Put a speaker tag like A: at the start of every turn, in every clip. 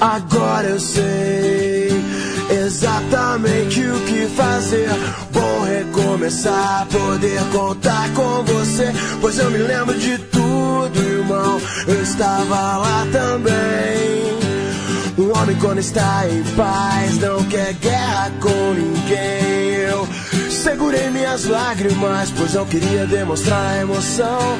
A: Agora eu sei exatamente o que fazer. Bom recomeçar, poder contar com você. Pois eu me lembro de tudo, irmão. Eu estava lá também. O homem quando está em paz não quer guerra com ninguém. Eu segurei minhas lágrimas, pois não queria demonstrar emoção.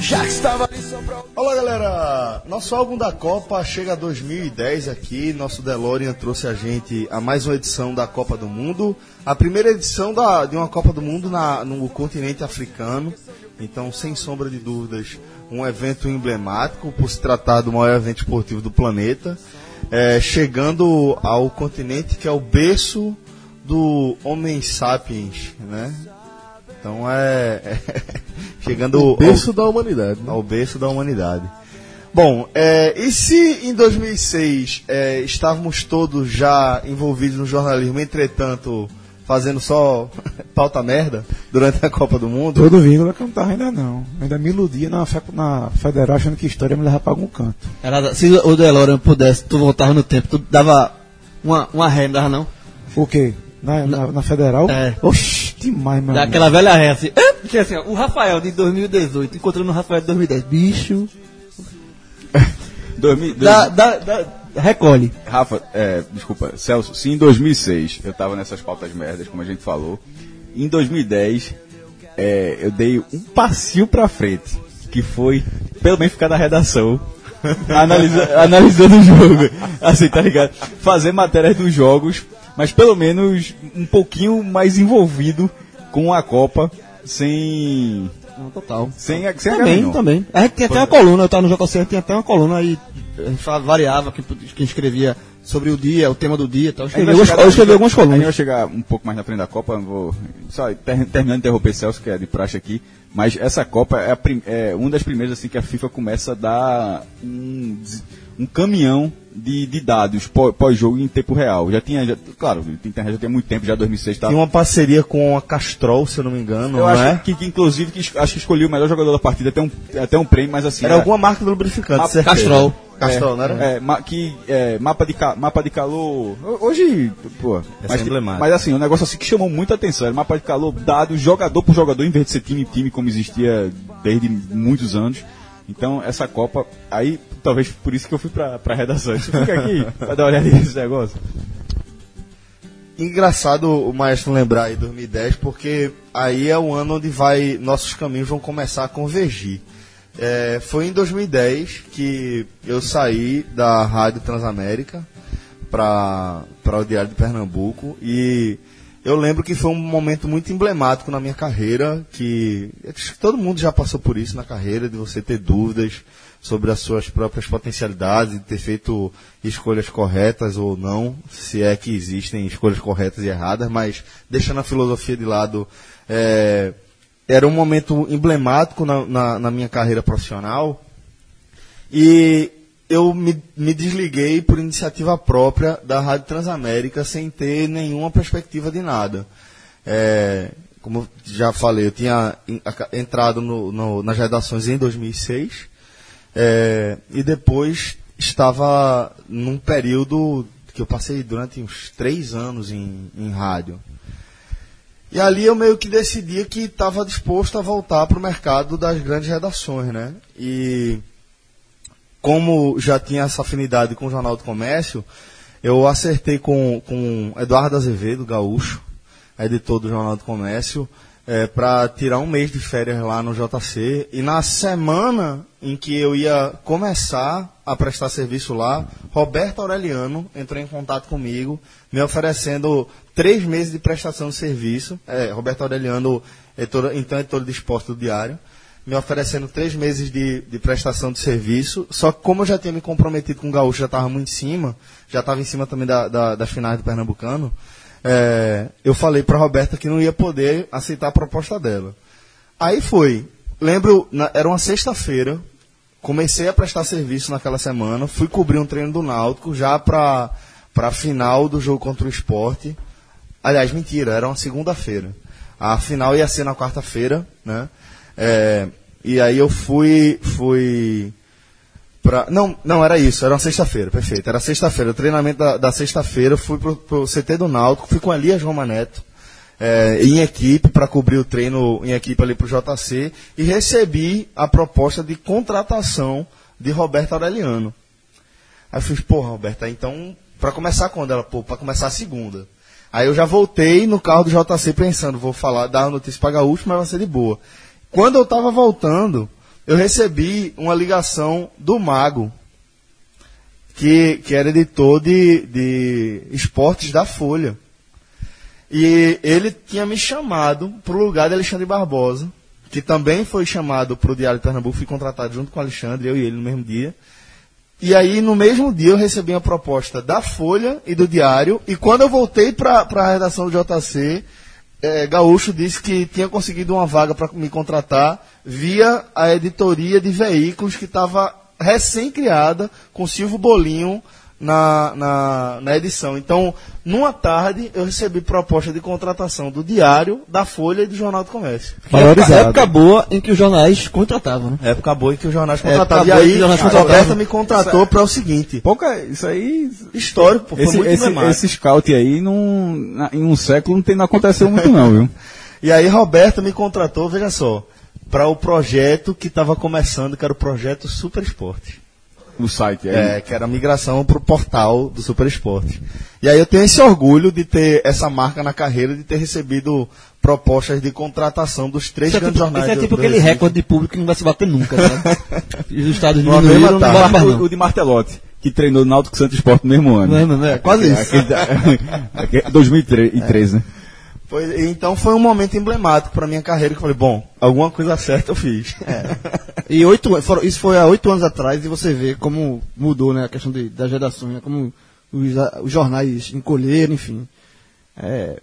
A: Já que estava ali só pra.
B: Olá galera, nosso álbum da Copa chega a 2010 aqui. Nosso DeLorean trouxe a gente a mais uma edição da Copa do Mundo, a primeira edição da- de uma Copa do Mundo na- no continente africano. Então, sem sombra de dúvidas, um evento emblemático por se tratar do maior evento esportivo do planeta. É, chegando ao continente que é o berço do Homem Sapiens, né? Então é. chegando
C: O
B: ao-
C: berço da humanidade. né?
B: ao berço da humanidade. Bom, é, e se em 2006 é, estávamos todos já envolvidos no jornalismo, entretanto fazendo só pauta merda durante a Copa do Mundo?
D: Todo vírgula que eu não tava ainda não. Eu ainda me iludia na, fe- na federal achando que história me levava pra algum canto.
E: Era- se o DeLorean pudesse, tu voltava no tempo, tu dava uma, uma ré, não dava não?
D: O quê? Na, na, na federal?
E: É.
D: Oxi, demais, meu
E: Dá
D: amigo.
E: aquela velha ré assim. "Ah!" Porque assim, ó, o Rafael de 2018, encontrando o Rafael de 2010. Bicho.
F: 2000,
E: Dá, dá, dá, recolhe.
F: Rafa, é, desculpa, Celso, se em 2006 eu tava nessas pautas merdas, como a gente falou, em 2010 é, eu dei um passinho pra frente, que foi pelo menos ficar na redação, analisa- analisando o jogo, assim, tá ligado? Fazer matérias dos jogos, mas pelo menos um pouquinho mais envolvido com a Copa, sem...
E: Não, total.
F: Sem, a- sem a
E: Também,
F: ganhar, não.
E: também. A gente tinha até uma coluna, eu tava no JCR, tinha até uma coluna aí. A gente falava- variava quem, quem escrevia sobre o dia, o tema do dia e tal. Eu
F: A gente
E: escrevi,
F: vai
E: algumas-
F: chegar-
E: eu escrevi algumas
F: A gente
E: colunas.
F: vai chegar um pouco mais na frente da Copa, vou só ter- terminando de interromper Celso, que é de praxe aqui, mas essa Copa é, a prim- é uma das primeiras assim que a FIFA começa a dar um, des- um caminhão de, de dados pó- pós-jogo em tempo real. Já tinha, já- claro, a internet já tem muito tempo, já 2006 tá
B: Tem uma parceria com a Castrol, se eu não me engano,
F: Eu
B: não
F: acho
B: é?
F: que, que, inclusive, que es- acho que escolhi o melhor jogador da partida, até um, até um prêmio, mas assim...
B: Era
F: é-
B: alguma marca do lubrificante,
F: Ma-
B: certo?
E: Castrol.
B: Castrol, não era?
F: É, ma- que, é, mapa, de ca- mapa de calor. Ho- Hoje, pô. mas, que-
B: emblemático.
F: mas assim, um negócio assim que chamou muita atenção. Era mapa de calor dado jogador por jogador, em vez de ser time em time, como existia desde muitos anos. Então, essa Copa. Aí, talvez por isso que eu fui pra, pra redação. Isso Fica aqui pra dar uma olhada nesse negócio.
B: Engraçado o maestro lembrar aí 2010, porque aí é o ano onde vai nossos caminhos vão começar a convergir. É, foi em 2010 que eu saí da Rádio Transamérica para o Diário de Pernambuco e eu lembro que foi um momento muito emblemático na minha carreira, que acho que todo mundo já passou por isso na carreira, de você ter dúvidas sobre as suas próprias potencialidades, de ter feito escolhas corretas ou não, se é que existem escolhas corretas e erradas, mas deixando a filosofia de lado, é, era um momento emblemático na- na- na minha carreira profissional, e eu me, me desliguei por iniciativa própria da Rádio Transamérica sem ter nenhuma perspectiva de nada. É, como eu já falei, eu tinha en- aca- entrado no- no- nas redações em 2006 é, e depois estava num período que eu passei durante uns três anos em- em rádio. E ali eu meio que decidi que estava disposto a voltar para o mercado das grandes redações, né? E como já tinha essa afinidade com o Jornal do Comércio, eu acertei com, com Eduardo Azevedo, gaúcho, editor do Jornal do Comércio, para tirar um mês de férias lá no JC. E na semana em que eu ia começar a prestar serviço lá, Roberto Aureliano entrou em contato comigo, me oferecendo três meses de prestação de serviço. É, Roberto Aureliano, editor- então editor de esporte do Diário me oferecendo três meses de, de prestação de serviço. Só que como eu já tinha me comprometido com o Gaúcho, já estava muito em cima, já estava em cima também da, da- das finais do Pernambucano, é, eu falei para Roberta que não ia poder aceitar a proposta dela. Aí foi. Lembro, na- era uma sexta-feira, comecei a prestar serviço naquela semana, fui cobrir um treino do Náutico já para a final do jogo contra o esporte. Aliás, mentira, era uma segunda-feira. A final ia ser na quarta-feira, né? É, e aí eu fui, fui Pra... Não, não, era isso, era uma sexta-feira, perfeito. Era sexta-feira, o treinamento da, da sexta-feira, eu fui pro, pro CT do Náutico, fui com Elias Roma Neto, é, em equipe, para cobrir o treino em equipe ali pro JC, e recebi a proposta de contratação de Roberto Aureliano. Aí eu fiz, porra, Roberta, então, pra começar quando? Ela, pô, pra começar a segunda. Aí eu já voltei no carro do JC pensando, vou falar, dar a notícia pra Gaúcho, mas vai ser de boa. Quando eu tava voltando, eu recebi uma ligação do Mago, que, que era editor de, de esportes da Folha. E ele tinha me chamado pro lugar de Alexandre Barbosa, que também foi chamado pro Diário de Pernambuco, fui contratado junto com o Alexandre, eu e ele no mesmo dia. E aí, no mesmo dia, eu recebi uma proposta da Folha e do Diário. E quando eu voltei para a redação do JC, eh, Gaúcho disse que tinha conseguido uma vaga para me contratar via a editoria de veículos que estava recém-criada com Silvio Bolinho na, na, na edição. Então, numa tarde, eu recebi proposta de contratação do Diário, da Folha e do Jornal do Comércio.
E: Valorizado. é Época boa em que os jornais contratavam, né?
B: Época boa em É, que os jornais
E: Época
B: contratavam.
E: boa em que
B: e aí,
E: os jornais
B: a
E: contratavam.
B: Roberta me contratou para o seguinte.
F: Pouca, isso aí.
B: Histórico, pô, foi
F: Esse,
B: muito
F: esse,
B: emblemático.
F: esse scout aí, num, na- em um século, não, tem, não aconteceu muito, não, viu?
B: E aí Roberto me contratou, veja só, para o projeto que estava começando, que era o projeto Super Esporte.
F: O site aí. Tá.
B: É, que era a migração para o portal do Super Esporte. E aí eu tenho esse orgulho de ter essa marca na carreira, de ter recebido propostas de contratação dos três
E: Isso é
B: grandes
E: tipo,
B: jornais.
E: isso é
B: do-
E: tipo
B: do
E: aquele
B: Recife.
E: recorde de público que não vai se bater nunca, né? Os estados
B: Uma
E: diminuíram,
B: mesma
E: não tá.
B: tarde.
E: vai mais
F: o,
E: não.
F: o de Martelotti, que treinou Náutico Santos Esporte no mesmo ano.
E: Não, não, não, é quase isso.
F: Aquele da-
B: é
F: aquele- 2013, né?
B: Pois- então foi um momento emblemático para minha carreira, que eu falei, bom, alguma coisa certa eu fiz.
E: E oito, an- foram- isso foi há oito anos atrás e você vê como mudou né, a questão de- das gerações, né, como os, a- os jornais encolheram, enfim. É,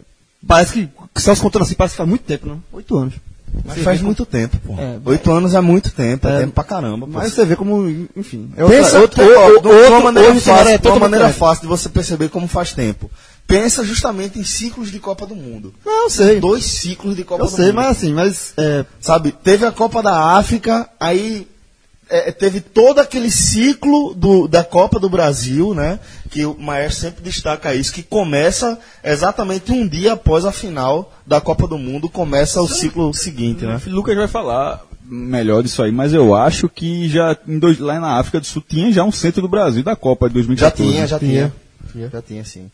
E: parece que, que Celso contando assim, parece que faz muito tempo, não? Oito anos.
B: Mas
E: Você
B: faz
E: vê
B: muito tempo, pô.
E: É, mas-
B: Oito anos é muito tempo, é,
E: É,
B: tempo pra caramba, pô.
E: como- Mas você vê como, enfim. É
B: Pensa,
E: outra-
B: pô,
E: outro-
B: de uma
E: outro-
B: maneira,
E: hoje
B: fácil,
E: é
B: de uma
E: totalmente
B: maneira
E: diferente.
B: fácil de você perceber como faz tempo. Pensa justamente em ciclos de Copa do Mundo.
E: Não, eu sei.
B: Dois ciclos de Copa
E: Eu
B: do
E: sei,
B: Mundo.
E: mas assim, mas é,
B: Sabe, teve a Copa da África, aí é, teve todo aquele ciclo do- da Copa do Brasil, né? Que o Maestro sempre destaca isso, que começa exatamente um dia após a final da Copa do Mundo, começa o ciclo seguinte, né?
F: O É. Lucas vai falar melhor disso aí, mas eu acho que já em dois- lá na África do Sul tinha já um centro do Brasil da Copa de
B: Já
F: 2014.
E: É,
B: tinha, já tinha.
C: Tinha. É.
B: Já tinha, sim.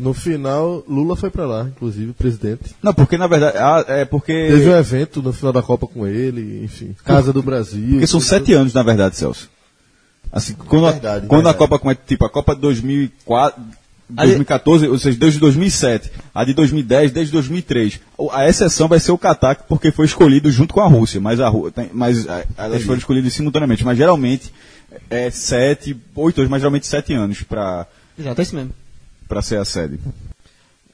C: No final, Lula foi pra lá, inclusive, presidente.
F: Não, porque na verdade, ah, é porque,
C: Teve um evento no final da Copa com ele, enfim. Casa do Brasil.
F: porque são sete anos na verdade, Celso. Assim, quando, a-
B: Verdade,
F: quando
B: verdade.
F: a Copa começa, tipo, a Copa de 2004,
E: Aí-
F: 2014, ou seja, desde 2007, a de 2010, desde 2003. O- A exceção vai ser o Catar, porque foi escolhido junto com a Rússia, mas a Rú- tem- mas a- elas foram escolhidas simultaneamente, mas geralmente é sete, oito anos, mas geralmente sete anos para
E: exato, é isso mesmo.
F: para ser a sede.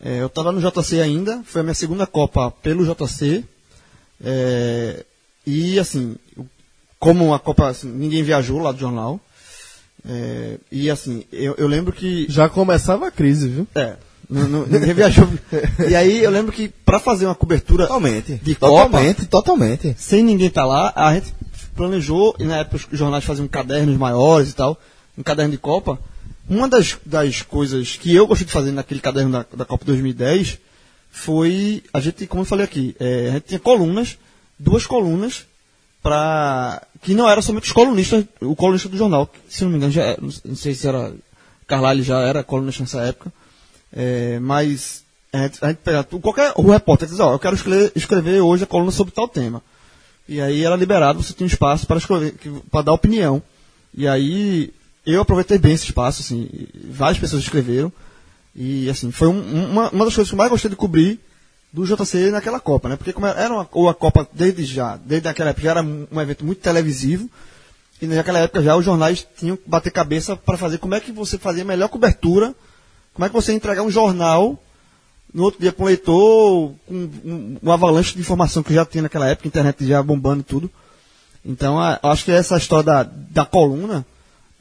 E: É, eu estava no JC ainda, foi a minha segunda Copa pelo JC. é, e assim, como a Copa, assim, ninguém viajou lá do jornal. é, e assim, eu, eu lembro que.
C: Já começava a crise, viu?
E: É, não- não- ninguém viajou. e aí eu lembro que para fazer uma cobertura
B: Totalmente.
E: de Copa,
B: totalmente, totalmente.
E: sem ninguém estar lá, a gente planejou, e na época os jornais faziam cadernos maiores e tal, um caderno de Copa. Uma das, das coisas que eu gostei de fazer naquele caderno da, da Copa 2010 foi, a gente, como eu falei aqui, eh, a gente tinha colunas, duas colunas, pra, que não era somente os colunistas, o colunista do jornal, que, se não me engano, já era, não- não sei se era, Carlalho já era colunista nessa época, eh, mas a gente, a gente pegava, tu- qualquer, é o repórter dizia, ó, eu quero escre- escrever hoje a coluna sobre tal tema. E aí era liberado, você tinha um espaço para escrever, para dar opinião. E aí eu aproveitei bem esse espaço, assim, e várias pessoas escreveram. E assim, foi um- uma, uma das coisas que eu mais gostei de cobrir do JC naquela Copa, né? Porque como era uma, ou a Copa desde já, desde aquela época já era um um evento muito televisivo. E naquela época já os jornais tinham que bater cabeça para fazer como é que você fazia a melhor cobertura, como é que você ia entregar um jornal no outro dia para um leitor, com um, um avalanche de informação que já tinha naquela época, internet já bombando e tudo. Então, a- eu acho que essa história da, da coluna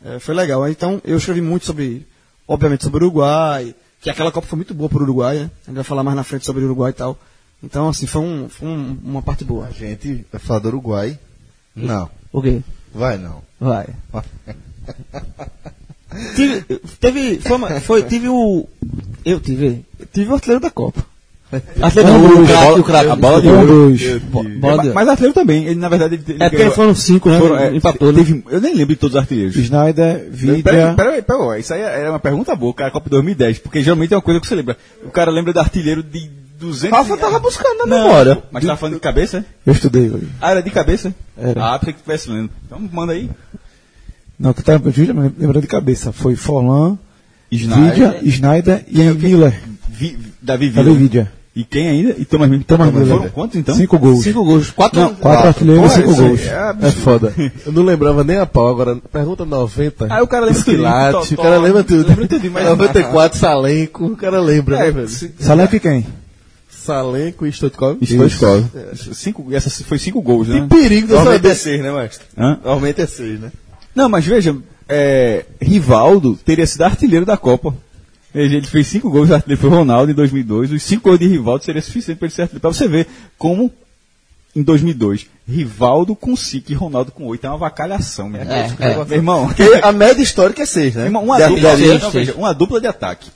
E: eh, foi legal. Então, eu escrevi muito sobre, obviamente, sobre o Uruguai, que aquela Copa foi muito boa para o Uruguai, né? A gente vai falar mais na frente sobre o Uruguai e tal. Então, assim, foi, um, foi um- uma parte boa.
B: gente vai falar do Uruguai Não,
E: O quê?
B: é vai não.
E: Vai. tive, teve, foi, uma- foi- tive o. Eu tive. Tive o artilheiro da Copa. Artilheiro da Copa, o craque, o craque.
F: A bola de
D: um
E: Bo-
F: ouro.
E: Bola de
F: Mas artilheiro também. Ele, na verdade, ele, ele
E: É porque
F: ganhou-
E: foram cinco, né?
F: foram, é,
E: Empatou, né?
F: teve- Eu nem lembro de todos os artilheiros.
D: Schneider,
F: Peraí,
D: Vida.
F: peraí, peraí, peraí, isso aí era uma pergunta boa, cara, Copa 2010, porque geralmente é uma coisa que você lembra. O cara lembra do artilheiro de 200...
B: Rafa tava buscando na
E: né?
F: Não,
B: memória.
F: Mas tava falando de cabeça? é?
D: Eu estudei hoje.
F: Ah, era de cabeça?
D: Era.
F: Ah, pensei que tivesse lendo. Então manda aí.
D: Não, que tá justamente lembrando de cabeça. Foi Forlan,
F: Snyder.
D: Vidia, Schneider e
C: É
D: Miller.
F: Vi- Vi- Davi
D: Cadê
F: Villa.
D: Vidia?
F: E quem ainda? E Thomas Miller.
D: Thomas Miller.
F: Foram quantos então?
D: Cinco gols.
E: Cinco gols. Quatro.
D: Quatro artilheiros e cinco
C: isso Ah, aí
D: gols.
F: é
C: É foda. Eu não lembrava nem a pau. Agora, pergunta 90.
F: Aí o cara lembra tudo.
C: Esquilate, o
F: Totó,
C: cara lembra tudo.
F: Lembra tudo, mas...
C: 94, Salenco, o cara lembra, né,
F: É,
C: velho?
F: c-
D: Salep e quem?
C: Salenco e Stotkov.
F: Stoichkov.
E: É,
F: Cinco, essa foi cinco gols, né?
C: Perigo dessa
B: Normalmente é 6, né, Maestro?
F: Hã?
B: Normalmente é 6, né?
F: Não, mas veja, é, Rivaldo teria sido artilheiro da Copa. Veja, ele fez cinco gols, o artilheiro foi Ronaldo em 2002. Os cinco gols de Rivaldo seria suficiente para ele ser artilheiro. Para você ver como, em 2002, Rivaldo com 5 e Ronaldo com 8 é uma vacalhação. Meu,
E: É,
F: Deus.
E: é.
F: Meu irmão,
B: Porque a média histórica é 6, né?
F: uma, uma
B: De
F: dupla,
B: artilharia.
F: não, veja, uma dupla de ataque.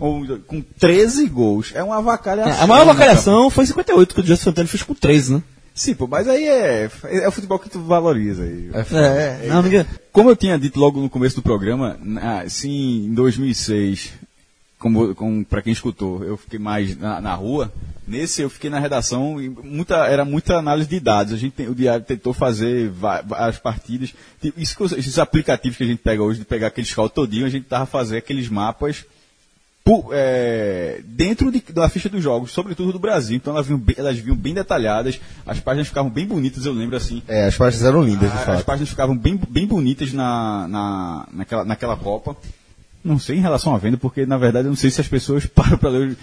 F: Ou, com 13 gols. É uma vacalhação.
E: A maior
F: né, cara?
B: tá.
E: avacalhação foi 58, que o Jesse Santana fez com 13, né?
F: Sim, pô, mas aí é, é o futebol que tu valoriza. Aí.
E: É, não, ninguém.
F: Como eu tinha dito logo no começo do programa, na- assim, em 2006, como, como para quem escutou, eu fiquei mais na, na rua. Nesse eu fiquei na redação e muita, era muita análise de dados. A gente tem- o diário tentou fazer va- va- as partidas. Tipo, Isso que, os- esses aplicativos que a gente pega hoje, de pegar aqueles scout todinho, a gente tava fazendo aqueles mapas pu- é, dentro de- da ficha dos jogos, sobretudo do Brasil. Então elas vinham, bem, elas vinham bem detalhadas, as páginas ficavam bem bonitas, eu lembro assim.
B: É, as partes eram lindas, de
F: A- As
B: fato.
F: páginas ficavam bem, bem bonitas na, na, naquela, naquela Copa. Não sei em relação à venda, porque na verdade eu não sei se as pessoas param pra ler.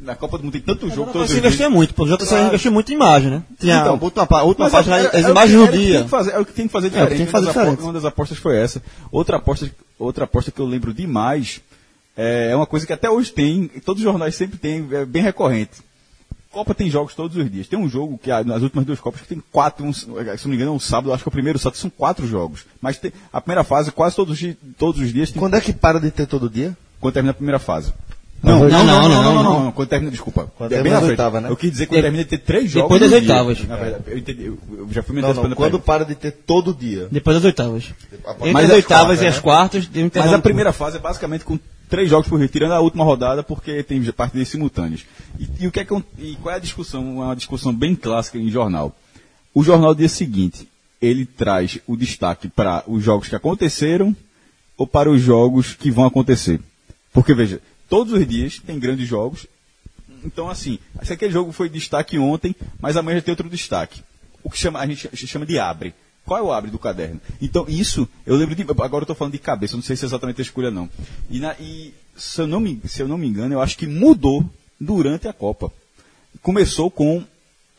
F: Na Copa do Mundo tem tanto jogo todos
E: Você
F: os dias.
E: investia assim, muito, pô. O JC investiu muito em imagem, né? Tinha
D: um
F: Então,
E: a última, pa- a última
F: Mas
E: página,
F: era-
E: as
F: era o
E: imagens
F: que-
E: do
F: era o que
E: é dia.
F: Tem que fazer, é o que tem que fazer
E: É, o
F: diferente.
E: que tem que fazer
F: uma, das apo-
E: diferente.
F: uma das apostas foi essa. Outra aposta, outra aposta que eu lembro demais é, é uma coisa que até hoje tem, e todos os jornais sempre tem, é bem recorrente. Copa tem jogos todos os dias. Tem um jogo que ah, nas últimas duas Copas que tem quatro, um, se não me engano, é um sábado, acho que é o primeiro sábado são quatro jogos. Mas tem- a primeira fase, quase todos, os di- todos os dias, tem,
B: Quando é que para de ter todo dia?
F: quando termina a primeira fase.
E: Não, não, não, não, não, não.
F: Quando termina, desculpa.
B: Quando
F: É bem
B: termina
F: na
B: as
F: frente.
B: oitavas, né?
F: Eu quis dizer quando
E: De-
F: termina de ter três jogos.
E: depois das
F: no dia.
E: oitavas.
F: Na verdade, eu entendi. Eu, eu já fui me
B: Não,
F: antecipando
B: não,
F: a
B: quando
F: pergunta.
B: para de ter todo dia?
E: Depois das oitavas. Entre
F: Mas
E: as
F: as
E: oitavas
F: quartas,
E: e as
F: né?
E: quartas, tem um
F: Mas a
E: intervalo.
F: primeira fase é basicamente com três jogos por Rio, tirando a última rodada, porque tem partidas simultâneas. E, e o que é, que- e qual é a discussão? Uma discussão bem clássica em jornal. O jornal dia seguinte, ele traz o destaque para os jogos que aconteceram ou para os jogos que vão acontecer. Porque, veja, todos os dias tem grandes jogos. Então, assim, se aquele jogo foi destaque ontem, mas amanhã já tem outro destaque. O que chama, a gente chama de abre. Qual é o abre do caderno? Então, isso, eu lembro de. Agora eu estou falando de cabeça, eu não sei se é exatamente a escolha, não. E, na- e se, eu não me, se eu não me engano, eu acho que mudou durante a Copa. Começou com.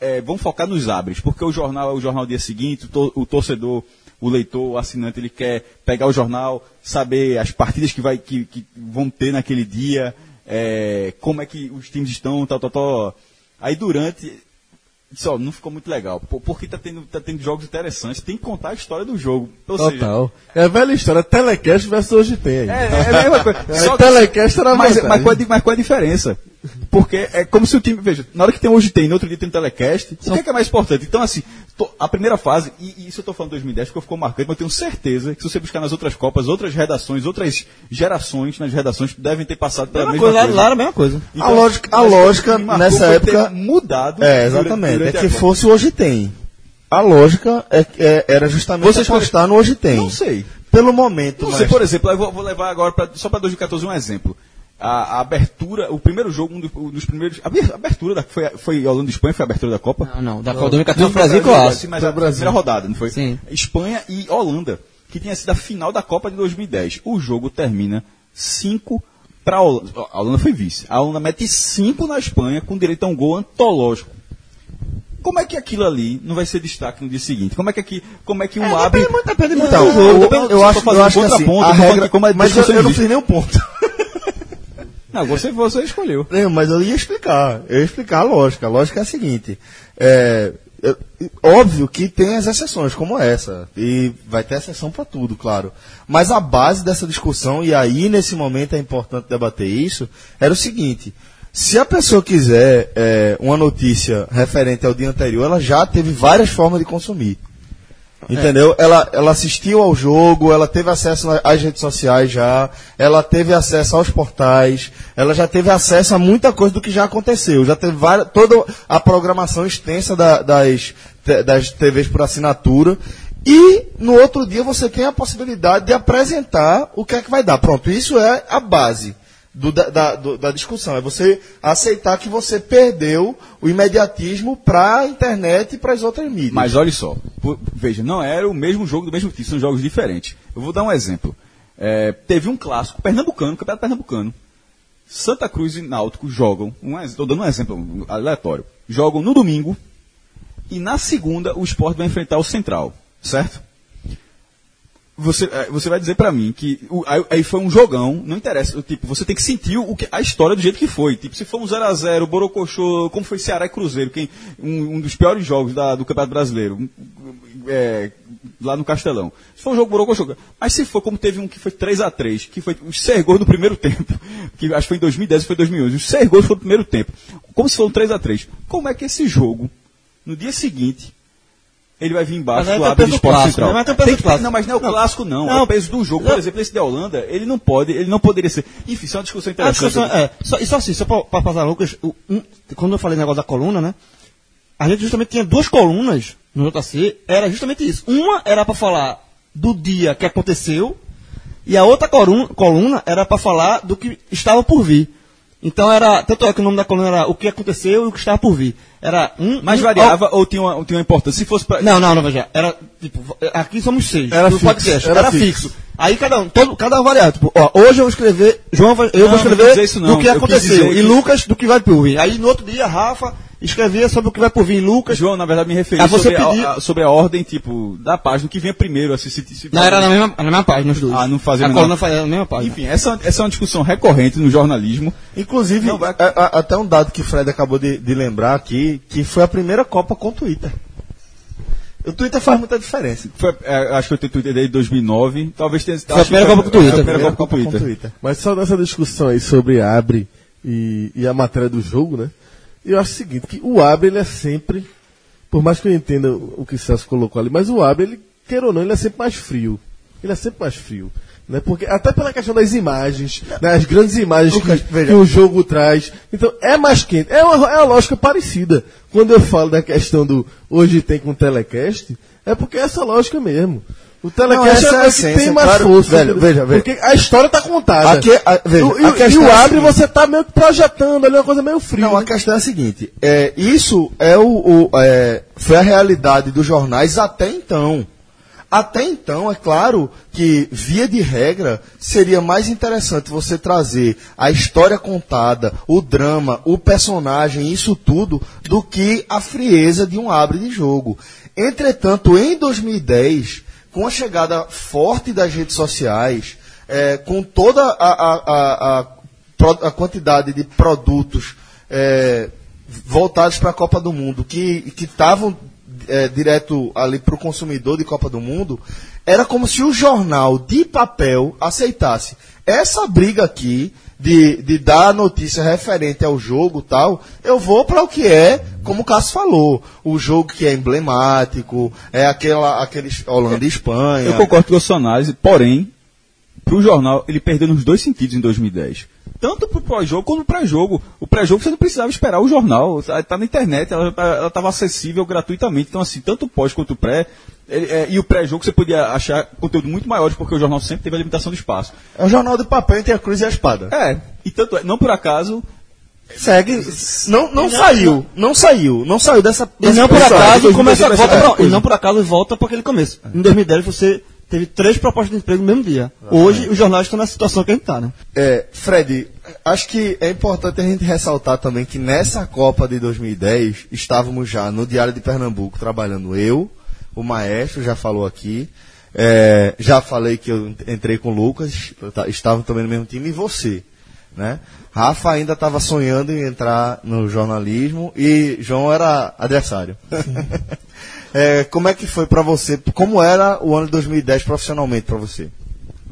F: é, vamos focar nos abres, porque o jornal é o jornal dia seguinte, o, to- o torcedor, o leitor, o assinante, ele quer pegar o jornal, saber as partidas que, vai, que, que vão ter naquele dia, é, como é que os times estão, tal, tal, tal. Aí durante disse, ó, não ficou muito legal. Pô, porque tá tendo, tá tendo jogos interessantes, tem que contar a história do jogo. Ou seja,
C: Total. É a velha história. Telecast versus hoje tem aí.
F: é, é a mesma coisa.
C: É,
F: Só que-
C: telecast era
F: mas,
C: vantagem.
F: mas, qual é, a di- mas qual é a diferença? Porque é como se o time. Veja, na hora que tem hoje tem, no outro dia tem telecast, o que é, que é mais importante? Então, assim, tô- a primeira fase, e, e isso eu tô falando 2010 porque ficou marcante, mas eu tenho certeza que se você buscar nas outras Copas, outras redações, outras gerações nas redações devem ter passado pela
E: mesma
F: mesma
E: coisa,
F: coisa.
E: lá era a mesma coisa.
B: A lógica- a
F: mas
B: lógica
F: o que me marcou
B: nessa
F: foi ter
B: época-
F: Mudado.
B: É, exatamente.
F: durante- durante
B: é
F: a
B: que
F: Copa.
B: fosse o hoje tem. A lógica é- é- era justamente
F: Vocês
B: apostar no hoje tem.
F: Não sei.
B: Pelo momento,
F: Não
B: mas
F: sei, por exemplo, eu vou, vou levar agora pra, só para 2014 um exemplo. A, a abertura, o primeiro jogo, um do- um dos primeiros. A abe- abertura da, foi, foi Holanda e Espanha, foi a abertura da Copa?
E: Não, não. Da Copa 2014, Brasil e
F: sim,
E: Croácia.
F: Mas a primeira rodada, não foi?
E: Sim.
F: Espanha e Holanda, que tinha sido a final da Copa de 2010. O jogo termina 5 para a Holanda. A Holanda foi vice. A Holanda mete 5 na Espanha com direito a um gol antológico. Como é que aquilo ali não vai ser destaque no dia seguinte? Como é que aqui, como é que um abre
B: Então, eu, eu, acho, eu acho que assim, a regra, mas eu, eu não
F: fiz...
B: fiz nenhum ponto.
F: Não, você, você escolheu.
B: Não, mas eu ia explicar. Eu ia explicar a lógica. A lógica é a seguinte. É, eu- óbvio que tem as exceções, como essa. E vai ter exceção para tudo, claro. Mas a base dessa discussão, e aí nesse momento é importante debater isso, era o seguinte. Se a pessoa quiser é, uma notícia referente ao dia anterior, ela já teve várias formas de consumir. Entendeu? Ela, ela assistiu ao jogo, ela teve acesso na- às redes sociais já, ela teve acesso aos portais, ela já teve acesso a muita coisa do que já aconteceu. Já teve várias, toda a programação extensa da- das, te- das TVs por assinatura. E no outro dia você tem a possibilidade de apresentar o que é que vai dar. Pronto, isso é a base do- da, da- do- da discussão. É você aceitar que você perdeu o imediatismo para a internet e para as outras mídias.
F: Mas olha só, pu- veja, não era o mesmo jogo do mesmo título, são jogos diferentes. Eu vou dar um exemplo. É, teve um clássico pernambucano, campeonato pernambucano. Santa Cruz e Náutico jogam, estou dando um exemplo aleatório, jogam no domingo e na segunda o esporte vai enfrentar o Central, certo? Você, é, você vai dizer pra mim que o- aí, aí foi um jogão, não interessa. o Tipo, você tem que sentir o que- a história do jeito que foi. Tipo, se foi um 0x0, Borocochô, como foi Ceará e Cruzeiro, quem, um, um dos piores jogos da- do Campeonato Brasileiro, um, é, lá no Castelão. Se foi um jogo Borocochô, mas se for como teve um que foi 3x3, que foi os seis gols do primeiro tempo, que acho que foi em 2010 ou foi 2011, os seis gols foram do primeiro tempo, como se for um 3x3. Como é que esse jogo, no dia seguinte, ele vai vir embaixo
E: Mas é aí
F: do
E: tem
F: lado
E: peso
F: do esporte
E: clássico,
F: central.
E: né? Mas tem peso
F: então. que-
E: clássico.
F: Não, mas não é o
E: Não.
F: clássico, não. É
E: Não.
F: o peso do jogo. Por
E: Não.
F: exemplo, esse da Holanda, ele não pode, ele não poderia ser. Enfim, isso é uma discussão
E: A
F: interessante.
E: discussão é. Só, e só assim, só para passar, Lucas, o- um- quando eu falei o negócio da coluna, né? A gente justamente tinha duas colunas no JC, era justamente isso. Uma era para falar do dia que aconteceu, e a outra coluna, coluna era para falar do que estava por vir. Então era. Tanto é que o nome da coluna era o que aconteceu e o que estava por vir. Era um.
F: Mas
E: um-
F: variava ou tinha uma, ou tinha uma importância. Se fosse pra...
E: Não, não, não, veja. Era, tipo, aqui somos seis.
B: Era
E: no
B: fixo,
E: podcast. Era,
B: era
E: fixo. Aí cada um, todo, cada um variava. Tipo, ó, hoje eu vou escrever, João vai, eu
F: Não,
E: vou
F: não quis
E: escrever
F: dizer isso, não.
E: do que
F: Eu quis
E: aconteceu.
F: dizer
E: E
F: que-
E: Lucas do que vai por vir. Aí no outro dia, Rafa escrevia sobre o que vai por vir. Lucas.
F: João, na verdade, me referi
E: Ah, você
F: sobre,
E: pediu-
F: a, a- sobre a ordem, tipo, da página, o que vinha primeiro. Assim, se, se-
E: Não, era na mesma, na mesma página, os dois.
F: Ah, não fazia
E: A
F: menor-
E: coluna fazia na mesma página.
F: Enfim, essa, essa é uma discussão recorrente no jornalismo.
B: Inclusive,
F: Não, vai-
B: a- a- até um dado que o Fred acabou de, de lembrar aqui, que foi a primeira Copa com o Twitter. O Twitter faz muita diferença.
F: Foi, é, acho que eu tenho Twitter desde 2009. Talvez tenha
E: Foi a
F: acho que
E: primeira Copa com o Twitter. tá
F: Foi a primeira Copa com o Twitter.
C: Mas só nessa discussão aí sobre abre e, e a matéria do jogo, né? Eu acho o seguinte, que o abre ele é sempre, por mais que eu entenda o o que o Celso colocou ali, mas o abre, ele, queira ou não, ele é sempre mais frio. Ele é sempre mais frio. Né? Porque, até pela questão das imagens, né? as grandes imagens
B: Lucas,
C: que,
B: veja.
C: que o jogo traz. Então, é mais quente. É uma, é uma lógica parecida. Quando eu falo da questão do hoje tem com o telecast, é porque é essa lógica mesmo. O
B: essa é
C: telecast é,
B: a
C: o que
B: essência,
C: tem mais
B: claro.
C: força.
B: Velho,
C: entendeu?
B: veja, veja.
C: Porque a história está contada.
B: Aqui, a- veja,
C: O- e,
B: a
C: o- e
B: questão é
C: o
B: a
C: abre
B: seguinte.
C: você tá meio que projetando ali uma coisa meio né? fria.
B: Não, a questão é a seguinte: é, isso é o, o- é, foi a realidade dos jornais até então. Até então, é claro que, via de regra, seria mais interessante você trazer a história contada, o drama, o personagem, isso tudo, do que a frieza de um abre de jogo. Entretanto, em 2010, com a chegada forte das redes sociais, é, com toda a- a- a- a pro- a quantidade de produtos é, voltados para a Copa do Mundo que que estavam é, direto ali para o consumidor de Copa do Mundo era como se o jornal de papel aceitasse essa briga aqui de, de dar a notícia referente ao jogo tal eu vou para o que é como o Cássio falou o jogo que é emblemático é aquela aqueles Holanda e Espanha
F: Eu concordo com a sua análise, porém, pro jornal, ele perdeu nos dois sentidos em 2010. Tanto pro pós-jogo quanto pro pré-jogo. O pré-jogo você não precisava esperar o jornal. Tá tá na internet, ela estava acessível gratuitamente. Então, assim, tanto o pós quanto o pré. ele- é, e o pré-jogo você podia achar conteúdo muito maior, porque o jornal sempre teve a limitação do espaço.
B: é um jornal de papel entre a cruz e a espada
F: É, e tanto é, não por acaso,
B: Segue. Não, não, saiu. Não saiu. Não saiu dessa.
E: E não por acaso começa, volta pra- e
B: coisa.
E: não por acaso volta para aquele começo.
F: É.
E: Em 2010 você teve três propostas de emprego no mesmo dia.
F: Ah,
E: Hoje os jornais estão na situação que a gente está, né?
B: É, Fred, acho que é importante a gente ressaltar também que nessa Copa de 2010 estávamos já no Diário de Pernambuco trabalhando eu, o maestro já falou aqui, é, já falei que eu entrei com o Lucas, tá- estava também no mesmo time, e você. né? Rafa ainda estava sonhando em entrar no jornalismo e João era adversário. É, como é que foi para você? Como era o ano de 2010 profissionalmente para você?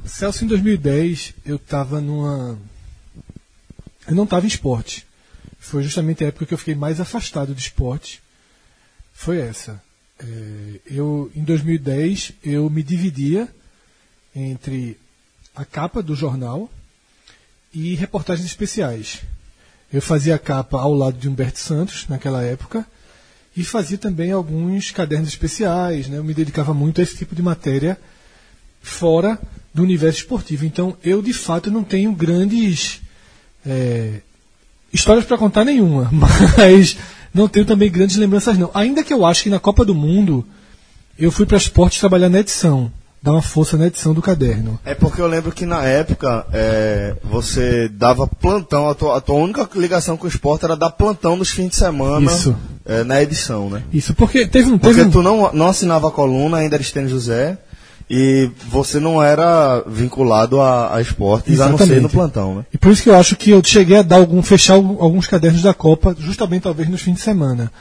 G: Celso, em 2010, eu estava numa. Eu não estava em esporte. Foi justamente a época que eu fiquei mais afastado de esporte. Foi essa. É, eu, em 2010, eu me dividia entre a capa do jornal e reportagens especiais. Eu fazia a capa ao lado de Humberto Santos, naquela época, e fazia também alguns cadernos especiais. Né? Eu me dedicava muito a esse tipo de matéria fora do universo esportivo. Então, eu de fato não tenho grandes é, histórias para contar nenhuma, mas não tenho também grandes lembranças não. Ainda que eu acho que na Copa do Mundo eu fui para esporte trabalhar na edição, dar uma força na edição do caderno.
B: É porque eu lembro que na época é, você dava plantão, a tua, a tua única ligação com o esporte era dar plantão nos fins de semana
G: Isso.
B: é, na edição, né?
G: Isso porque teve um teve
B: Porque
G: um-
B: tu não, não assinava a coluna, ainda era Estênio José, é. e você não era vinculado a, a esportes, a não ser
G: Exatamente.
B: no plantão, né?
G: E por isso que eu acho que eu cheguei a dar algum, fechar algum- alguns cadernos da Copa, justamente talvez nos fins de semana.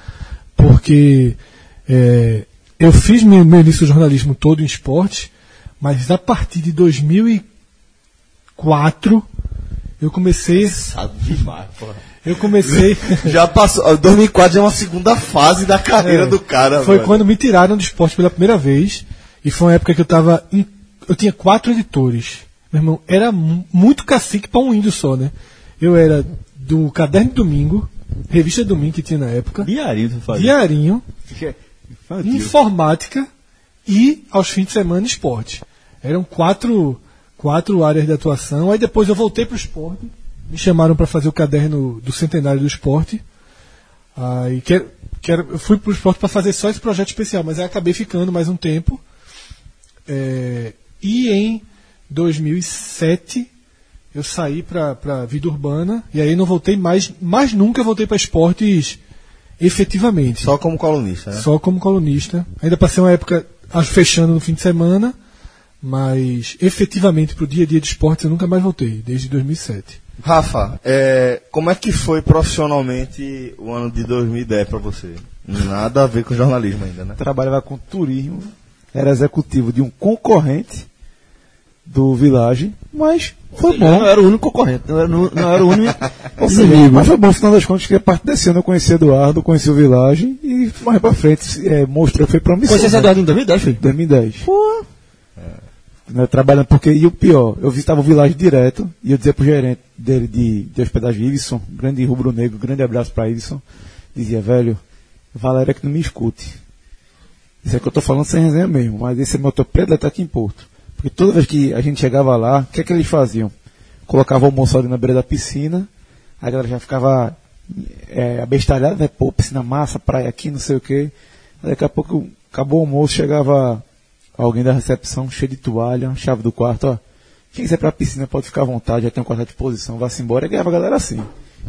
G: Porque é, eu fiz meu, meu início de jornalismo todo em esporte, mas a partir de 2004 eu comecei.
B: Sabe demais, pô.
G: Eu comecei.
B: Já passou. ó, 2004 já é uma segunda fase da carreira
G: É,
B: do cara,
G: Foi
B: velho.
G: quando me tiraram do esporte pela primeira vez. E foi uma época que eu tava. em- eu tinha quatro editores. Meu irmão, era mu- muito cacique pra um índio só, né? Eu era do Caderno de Domingo, revista Domingo que tinha na época,
F: Diarinho, tu fazia.
G: Diarinho,
F: Infantil.
G: Informática e, aos fins de semana, Esporte. Eram quatro, quatro áreas de atuação. Aí depois eu voltei pro esporte. Me chamaram para fazer o caderno do centenário do esporte. Aí que, que era- eu fui pro esporte para fazer só esse projeto especial, mas aí acabei ficando mais um tempo. É, e em 2007 eu saí para vida urbana e aí não voltei mais, mais nunca eu voltei para esportes efetivamente.
B: Só como colunista, né?
G: Só como colunista. Ainda passei uma época acho, fechando no fim de semana, mas efetivamente pro dia a dia de esportes eu nunca mais voltei, desde 2007.
B: Rafa, é, como é que foi profissionalmente o ano de 2010 pra você? Nada a ver com jornalismo ainda, né?
D: Trabalhava com turismo, era executivo de um concorrente do Village, mas foi
E: Eu
D: bom.
E: não era o único concorrente, não era, não- não era o único
D: Ou seja, mas foi bom, no final das contas, que a parte desse ano eu conheci Eduardo, conheci o Village e mais pra frente é, mostrou, foi promissor.
E: Conheci esse
D: né?
E: Eduardo em 2010, filho?
D: 2010. Né, trabalhando, porque, e o pior, eu visitava o Village direto e eu dizia pro gerente dele de, de hospedagem, Iveson, grande rubro-negro, grande abraço pra Iveson, dizia, velho, Valéria que não me escute. Isso é que eu tô falando sem resenha mesmo, mas esse é meu top predileto aqui em Porto. Porque toda vez que a gente chegava lá, o que é que eles faziam? Colocava o almoço ali na beira da piscina, a galera já ficava é, abestalhada, né? Pô, piscina massa, praia aqui, não sei o quê. Daqui a pouco acabou o almoço, chegava alguém da recepção, cheio de toalha, chave do quarto, ó. Quem quiser ir pra piscina pode ficar à vontade, já tem um quarto à disposição, vá-se embora. E ganhava a galera assim.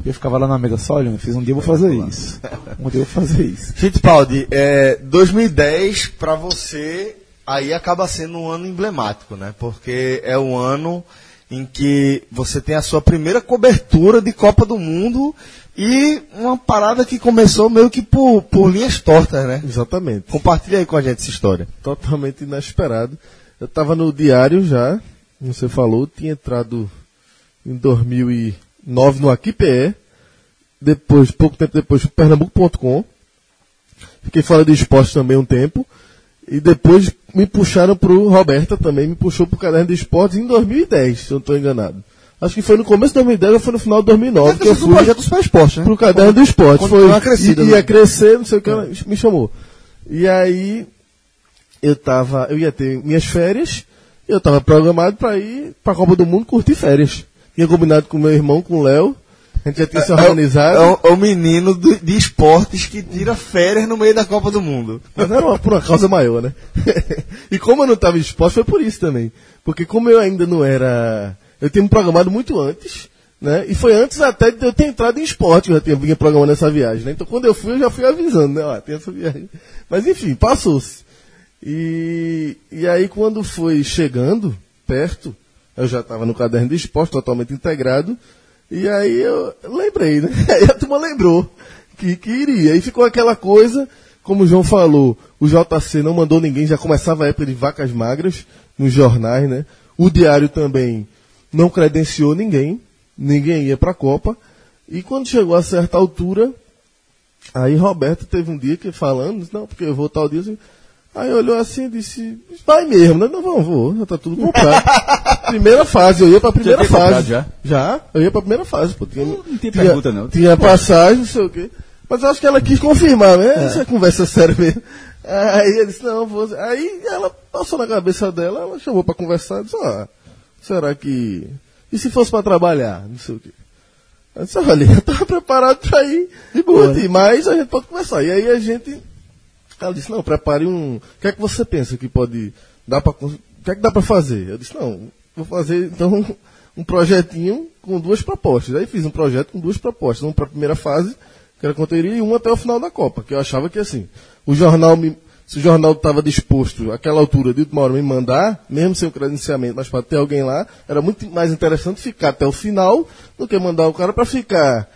D: E eu ficava lá na mesa só olhando, fiz um dia eu vou fazer isso. Um dia eu vou fazer isso.
B: Fittipaldi, é, 2010 pra você aí acaba sendo um ano emblemático, né? Porque é o ano em que você tem a sua primeira cobertura de Copa do Mundo e uma parada que começou meio que por, por linhas tortas, né?
C: Exatamente.
B: Compartilha aí com a gente essa história.
C: totalmente inesperado. Eu estava no diário já, como você falou, tinha entrado em 2009 no AquiPE, depois, pouco tempo depois, Pernambuco.com. Fiquei fora de esporte também um tempo. E depois me puxaram pro Roberta também, me puxou pro caderno de esportes em 2010, se eu não estou enganado. Acho que foi no começo de 2010 ou foi no final de 2009 que eu fui
B: para um esporte, né?
C: pro caderno do esporte.
B: Quando deu
C: Foi,
B: uma crescida,
C: i-
B: né?
C: ia crescer, não sei o que, ela me chamou. E aí, eu tava, eu ia ter minhas férias, e eu tava programado pra ir pra Copa do Mundo curtir férias. Tinha combinado com meu irmão, com o Léo, a gente já tinha se organizado,
B: É, o- é o menino do- de esportes que tira férias no meio da Copa do Mundo.
C: mas era uma, por uma causa maior, né? e como eu não tava exposto, foi por isso também. Porque como eu ainda não era, eu tinha me programado muito antes, né? E foi antes até de eu ter entrado em esporte, eu já tinha vinha programando essa viagem, né? Então quando eu fui, eu já fui avisando, né? Ó, tem essa viagem. Mas enfim, passou-se. E, e aí quando foi chegando perto, eu já estava no caderno de esporte totalmente integrado, E aí eu lembrei, né? Aí a turma lembrou que, que iria. E ficou aquela coisa, como o João falou, o JC não mandou ninguém, já começava a época de vacas magras nos jornais, né? O Diário também não credenciou ninguém, ninguém ia pra Copa. E quando chegou a certa altura, Aí Roberto teve um dia que falando, disse, não, porque eu vou tal dia. assim. Aí olhou assim e disse, vai mesmo, né? Não, vou, vou, já tá tudo comprado. primeira fase, eu ia pra primeira
F: Já tinha comprado,
C: fase.
F: já?
C: já? Eu ia pra primeira fase, pô. Tinha, não
F: tinha pergunta, não.
C: Tinha passagem, não sei o quê. Mas eu acho que ela quis confirmar, né? Isso é conversa séria mesmo. Aí ele disse, não, vou. Aí ela passou na cabeça dela, ela chamou pra conversar, disse, ó, será que. E se fosse pra trabalhar? Não sei o quê. Eu disse, olha, eu tava preparado pra ir de curtir, mas a gente pode conversar. E aí a gente. Ela disse, não, prepare um. O que é que você pensa que pode. Dá pra, cons- o que é que dá pra fazer? Eu disse, não, vou fazer então um projetinho com duas propostas. Aí fiz um projeto com duas propostas. Uma pra primeira fase, que era conteúdo, e uma até o final da Copa, que eu achava que assim, o jornal me. Se o jornal estava disposto, àquela altura, de última hora, me mandar, mesmo sem o credenciamento, mas para ter alguém lá, era muito mais interessante ficar até o final do que mandar o cara para ficar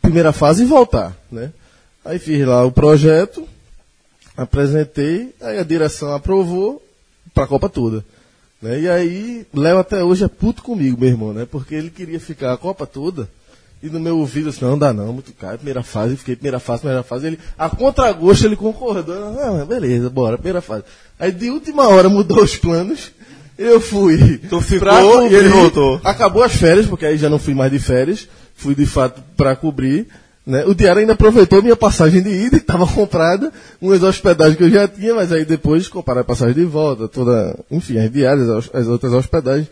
C: primeira fase e voltar, né? Aí fiz lá o projeto, apresentei, aí a direção aprovou para a Copa toda. Né? E aí, Léo até hoje é puto comigo, meu irmão, né? Porque ele queria ficar a Copa toda e no meu ouvido assim, não dá não, muito caro, primeira fase, fiquei primeira fase, primeira fase. Ele, a contragosto ele concordou, ah, beleza, bora, primeira fase. Aí de última hora mudou os planos, eu fui. Tu ficou e ele voltou. Acabou as férias, porque aí já não fui mais de férias, fui de fato para cobrir. Né? O diário ainda aproveitou minha passagem de ida, que estava comprada, umas hospedagens que eu já tinha, mas aí depois compraram a passagem de volta, toda, enfim, as diárias, as- as outras hospedagens.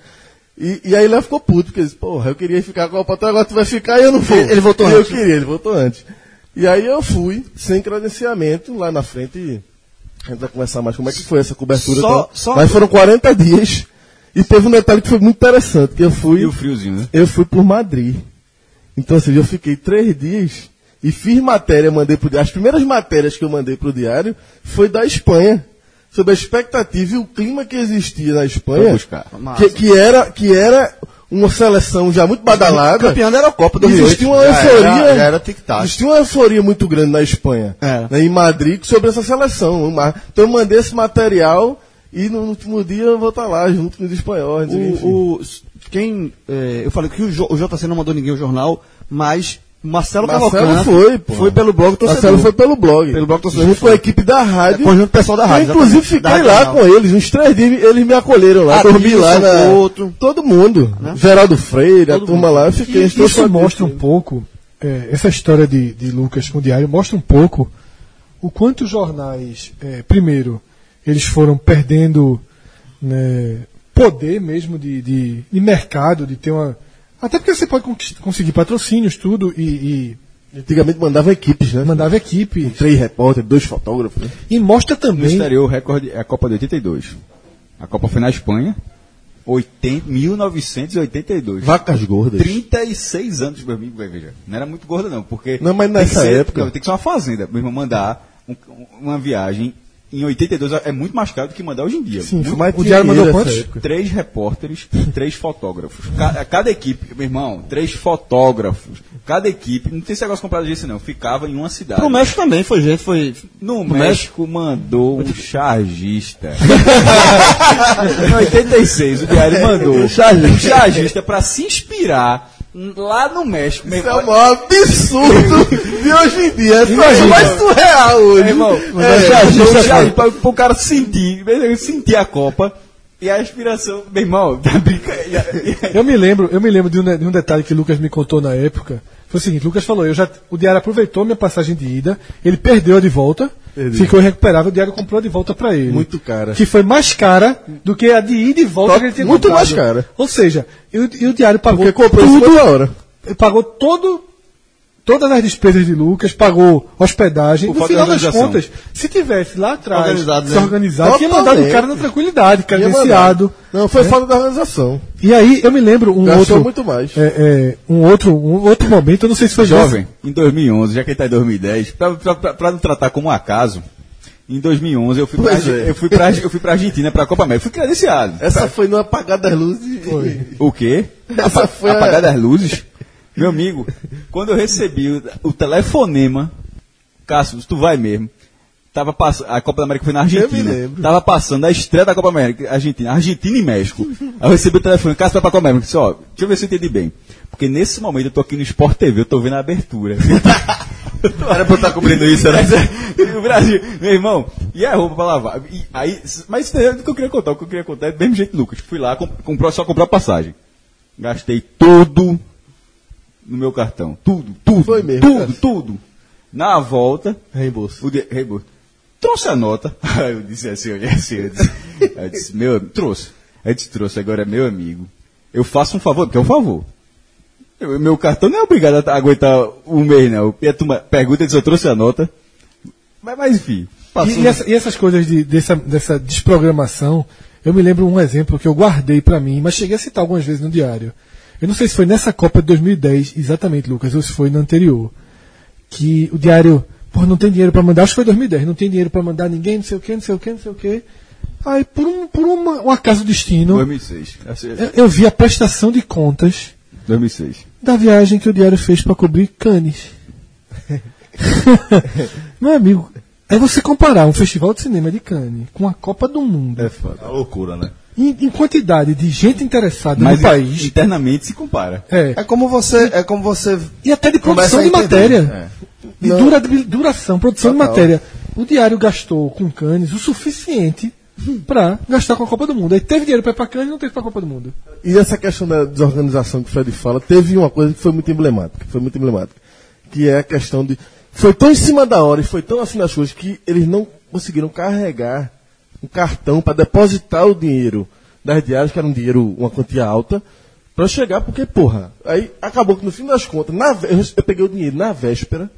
C: E, e aí ele ficou puto, porque ele disse, porra, eu queria ficar com a Copa, então agora tu vai ficar e eu não vou. Ele, voltou antes. Eu queria, ele voltou antes. E aí eu fui, sem credenciamento, lá na frente, a gente vai conversar mais como é que foi essa cobertura.
E: Só-
C: e tal.
E: só-
C: Mas foram 40 dias, e teve um detalhe que foi muito interessante, que eu fui...
F: E o friozinho, né?
C: Eu fui por Madrid. Então, ou seja, eu fiquei três dias e fiz matéria, mandei pro diário. As primeiras matérias que eu mandei pro diário foi da Espanha. Sobre a expectativa e o clima que existia na Espanha.
F: Foi buscar.
C: Que, que era, que era uma seleção já muito badalada.
E: Campeão da Eurocopa
C: E
E: 2008.
C: Existia
B: Já
C: uma
B: era-
C: euforia.
B: já era tic-tac.
C: Existia uma euforia muito grande na Espanha.
E: É.
C: Né, em Madrid sobre essa seleção. Eu mar- Então eu mandei esse material e no último dia eu vou estar lá junto com os espanhóis. enfim.
E: O, o- quem, eh, eu falei que o, Jo- o JC não mandou ninguém o jornal, mas Marcelo,
C: Marcelo
E: Cavalcante
C: foi, pô.
E: foi pelo blog torcedor.
C: Marcelo foi pelo blog.
E: Pelo blog torcedor. É,
C: Junto com a equipe da rádio.
E: Conjunto pessoal da rádio.
C: Eu, inclusive,
E: exatamente. Da Ah,
C: fiquei
E: Rádio
C: lá
E: Jornal.
C: com eles. Uns três dias eles me acolheram lá.
E: Adilson,
C: dormi lá na...
E: outro.
C: Todo mundo.
E: Né?
C: Geraldo Freire, a turma lá. Eu fiquei...
G: isso, mostra um pouco, é, essa história de, de Lucas com o Diário mostra um pouco o quanto os jornais, é, primeiro, eles foram perdendo né, poder mesmo de, de, de mercado, de ter uma. Até porque você pode conquist- conseguir patrocínios, tudo, e,
C: Antigamente mandava equipes, né?
G: e mandava equipe.
C: Três repórteres, dois fotógrafos. né?
G: E mostra
F: No
G: também.
F: exterior, o recorde é a Copa de 82. A Copa foi na Espanha, 80, 1982.
C: Vacas gordas.
F: 36 anos, meu amigo, vai, veja. Não era muito gorda, não, porque.
C: Não, mas
F: tem que
C: nessa
F: ser-
C: época-
F: não, tem que ser uma fazenda. Meu irmão, mandar um- uma viagem em 82 é muito mais caro do que mandar hoje em dia.
C: Sim,
F: muito
C: mas é
G: o Diário mandou
C: dinheiro
G: quantos?
C: nessa época.
F: Três repórteres, três fotógrafos. Ca- Cada, equipe, meu irmão, três fotógrafos. Cada equipe, não tem esse negócio comprado disso, não. Ficava em uma cidade.
E: Pro México também foi gente, foi.
F: No México mandou um chargista. em 86, o Diário mandou um
C: É
F: chargista para se inspirar lá no México. Meu
C: Isso é o
F: irmão,
C: maior absurdo de hoje em dia. Essa é mais surreal hoje.
F: Meu irmão,
C: É,
F: chargista para o cara sentir, ele sentir a Copa. E a inspiração, meu irmão, tá brincando.
G: Eu me lembro, eu me lembro de um, de um detalhe que o Lucas me contou na época. Foi o seguinte, Lucas falou, eu já, o Diário aproveitou minha passagem de ida, ele perdeu a de volta,
C: Perdi.
G: ficou irrecuperável, o Diário comprou a de volta pra ele.
C: Muito cara.
G: Que foi mais cara do que a de ida e volta
C: Tó-
G: que ele tinha
C: muito
G: comprado.
C: mais cara.
G: Ou seja, e o, e o Diário pagou
C: Porque comprou isso
G: tudo, é
C: toda hora.
G: pagou todo todas as despesas de Lucas, pagou hospedagem,
F: Por
G: no
F: falta de
G: final das
F: organização.
G: contas, se tivesse lá atrás
E: Organizado,
G: se
E: né?
G: organizado, tinha
C: Totalmente.
G: mandado o cara na tranquilidade, credenciado.
C: Não, foi
G: né?
C: falta da organização.
G: E aí eu me lembro um
C: Gastou
G: outro
C: muito mais.
G: é, é, um outro um outro momento, eu não sei se foi
F: Jovem, em 2011, já que ele tá em 2010, pra, pra, pra, pra não tratar como um acaso, em 2011 eu fui pra,
C: Pois
F: Arge-
C: é.
F: eu fui pra, Arge- eu fui pra Argentina, pra Copa América, fui credenciado.
C: Essa foi no apagar das luzes.
F: O quê?
C: Essa
F: Apa-
C: foi a-
F: Apagar das luzes? Meu amigo, quando eu recebi o, o telefonema, Cássio, tu vai mesmo. Tava pass... A Copa da América foi na Argentina.
C: lembro.
F: Tava passando a estreia da Copa América, Argentina, Argentina e México. Aí eu recebi o telefone, Cássio vai pra Copa América. Eu Disse, ó, deixa eu ver se eu entendi bem. Porque nesse momento eu tô aqui no Sport TV, eu tô vendo a abertura. Era pra eu estar cobrindo isso, né? o Brasil, meu irmão, e a roupa pra lavar? E aí, mas isso é o que eu queria contar. O que eu queria contar é do mesmo jeito, Lucas. Fui lá, comp- comprou, só comprou a passagem. Gastei tudo no meu cartão. Tudo, tudo.
C: Foi mesmo,
F: Tudo,
C: cara?
F: tudo. Na volta,
C: Reembolso.
F: o de, Reibo, trouxe a nota. Aí eu disse assim, eu olhei assim, eu disse, aí eu disse, meu, trouxe. Aí eu disse, trouxe, agora é meu amigo. Eu faço um favor, porque é um favor. Eu- meu cartão não é obrigado a aguentar um mês, não. E a turma pergunta se eu trouxe a nota. Mas, mas enfim, passou.
G: E, e essa- e essas coisas de- dessa, dessa desprogramação, eu me lembro um exemplo que eu guardei pra mim, mas cheguei a citar algumas vezes no diário. Eu não sei se foi nessa Copa de 2010, exatamente, Lucas, ou se foi na anterior. Que o diário, pô, não tem dinheiro pra mandar, acho que foi 2010, não tem dinheiro pra mandar ninguém, não sei o que, não sei o que, não sei o que. Aí, por um, por uma- um acaso do destino,
F: 2006. Assim,
G: eu, eu vi a prestação de contas
F: 2006.
G: da viagem que o diário fez para cobrir Cannes. Meu amigo, é você comparar um festival de cinema de Cannes com a Copa do Mundo
B: É uma loucura, né?
G: em, em quantidade de gente interessada
F: Mas
G: no país
F: internamente se compara.
G: é,
B: É como você. É como você.
G: e até de
B: Começa
G: produção
B: a
G: de
B: entender,
G: matéria, de
C: Não.
G: dura- de duração, produção
B: Total.
G: de matéria. O diário gastou com Cannes o suficiente para gastar com a Copa do Mundo. Aí teve dinheiro para ir para Cannes, não teve para a Copa do Mundo.
C: E essa questão da desorganização que o Fred fala, teve uma coisa que foi muito emblemática, foi muito emblemática, que é a questão de foi tão em cima da hora e foi tão assim nas coisas que eles não conseguiram carregar um cartão para depositar o dinheiro das diárias, que era um dinheiro, uma quantia alta, para chegar, porque, porra, aí acabou que no fim das contas, na, vé- eu eu peguei o dinheiro na véspera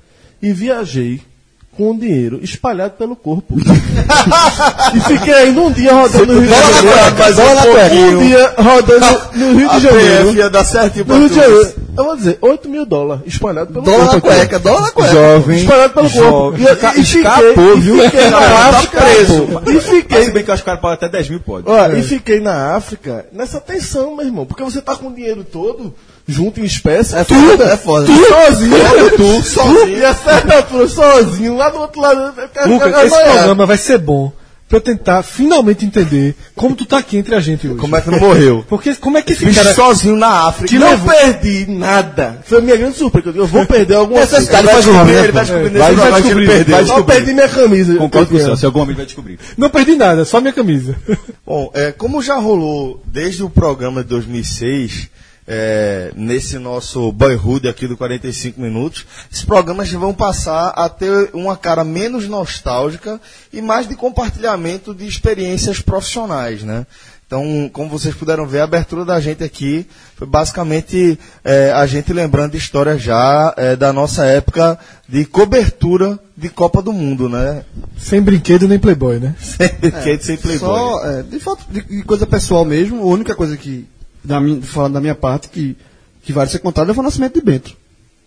C: e viajei com o dinheiro espalhado pelo corpo. e fiquei ainda um dia rodando no Rio de Janeiro.
B: Mas olha lá,
C: Um dia rodando no Rio de Janeiro.
B: ia dar É, certo
C: No Rio de Janeiro. Eu vou dizer, 8 mil dólares espalhado pelo
B: Dólar na
C: corpo.
B: cueca, dólar na cueca.
C: Jovem. Espalhado pelo corpo.
B: jovem. Esca-
C: escapou, viu? Fiquei na
B: Tá
C: África.
B: preso.
C: E
F: Mas se
C: fiquei.
F: bem que eu acho que o cara paga até 10 mil, pode.
C: Ó, e fiquei na África nessa tensão, meu irmão. Porque você tá com o dinheiro todo junto em espécie.
B: É
C: tudo,
B: foda, é foda.
C: Tu sozinho, tu,
B: sozinho.
C: E a certa altura, sozinho, lá do outro lado. eu quero- eu
G: Lucas,
C: quero
G: esse
C: noiar.
G: programa vai ser bom pra eu tentar finalmente entender como tu tá aqui entre a gente hoje.
B: Como é que não morreu?
G: Porque como é que esse
B: Bicho
G: cara.
B: sozinho na África.
C: Que não perdi nada. Foi a minha grande surpresa. que eu digo, Eu vou perder alguma coisa.
B: Necessidade faz um homem, Ele vai descobrir nesse
C: vai
B: programa que ele
C: descobrir,
B: perdeu.
C: vai descobrir. Eu perdi minha camisa.
F: Concordo com o Celso, algum amigo vai descobrir.
G: Não perdi nada, só minha camisa.
B: Bom, é, como já rolou desde o programa de 2006, é, nesse nosso boyhood aqui do 45 Minutos, esses programas vão passar a ter uma cara menos nostálgica e mais de compartilhamento de experiências profissionais, né? Então, como vocês puderam ver, a abertura da gente aqui foi basicamente é, a gente lembrando de histórias já é, da nossa época de cobertura de Copa do Mundo, né?
G: Sem brinquedo nem playboy, né?
B: Sempre quente, sem playboy.
E: Só, é, de fato, de, de coisa pessoal mesmo, a única coisa que, da minha, falando da minha parte, que, que vale ser contada foi o nascimento de Bento.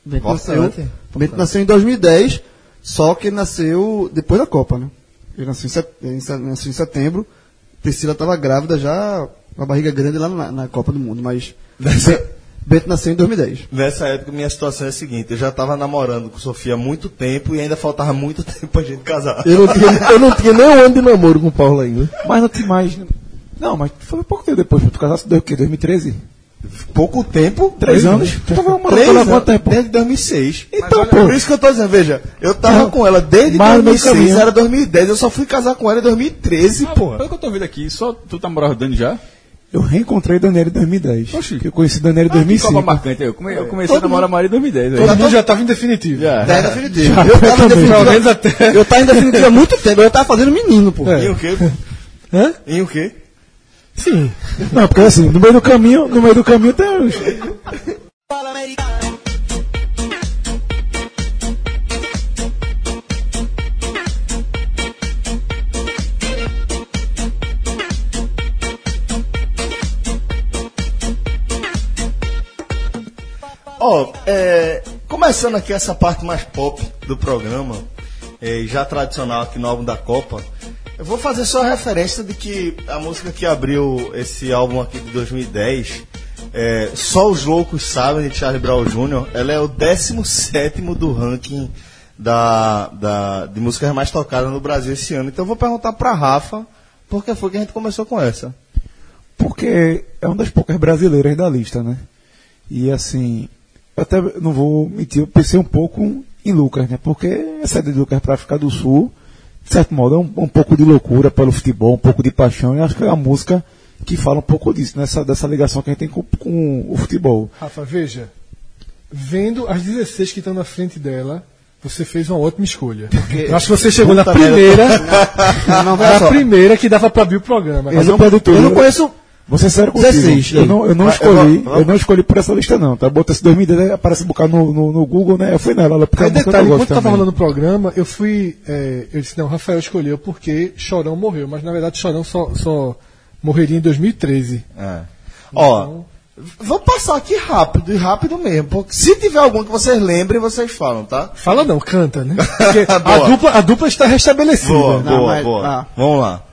E: Bento nasceu, Bento nasceu em 2010, só que ele nasceu depois da Copa, né? Ele nasceu em, set, em se- nasceu em setembro, Priscila estava grávida já, uma barriga grande lá na, na Copa do Mundo, mas Be- Bento nasceu em 2010.
B: Nessa época, minha situação é a seguinte: eu já estava namorando com Sofia há muito tempo e ainda faltava muito tempo pra gente casar.
C: Eu não, tinha, eu não tinha nem um ano de namoro com o Paulo ainda.
D: Mas não tem mais. Não, mas foi pouco tempo depois. pô. Tu casaste deu o quê? 2013?
B: Pouco tempo?
D: Três anos? Tu tava namorando
B: Três
D: ela há
B: anos?
D: quanto tempo?
B: Desde 2006.
D: Então,
B: Mas,
D: pô.
B: Por isso que eu tô dizendo, veja, eu tava
D: Não.
B: com ela desde
D: Mas no meio
B: 2006,
D: caminho.
B: era 2010, eu só fui casar com ela em 2013, pô.
F: Pelo que eu tô vendo aqui, só tu tá morando dando já?
D: Eu reencontrei Daniel em 2010.
F: Oxi.
D: Que Eu conheci Daniel em
F: Ah, que
D: 2005.
F: Copa marcante. Eu, come, eu comecei a namorar a Maria em 2010. velho.
G: Todo mundo já tava em definitivo.
B: Tá em definitivo.
E: Eu tava em
G: Pelo
E: definitiva,
G: menos até.
E: eu tava em definitiva há muito tempo, eu tava fazendo menino, pô.
B: Em o quê?
G: Hã?
B: Em o quê?
G: Sim.
D: Não, porque assim, no meio do caminho, no meio do caminho tem os.
B: Ó, é, começando aqui essa parte mais pop do programa, é, e já tradicional aqui no álbum da Copa, eu vou fazer só a referência de que a música que abriu esse álbum aqui de 2010 É, Só os Loucos Sabem, de Charlie Brown Jr., ela é o 17 do ranking da, da, de músicas mais tocadas no Brasil esse ano. Então eu vou perguntar pra Rafa por que foi que a gente começou com essa.
D: porque é uma das poucas brasileiras da lista, né? E assim, eu até não vou mentir, eu pensei um pouco em Lucas, né? Porque a saída de Lucas para África do Sul, de certo modo, é um, um pouco de loucura pelo futebol, um pouco de paixão, e acho que é a música que fala um pouco disso, nessa, dessa ligação que a gente tem com, com o futebol.
G: Rafa, veja. Vendo as 16 que estão na frente dela, você fez uma ótima escolha. Eu acho que você chegou na
B: Puta merda,
G: primeira.
B: Não, não,
G: na primeira que dava pra abrir o programa.
D: Mas eu, produtor,
E: Eu não
D: eu-
E: conheço.
D: Vou ser é sério contigo.
E: 16,
D: eu
E: aí.
D: não, eu não
B: Vai, eu
D: escolhi, eu,
B: vou-
D: não escolhi por essa lista não, tá? Bota esse 2010, aparece um bocado no, no, no Google, né? Eu fui nela, ela porque é
G: Aí
D: uma música que
G: detalhe,
D: eu
G: enquanto
C: tá
D: gosto
G: tava
D: também.
G: rolando o programa, eu fui. é, eu disse, não, Rafael escolheu porque Chorão morreu, mas na verdade Chorão só, só morreria em 2013.
B: É. Ó, vamos passar aqui rápido, e rápido mesmo. Porque se tiver algum que vocês lembrem, vocês falam, tá?
G: Fala não, canta, né? Porque a,
B: Boa.
G: dupla, a dupla está restabelecida.
B: Boa,
E: Não,
B: boa,
E: mas-
B: boa.
E: ah.
B: Vamos lá.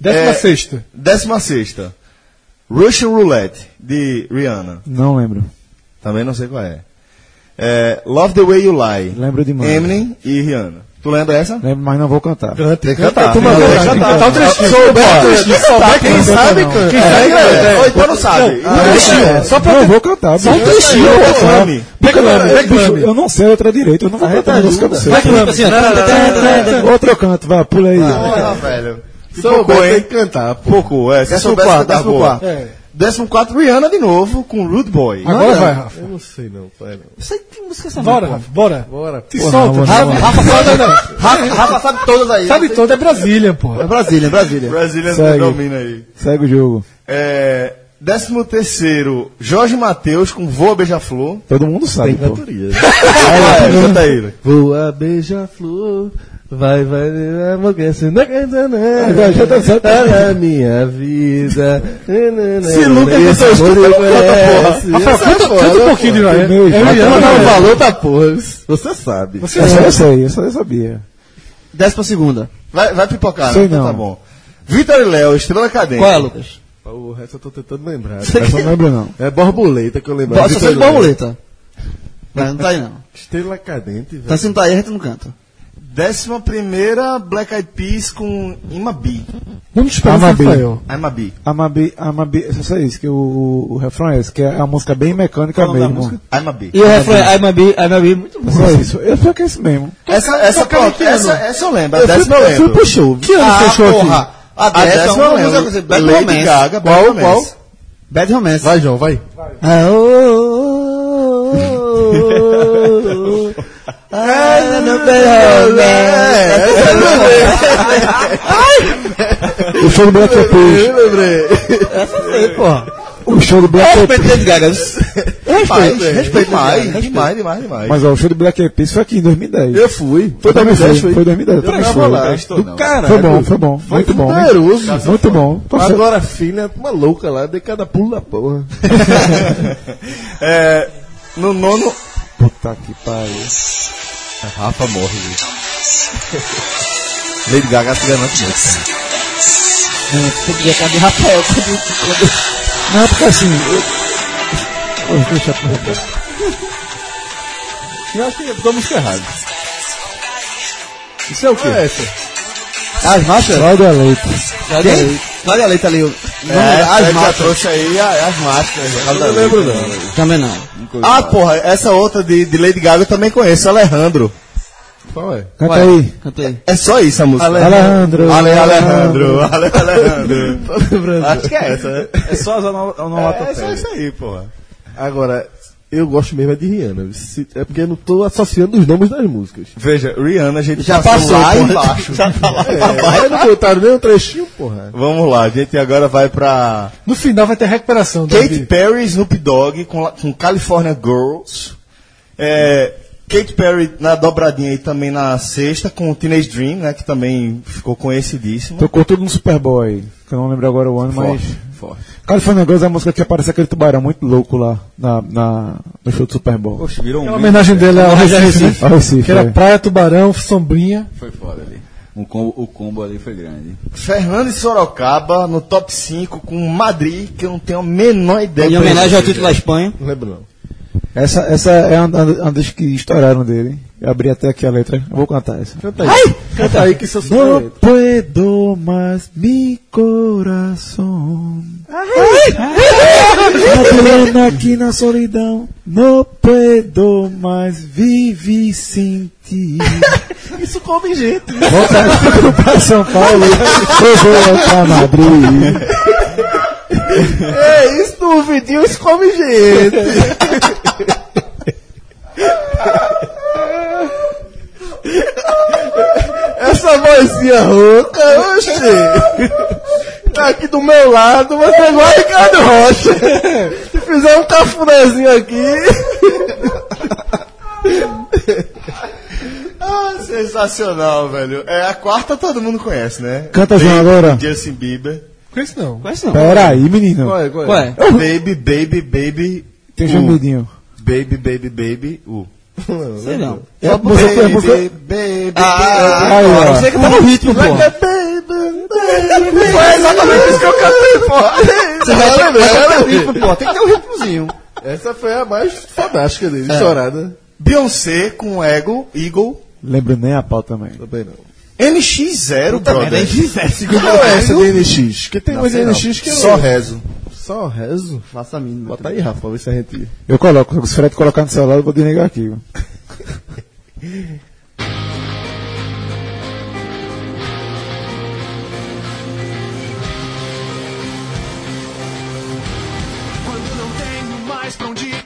G: Décima
B: É.
G: sexta.
B: Décima sexta. Russian Roulette, de Rihanna.
D: Não lembro.
B: Também não sei qual é. É, Love the Way You Lie.
D: Lembro demais.
B: Eminem e Rihanna. Tu lembra essa?
D: Lembro, mas não vou cantar.
B: Tem que
G: Canta,
B: cantar.
G: turma,
B: tem que
G: canta,
B: cantar.
G: canta o trechinho.
B: Souber o trechinho, souber
D: Quem
B: quem sabe,
D: sabe,
B: canta.
D: canta.
B: Quem sabe, canta. Ou então não sabe.
D: Ah, é. Não vou cantar. Só
B: um trechinho, reclame.
D: Reclame.
B: Reclame.
D: Bicho, Eu não sei outra direito. Eu não vou cantar a música, eu não sei. Outro eu canto, vai, pula aí.
B: Porra, É, velho.
C: Sou
B: Pouco,
C: bem, tem
B: hein?
C: que cantar. pô.
B: Pouco, é. Décimo
C: soubesse
B: quarto,
C: cantar,
B: décimo
C: boa.
B: quarto.
G: É.
B: Décimo quarto, Rihanna de novo, com Rude Boy.
G: Agora vai, Rafa.
C: Eu não sei não, pai. não.
G: Bora, Rafa, bora.
C: Bora.
G: Te
D: Porra,
G: solta.
D: vamos lá.
G: Rafa, Rafa, solta, não.
E: Rafa, Rafa sabe todas aí.
G: Sabe todo, é Brasília, pô.
E: É Brasília, é Brasília.
B: Brasília
D: Segue.
B: domina aí.
D: Segue o jogo.
B: É, décimo terceiro, Jorge Matheus com Voa Beija-Flor.
D: Todo mundo sabe, pô.
B: Vai, vai, canta aí.
C: Voa, beija-flor, vai, vai, amorece, na
D: vai, já tá certo.
C: né? na minha vida.
B: Se Lucas não
C: tá
B: sou estúpido, eu canto,
C: é
B: porra.
G: Rafael, canta, canta um pouquinho de
D: É
G: Ryan.
D: meu jogo.
C: o um valor da porra, você sabe.
G: Você
D: Essa eu sei, essa eu sabia.
E: Décima segunda.
B: Vai, vai pipocar,
D: Sei
B: né? Então
D: não.
B: Tá bom. Vitor e Léo, Estrela Cadente.
E: Qual é, Lucas?
C: O resto eu tô tentando lembrar. né?
D: Essa eu não lembro, não.
C: É então, né? borboleta que eu lembro.
E: Bo- Só sei de borboleta. Mas não tá aí não.
C: Estrela cadente,
E: Então
C: velho.
E: se não tá aí, a gente não canta.
B: Décima primeira, Black Eyed Peas com Ima B.
G: Vamos esperar o
D: Amabile.
G: Rafael.
B: I'm a B.
D: Amabi, Amabi, é só isso, que o, o, o refrão é esse, que é a música bem mecânica
B: é
E: Qual o nome da
D: mesmo.
E: música?
B: I'm a B.
E: E o refrão é I'm a Bee, I'm a Bee, muito bom.
D: Só isso. Eu falei que é isso mesmo.
B: Essa, essa, pronto, essa, essa eu lembro. A
D: Eu
B: décima
D: fui,
B: eu
D: eu fui
B: lembro.
D: pro show. Que ano
B: Ah,
D: fechou aqui?
B: porra. A décima eu lembro.
E: Black
B: Lady
E: Romance.
B: Gaga, Black Romance.
E: Bad Romance.
C: Vai, João, vai.
E: Ah, oh, oh,
B: É,
E: oh, oh, oh. Ah, não, não, Bad Romance.
D: O show do Black Eyed Peas.
E: Ei, porra.
D: O show do
B: É,
D: Black Eyed Peas.
E: Respeito Lady Gaga.
B: Demais,
E: Respeito, respeito.
B: demais, demais, demais, demais.
D: Mas ó, o show do Black Eyed Peas foi aqui em 2010.
C: Eu fui.
D: Foi 2010,
C: 2010,
D: foi 2010.
C: Eu
D: Foi
C: tava
D: show.
C: lá.
F: Prestou, não.
C: Do caralho.
D: Foi bom, foi bom. Muito bom.
C: Poderoso.
D: Muito bom. Tô certo.
C: Agora a filha, uma louca lá, de cada pulo da porra.
B: É, no nono.
D: Puta que pariu.
B: Rafa morre. Lady Gaga é se garante muito.
E: Podia estar de Rafael.
D: Não, porque assim. Eu... Oi, deixa eu-
B: Eu acho que eu tô muito errado.
C: Isso é o quê? É essa.
E: As marchas?
D: Cláudia Leite.
E: Olha ali. Olha ali, tá ali. o-
B: É,
E: As
B: as já
E: marchas.
B: trouxe aí a- as máscaras. Eu não
C: lembro não.
E: Também não.
B: Ah, porra, essa outra de, de Lady Gaga eu também conheço, Alejandro.
C: Qual é?
D: Canta aí.
E: Cantei.
B: É só isso a música.
D: Alejandro.
B: Ale, Alejandro. Ale, Alejandro. Acho que é essa, né?
F: É só as
B: É só
F: onomatopeias.
B: isso aí, porra.
C: Agora, eu gosto mesmo é de Rihanna. Se- É porque eu não tô associando os nomes das músicas.
B: Veja, Rihanna, a gente
E: Já passou,
B: lá
E: porra.
B: embaixo. Já tá lá.
C: É, não botaram nem um trechinho, porra.
B: Vamos lá, a gente agora vai pra
G: No final vai ter recuperação,
B: Kate
G: Davi.
B: Perry e Snoop Dogg com, la- com California Girls. É, Kate Perry na dobradinha aí também na sexta com Teenage Dream, né? Que também ficou conhecidíssimo.
D: Tocou tudo no Superboy. Que eu não lembro agora o ano, mas.
B: forte.
D: California Girls é a música que aparece aquele tubarão muito louco lá na, na- no show do Super Bowl.
F: Poxa, virou
G: É
F: um
G: uma
F: meme.
D: é.
G: homenagem dele ao Recife, né?
D: Ao Recife,
G: Que era
D: é.
G: Praia, Tubarão, Então, Sombrinha.
F: Foi foda ali. Um combo, o combo ali foi grande.
B: Fernando e Sorocaba no top 5 com Madrid, que eu não tenho a menor ideia.
E: Em
B: pra
E: homenagem ao
B: esse
E: título da Espanha.
C: Não lembro não.
D: Essa, essa é uma, uma das que estouraram dele. Eu abri até aqui a letra. Eu vou cantar essa.
C: Canta aí. Canta aí que isso é
D: Não
C: super
D: puedo más mi corazón. Plena aqui na solidão. Não puedo mais viver sem ti.
C: Isso come gente.
D: Volta para São Paulo. Eu vou pra Madrid.
C: É isso no vidinho, isso come gente. Essa vozinha rouca, oxe. Tá aqui do meu lado, você é igual a Ricardo Rocha. Se fizer um cafunézinho aqui.
B: Ah, sensacional, velho. É a quarta todo mundo conhece, né?
D: Canta,
B: Baby,
D: João, agora.
B: Justin Bieber. é,
G: Conheço não.
E: Conhece não.
D: Peraí, menino.
C: Ué, ué.
E: Ué,
B: Baby, baby, baby.
D: Tem
B: U.
D: chamidinho.
B: Baby, baby, baby. U.
E: sei não.
D: É a música- é a música-
B: baby, baby.
E: Ah,
D: Aí, ó.
E: você que tá no ritmo, pô.
B: Foi é exatamente isso que eu cantei, pô.
E: Você vai ter- vai ter um
B: ritmo, pô. Tem que ter um ritmozinho.
C: Essa foi a mais fantástica dele, estourada.
B: Beyoncé com Ego, Eagle.
D: Lembro nem a pau também.
C: Também não.
B: NX0,
E: né?
B: brother.
C: Qual é essa de NX? Porque tem
B: é, Não
C: umas
B: sei não.
C: NX que eu
B: Só rezo.
C: Só rezo.
B: Faça a mínima.
C: Bota aí, Rafa, pra ver se a gente.
D: Eu coloco. Se o Fred colocar no celular, eu vou desligar aqui.
A: quando não tenho mais pra onde ir.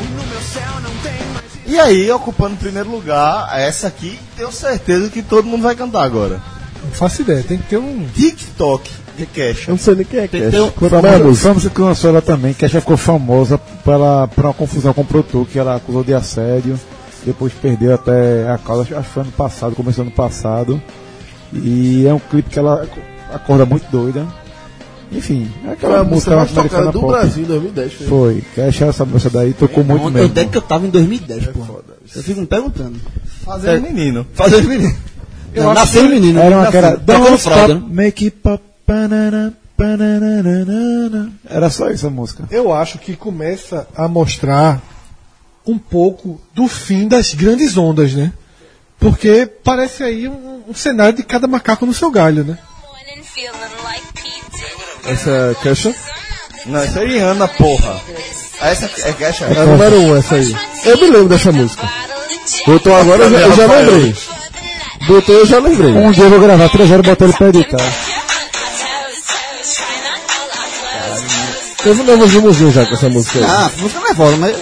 A: E no meu céu não tem mais.
B: E aí, ocupando o primeiro lugar, essa aqui, tenho certeza que todo mundo vai cantar agora.
G: Não faço ideia. Tem que ter um.
B: TikTok de Cash.
C: Eu não sei nem quem é que é.
E: um-
D: Então, famosa, famosa que lançou ela também, que já ficou famosa pela, por uma confusão com o produtor, que ela acusou de assédio, depois perdeu até a causa, acho que foi ano passado, começou ano passado. E é um clipe que ela acorda muito doida. Enfim, é
C: Foi
D: aquela
C: a música mais
D: americana
C: tocada do
D: pop.
C: Brasil em 2010. Foi.
D: Foi, quer achar essa moça daí, tocou muito
E: Onde-
D: mesmo.
E: Onde é que eu tava em 2010, pô? Eu fico me perguntando.
B: Fazendo é menino.
E: Fazendo menino. Não, nasceu menino.
D: Era uma que era
E: Tocando
D: Don't Stop,
E: fralda, né?
D: Make It Pop, banana, banana, banana. Era só isso a música.
G: Eu acho que começa a mostrar um pouco do fim das grandes ondas, né? Porque parece aí um, um cenário de cada macaco no seu galho, né?
C: Essa é a Kesha?
B: Não, isso aí Ana, porra. Essa é Cash.
C: É a número 1 um, essa aí. Eu me lembro dessa música.
B: é
C: Botou agora, eu já, eu já lembrei. Botou, eu já lembrei.
D: Um dia eu vou gravar, 3 horas botar ele pra editar.
C: Teve um nervosismozinho já com essa música aí.
E: Ah, a música não é foda, mas.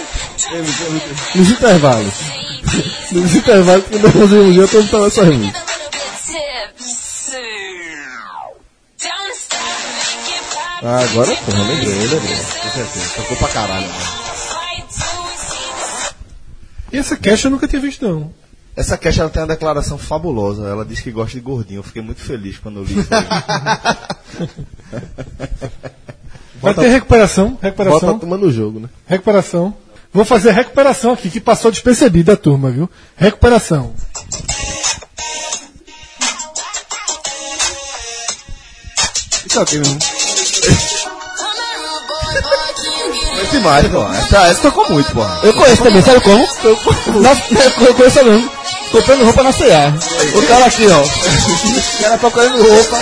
C: Nos intervalos. Nos intervalos, com o nervosismozinho, eu tô botando essa música. Ah, agora porra, lembrei, lembrei.
B: Tocou pra caralho.
G: E essa caixa eu nunca tinha visto, não.
B: Essa Cash ela tem uma declaração fabulosa. Ela diz que gosta de gordinho. Eu fiquei muito feliz quando eu li isso. aí.
G: Vai ter recuperação,
C: Bota a
G: recuperação,
C: turma no jogo, né?
G: recuperação. Vou fazer a recuperação aqui, que passou despercebida a turma, viu? Recuperação.
E: Isso aqui mesmo.
B: Foi demais, pô. Essa, essa tocou muito, porra.
E: Eu conheço também, sabe como? Na, na, eu conheço mesmo. Comprando roupa na CA. O cara aqui, ó. O cara procurando roupa.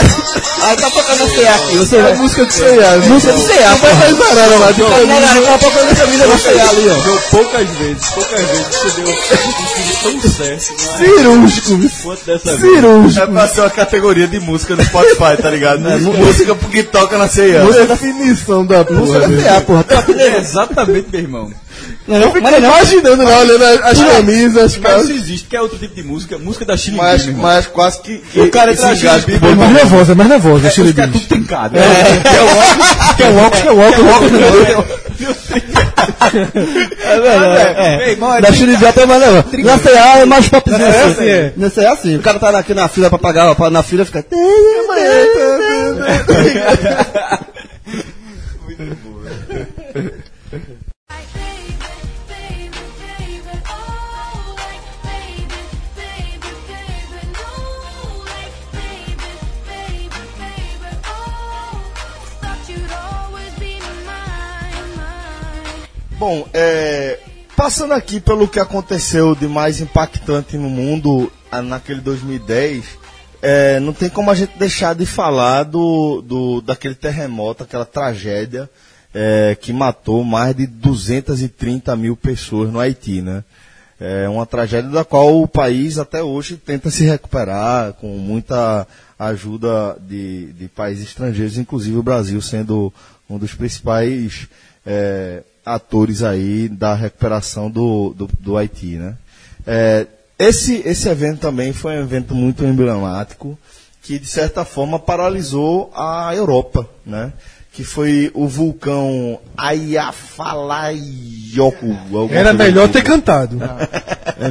E: Aí tá tocando na CA aqui. Você vai.
C: Música de ceia,
E: Música de CA, pô.
C: Mas pararam lá de
E: Tá na galera, tá procurando camisa na CA ali, ó.
B: Deu poucas vezes, poucas vezes que você deu um tão certo.
F: né? Um
C: cirúrgico,
B: Quanto dessa vez?
C: cirúrgico.
B: É pra ser uma categoria de música no Spotify, tá ligado? música que toca na ceia.
C: Definição da porra. né?
E: CA, porra. Tá aqui dentro.
F: É, Exatamente, meu irmão.
E: Não, não, mas não.
C: Imaginando lá, olhando as camisas, as
F: Mas
C: calças.
F: isso existe, que é outro tipo de música, música da Chile
B: Mas,
F: Bean, meu irmão.
B: mas quase que, que
F: O cara
B: que
F: tá
B: se engasga
F: achando-
B: com o
G: Mais
B: irmão.
G: nervosa, mais nervosa,
F: Os
G: Shirley
F: caras
G: Bean.
F: tudo trincado.
C: É.
F: né?
E: É, da Chiribia até mais legal. Na CA é mais popzinho assim. Na CA é assim. O cara tá aqui na fila pra pagar, pra- na fila fica.
H: Baby, baby, baby, oh, like baby,
B: Bom, é, passando aqui pelo que aconteceu de mais impactante no mundo ah, naquele 2010, é, não tem como a gente deixar de falar do, do daquele terremoto, aquela tragédia é, que matou mais de 230 mil pessoas no Haiti, né? É uma tragédia da qual o país até hoje tenta se recuperar com muita ajuda de, de países estrangeiros, inclusive o Brasil sendo um dos principais é, atores aí da recuperação do, do, do Haiti, né? É, esse, esse evento também foi um evento muito emblemático que, de certa forma, paralisou a Europa, né? Que foi o vulcão Ayafalayoku. alguma
G: Era
B: coisa
G: melhor
B: do
G: ter
B: tipo.
G: cantado.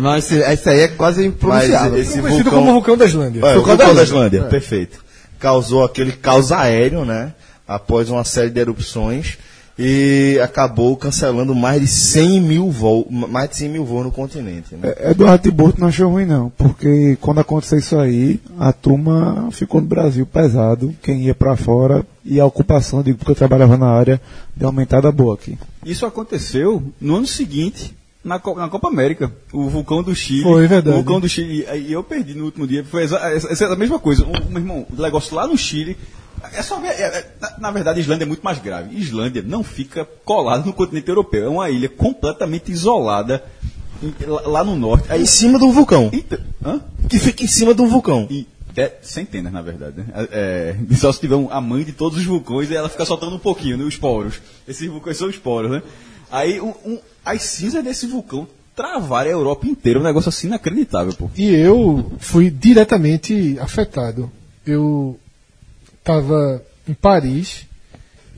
E: mas esse, esse aí é quase
B: Mas
E: impronunciável.
B: esse
G: Conhecido
B: vulcão...
G: como Vulcão da Islândia.
B: É, o
E: Vulcão
B: vulcão
E: da
B: da
E: Islândia.
B: Islândia, perfeito. Causou aquele caos aéreo, né? Após uma série de erupções e acabou cancelando mais de 100 mil voos, mais de 100 mil voos no continente. Né?
D: É, Eduardo Tiburto não achou ruim, não, porque quando aconteceu isso aí, a turma ficou no Brasil pesado, quem ia pra fora, e a ocupação, digo porque eu trabalhava na área, deu uma aumentada boa aqui.
F: Isso aconteceu no ano seguinte, na, Co- na Copa América. O vulcão do Chile.
G: Foi, verdade.
F: O vulcão do Chile. E e eu perdi no último dia. Foi exa- essa, essa- a mesma coisa. Um, meu irmão, o negócio lá no Chile. É só ver, é- é- na, na verdade, a Islândia é muito mais grave. Islândia não fica colada no continente europeu. É uma ilha completamente isolada em- lá, lá no norte.
B: É em cima do vulcão.
F: Então, hã?
B: Que fica em cima do vulcão.
F: E de- centenas, na verdade. Né? É, é, só se tiver um- a mãe de todos os vulcões e ela fica soltando um pouquinho, né? Os poros. Esses vulcões são os poros, né? Aí um- um- as cinzas desse vulcão travaram a Europa inteira. Um negócio assim inacreditável, pô.
G: E eu fui diretamente afetado. Eu estava em Paris.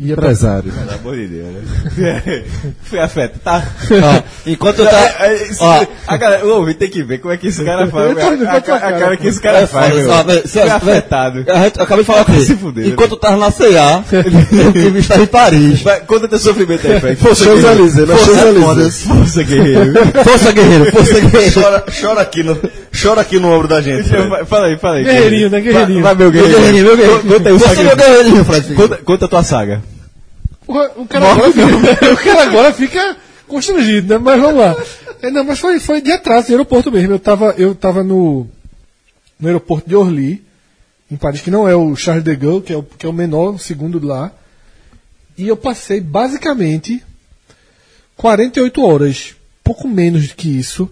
G: Ia pra-
D: Empresário.
F: Pelo amor de Deus, né? Foi afeto, tá?
E: Enquanto
F: É, é, isso- a galera, o ouvinte tem que ver como é que esse cara faz.
G: Eu tô olhando
F: a,
G: pra tua
F: a- a
G: cara,
F: cara que esse cara
E: É
F: faz,
E: foda,
F: meu.
E: sabe? Cê-
F: Foi afetado.
E: A gente, eu acabei de falar com
F: Vai
E: ele.
F: se fuder, né?
E: Enquanto eu tava na CA, eu estava em Paris.
F: Vai, Conta teu sofrimento aí, Frank. Força,
E: Champs-Élysées, na Champs-Élysées.
F: força guerreiro.
E: Força, guerreiro, força, guerreiro.
B: Chora, chora aqui no, chora aqui no ombro da gente. Fred.
F: Então, Fala aí, fala aí.
G: Guerreirinho, né? Guerreirinho.
F: Vai, vai, meu
E: Meu
F: guerreirinho.
E: guerreirinho, meu guerreirinho.
F: Conta aí o
E: Força, meu
F: segredo.
E: guerreirinho, Fred.
F: Conta, conta a tua saga.
G: Porra, O cara, agora fica, o cara agora fica constrangido, né? Mas vamos lá. É, não, mas foi, foi de atraso, de aeroporto mesmo. Eu tava, eu tava no, no aeroporto de Orly, em Paris, que não é o Charles de Gaulle, que é o, que é o menor, o segundo de lá. E eu passei basicamente 48 horas, pouco menos que isso,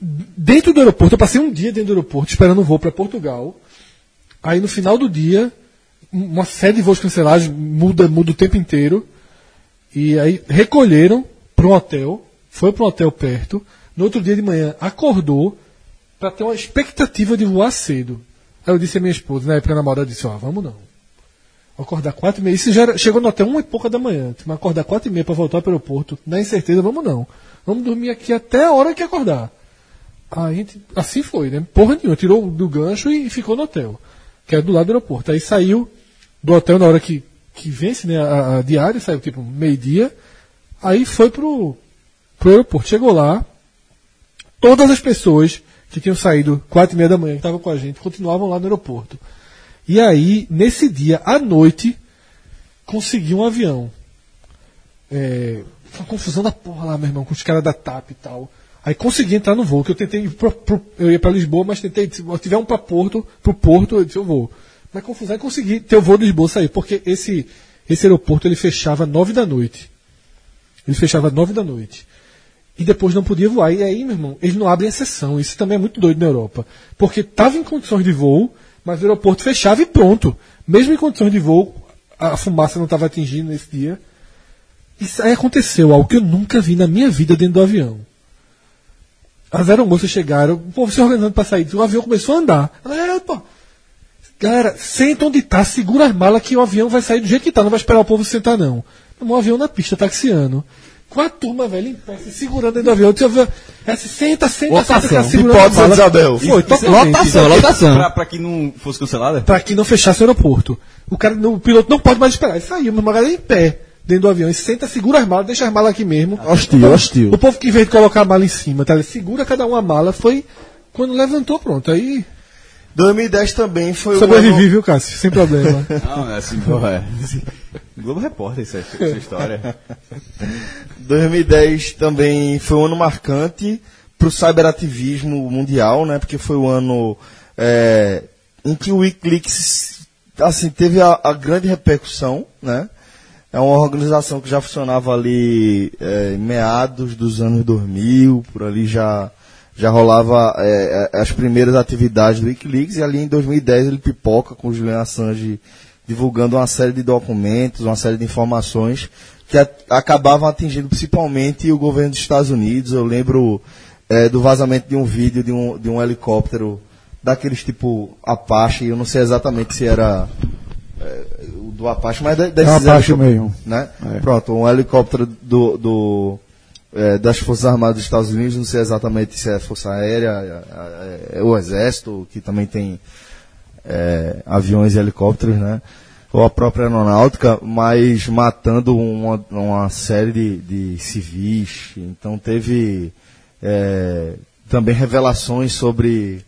G: dentro do aeroporto. Eu passei um dia dentro do aeroporto esperando um voo para Portugal. Aí no final do dia, um- uma série de voos cancelados, muda, muda o tempo inteiro. E aí recolheram para um hotel, foi para um hotel perto. No outro dia de manhã acordou para ter uma expectativa de voar cedo. Aí eu disse à minha esposa, na época a namorada disse, ó, vamos não. Vou acordar quatro e meia. Isso já era- chegou no hotel uma e pouca da manhã. Tive que acordar quatro e meia para voltar para o aeroporto. Na incerteza, vamos não. Vamos dormir aqui até a hora que acordar. Aí, a gente- assim foi, né? Porra nenhuma. Tirou do gancho e ficou no hotel. Que era do lado do aeroporto. Aí saiu do hotel na hora que, que vence, né? A, a diária, saiu tipo meio-dia. Aí foi pro, pro aeroporto. Chegou lá. Todas as pessoas que tinham saído quatro e meia da manhã, que estavam com a gente, continuavam lá no aeroporto. E aí, nesse dia, à noite, consegui um avião. É, foi uma confusão da porra lá, meu irmão, com os caras da TAP e tal. Aí consegui entrar no voo, que eu tentei ir pro, pro- eu ia pra Lisboa, mas tentei, se eu tiver um pra Porto, pro Porto, eu disse, eu vou. Mas confusão, aí consegui ter o voo de Lisboa sair, porque esse, esse aeroporto ele fechava nove da noite. Ele fechava nove da noite. E depois não podia voar. E aí, meu irmão, eles não abrem exceção. Isso também é muito doido na Europa. Porque estava em condições de voo, mas o aeroporto fechava e pronto. Mesmo em condições de voo, a a fumaça não estava atingindo nesse dia. Isso aí aconteceu, algo que eu nunca vi na minha vida dentro do avião. As aeromoças chegaram, o povo se organizando para sair. O avião começou a andar. A galera, pô, galera, senta onde tá, segura as malas que o avião vai sair do jeito que tá, não vai esperar o povo sentar, não. Tomou um avião na pista, taxiano. Com a turma, velho, em pé, se segurando dentro do avião. Tinha avião- é, se senta, senta, senta, fica segurando
B: Pode, Santa Isabel.
G: Foi, totalmente.
E: Lotação, lotação.
G: Ah.
F: Pra, pra que não fosse cancelada?
G: Pra que não fechasse o aeroporto. O, cara, o piloto não pode mais esperar. Ele saiu, mas uma galera em pé dentro do avião. E senta, segura as malas, deixa as malas aqui mesmo.
D: Hostil,
G: O povo-
D: hostil.
G: O povo que em vez de colocar a mala em cima, tá? Ele segura cada uma a mala, foi. Quando levantou, pronto. Aí.
B: 2010 também foi o ano-
G: Sobrevivi, viu, Cássio? Sem problema.
F: Não, é assim, porra. é. Globo Repórter essa, essa história.
B: 2010 também foi um ano marcante para o cyberativismo mundial, né? Porque foi o ano é, em que o Wikileaks assim, teve a, a grande repercussão, né? É uma organização que já funcionava ali é, em meados dos anos 2000, por ali já, já rolava é, é, as primeiras atividades do Wikileaks, e ali em 2010 ele pipoca com o Julian Assange divulgando uma série de documentos, uma série de informações que a- acabavam atingindo principalmente o governo dos Estados Unidos. Eu lembro eh, do vazamento de um vídeo de um, de um helicóptero daqueles tipo Apache, eu não sei exatamente se era eh, o do Apache, mas de- desses
D: um Apache
C: um
B: helicópteros,
D: É mesmo.
B: Né?
D: É.
B: Pronto, um helicóptero do, do, eh, das Forças Armadas dos Estados Unidos, não sei exatamente se é a Força Aérea, é- é- é o Exército, que também tem é, aviões e helicópteros, né? Ou a própria aeronáutica, mas matando uma, uma série de, de civis. Então teve é, também revelações sobre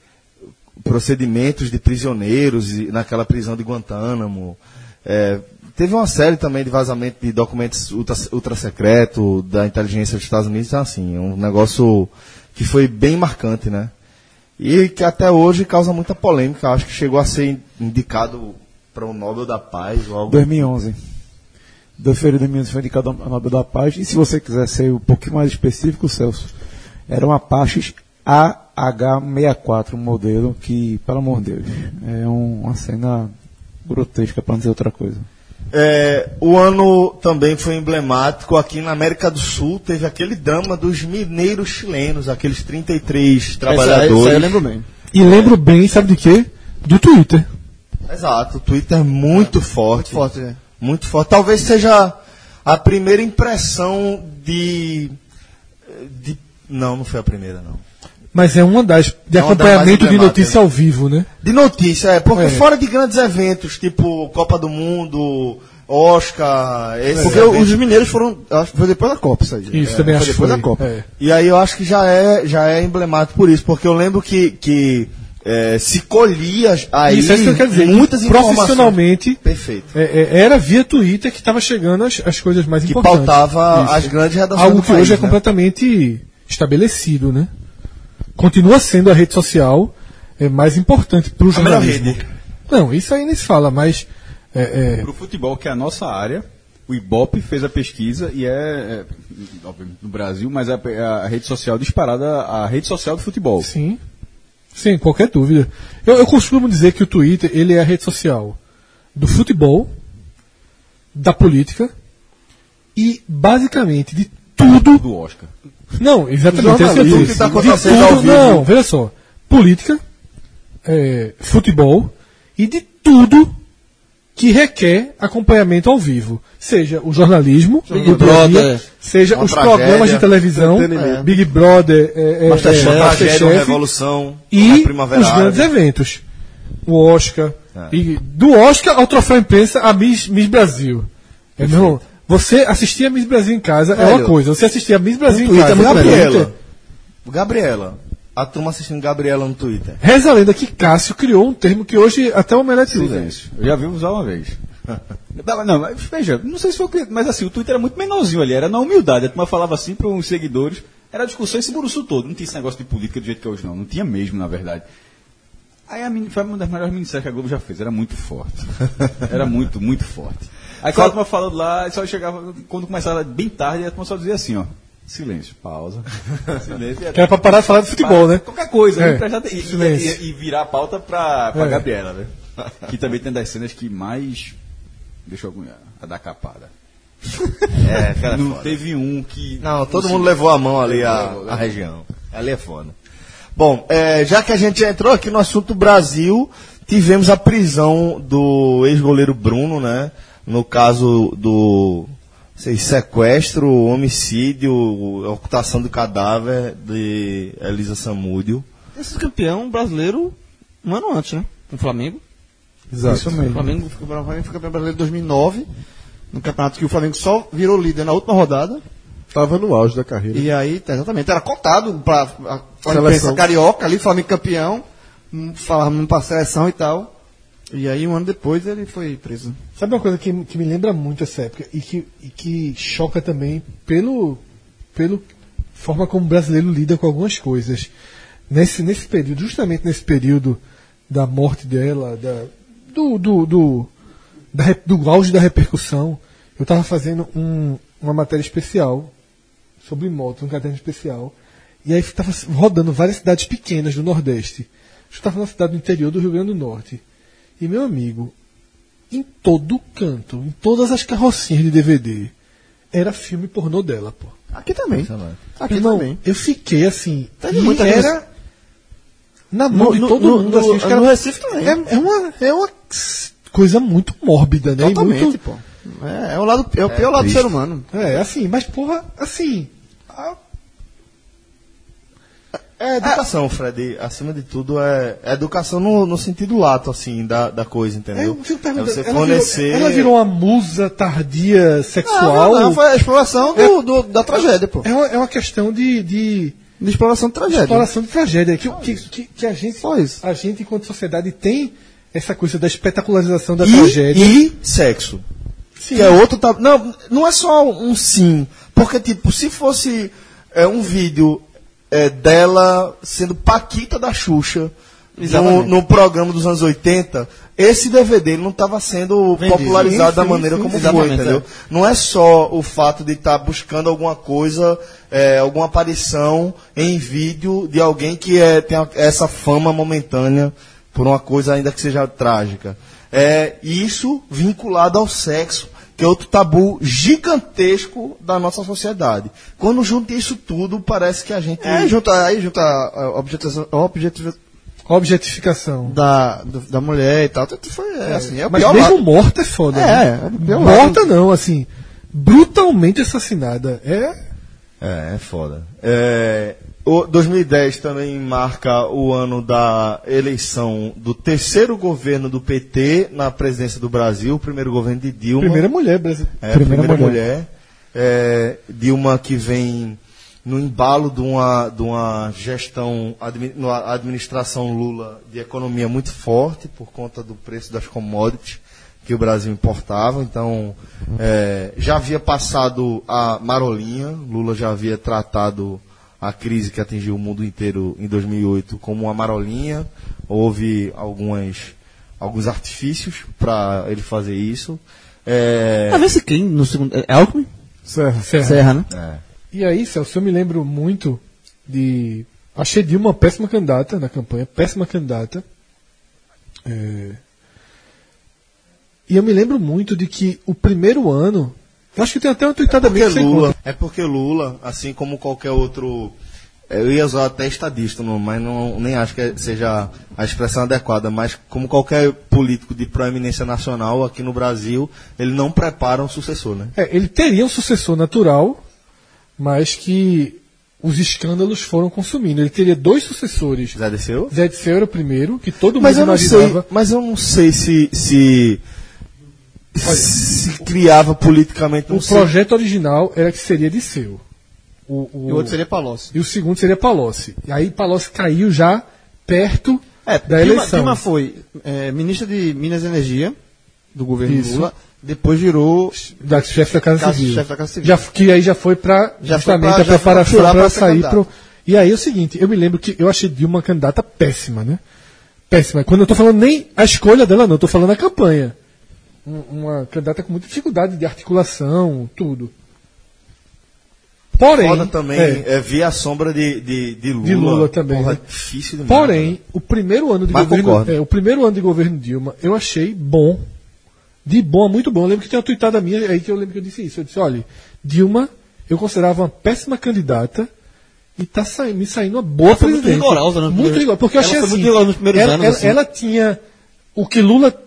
B: procedimentos de prisioneiros e- naquela prisão de Guantánamo. É, teve uma série também de vazamento de documentos ultra, ultra-secreto da inteligência dos Estados Unidos. Então, assim, um negócio que foi bem marcante, né? E que até hoje causa muita polêmica. Acho que chegou a ser indicado para o Nobel da Paz ou algo.
D: 2011. Da Feira de 2011 foi indicado ao Nobel da Paz. E se você quiser ser um pouquinho mais específico, Celso, era um Apache AH64, um modelo que, pelo amor de Deus, é um- uma cena grotesca para não dizer outra coisa.
B: É, o ano também foi emblemático. Aqui na América do Sul teve aquele drama dos mineiros chilenos, aqueles 33 trabalhadores.
E: eu lembro bem.
G: E lembro bem, sabe de quê? Do Twitter.
B: Exato, o Twitter é muito forte.
E: Forte, né?
B: Muito forte. Talvez seja a primeira impressão de. de- não, não foi a primeira, não.
G: Mas é uma das. de
B: É uma das mais
G: acompanhamento de
B: emblemáticas.
G: notícia ao vivo, né?
B: De notícia, é, porque
G: É.
B: fora de grandes eventos, tipo Copa do Mundo, Oscar, esse
E: é. Porque
B: evento-
E: os mineiros foram. Acho que foi depois da Copa isso aí. né?
G: Isso também
E: foi
G: acho que
E: depois
G: foi.
E: da Copa.
G: É.
B: E aí eu acho que já é, já é emblemático por isso, porque eu lembro que, que é, se colhia aí
G: isso é isso que eu quero dizer.
B: muitas informações.
G: Profissionalmente,
B: Perfeito.
G: é, é, era via Twitter que estava chegando as, as coisas mais
B: Que
G: importantes.
B: pautava
G: Isso.
B: as grandes redações
G: Algo
B: do
G: que
B: país,
G: hoje é
B: né?
G: completamente estabelecido, né? Continua sendo a rede social é, mais importante para o
B: A melhor
G: jornalismo.
B: rede.
G: Não, isso aí nem se fala, mas é, é,
F: Pro futebol, que é a nossa área, o Ibope fez a pesquisa e é, é obviamente, no Brasil, mas é a, é a rede social disparada, a rede social do futebol.
G: Sim. Sim, qualquer dúvida. Eu, eu costumo dizer que o Twitter ele é a rede social do futebol, da política e basicamente de tudo.
F: Do Oscar.
G: Não, exatamente. esse é
B: Jornalismo,
G: tudo.
B: que tá
G: de
B: acontecendo ao
G: tudo,
B: vivo.
G: não, veja só. Política, é, futebol e de tudo que requer acompanhamento ao vivo. Seja o jornalismo,
E: Big
G: do dia a dia,
E: Brother.
G: seja
B: Uma
G: os
B: tragédia,
G: programas de televisão,
B: entretenimento.
G: Big Brother, é, é,
B: Uma
G: é,
B: tragédia, um uma
G: Masterchef,
B: revolução, uma
G: e
B: primavera.
G: os grandes
B: árabe.
G: eventos. O Oscar.
B: É.
G: E do Oscar ao Troféu Imprensa a Miss, Miss Brasil. É, meu irmão, você assistir a Miss Brasil em casa é uma
B: Velho,
G: coisa. Você assistir a Miss Brasil em
B: Twitter, é
G: casa é no Twitter,
B: Gabriela. Gabriela. A turma assistindo Gabriela no Twitter.
G: Reza a lenda que Cássio criou um termo que hoje até o Omelete usa.
F: Silêncio. Eu já vi usar uma vez. Não, não, mas veja, não sei se foi o cliente, mas assim, o Twitter era muito menorzinho ali, era na humildade. A turma falava assim para uns seguidores, era discussão esse buruço todo. Não tinha esse negócio de política do jeito que é hoje, não. Não tinha mesmo, na verdade. Aí a mini, foi uma das melhores minisséries que a Globo já fez, era muito forte. Era muito, muito forte. Aí quando a turma falando lá, só chegava, quando começava bem tarde, a turma só dizia assim, ó. Silêncio, pausa. Silêncio. e é
G: Que era pra parar de falar de futebol, né?
F: Qualquer coisa,
G: É.
F: né? Prestar atenção. E-
G: Silêncio.
F: E, e virar a pauta pra, pra
G: É.
F: Gabriela, né? Que também tem das cenas que mais. Deixa eu agoniar, a da capada.
B: É, cara,
F: Não
B: foda.
F: teve um que.
B: Não, todo mundo levou a mão ali a, a região. Ali é foda. Bom, é, já que a gente já entrou aqui no assunto Brasil, tivemos a prisão do ex-goleiro Bruno, né? No caso do não sei, sequestro, homicídio, ocultação do cadáver de Elisa Samúdio.
E: Esse campeão brasileiro um ano antes, né? Com o Flamengo.
D: Isso mesmo.
E: O Flamengo, o Flamengo foi campeão brasileiro em 2009, no campeonato que o Flamengo só virou líder na última rodada.
C: Tava no auge da carreira.
E: E aí, tá, exatamente, era cotado para a pra
C: Seleção.
E: imprensa carioca ali, Flamengo campeão, hum, falava para seleção e tal. E aí, um ano depois, ele foi preso.
G: Sabe uma coisa que, que me lembra muito essa época e que, e que choca também pelo, pelo forma como o brasileiro lida com algumas coisas. Nesse, nesse período, justamente nesse período da morte dela, da, do, do, do, da, re- do auge da repercussão, eu estava fazendo um, uma matéria especial sobre moto, um caderno especial. E aí estava rodando várias cidades pequenas do Nordeste. Eu estava na cidade do interior do Rio Grande do Norte. E meu amigo, em todo canto, em todas as carrocinhas de DVD, era filme pornô dela, pô.
E: Aqui também. Aqui
G: Irmão,
E: também.
G: eu fiquei assim.
E: Teve
G: e
E: muita
G: era na mão
E: No-
G: de
E: no-
G: todo
E: no-
G: mundo,
E: no-
G: assim, os
E: no
G: caras-
E: Recife também.
G: É, é uma, é uma coisa muito mórbida, né? E
E: Totalmente,
G: muito-
E: pô. É, é o, lado, é o pior lado do ser humano.
G: É, assim, mas porra, assim. a-
B: É educação, Fred. Acima de tudo, é é educação no, no sentido lato, assim, da, da coisa,
G: É,
B: entendeu?
G: eu fico perguntando,
B: é você
G: ela, virou,
B: fornecer.
G: ela virou uma musa tardia sexual?
E: Não, não, foi a exploração Então, do, do- da tragédia, pô.
G: É, uma, é uma questão de, de
E: De exploração de tragédia.
G: exploração de tragédia. Que, que, que, que a, gente,
E: Só isso.
G: a gente, enquanto sociedade, tem essa coisa da
E: é
G: espetacularização da
B: e,
G: tragédia.
B: e sexo. Que é outro tabu. Não, não é só um sim. Porque, tipo, se fosse é, um vídeo é, dela sendo Paquita da Xuxa no,
E: Exatamente.
B: no programa dos anos 80, esse DVD ele não estava sendo
E: Vendido.
B: popularizado
E: Sim,
B: da
E: sim,
B: maneira
E: sim,
B: como foi,
E: exatamente,
B: entendeu?
E: é.
B: Não é só o fato de estar buscando alguma coisa, é, alguma aparição em vídeo de alguém que é, tem a- essa fama momentânea por uma coisa ainda que seja trágica. É isso vinculado ao sexo, que é outro tabu gigantesco da nossa sociedade. Quando junta isso tudo, parece que a gente.
E: É, junta, aí junta a objetivação, a objetiva-
G: Objetificação.
E: da, do- da mulher e tal. Tudo Foi, é, assim, é o
G: Mas
E: pior
G: mesmo
E: lado.
G: morta é foda.
E: É,
G: né?
E: é o pior
G: morta não, assim. Brutalmente assassinada. É.
B: É, é foda. É, o 2010 também marca o ano da eleição do terceiro governo do PT na presidência do Brasil, o primeiro governo de Dilma.
G: Primeira mulher brasileira.
B: É, a primeira, mulher. É, Dilma que vem no embalo de uma, de uma gestão, admi- numa administração Lula de economia muito forte por conta do preço das commodities que o Brasil importava. Então, é, já havia passado a marolinha, Lula já havia tratado a crise que atingiu o mundo inteiro em 2008 como uma marolinha. Houve algumas, alguns artifícios para ele fazer isso. É,
E: Ah, vê se quem no segundo. É Alckmin?
G: Serra.
E: Serra, né?
B: é.
G: E aí, Celso, eu me lembro muito de. Achei Dilma péssima candidata na campanha, péssima candidata. É. E eu me lembro muito de que o primeiro ano. eu Acho que tem até uma tweetada minha
B: porque
G: que você
B: Lula,
G: conta.
B: é porque Lula, assim como qualquer outro. é, Eu ia usar até estadista, não- mas não, nem acho que seja a expressão adequada. Mas como qualquer político de proeminência nacional aqui no Brasil, ele não prepara um sucessor, né?
G: É, ele teria um sucessor natural, mas que os escândalos foram consumindo. Ele teria dois sucessores.
B: Já desceu?
G: Zé Disseu era o primeiro, que todo mundo
B: Mas eu não sei,
G: imaginava.
B: mas eu não sei se se, se criava politicamente um
G: O projeto original era que seria Disseu. O,
E: E o outro seria Palocci.
G: E o segundo seria Palocci. E aí Palocci caiu já perto
E: É,
G: da
E: Dilma,
G: eleição.
E: Dilma foi é, ministra de Minas e Energia do governo
G: Isso.
E: Lula, depois virou
G: da chefe da Casa
E: Casa-
G: Civil.
E: chefe da Casa Civil.
G: Já, que aí já foi para
E: Já foi
G: justamente
E: pra-
G: a
E: já foi pra
G: preparação
E: procurar
G: para
E: pra
G: sair
E: ser
G: pro. E aí é o seguinte, eu me lembro que eu achei Dilma candidata péssima, né? Péssima. Quando eu tô falando nem a escolha dela, não, eu tô falando a campanha. Um- Uma candidata com muita dificuldade de articulação, tudo. Porém,
B: foda também.
G: é,
B: É. via a sombra de, de, de Lula.
G: De Lula também,
B: Porra,
G: né?
B: difícil demais.
G: Porém, o primeiro ano de
B: Mas
G: governo,
B: concordo.
G: é, o primeiro ano de governo Dilma, eu achei bom. De bom a muito bom. Eu lembro que tem uma tuitada minha aí que eu lembro que eu disse isso. Eu disse, olha, Dilma, eu considerava uma péssima candidata e tá saindo- me saindo uma boa
E: foi muito
G: presidente.
E: rigorosa, né?
G: Muito rigorosa, porque eu
E: Ela
G: achei
E: foi
G: assim,
E: muito rigorosa nos primeiros
G: ela,
E: anos,
G: ela-
E: assim.
G: ela tinha o que Lula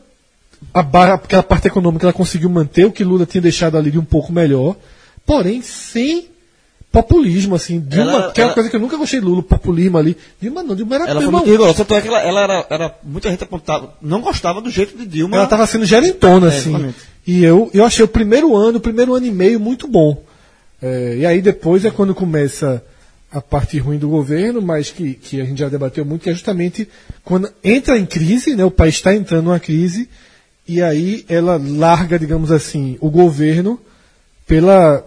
G: a barra, aquela parte econômica ela conseguiu manter o que Lula tinha deixado ali de um pouco melhor, porém sem populismo, assim, Dilma,
E: Ela-
G: que é uma
E: ela-
G: coisa que eu nunca gostei de Lula, populismo ali. Dilma não, Dilma era
E: Ela foi
G: irmão,
E: muito rigorosa. Tanto é que ela, ela era, era- Muita gente apontava. Não gostava do jeito de Dilma.
G: Ela estava sendo gerentona,
E: É,
G: assim.
E: exatamente.
G: E eu, eu achei o primeiro ano, o primeiro ano e meio muito bom. É, e aí depois é quando começa a parte ruim do governo, mas que, que a gente já debateu muito, que é justamente quando entra em crise, né, o país está entrando numa crise, e aí ela larga, digamos assim, o governo pela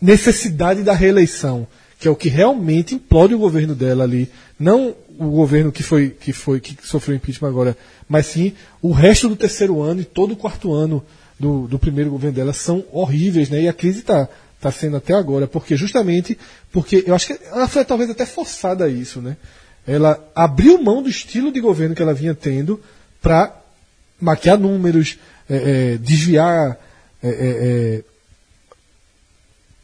G: necessidade da reeleição, que é o que realmente implode o governo dela ali, não o governo que foi que foi que sofreu impeachment agora, mas sim o resto do terceiro ano e todo o quarto ano do, do primeiro governo dela são horríveis, né? E a crise está tá sendo até agora, porque justamente porque eu acho que ela foi talvez até forçada a isso, né? Ela abriu mão do estilo de governo que ela vinha tendo para maquiar números, eh, eh, desviar eh, eh, eh,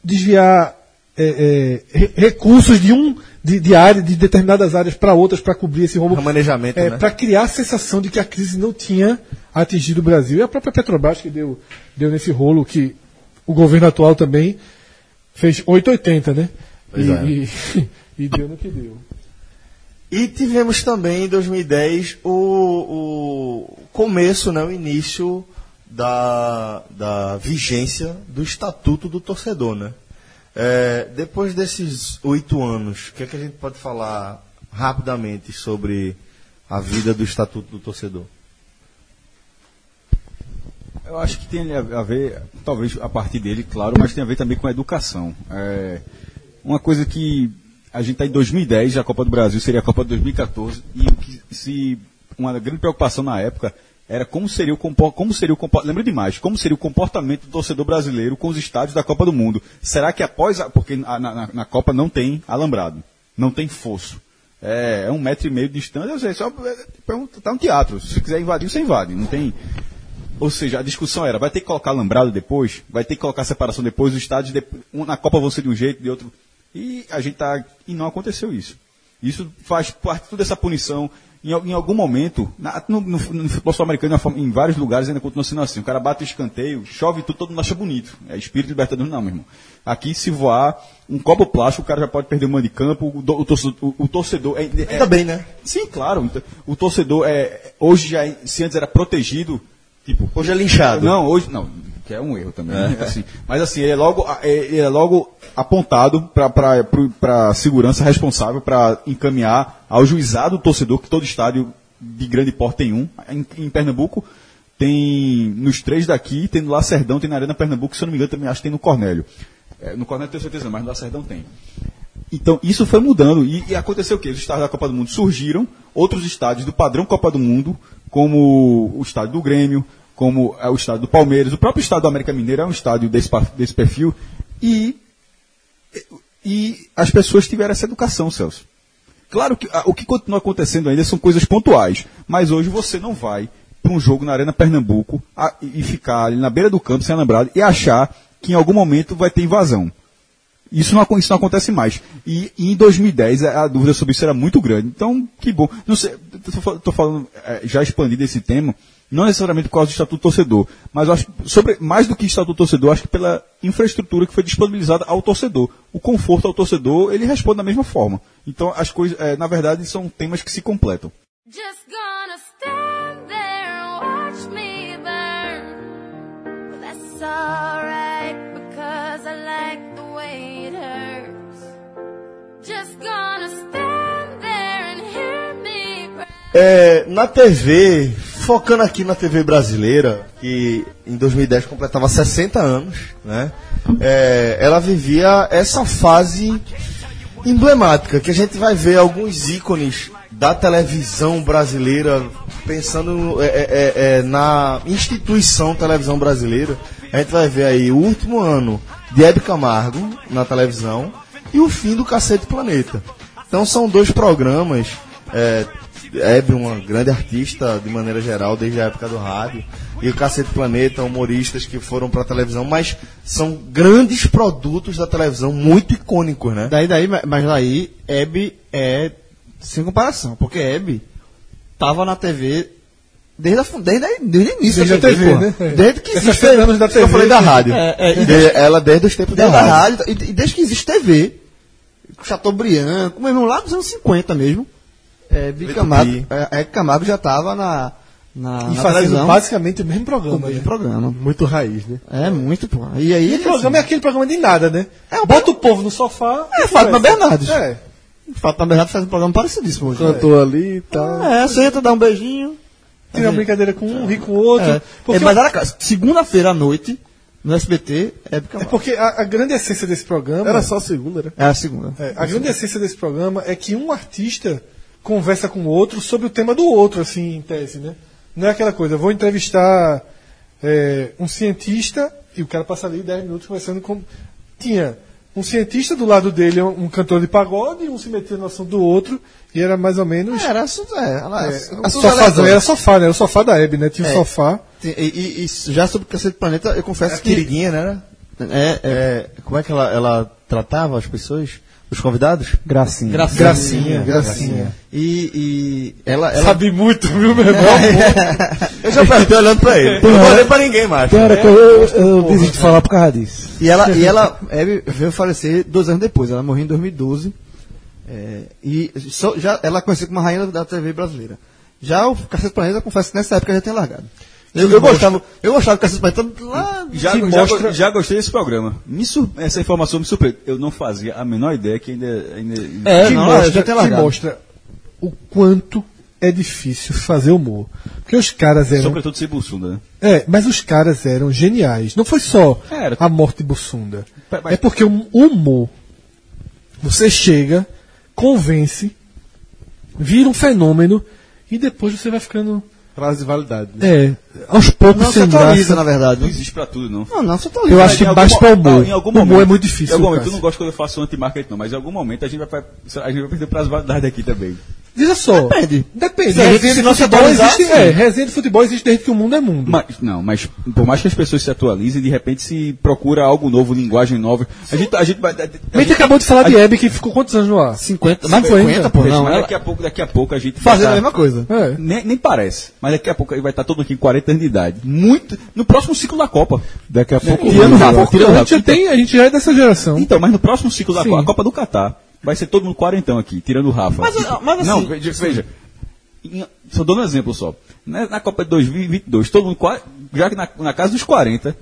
G: desviar é, é, re- recursos de um de, de área de determinadas áreas para outras para cobrir esse rombo
B: Remanejamento, né?
G: para criar a sensação de que a crise não tinha atingido o Brasil e a própria Petrobras que deu deu nesse rolo que o governo atual também fez 880 né e, e- e deu no que deu
B: E tivemos também em 2010 o, o começo, né, o início da, da vigência do Estatuto do Torcedor. Né? É, depois desses oito anos, o que, é que a gente pode falar rapidamente sobre a vida do Estatuto do Torcedor?
F: Eu acho que tem a ver, talvez a partir dele, claro, mas tem a ver também com a educação. É, uma coisa que a gente está em 2010, a Copa do Brasil seria a Copa de 2014, e o que se uma grande preocupação na época era como seria o compo- como seria o compo- lembra demais, como seria o comportamento do torcedor brasileiro com os estádios da Copa do Mundo. Será que após a, porque na, na- na Copa não tem alambrado, não tem fosso. É, é um metro e meio de distância, ou seja, só, é, é um- tá um teatro. Se quiser invadir, você invade. Não tem, ou seja, a discussão era, vai ter que colocar alambrado depois? Vai ter que colocar separação depois? Os estádios, de- um na Copa vão ser de um jeito, de outro. E a gente tá... E não aconteceu isso. Isso faz parte toda essa punição. Em, al- em algum momento, na- no, no- no futebol sul-americano, na forma- em vários lugares ainda continua sendo assim. O cara bate o escanteio, chove tudo, todo mundo acha bonito. É espírito libertador, não, meu irmão. Aqui, se voar um copo plástico, o cara já pode perder o mano de campo, o, do- o torcedor... o- o torcedor é- é-
B: Ainda bem, né?
F: Sim, claro. O torcedor é hoje já se antes era protegido, tipo
B: Hoje é linchado.
F: não hoje não que é um erro também. assim. mas assim ele é logo é, ele é logo apontado para para segurança responsável para encaminhar ao juizado do torcedor que todo estádio de grande porte tem um em, em Pernambuco tem nos três daqui, tem no Lacerdão, tem na Arena Pernambuco, se eu não me engano também acho que tem no Cornélio. É, no Cornélio eu tenho certeza, mas no Lacerdão tem. Então, isso foi mudando. E, e aconteceu o quê? Os estádios da Copa do Mundo surgiram, outros estádios do padrão Copa do Mundo, como o estádio do Grêmio, como é, o estádio do Palmeiras, o próprio estádio do América Mineiro é um estádio desse, pa- desse perfil. E, e as pessoas tiveram essa educação, Celso. Claro que ah, o que continua acontecendo ainda são coisas pontuais, mas hoje você não vai para um jogo na Arena Pernambuco a- e e ficar ali na beira do campo sem alambrado e achar que em algum momento vai ter invasão. Isso não, acon- isso não acontece mais. E, e em 2010 a, a dúvida sobre isso era muito grande. Então, que bom. Não sei, tô, fal- tô falando, eh, já expandido esse tema, não necessariamente por causa do Estatuto Torcedor, mas eu acho, sobre, mais do que Estatuto Torcedor, eu acho que pela infraestrutura que foi disponibilizada ao torcedor. O conforto ao torcedor, ele responde da mesma forma. Então, as coisas, eh, na verdade, são temas que se completam.
H: Just gonna stand there and watch me burn. But that's alright because I like the way it hurts. Just gonna stand there and hear me burn.
B: É, na TV, focando aqui na TV brasileira, que em 2010 completava 60 anos, né? É, ela vivia essa fase emblemática, que a gente vai ver alguns ícones da televisão brasileira, pensando é, é, é, é, na instituição televisão brasileira. A gente vai ver aí o último ano de Hebe Camargo na televisão e o fim do Cacete Planeta. Então são dois programas é, Hebe, uma grande artista de maneira geral, desde a época do rádio, e o Cacete Planeta, humoristas que foram pra televisão, mas são grandes produtos da televisão, muito icônicos, né?
E: Daí, daí, ma- mas daí, Hebe é sem comparação, porque Hebe tava na TV desde, a, fun- desde, a- desde o início
G: Desde a
E: da TV,
G: TV,
E: porra.
G: né? É.
E: Desde que
G: Esses
E: existe
G: cem anos da né?
B: Isso que eu
G: TV,
B: falei da rádio.
E: É, é, e
B: De- ela desde os tempos da
E: Desde a
B: rádio.
E: rádio, tá? e, e desde que existe TV, Chateaubriand, como mesmo lá dos anos 50 mesmo, é, Bi
B: Vitor
E: Camargo,
B: Pi.
E: é, é, Camargo já estava na, na,
G: E
E: na
G: fazendo
E: televisão.
G: basicamente o mesmo
E: o
G: programa.
E: mesmo
G: né?
E: programa.
C: Muito raiz, né?
E: É muito, pô. E aí. assim,
G: E o programa é aquele programa de nada, né?
E: É, o
G: Bota o povo no sofá.
E: É,
G: e
E: Fátima
G: conversa.
E: Bernardes.
G: É.
E: Fátima Bernardes faz um programa parecidíssimo hoje.
C: Cantou ali e tal.
E: É, senta, dá um beijinho.
G: Tem uma brincadeira com um, ri com o outro.
E: É.
G: Porque
E: É, mas era ca- segunda-feira à noite, no SBT, época.
G: É porque a, a grande essência desse programa.
C: Era só a segunda, né?
E: É a segunda.
G: É, a grande essência desse programa é que um artista conversa com o outro sobre o tema do outro, assim, em tese, né? Não é aquela coisa, eu vou entrevistar é, um cientista e o cara passa ali 10 minutos conversando com. Tinha um cientista do lado dele, um um cantor de pagode, e um se metendo no assunto do outro, e era mais ou menos.
E: Era, su- é, ela,
G: É,
E: su-
G: a
E: su-
G: sofazão,
E: ela-
G: era sofá, né? Era o sofá da Hebe, né? Tinha um
E: É.
G: sofá.
E: assim, E, e- e já sobre o Cacete do Planeta, eu confesso
B: A
E: que.
B: queridinha, né?
E: É, é.
B: É, como é que ela, ela tratava as pessoas? Os convidados?
D: Gracinha.
E: Gracinha.
G: Gracinha, gracinha.
E: E, e ela. ela
G: Sabe muito, viu, meu irmão?
B: Eu já perguntei olhando pra ele. Eu não olhei pra ninguém É. mais.
D: Tem hora que eu, eu, eu desisto de falar por causa disso.
E: E ela, e ela Hebe veio falecer dois anos depois. Ela morreu em 2012. É, e só, já, ela é conhecida como a rainha da TV brasileira. Já o Cacete do Planeta, eu confesso que nessa época já tinha largado. Eu, eu gostava, eu gostava do Cacete do Planeta lá.
F: Já,
G: Que
F: já,
G: mostra-
F: já gostei desse programa. Me sur- Essa informação me surpreendeu. Eu não fazia a menor ideia que ainda. ainda...
E: É,
G: que,
E: não,
G: mostra,
E: já tinha
G: que
E: largado.
G: mostra o quanto é difícil fazer humor. Porque os caras eram.
F: Sobretudo se Bussunda, né?
G: É, mas os caras eram geniais. Não foi só
F: Era.
G: a morte de Bussunda.
F: Pa- mas-
G: É porque o humor. Você chega, convence, vira um fenômeno e depois você vai ficando.
C: Prazo de validade. Né?
G: É, aos poucos
E: Não se
G: sem
E: atualiza,
G: graça.
E: na
F: Não
E: verdade. né?
F: existe pra tudo, não.
E: Não, não se atualiza.
G: Eu
F: Mas
G: acho que
F: em algum
G: baixa
F: mo-
G: pra humor.
F: não, em algum
G: Humor
F: momento-
G: é muito difícil,
F: Em algum momento,
G: Cássio.
F: eu não gosto quando eu faço um anti-marketing, não, mas em algum momento a gente vai, pra- a gente vai perder o prazo de validade aqui também.
G: Veja só.
E: Depende.
G: Depende.
E: Se a gente-
G: resenha
E: se
G: de
E: não se
G: futebol
E: atualizar,
G: existe.
E: sim.
G: É, resenha de futebol existe desde que o mundo é mundo.
F: Mas, não, mas por mais que as pessoas se atualizem, de repente se procura algo novo, linguagem nova. A gente, a gente vai. a- a-
G: A gente acabou de falar de Hebe que ficou quantos anos no ar?
E: 50, é mais de
G: 50,
E: 50, pô.
F: Mas
E: Não, né? ela
F: daqui a pouco, daqui a pouco a gente. vai
E: fazendo
F: tá-
E: a mesma coisa.
G: É.
F: Nem, nem parece, mas daqui a pouco aí vai estar todo mundo aqui com 40 anos de idade. Muito. No próximo ciclo da Copa. Né?
D: Daqui a pouco.
G: é
F: Tirando o Rafa, tirando o
G: a
F: Rafa.
G: gente já tem, a gente já é dessa geração.
F: Então, mas no próximo ciclo da
G: Sim.
F: Copa, a Copa do Catar, vai ser todo mundo quarentão aqui, tirando o Rafa.
E: Mas, ah, mas assim-
F: Não, veja, veja. Em- só dando um exemplo só. Na, na Copa de 2022, todo mundo, qua- já que na, na casa dos 40,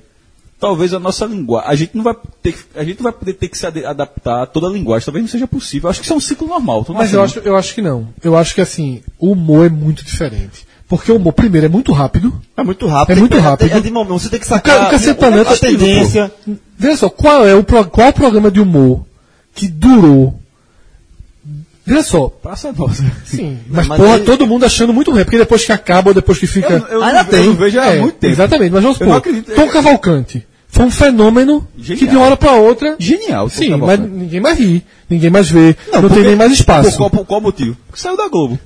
F: talvez a nossa linguagem, a gente não vai ter, que- a gente não vai poder ter que se ade- adaptar a toda a linguagem, talvez não seja possível. Acho que isso é um ciclo normal. Tô
G: Mas
F: nascendo.
G: eu acho, eu acho que não. Eu acho que assim, o humor é muito diferente. Porque o humor, primeiro, é muito rápido.
E: É muito rápido.
G: É
E: tem
G: muito
E: que pegar-
G: rápido.
E: É de momento, você tem que
G: O cara,
E: sacar
G: o Cacete Planeta é tipo,
E: a tendência.
G: Veja só, qual é o pro- qual o programa de humor que durou? Veja só.
F: Praça é nossa.
G: Sim. Mas,
E: mas
G: porra,
E: aí-
G: todo mundo achando muito ruim. é Porque depois que acaba ou depois que fica.
F: Eu, eu,
E: Ainda
F: eu
E: tem.
F: não vejo há
G: É,
F: muito tempo.
G: Exatamente, mas vamos
F: Eu não
G: supor.
F: acredito.
G: Tom Cavalcante foi um fenômeno que
F: Genial.
G: de uma hora pra outra.
F: Genial,
G: Sim,
F: Tom
G: mas é
F: Cavalcante.
G: ninguém mais ri, ninguém mais vê, não,
F: porque-
G: tem nem mais espaço.
F: Por qual, por qual motivo? Porque saiu da Globo.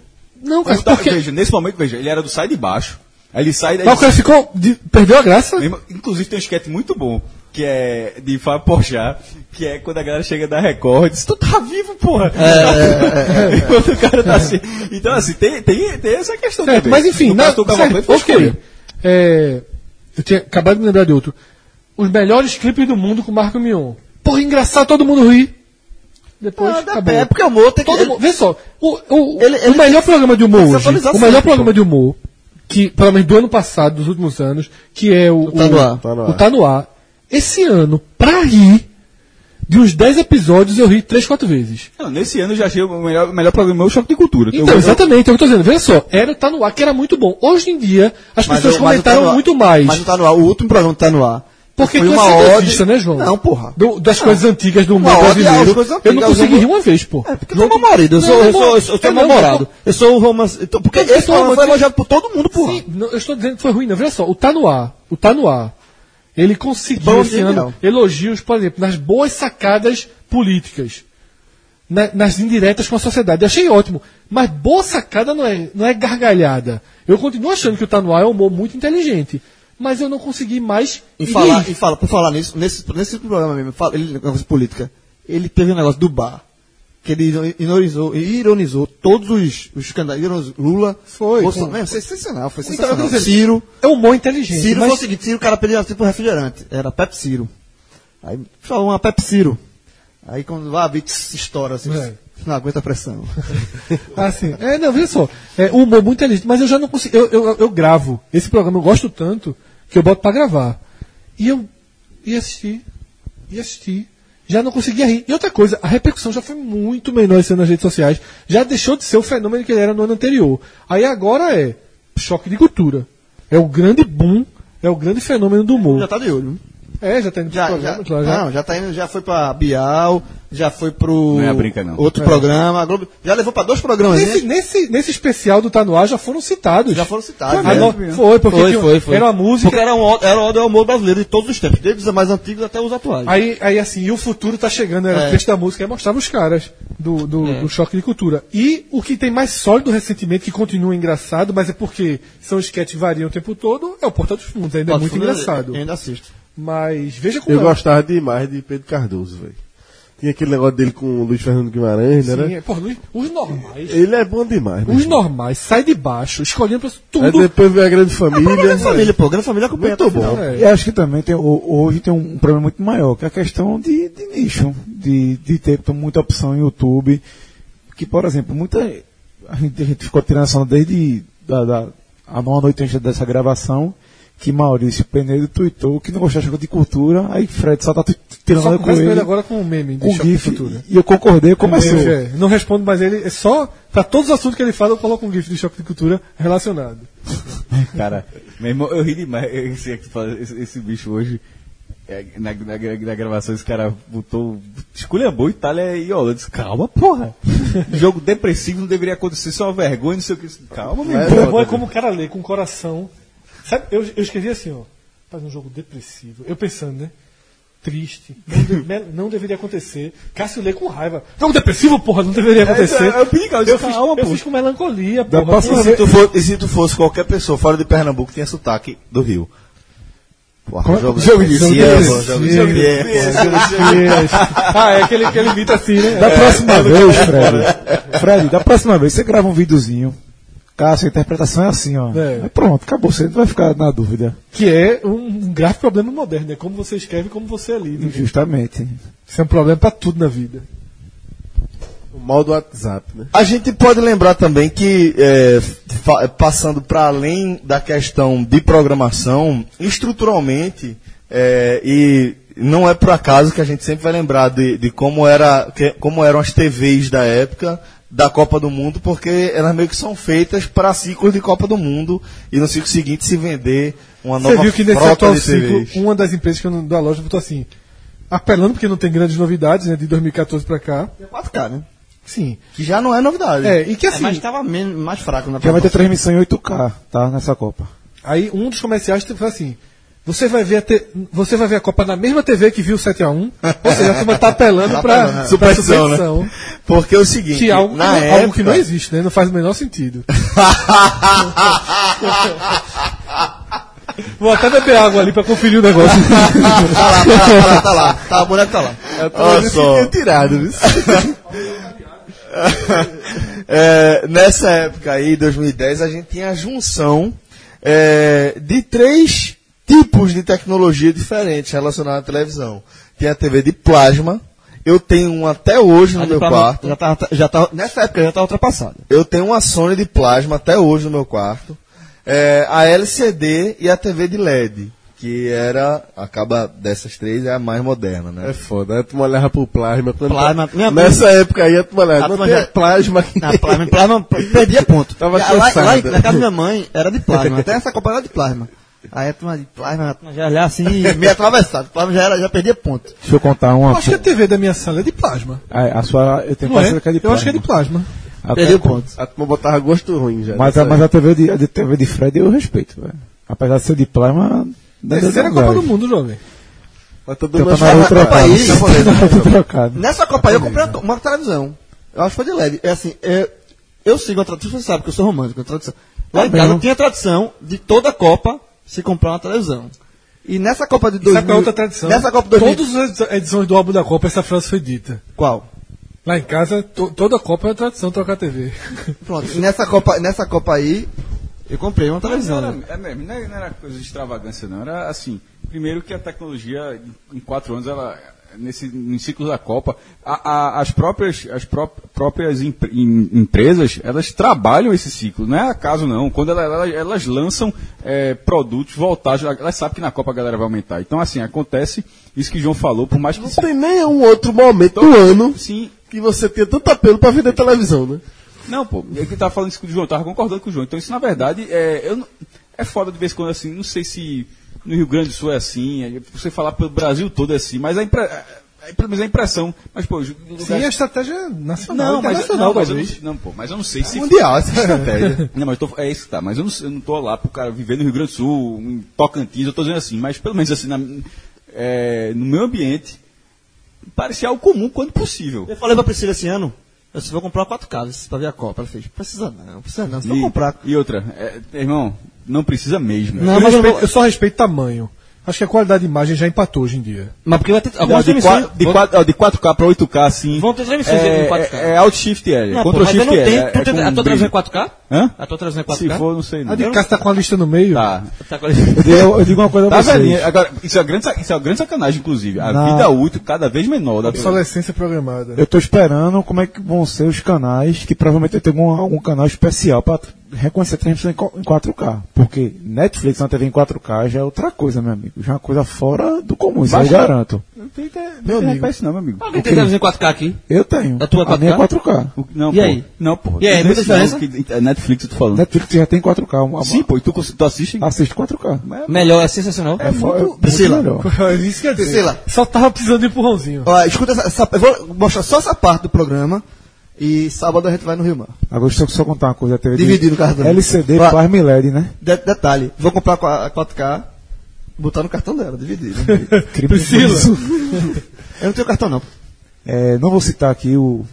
G: Não, cara,
F: Mas tá-
G: porque.
F: Veja, nesse momento, veja, ele era do sai de baixo. Aí ele sai daí.
G: Mas o cara ficou. de- perdeu a graça?
F: Meu irmão, Inclusive tem um esquete muito bom, que é de Fábio Porchat, que é quando a galera chega da Record e diz, tu tá vivo, porra!
G: É,
F: Enquanto o cara tá assim. Então, assim, tem, tem, tem essa questão
G: Certo,
F: também.
G: mas enfim,
F: No
G: não,
F: caso do Cavalcante,
G: certo,
F: foi
G: ok.
F: escolha.
G: É, eu tinha acabado de lembrar de outro. Os melhores clipes do mundo com Marco Mion. Porra, engraçado, todo mundo ri. Depois,
E: Ah, dá
G: acabou.
E: pé, É porque o humor tem que.
G: Todo mundo, vê só, o, o,
E: Ele- ele-
G: o melhor programa de humor
E: ele se
G: hoje,
E: atualiza
G: o melhor
E: sempre,
G: programa de um- humor, que, pelo menos do ano passado, dos últimos anos, que é o, o,
E: Tá No Ar.
C: Tá No
G: o
C: Ar.
G: Tá No Ar, esse ano, pra rir, de uns 10 episódios, eu ri 3, 4 vezes.
F: Não, nesse ano eu já achei o melhor, o melhor programa, é o Choque de Cultura. que eu-
G: Então, exatamente, é o que eu tô dizendo. Veja só, era o Tá No Ar, que era muito bom. Hoje em dia, as pessoas
E: o- o Tá
G: comentaram
E: No Ar-
G: muito mais.
E: Mas não tá no ar. O último programa que tá no ar.
G: Porque
E: foi
G: tu
E: uma
G: é
E: hora.
G: saudosista, né, João?
E: Não, porra.
G: Do- das coisas antigas do
E: Uma
G: mundo
E: ode às
G: brasileiro.
E: coisas
G: Eu não
E: antigas,
G: consegui
E: eu
G: rir
E: vou-
G: uma vez, pô.
E: É porque eu sou meu marido, eu sou,
G: Não, é
E: eu sou, eu sou, eu sou
G: eu
E: meu
G: não-
E: namorado. Eu sou o romance. então, Porque esse
G: sou
E: programa foi
G: romance-
E: elogiado por todo mundo, porra.
G: Sim, não, eu estou dizendo que foi ruim, não. Veja só, o Tá No Ar, o Tá No Ar, ele conseguiu
E: Bom,
G: esse
E: genial.
G: ano elogios, por exemplo, nas boas sacadas políticas, na- nas indiretas com a sociedade. Eu achei ótimo, mas boa sacada não é, não é gargalhada. Eu continuo achando que o Tá No Ar é um humor muito inteligente, mas eu não consegui mais
E: E
G: rir.
E: falar, e fala, por falar nisso, nesse, nesse programa mesmo, fala, ele, negócio de política, ele teve um negócio do bar. Que ele ino- ironizou, ironizou todos os, os candidatos. ironizou Lula.
G: Foi,
E: Bolsonaro.
G: com-
E: É, sensacional, foi
G: Então, eu tô
E: sensacional.
G: dizendo,
E: Ciro.
G: É um humor inteligente.
E: Ciro
G: mas
E: foi o seguinte, Ciro, o cara pedia tipo refrigerante, era Pep Ciro. Aí falou uma Pep Ciro. Aí quando vai, a Bit se estoura assim.
G: É.
E: Não aguenta a pressão.
D: Ah,
G: Assim,
D: sim. É, não, veja só. É um humor muito inteligente, mas eu já não consigo. Eu, eu, eu gravo. Esse programa eu gosto tanto que eu boto pra gravar. E eu ia assistir, ia assistir. Já não conseguia rir. E outra coisa, a repercussão já foi muito menor esse ano nas redes sociais. Já deixou de ser o fenômeno que ele era no ano anterior. Aí agora é choque de cultura. É o grande boom, é o grande fenômeno do humor.
E: Já tá de olho. né?
D: É, já tá indo pro
E: Já,
D: programa,
E: já,
D: claro, já.
E: Não, já tá indo, já foi pra Bial, já foi pro.
F: Não é a brinca, não.
E: Outro
D: É.
E: programa, a Globo. Já levou pra dois programas,
D: Nesse,
E: né?
D: nesse, nesse especial do Tá No Ar já foram citados.
E: Já foram citados.
D: Ah,
E: né?
D: não, foi, porque
E: Foi,
D: tinha- um-
E: foi, foi.
D: era uma música.
E: Porque era um, era o humor brasileiro de todos os tempos, desde os mais antigos até os atuais.
D: Aí, aí assim, e o futuro tá chegando, era o
E: É.
D: texto da música, aí mostrava os caras do, do, do choque de cultura. E o que tem mais sólido recentemente, que continua engraçado, mas é porque são esquetes que variam o tempo todo, é o Porta dos Fundos, ainda é muito engraçado. É
E: Eu ainda assisto.
D: Mas veja como
I: Eu
D: é.
I: gostava demais de Pedro Cardoso, velho. Tinha aquele negócio dele com o Luiz Fernando Guimarães, né,
D: Sim,
I: né?
D: é, porra, os- os normais.
I: Ele é bom demais, né?
D: Os normais, sai de baixo, escolhendo pra
I: Aí
D: tudo.
I: depois veio a Grande Família.
E: Grande família, pô. Grande família acompanha. né?
I: Muito bom.
D: É.
C: E acho que também tem, ho- hoje tem um problema muito maior, que é a questão de, de nicho, de, de ter muita opção em YouTube. Que, por exemplo, muita. A gente, a gente ficou tirando essa onda desde da, da, a nova noite antes dessa gravação, que Maurício Penedo tweetou que não gostava de cultura, aí Fred só tá tu- tirando
D: Só
C: onda com
D: começa com ele
C: ele.
D: agora com o meme de
C: Com
D: choque de
C: GIF, assim?
D: cultura.
C: e eu concordei, começou.
D: Com GIF, é. Não respondo mais ele, é só pra todos os assuntos que ele fala, eu coloco um GIF de choque de cultura relacionado.
F: Cara, meu irmão, eu ri demais. Esse, aqui fala- esse, esse bicho hoje, é, na, na, gra- na gravação, esse cara botou. Esculhambou Itália e Holanda. Eu disse, Calma, porra. Jogo depressivo não deveria acontecer, só uma vergonha, não sei o que. Eu disse, Calma, meu
D: O
F: irmão.
D: bom é como o cara lê com o coração. Sabe, eu, eu escrevi assim, ó. Faz um jogo depressivo. Eu pensando, né? Triste. Não, de- me- não deveria acontecer. Cássio lê com raiva. Jogo depressivo, porra, não deveria acontecer.
F: eu- eu pedi, cara, eu disse,
D: é, Eu fiz,
F: calma,
D: eu
F: pô.
D: fiz com melancolia,
B: Da
D: porra.
B: próxima
D: Porra,
B: vez- se tu for- e se tu fosse qualquer pessoa fora de Pernambuco, tinha sotaque do Rio. Porra, jogo, é? jogo de
D: jogo de
B: Cia,
D: Cia,
B: pô, jogo
C: é
B: de
D: é,
B: Cia, pô.
D: ah, é aquele que ele imita assim, né?
C: Da próxima vez, Fred. Fred, da próxima vez você grava um videozinho. Cássio, a interpretação é assim, ó.
D: É.
C: Aí Pronto, acabou. Você não vai ficar na dúvida.
D: Que é um grave problema moderno, né? Como você escreve e como você é lido.
C: Justamente.
D: Isso é um problema pra tudo na vida.
I: O mal do WhatsApp, né?
B: A gente pode lembrar também que, é, fa- passando para além da questão de programação, estruturalmente, é, e não é por acaso que a gente sempre vai lembrar de, de como, era, que- como eram as TVs da época da Copa do Mundo, porque elas meio que são feitas para ciclos de Copa do Mundo e no ciclo seguinte se vender uma
D: Você
B: nova
D: viu que nesse
B: frota
D: atual
B: de
D: ciclo,
B: TVs.
D: uma das empresas que eu não, da loja botou assim, apelando porque não tem grandes novidades, né, de 2014 pra cá.
E: É 4K, né?
D: Sim.
B: Que já não é novidade.
D: É, e que
E: É,
D: assim,
E: mas tava men- mais fraco na
C: Já vai ter transmissão em 8K, tá? Nessa Copa.
D: aí um dos comerciais foi assim, você vai ver a te- você vai ver a Copa na mesma TV que viu o 7 a 1, ou seja, a turma tá apelando pra pra
B: Superstição, né?
D: superstição,
B: Porque é o seguinte,
D: que é algo, que
B: na
D: não-
B: época,
D: algo que não existe, né? Não faz o menor sentido. Vou até beber água ali pra conferir o negócio.
E: Tá lá, tá lá, tá lá, tá lá. Tá, o boneco tá lá.
B: Olha só. É, nessa época aí, 2010, a gente tinha a junção é, de três tipos de tecnologia diferentes relacionada à televisão. Tinha a TV de plasma, eu tenho um até hoje no
E: Aí
B: meu
E: pra-
B: quarto.
E: Já tava, já tava, nessa época já tava ultrapassado.
B: Eu tenho uma Sony de plasma até hoje no meu quarto. É, a LCD e a TV de LED, que era, acaba dessas três, é a mais moderna, né?
I: É foda, aí tu olhava pro plasma. Quando
E: Plasma- minha-
D: é,
I: Nessa época aí, tu olhava,
E: A
I: não
E: turma
I: tem
E: já-
I: plasma aqui.
E: Na plasma, plasma perdia ponto.
I: Tava
E: E a- lá,
I: cansado.
E: lá em- na casa da minha mãe era de plasma, até essa copa era de plasma. Aí a turma de plasma, a turma já olhava assim, meio atravessado. Plasma já, era, já perdia ponto.
C: Deixa eu contar uma.
D: Eu acho que a TV da minha sala é de plasma.
C: A, a sua. Eu tenho
D: Não é?
C: parceiro que é de
D: Eu acho que é de
C: plasma.
D: plasma.
C: A-
E: Perdeu ponto.
I: A turma botava gosto ruim já.
C: Mas, a,
I: nessa
C: mas a TV de, a de TV de Fred eu respeito, velho. Apesar de ser de plasma. não é
D: Terceira
C: verdade.
D: Copa do Mundo, jovem.
I: época. Mas todo
C: Então
I: mundo
C: tá na
I: achava-
C: hora trocada.
E: País, japonês, né?
C: Tá
D: Então,
C: trocado.
E: Nessa Copa aí eu comprei uma, uma televisão. Eu acho que foi de LED. É assim, é- eu sigo a tradição, você sabe que eu sou romântico, a tradição. Lá em
C: Tá
E: casa
C: bem.
E: tinha a tradição de toda a Copa se comprar uma televisão. E nessa Copa de
D: Isso é
E: 2000...
D: pra outra tradição.
E: Nessa Copa de 2000...
D: Todas as edições do álbum da Copa, essa frase foi dita.
E: Qual?
D: Lá em casa, to- toda Copa é uma tradição trocar a TV.
E: Pronto. E Nessa Copa, nessa Copa aí, eu comprei uma televisão. né?
F: Não era, é mesmo, não era- não era coisa de extravagância, não. Era assim. Primeiro que a tecnologia, em- em quatro anos, ela, nesse no ciclo da Copa, a- a- as próprias, as pró- próprias empre- em- empresas, elas trabalham esse ciclo, não é acaso não. Quando ela- ela- elas, lançam é, produtos voltados, elas sabem que na Copa a galera vai aumentar. Então, assim, acontece isso que o João falou, por mais que...
C: Não tem nenhum outro momento do
D: Então,
C: ano
F: Sim,
C: que você tenha tanto apelo pra vender televisão, né?
F: Não, pô, é que eu tava falando isso com o João, eu tava concordando com o João. Então isso, na verdade, é, eu não- é foda de vez em quando assim, não sei se no Rio Grande do Sul é assim, é, você falar pelo Brasil todo é assim, mas a impre- é, pelo menos a impressão. Mas, pô, ju-
G: Sim,
C: é
F: lugar-
G: a estratégia nacional,
F: não, mas,
G: internacional,
F: não,
D: né?
F: mas eu não,
G: talvez.
F: não, pô, mas eu não sei se.
B: Mundial essa estratégia.
F: Não, mas eu tô, é isso que tá. Mas eu não, eu não tô lá pro cara viver no Rio Grande do Sul, em Tocantins, eu tô dizendo assim, mas pelo menos assim, na- é, no meu ambiente, parecia algo comum quando possível.
E: Eu falei pra Priscila esse ano, eu só vou comprar quatro casas pra ver a Copa. Ela fez, precisa não, precisa não, só
F: e,
E: comprar.
F: e outra, é, irmão, não precisa mesmo.
G: eu,
E: Não, mas eu
G: respeito-
E: vou-
G: eu só respeito tamanho. Acho que a qualidade de imagem já empatou hoje em dia.
E: Mas porque vai ter
F: Não,
E: algumas
F: de,
E: transmissões-
F: qua- de quatro- ó, de 4K pra 8K, assim.
E: Vão ter transmissões em
F: é,
E: 4K.
F: É, é Alt Shift L.
E: Não, pô,
F: Ctrl
E: mas eu
F: Shift
E: não
F: L.
E: tenho,
F: é,
E: tu
F: é
E: tem-
F: com
E: a tua
F: um brilho.
E: televisão é 4K?
F: Hã?
E: A tua televisão é
F: Se
E: 4K?
F: for, não sei. Não.
G: A de casa tá com a lista no meio.
F: Tá.
E: Tá com a-
D: Eu, eu digo uma coisa
F: Tá
D: a vocês.
F: velhinha. Agora, isso é, uma grande, sa- isso é uma grande sacanagem, inclusive. A
D: Na-
F: vida útil cada vez menor da televisão.
G: Obsolescência programada.
D: Eu tô esperando como é que vão ser os canais, que provavelmente vai ter algum, algum canal especial para reconhecer a transmissão em co- em 4K. Porque Netflix na TV em 4K já é outra coisa, meu amigo. Já é uma coisa fora do comum, isso eu
F: Baixa-
D: garanto.
F: Meu amigo. Não, não, meu amigo.
E: Alguém tem televisão em 4K aqui?
D: Eu tenho.
E: A tua é
D: minha é 4K.
F: O- Não,
E: E
F: pô.
E: aí?
F: Não, pô.
E: E aí,
F: Não,
E: muita
F: isso não,
E: diferença?
F: que- é Netflix, eu tô falando.
D: Netflix já tem 4K. uma-
F: Sim, pô. E tu, cons- tu assiste?
E: Ah.
F: em-
D: Assiste 4K.
E: Melhor, é sensacional.
D: É, fo- é muito
E: Priscila.
D: melhor.
G: Isso quer dizer,
E: Priscila.
G: Só tava precisando de empurrãozinho.
E: Ó, escuta essa, essa- Eu vou mostrar só essa parte do programa. E sábado a gente vai no Rio Mar.
D: Agora deixa eu só contar uma coisa. a TV de-
E: Dividido, cartão.
D: LCD,
E: Vai.
D: Parme LED, né?
E: De- detalhe, vou comprar com a 4K, botar no cartão dela, dividir. né?
D: Priscila.
E: eu não tenho cartão, não.
D: É, não vou citar aqui o,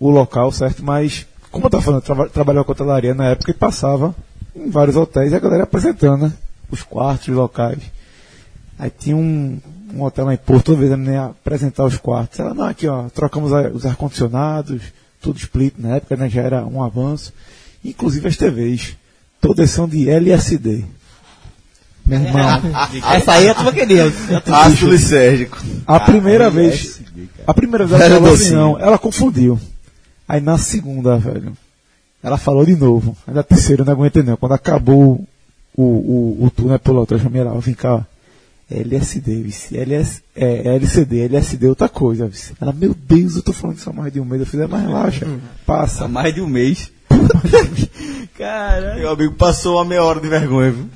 D: o local, certo? Mas, como eu estava falando, eu traba, trabalhava com hotelaria na época e passava em vários hotéis e a galera apresentando, né? Os quartos, os locais. Aí tinha um, um hotel lá em Porto, toda vez a menina ia apresentar os quartos. Ela, não, aqui ó, trocamos a- os ar-condicionados, tudo split na época, né? Já era um avanço. Inclusive as TVs, todas são de LSD. Meu irmão,
E: Ah, Essa aí é a tua querida.
B: Ácido lisérgico.
D: a primeira vez. A primeira vez ela falou assim, não, ela confundiu. Aí na segunda, velho, ela falou de novo. Aí na terceira eu não aguentei não. Quando acabou o, o, o turno pelo outro, eu já mirava, vem cá. LSD, vice. LS, é, LCD, LSD é outra coisa, vice. Ela, meu Deus, eu tô falando isso há mais de um mês. Eu fiz, é, mas relaxa,
F: Há
D: passa.
F: mais de um mês.
B: Meu amigo passou uma meia hora de vergonha, viu?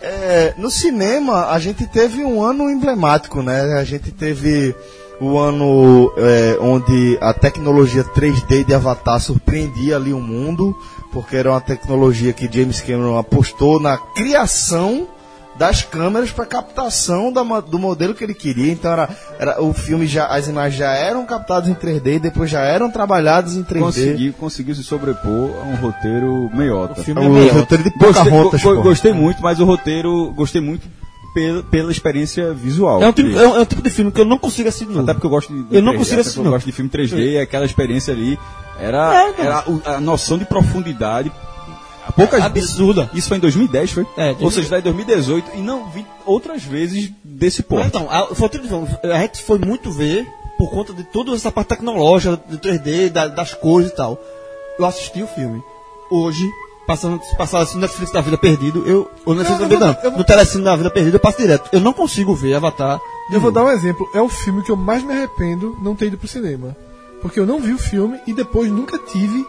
B: É, no cinema, a gente teve um ano emblemático, né? A gente teve o ano é, onde a tecnologia 3D de Avatar surpreendia ali o mundo, porque era uma tecnologia que James Cameron apostou na criação das câmeras para captação da ma- do modelo que ele queria. Então era, era o filme já as imagens já eram captadas em 3D e depois já eram trabalhadas em 3D.
F: Conseguiu, conseguiu se sobrepor a um roteiro meiota.
B: O roteiro de Pocahontas,
F: go- go-
B: pô.
F: gostei muito, mas o roteiro gostei muito pela, pela experiência visual.
E: É um, tipo, é um- é um tipo de filme que eu não consigo assistir de novo.
F: Até porque eu gosto de, de
E: Eu não
F: 3D,
E: consigo
F: até
E: assistir,
F: porque
E: não.
F: Eu gosto de filme 3D e aquela experiência ali era,
E: É, cara.
F: era o- a noção de profundidade. Poucas
E: Absurda.
F: Isso foi em 2010, foi?
E: É,
F: Ou seja, lá em 2018 e não vi outras vezes desse
E: Mas
F: porte.
E: Então, a, foi tudo de bom. a gente foi muito ver por conta de toda essa parte tecnológica, do 3D, da- das cores e tal. Eu assisti o filme. Hoje, passando, passando assim, Netflix da Vida Perdido, eu. Ou Netflix da Vida, não. No Telecine da Vida Perdido, eu passo direto. Eu não consigo ver Avatar.
G: Eu vou dar um exemplo. É o filme que eu mais me arrependo não ter ido pro cinema. Porque eu não vi o filme e depois nunca tive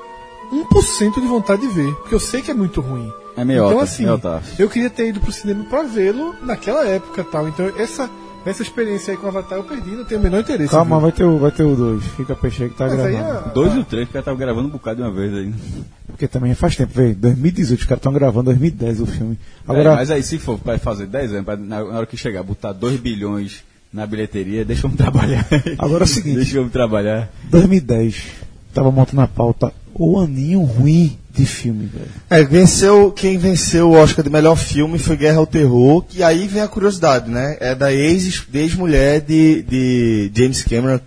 G: 1% de vontade de ver. Porque eu sei que é muito ruim.
F: É meiota,
G: Então, assim,
F: meiota.
G: eu queria ter ido pro cinema pra vê-lo naquela época e tal. Então, essa, essa experiência aí com o Avatar eu perdi, não tenho o menor interesse.
D: Calma, vai ter o vai ter o 2. Fica peixe aí que tá
G: Mas aí
D: gravando.
G: é-
F: Dois ou três, porque eu tava gravando um bocado de uma vez ainda.
D: Porque também é faz tempo, velho. 2018, os caras estão gravando 2010 o filme.
F: É,
D: Agora,
F: mas aí se for para fazer 10 anos, pra- na, na hora que chegar, botar 2 bilhões na bilheteria, deixa eu me trabalhar.
D: Agora é o seguinte.
G: é-
F: Deixa eu me trabalhar.
D: 2010, tava montando a pauta, o aninho ruim de filme, velho.
B: É, venceu, quem venceu o Oscar de melhor filme foi Guerra ao Terror, e aí vem a curiosidade, né? É da ex- ex-mulher de, de James Cameron,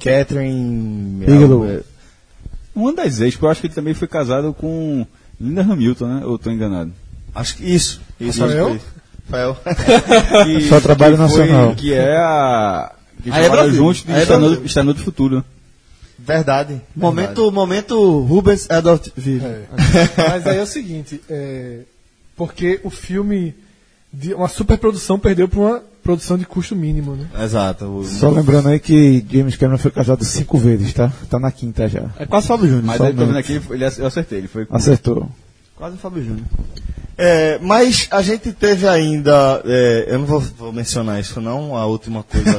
B: Catherine...
D: Bigelow.
B: é,
F: Uma das ex, que eu acho que ele também foi casado com Linda Hamilton, né? Ou eu tô enganado.
B: Acho que isso. isso
G: Rafael?
B: acho que foi. Rafael.
F: Que-
D: Só trabalho
F: que foi-
D: nacional.
F: Que é a. Que
E: Aí é
F: trabalha
E: Brasil.
F: juntos de
E: Aí é
F: Externo-
E: Brasil.
F: Externo do Futuro.
B: Verdade.
E: Momento, momento Rubens Adolf Vive.
G: É. Mas aí é o seguinte, é, porque o filme de uma superprodução perdeu para uma produção de custo mínimo, né?
B: Verdade. Exato. O-
D: Só lembrando aí que James Cameron foi casado cinco vezes, tá? Tá na quinta já.
E: É quase Fábio Júnior.
F: Mas
D: Só
F: aí tô vendo
D: muito. Ah, tá.
F: aqui, ele, ac- eu acertei, ele foi com
D: Acertou.
E: Quase Fábio Júnior.
B: É, mas a gente teve ainda. é, eu não vou, vou mencionar isso, não, a última coisa.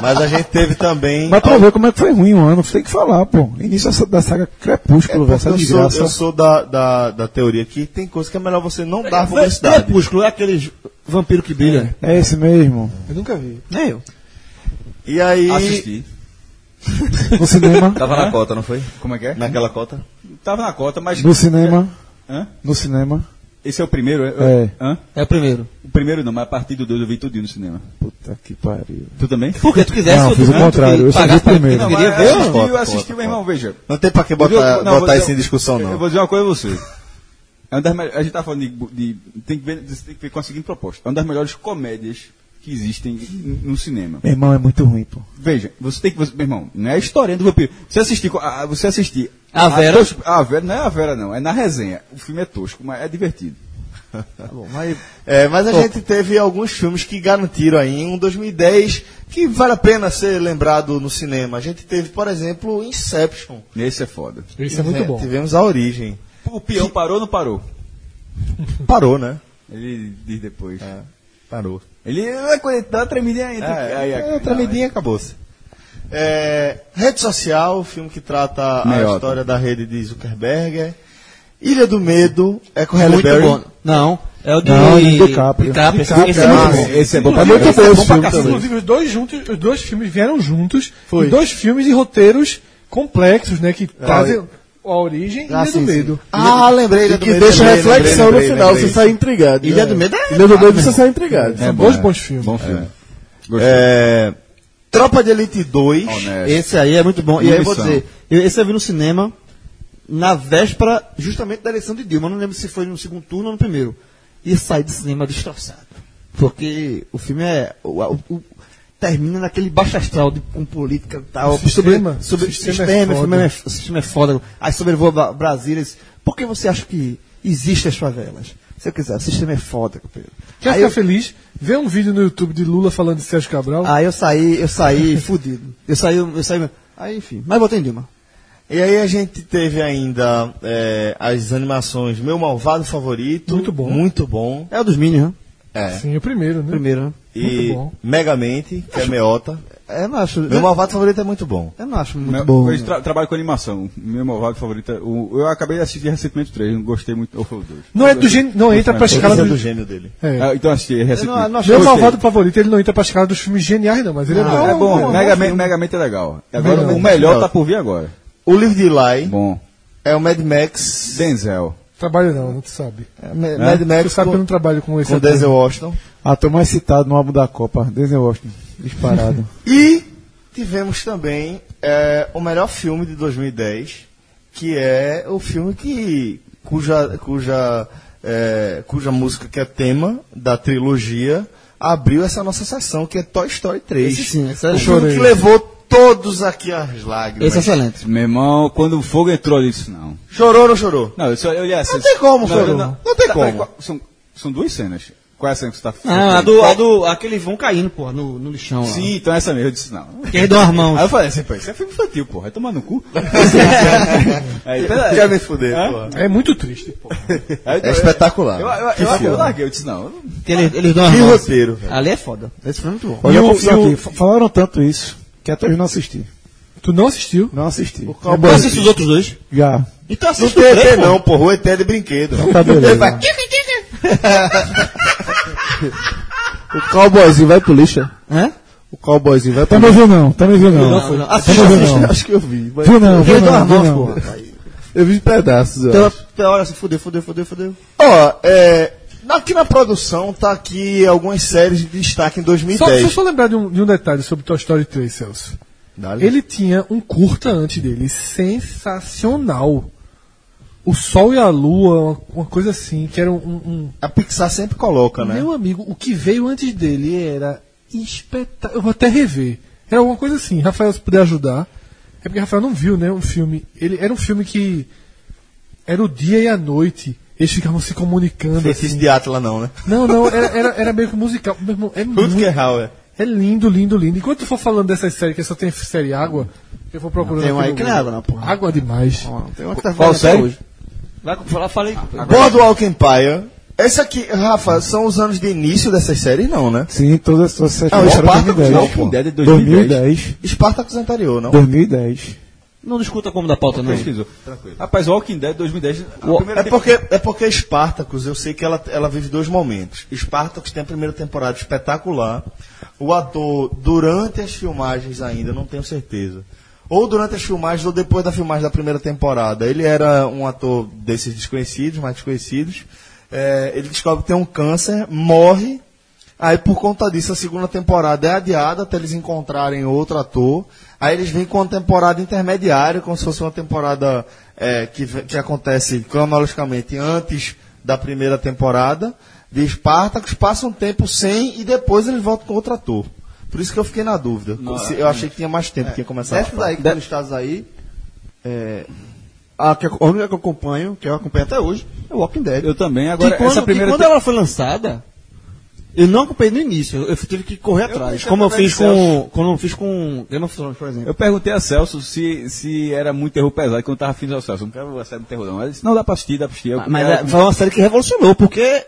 B: mas a gente teve também.
D: Mas pra ver como é que foi ruim o ano, tem que falar, pô. Início essa- da saga
B: É,
D: Crepúsculo, velho.
B: porque
D: essa
B: eu sou, eu
D: desgraça.
B: sou da, da, da teoria que tem coisa que é melhor você não dar publicidade.
E: Crepúsculo é aquele vampiro que brilha.
D: É esse mesmo.
G: Eu nunca vi.
E: É eu.
B: E aí.
F: Assisti.
D: No cinema.
B: Tava na cota, não foi?
F: Como é que é?
B: Naquela cota?
F: Tava na cota, mas.
D: No cinema.
F: Hã?
D: No cinema.
F: Esse é o primeiro?
D: É.
F: Hã?
E: É o primeiro.
F: O primeiro não, mas a partir do 2 eu vi tudinho no cinema.
D: Puta que pariu.
F: Tu também?
E: Porque tu quisesse...
D: Não,
E: tu-
D: fiz o
E: tu
D: contrário, eu só vi o
E: pagasse pra-
D: primeiro.
E: tu
F: Não, mas
E: queria ver?
F: eu assisti,
B: Cota,
F: eu assisti,
B: cota,
F: meu irmão, veja.
B: Não tem pra que
F: Eu digo-
B: botar,
F: não, vou
B: botar
F: dizer- um-
B: isso em discussão, não.
F: Eu vou dizer uma coisa a você. É uma das melhores- a gente tá falando de. de- tem, que ver, tem que ver com a seguinte proposta. É uma das melhores comédias que existem n- no cinema.
D: Meu irmão é muito ruim, pô.
F: Veja, você tem que. Você, meu irmão, não é a história do vampiro. Você assistir. co- a- a- Você assistir.
E: A Vera.
F: tos- a Vera não é a Vera, não. É na resenha. O filme é tosco, mas é divertido.
B: É, mas a gente teve alguns filmes que garantiram aí um 2010 que vale a pena ser lembrado no cinema. A gente teve, por exemplo, Inception.
F: Esse é foda.
G: Isso é muito
B: É,
G: bom.
B: Tivemos a origem.
F: O peão parou ou não parou?
B: Parou, né?
F: Ele diz depois.
B: Parou.
F: Ele é coisa, dá uma tremidinha aí. aí,
B: É,
F: aí,
B: outra medinha acabou-se. É, rede Social, filme que trata a
F: Meiota.
B: história da rede de Zuckerberg. É. Ilha do Medo, é com Halle
E: Muito
B: Berry.
E: bom. Não, é o de...
D: Não, do DiCaprio.
E: DiCaprio.
D: DiCaprio.
E: Esse é muito
F: não.
E: bom.
F: Esse é bom
B: Tá
F: pra
D: muito
F: caramba.
D: bom esse
F: pra
D: filme
F: cacete.
G: Inclusive, os dois juntos, os dois filmes vieram juntos. Foi. Dois filmes de roteiros complexos, né? Que trazem a origem e
B: Ah,
G: a do
B: sim,
G: medo.
B: sim. Ah, lembrei. Ilha
C: E
B: do
C: que
B: Medo,
C: deixa
B: lembrei,
C: reflexão
B: lembrei,
C: no final,
B: lembrei.
C: você sai intrigado. né?
E: Ilha do Medo é-
C: Ilha do Medo você sai
D: É,
C: intrigado.
G: Ah, São dois bons filmes.
F: Bom filme. Gostei.
B: É, Tropa de Elite 2.
F: Honesto.
E: Esse aí é muito bom. E aí eu vou
F: Missão.
E: dizer, eu- esse eu vi no cinema na véspera justamente da eleição de Dilma. Eu não lembro se foi no segundo turno ou no primeiro. E saí do cinema destroçado. Porque o filme é. O, o- o- termina naquele baixo astral de, com política e tal.
G: O sistema-
E: sobre, sobre
G: o sistema
E: sistema,
G: é
E: o
G: foda.
E: filme é- o sistema é foda. Aí sobrevoa Bra- Brasília. e diz, Por que você acha que existem as favelas? Se eu quiser, o sistema é foda, companheiro.
G: Quer
E: Aí
G: ficar
E: eu, Ah.
G: feliz? Vê um vídeo no YouTube de Lula falando de Sérgio Cabral.
E: aí eu saí, eu saí fudido. Eu saí, eu saí. Aí, enfim, mas botei em Dilma.
B: E aí a gente teve ainda é, as animações Meu Malvado Favorito.
G: Muito bom.
B: Muito bom.
E: É o dos Minions, né?
B: É.
G: Sim, o primeiro, né?
E: Primeiro, né?
B: E
G: Muito bom.
B: Megamente, que é Meota.
E: É, não acho.
B: Meu
E: Eu,
B: Malvado Favorito é muito bom.
E: eu não acho muito
F: Meu-
E: bom.
F: Eu tra- trabalho com animação. Meu malvado favorito. é O, eu acabei de assistir recentemente o 3, não gostei muito. Ou foi o 2.
G: Não é do gênio, não entra pra escala
B: Escala
G: do
B: do gênio dele.
G: É.
F: Ah, então assisti recentemente.
E: Eu não- não achei
D: é
G: Meu
F: Gostei.
G: malvado favorito, ele não entra pra escala dos filmes geniais, não, mas ele é bom.
F: É bom,
D: né?
G: bom,
F: Mega,
G: bom
F: Man,
G: filme.
F: Mega Man é legal. Agora
G: Mega
F: o
G: Man.
F: melhor tá por vir agora.
B: O livro de Eli
F: Bom.
B: é o Mad Max.
F: Denzel.
G: Trabalho não, não tu sabe.
B: É, Ma- Mad
G: tu
B: Max
G: sabe que eu
B: com,
G: não trabalho com esse
B: com
G: ator.
B: Denzel Washington.
D: Ator mais citado no álbum da Copa, Denzel Washington. Disparado.
B: E tivemos também é, o melhor filme de 2010, que é o filme que cuja cuja é, cuja música que é tema da trilogia abriu essa nossa sessão que é Toy Story 3.
E: Esse sim, esse é
B: o
E: excelente.
B: filme que levou todos aqui às lágrimas.
E: Esse é excelente.
F: Meu irmão, quando o fogo entrou, eu disse não.
B: Chorou ou não chorou?
F: Não, eu, só, eu ia assistir.
B: tem como,
F: eu
B: Fernando. Não tem
F: Tá,
B: como.
F: peraí, qual- São, são duas cenas. Qual é a cena que você tá
E: Ah, a do, a do. Aquele vão caindo, porra, no, no lixão. lá.
F: Sim, então é essa mesmo. Eu disse não.
E: Que aí dão as mãos.
F: Aí eu falei assim, pô, isso é filme infantil, porra. Vai tomar no cu. aí, peraí.
B: Quer me fuder,
F: Hã?
B: porra.
G: É muito triste, pô.
F: Aí,
B: É espetacular.
F: Eu, eu, eu,
B: Que
F: eu, eu
B: filme.
F: larguei, eu disse não.
E: Que eles, eles dão as
B: Que
E: mãos.
B: roteiro, velho.
E: Ali é foda. Esse foi muito bom.
D: Olha
G: E
D: a
G: o-
D: confusão
G: e o-
D: aqui. F- Falaram tanto isso que até hoje não assisti.
G: Tu não assistiu?
D: Não assisti.
E: Eu
D: bom,
E: assisto os outros dois.
D: Já.
E: Então
B: Não
E: assiste
B: tem
E: o
B: ET
E: três, pô.
B: não, porra. O ET é de brinquedo.
D: Tá beleza.
C: O cowboyzinho vai pro lixo. é?
E: Hã?
C: O cowboyzinho vai pro
D: Também viu não, também viu não.
E: Não, não, não.
D: Também
E: Assiste,
D: viu
E: assiste.
D: não.
C: Acho que eu vi. mas-
D: Viu não, viu
E: Eles dão
D: não.
E: as mãos,
D: Viu não.
E: porra.
C: Eu
J: Eu vi pedaços, eu
E: Pela,
J: acho.
E: pela hora assim, fudeu, fudeu, fudeu, fudeu.
B: Ó, é, aqui na produção tá aqui algumas séries de destaque em
D: Só, deixa
B: 2010.
D: eu só lembrar de um, de um detalhe sobre Toy Story 3, Celso.
B: Dá-lhe.
D: Ele tinha um curta antes dele, sensacional. O Sol e a Lua, uma, uma coisa assim, que era um- um-
B: A Pixar sempre
D: um.
B: coloca, né?
D: Meu amigo, o que veio antes dele era espetacular. Eu vou até rever. Era alguma coisa assim, Rafael, se puder ajudar. É porque Rafael não viu, né? Um filme. Ele era um filme que. Era o dia e a noite. Eles ficavam se comunicando.
B: Feitiço
D: assim.
B: de Atlas não, né?
D: Não, não, era, era, era meio que musical. Meu irmão, é muito
B: Rutger Hauer.
D: é lindo, lindo, lindo. Enquanto tu for falando dessas séries que só tem série água, eu vou procurando.
E: Tem uma
D: aqui
E: aí
D: no
E: que não é
D: Google.
E: água, não, porra.
D: Água demais.
E: Tem uma que tá
F: Qual
E: valendo até
F: série?
E: hoje. Vai falar, falei.
B: Boardwalk Empire. Essa aqui, Rafa, são os anos de início dessas séries, não, né?
C: Sim, todas essas séries
B: Ah, o
C: começaram em
B: Spartacus, não, pô.
C: pô.
F: Dead é
C: 2010.
B: Spartacus anterior, não?
C: 2010.
E: Não discuta como da pauta, não.
F: Pesquisou. Rapaz, Walking Dead 2010. a
E: O-
F: primeira
B: É porque, é porque Spartacus, eu sei que ela, ela vive dois momentos. Spartacus tem a primeira temporada espetacular. O ator, durante as filmagens ainda, não tenho certeza. Ou durante as filmagens, ou depois da filmagem da primeira temporada. Ele era um ator desses desconhecidos, mais desconhecidos. É, ele descobre que tem um câncer, morre. Aí, por conta disso, a segunda temporada é adiada até eles encontrarem outro ator. Aí eles vêm com uma temporada intermediária, como se fosse uma temporada é, que, ve- que acontece cronologicamente antes da primeira temporada de Spartacus. Passa um tempo sem e depois eles voltam com outro ator. Por isso que eu fiquei na dúvida.
K: é
B: Se- eu achei que tinha mais tempo que ia começar.
K: Essa daí que tá listados aí, é, a, que, eu- a única que eu acompanho, que eu acompanho até hoje, é Walking Dead.
F: Eu também.
E: Agora,
F: Agora,
E: quando,
F: essa primeira.
E: que quando ela foi lançada, eu não acompanhei no início, eu tive que correr atrás.
F: pensei
E: como eu
F: também,
E: fiz com. Como eu fiz com. Game of Thrones, por exemplo.
F: Eu perguntei a Celso se, se era muito terror pesado, quando eu tava afim de Celso, não quero uma série de terror não. Ele disse, não dá pra assistir, dá pra assistir. Eu
E: mas
F: quero-
E: é, foi uma série que revolucionou, porque.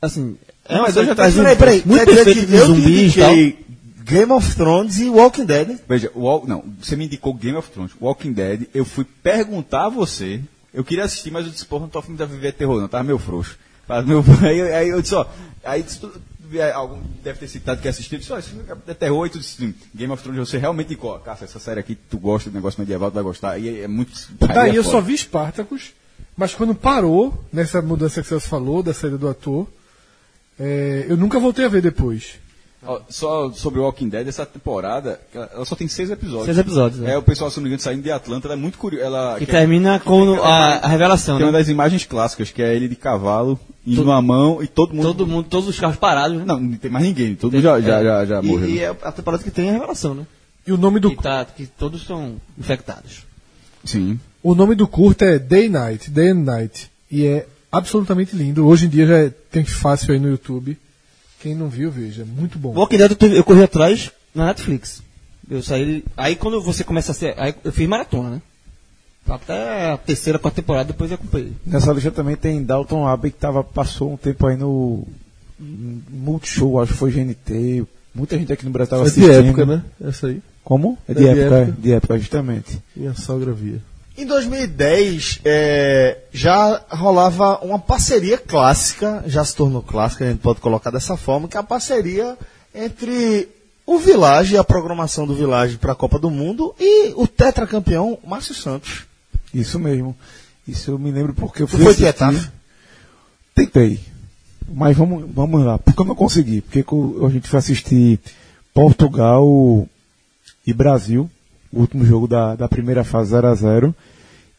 E: Assim. É uma
F: Mas
E: série
F: eu já
E: que traz
F: tô-
E: um-
B: Peraí, peraí.
E: muito
B: quer dizer
E: perfeito
B: que
E: de
B: eu te
E: zumbis e tal.
B: indiquei Game of Thrones e Walking Dead.
F: Veja, o Wal- não, você me indicou Game of Thrones, Walking Dead, eu fui perguntar a você, eu queria assistir, mas eu disse, porra, não tô afim de viver terror não, tava meio frouxo. Tava meio- Aí, aí eu disse, ó, aí disse, tu- é, algum deve ter citado que assistiu, eu disse, ó, isso é terror, e tu disse, "Sim, Game of Thrones, você realmente indicou, ó, cara, essa série aqui, tu gosta do negócio medieval, tu vai gostar, e é, é muito...
E: Tá,
D: Daí Tá, eu só
F: foda.
D: vi Spartacus, mas quando parou, nessa mudança que você falou, da saída do ator, é, eu nunca voltei a ver depois.
F: Ó, Só sobre Walking Dead, essa temporada, ela ela só tem seis episódios.
E: Seis episódios,
F: É,
E: né?
F: o pessoal, se não me engano, saindo de Atlanta, ela é muito curiosa. Ela,
E: Que
F: que-
E: termina com a, a revelação,
F: Tem uma
E: né?
F: das imagens clássicas, que é ele de cavalo, indo
E: Todo-
F: numa mão e todo mundo.
E: Todo mundo, todos os carros parados, né?
F: Não, não tem mais ninguém, todo mundo já, já, já, já
E: e,
F: morreu. né?
E: E é a temporada que tem a revelação, né?
D: E o nome do,
E: Que, tá, que todos são infectados.
F: Sim.
D: o nome do curta é Day and Night, Day and Night. E é absolutamente lindo. Hoje em dia já é- tem fácil aí no YouTube. Quem não viu, veja. É Muito bom.
E: Walking Dead eu, tive- eu corri atrás na Netflix. Eu saí. Aí quando você começa a ser. Aí eu fiz maratona, né? Até a terceira, quarta temporada, depois eu acompanhei.
C: Nessa lista também tem Dalton Abbey, que tava, passou um tempo aí no no Multishow, acho que foi GNT. Muita gente aqui no
D: É
C: Brasil tava
J: Foi
C: assistindo.
J: de época, né? Essa aí.
C: Como? É
J: É
C: de,
J: de
C: época,
J: época.
C: é, de época, justamente.
J: Minha sogra via.
B: Em 2010, eh, já rolava uma parceria clássica, já se tornou clássica, a gente pode colocar dessa forma, que é a parceria entre o Village, a programação do Village para a Copa do Mundo, e o tetracampeão Márcio Santos.
C: Isso mesmo. Isso eu me lembro porque eu
B: Tu
C: fui
B: foi
C: assistir.
B: tentar, né?
C: Tentei. Mas vamos, vamos lá. Porque eu não consegui. Porque co- a gente foi assistir Portugal e Brasil, o último jogo da, da primeira fase 0 a 0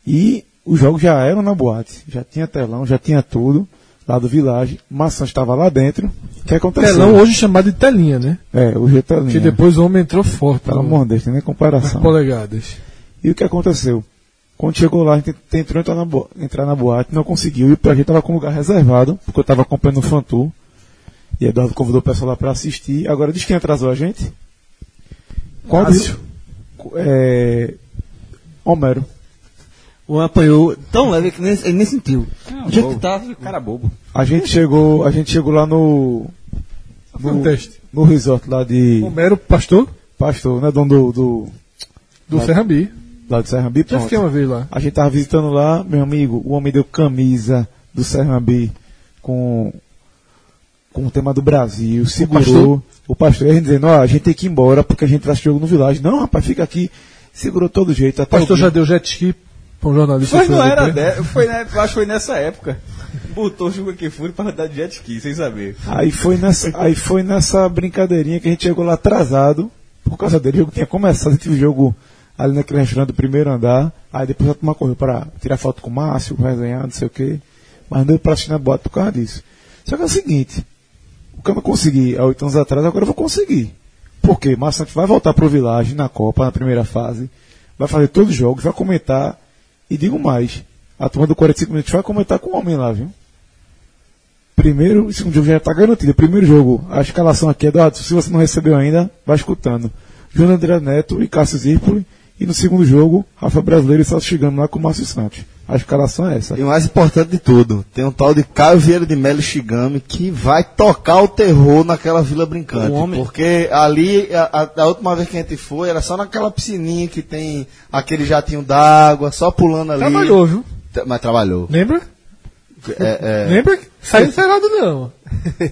C: E os jogos já eram na boate. Já tinha telão, já tinha tudo. Lá do Village. Maçã estava lá dentro. O que aconteceu?
D: Telão hoje chamado de telinha, né?
C: É, hoje é telinha.
D: Que depois o homem entrou forte.
J: Tá
C: Pelo
D: no-
C: amor de Deus, tem nem
D: nas
C: comparação.
D: polegadas.
C: E o que aconteceu? Quando chegou lá, a gente tentou entrar na, bo- entrar na boate, não conseguiu, e pra gente tava com um lugar reservado, porque eu tava acompanhando o Fantu. E Eduardo convidou o pessoal lá pra assistir. Agora diz quem atrasou a gente. Qual
D: Cássio.
C: do- É... Homero.
E: O homem apanhou tão leve que nem, ele nem sentiu.
B: Ah,
E: O jeito que tá.
F: Cara bobo.
C: A gente chegou, a gente chegou lá no,
D: Foi um teste.
C: no resort lá de
D: Homero, pastor
C: Pastor, né, dono do, do
D: do
C: Lá-
D: Ferrambi.
C: lá de Serrambi.
D: Já
C: pronto.
D: fiquei uma vez lá.
C: A gente tava visitando lá, meu amigo, o homem deu camisa do Serrambi com, com o tema do Brasil, segurou. O pastor ia dizendo, ó, a gente tem que ir embora porque a gente vai assistir jogo no Village. Não, rapaz, fica aqui. Segurou todo jeito. Até
D: O pastor
C: alguém-
D: já deu jet ski Pra um jornalista.
F: Mas não
D: fazer
F: era
D: bem.
F: dessa, foi, né, acho que foi nessa época. Botou o Juca Kifuri pra rodar de jet ski, sem saber.
C: Aí foi, nessa, aí foi nessa brincadeirinha que a gente chegou lá atrasado, por causa dele. O jogo tinha começado, tive o jogo ali naquele restaurante do primeiro andar. Aí depois a turma correu para tirar foto com o Márcio, resenhar, não sei o quê. Mas não deu pra assistir na bota por causa disso. Só que é o seguinte: o que eu não consegui há oito anos atrás, agora eu vou conseguir. Por quê? Márcio Santos vai voltar pro Village na Copa, na primeira fase, vai fazer todos os jogos, vai comentar. E digo mais: a turma do 45 minutos vai comentar com o homem lá, viu? Primeiro, o segundo jogo já está garantido. Primeiro jogo, a escalação aqui é do Se você não recebeu ainda, vai escutando. João André Neto e Cássio Zirpoli. E no segundo jogo, Rafa Brasileiro e Celso chegando lá com o Márcio Santos. A escalação é essa.
B: E o mais importante de tudo, tem um tal de Caio Vieira de Melo Shigami que vai tocar o terror naquela Vila
C: Um
B: Brincante. Porque ali, a, a- a última vez que a gente foi, era só naquela piscininha que tem aquele jatinho d'água, só pulando ali.
D: Trabalhou, Tá viu?
B: Tra- Mas trabalhou.
D: Lembra?
B: É,
D: Lembra? Saiu encerrado, não.
B: é.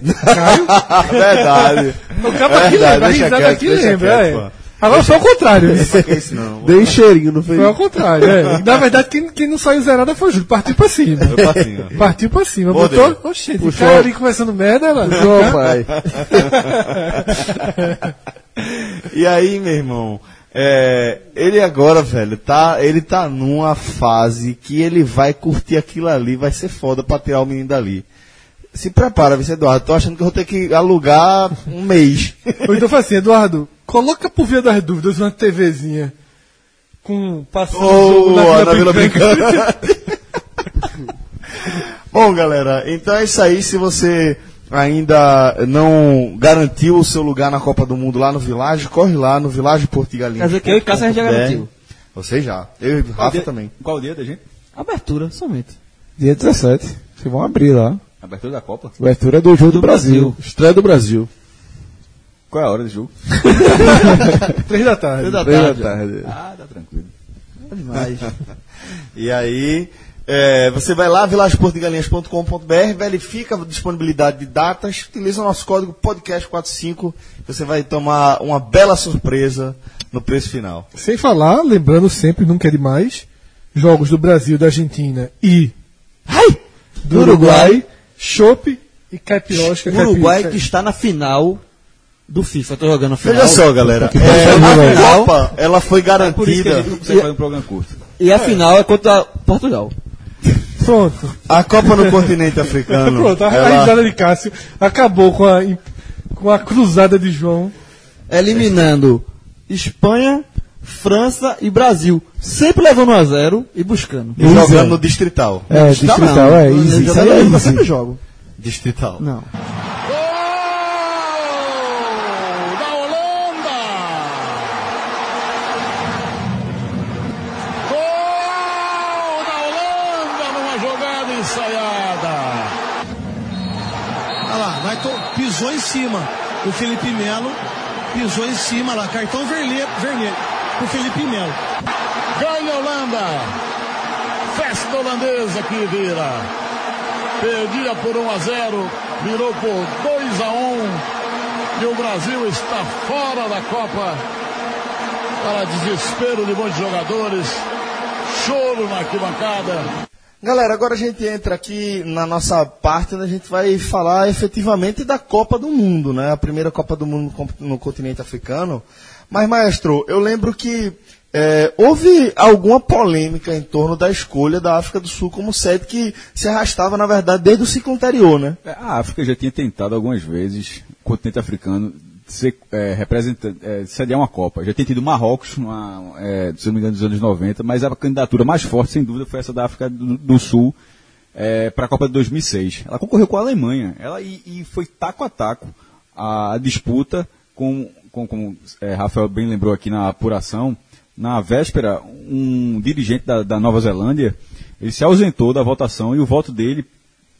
B: Verdade.
D: O capa aqui
B: É Verdade,
D: lembra, a
B: deixa
D: risada
B: quieto,
D: aqui
B: deixa
D: lembra.
B: quieto,
D: é.
B: pô.
D: Agora foi ao contrário.
B: Que isso não. é
L: Dei um cheirinho, não foi?
D: Foi ao contrário. É. Na verdade, quem, quem não saiu zerada foi o Júlio. Partiu pra cima.
B: Foi pra cima.
D: Partiu pra cima.
B: Mordeu.
D: Botou. Oxente, o cara ali começando merda. Ela...
L: Não, pai.
B: E aí, meu irmão, é, ele agora, velho, tá, ele tá numa fase que ele vai curtir aquilo ali, vai ser foda pra tirar o menino dali. Se prepara, Vicente Eduardo, tô achando que eu vou ter que alugar um mês.
D: Ou então fala assim, Eduardo, coloca por via das dúvidas uma TVzinha com passando o jogo na Vila Brincante.
B: Bom, galera, então é isso aí. Se você ainda não garantiu o seu lugar na Copa do Mundo lá no Village, corre lá no Village Portigalinho.
E: Quer dizer que eu e Cássio a gente já garantiu.
B: Você já. Eu e Rafa também.
F: Qual o dia da gente?
E: Abertura, somente.
C: Dia 17. Vocês vão abrir lá.
F: Abertura da Copa?
C: Abertura do jogo do, Brasil.
L: Estreia do Brasil.
F: Qual é a hora do jogo?
D: Três da tarde.
L: Três da tarde.
F: Ah, tá tranquilo.
B: E aí, é, você vai lá, vilageportigalinhas.com.br, verifica a disponibilidade de datas, utiliza o nosso código podcast45, você vai tomar uma bela surpresa no preço final.
D: Sem falar, lembrando sempre, nunca é demais, jogos do Brasil, da Argentina e do Uruguai, chope e capiosca.
E: O Uruguai que é está na final do FIFA. Estou jogando a final.
B: Veja só, galera, é, a Copa, ela foi
F: É Por isso que a
B: garantida,
F: gente não consegue fazer um programa curto.
E: E a final é contra Portugal.
D: Pronto,
B: a Copa no continente africano,
D: pronto. A, a
B: ela
D: risada de Cássio acabou com a, imp- com a cruzada de João.
E: Eliminando Espanha, França e Brasil. Sempre levando 1 a 0 e buscando.
B: jogando no distrital.
C: É,
E: Tá
C: distrital,
E: não.
C: é
E: Eu
C: easy.
E: jogo-
C: Isso aí é
E: eu
C: easy.
E: sempre jogo.
B: Distrital.
E: Não.
M: Olha lá, vai to- pisou em cima. O Felipe Melo pisou em cima lá. Cartão vermelho, vermelho o Felipe Melo. Ganha Holanda. Festa holandesa que vira. Perdia por 1 a 0, virou por 2 a 1. E o Brasil está fora da Copa. Para desespero de muitos jogadores. Choro na arquibancada.
B: Galera, agora a gente entra aqui na nossa parte onde a gente vai falar efetivamente da Copa do Mundo, né? A primeira Copa do Mundo com- no continente africano. Mas, maestro, eu lembro que eh, houve alguma polêmica em torno da escolha da África do Sul como sede que se arrastava, na verdade, desde o ciclo anterior, né?
F: É, A África já tinha tentado algumas vezes, o continente africano, ser, é, representante, é, sediar uma Copa. Já tinha tido Marrocos, uma, é, se não me engano, dos anos 90, mas a candidatura mais forte, sem dúvida, foi essa da África do, do Sul para a Copa de 2006. Ela concorreu com a Alemanha ela, e, e foi taco a taco a disputa com, com como é, Rafael bem lembrou aqui na apuração, na véspera, um dirigente da, da Nova Zelândia, ele se ausentou da votação e o voto dele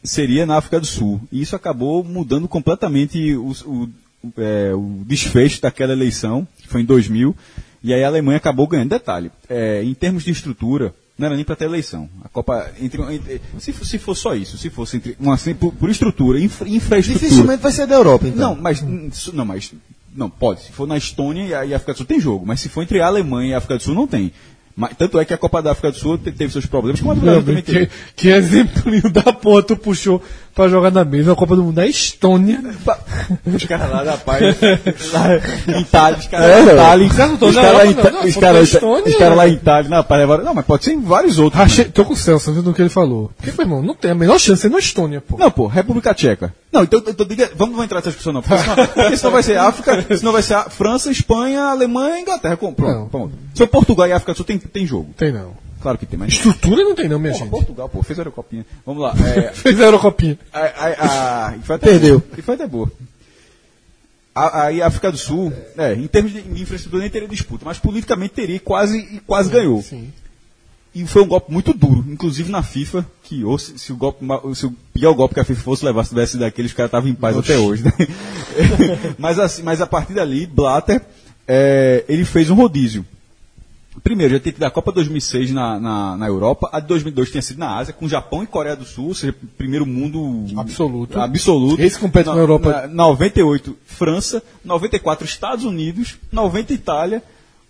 F: seria na África do Sul. E isso acabou mudando completamente o, o- o, é, o desfecho daquela eleição, que foi em 2000, e aí a Alemanha acabou ganhando. Detalhe, é, em termos de estrutura, não era nem para ter eleição. A Copa, entre, entre- se, fo- se for só isso, se fosse entre, uma, assim, por, por estrutura, infra- infraestrutura...
B: Dificilmente vai ser da Europa, então.
F: Não, mas. hum, isso- Não, mas. Não, pode. Se for na Estônia e a, e a África do Sul tem jogo. Mas se for entre a Alemanha e a África do Sul, não tem. Mas, tanto é que a Copa da África do Sul te- teve seus problemas, como a do
D: Não,
F: Brasil
D: mas
F: também
D: que,
F: teve.
D: que exemplinho da porra tu puxou pra jogar na mesma Copa do Mundo da Estônia.
F: Os caras lá da paz, lá em Itália, os caras
D: É,
F: lá em
D: não.
F: Itália,
D: Os caras não tão
F: os
D: na
F: caras lá em
D: Europa, não,
F: Ita-
D: não,
F: os
D: só
F: caras-
D: na Estônia,
F: os caras lá
D: né?
F: em Itália, na paz, agora- não, mas pode ser em vários outros.
D: Achei, tô com o Celso, vendo o que ele falou. Porque, meu irmão, não tem a menor chance de ser na Estônia, pô.
F: Não, pô, República Tcheca. Não, então, então diga, vamos não entrar nessa discussão não. Porque senão, porque senão vai ser África, senão vai ser a França, Espanha, Alemanha e Inglaterra. Com-
D: Não.
F: Pronto, pronto. Se for Portugal e África do Sul tem, tem jogo.
D: Tem não.
F: Claro que tem, mas.
D: Estrutura não tem não, minha
F: Porra,
D: gente.
F: Portugal, pô, fez a Eurocopinha. Vamos lá. É,
D: Fez a Eurocopinha.
F: a, a, a, e foi até Perdeu. E foi até boa. A- Aí a África do Sul, é, em termos de infraestrutura nem teria disputa, mas politicamente teria e quase, e quase ganhou.
D: Sim.
F: E foi um golpe muito duro, inclusive na FIFA, que ou se, se o golpe, ma- se o pior golpe que a FIFA fosse levar, se tivesse daqueles caras estavam em paz até hoje. né? mas, assim, mas a partir dali, Blatter, é, ele fez um rodízio. Primeiro, já tinha tido a Copa 2006 na, na, na Europa, a de 2002 tinha sido na Ásia, com Japão e Coreia do Sul, ou seja, primeiro mundo
D: Absoluto.
F: absoluto.
D: Esse compete na Europa.
F: na- 98, França, 94, Estados Unidos, 90, Itália.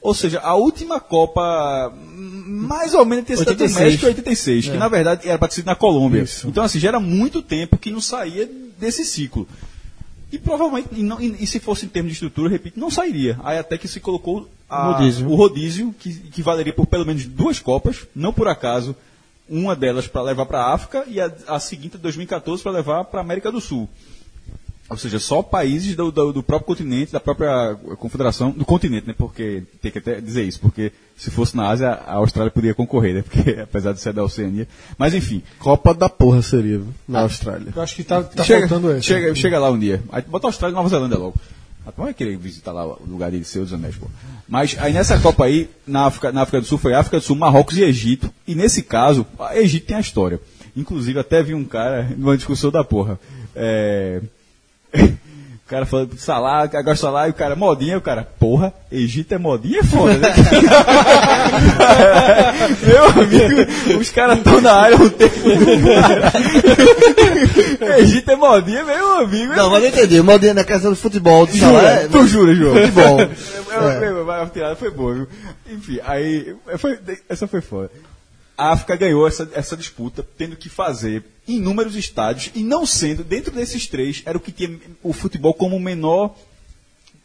F: Ou seja, a última Copa, hum, mais ou menos, tinha sido a do
D: 86.
F: México em 86, que na verdade era para ter sido na Colômbia.
D: É. Isso.
F: Então, assim, já era muito tempo que não saía desse ciclo. E provavelmente, e, não- e- e se fosse em termos de estrutura, eu repito, não sairia. Aí até que se colocou a-
E: Rodízio.
F: o rodízio, que, que valeria por pelo menos duas Copas, não por acaso, uma delas para levar para a África e a, a seguinte, 2014, para levar para a América do Sul. Ou seja, só países do, do- do próprio continente, da própria confederação, do continente, né? Porque tem que até dizer isso, porque se fosse na Ásia, a Austrália poderia concorrer, né? Porque apesar de ser da Oceania. Mas enfim,
C: Copa da porra seria viu,
M: Ah.
C: na Austrália.
D: Eu acho que tá, tá
F: chega,
D: faltando essa.
F: chega, chega lá um dia. Aí bota a Austrália e Nova Zelândia logo. Ah, é A turma vai querer visitar lá o lugar de Senhor dos Anéis, pô. Mas aí nessa Copa aí, na África, na África do Sul, foi África do Sul, Marrocos e Egito. E nesse caso, a Egito tem a história. Inclusive, até vi um cara numa discussão da porra. É... O cara falando de salário, agora salário, e o cara, é modinha, e o cara, porra, Egito é modinha, é foda, né? Meu amigo, os caras estão na área o tempo do cara. Egito é modinha, meu amigo. é
E: Não, mas eu entendi. O modinho na questão do futebol, do salário,
F: Jura,
E: é-
F: tu jura, João?
E: futebol.
F: É, é, mas A tirada foi boa, viu? Enfim, aí. é, foi- essa foi foda. A África ganhou essa, essa disputa, tendo que fazer inúmeros estádios, e não sendo, dentro desses três, era o que tinha o futebol como menor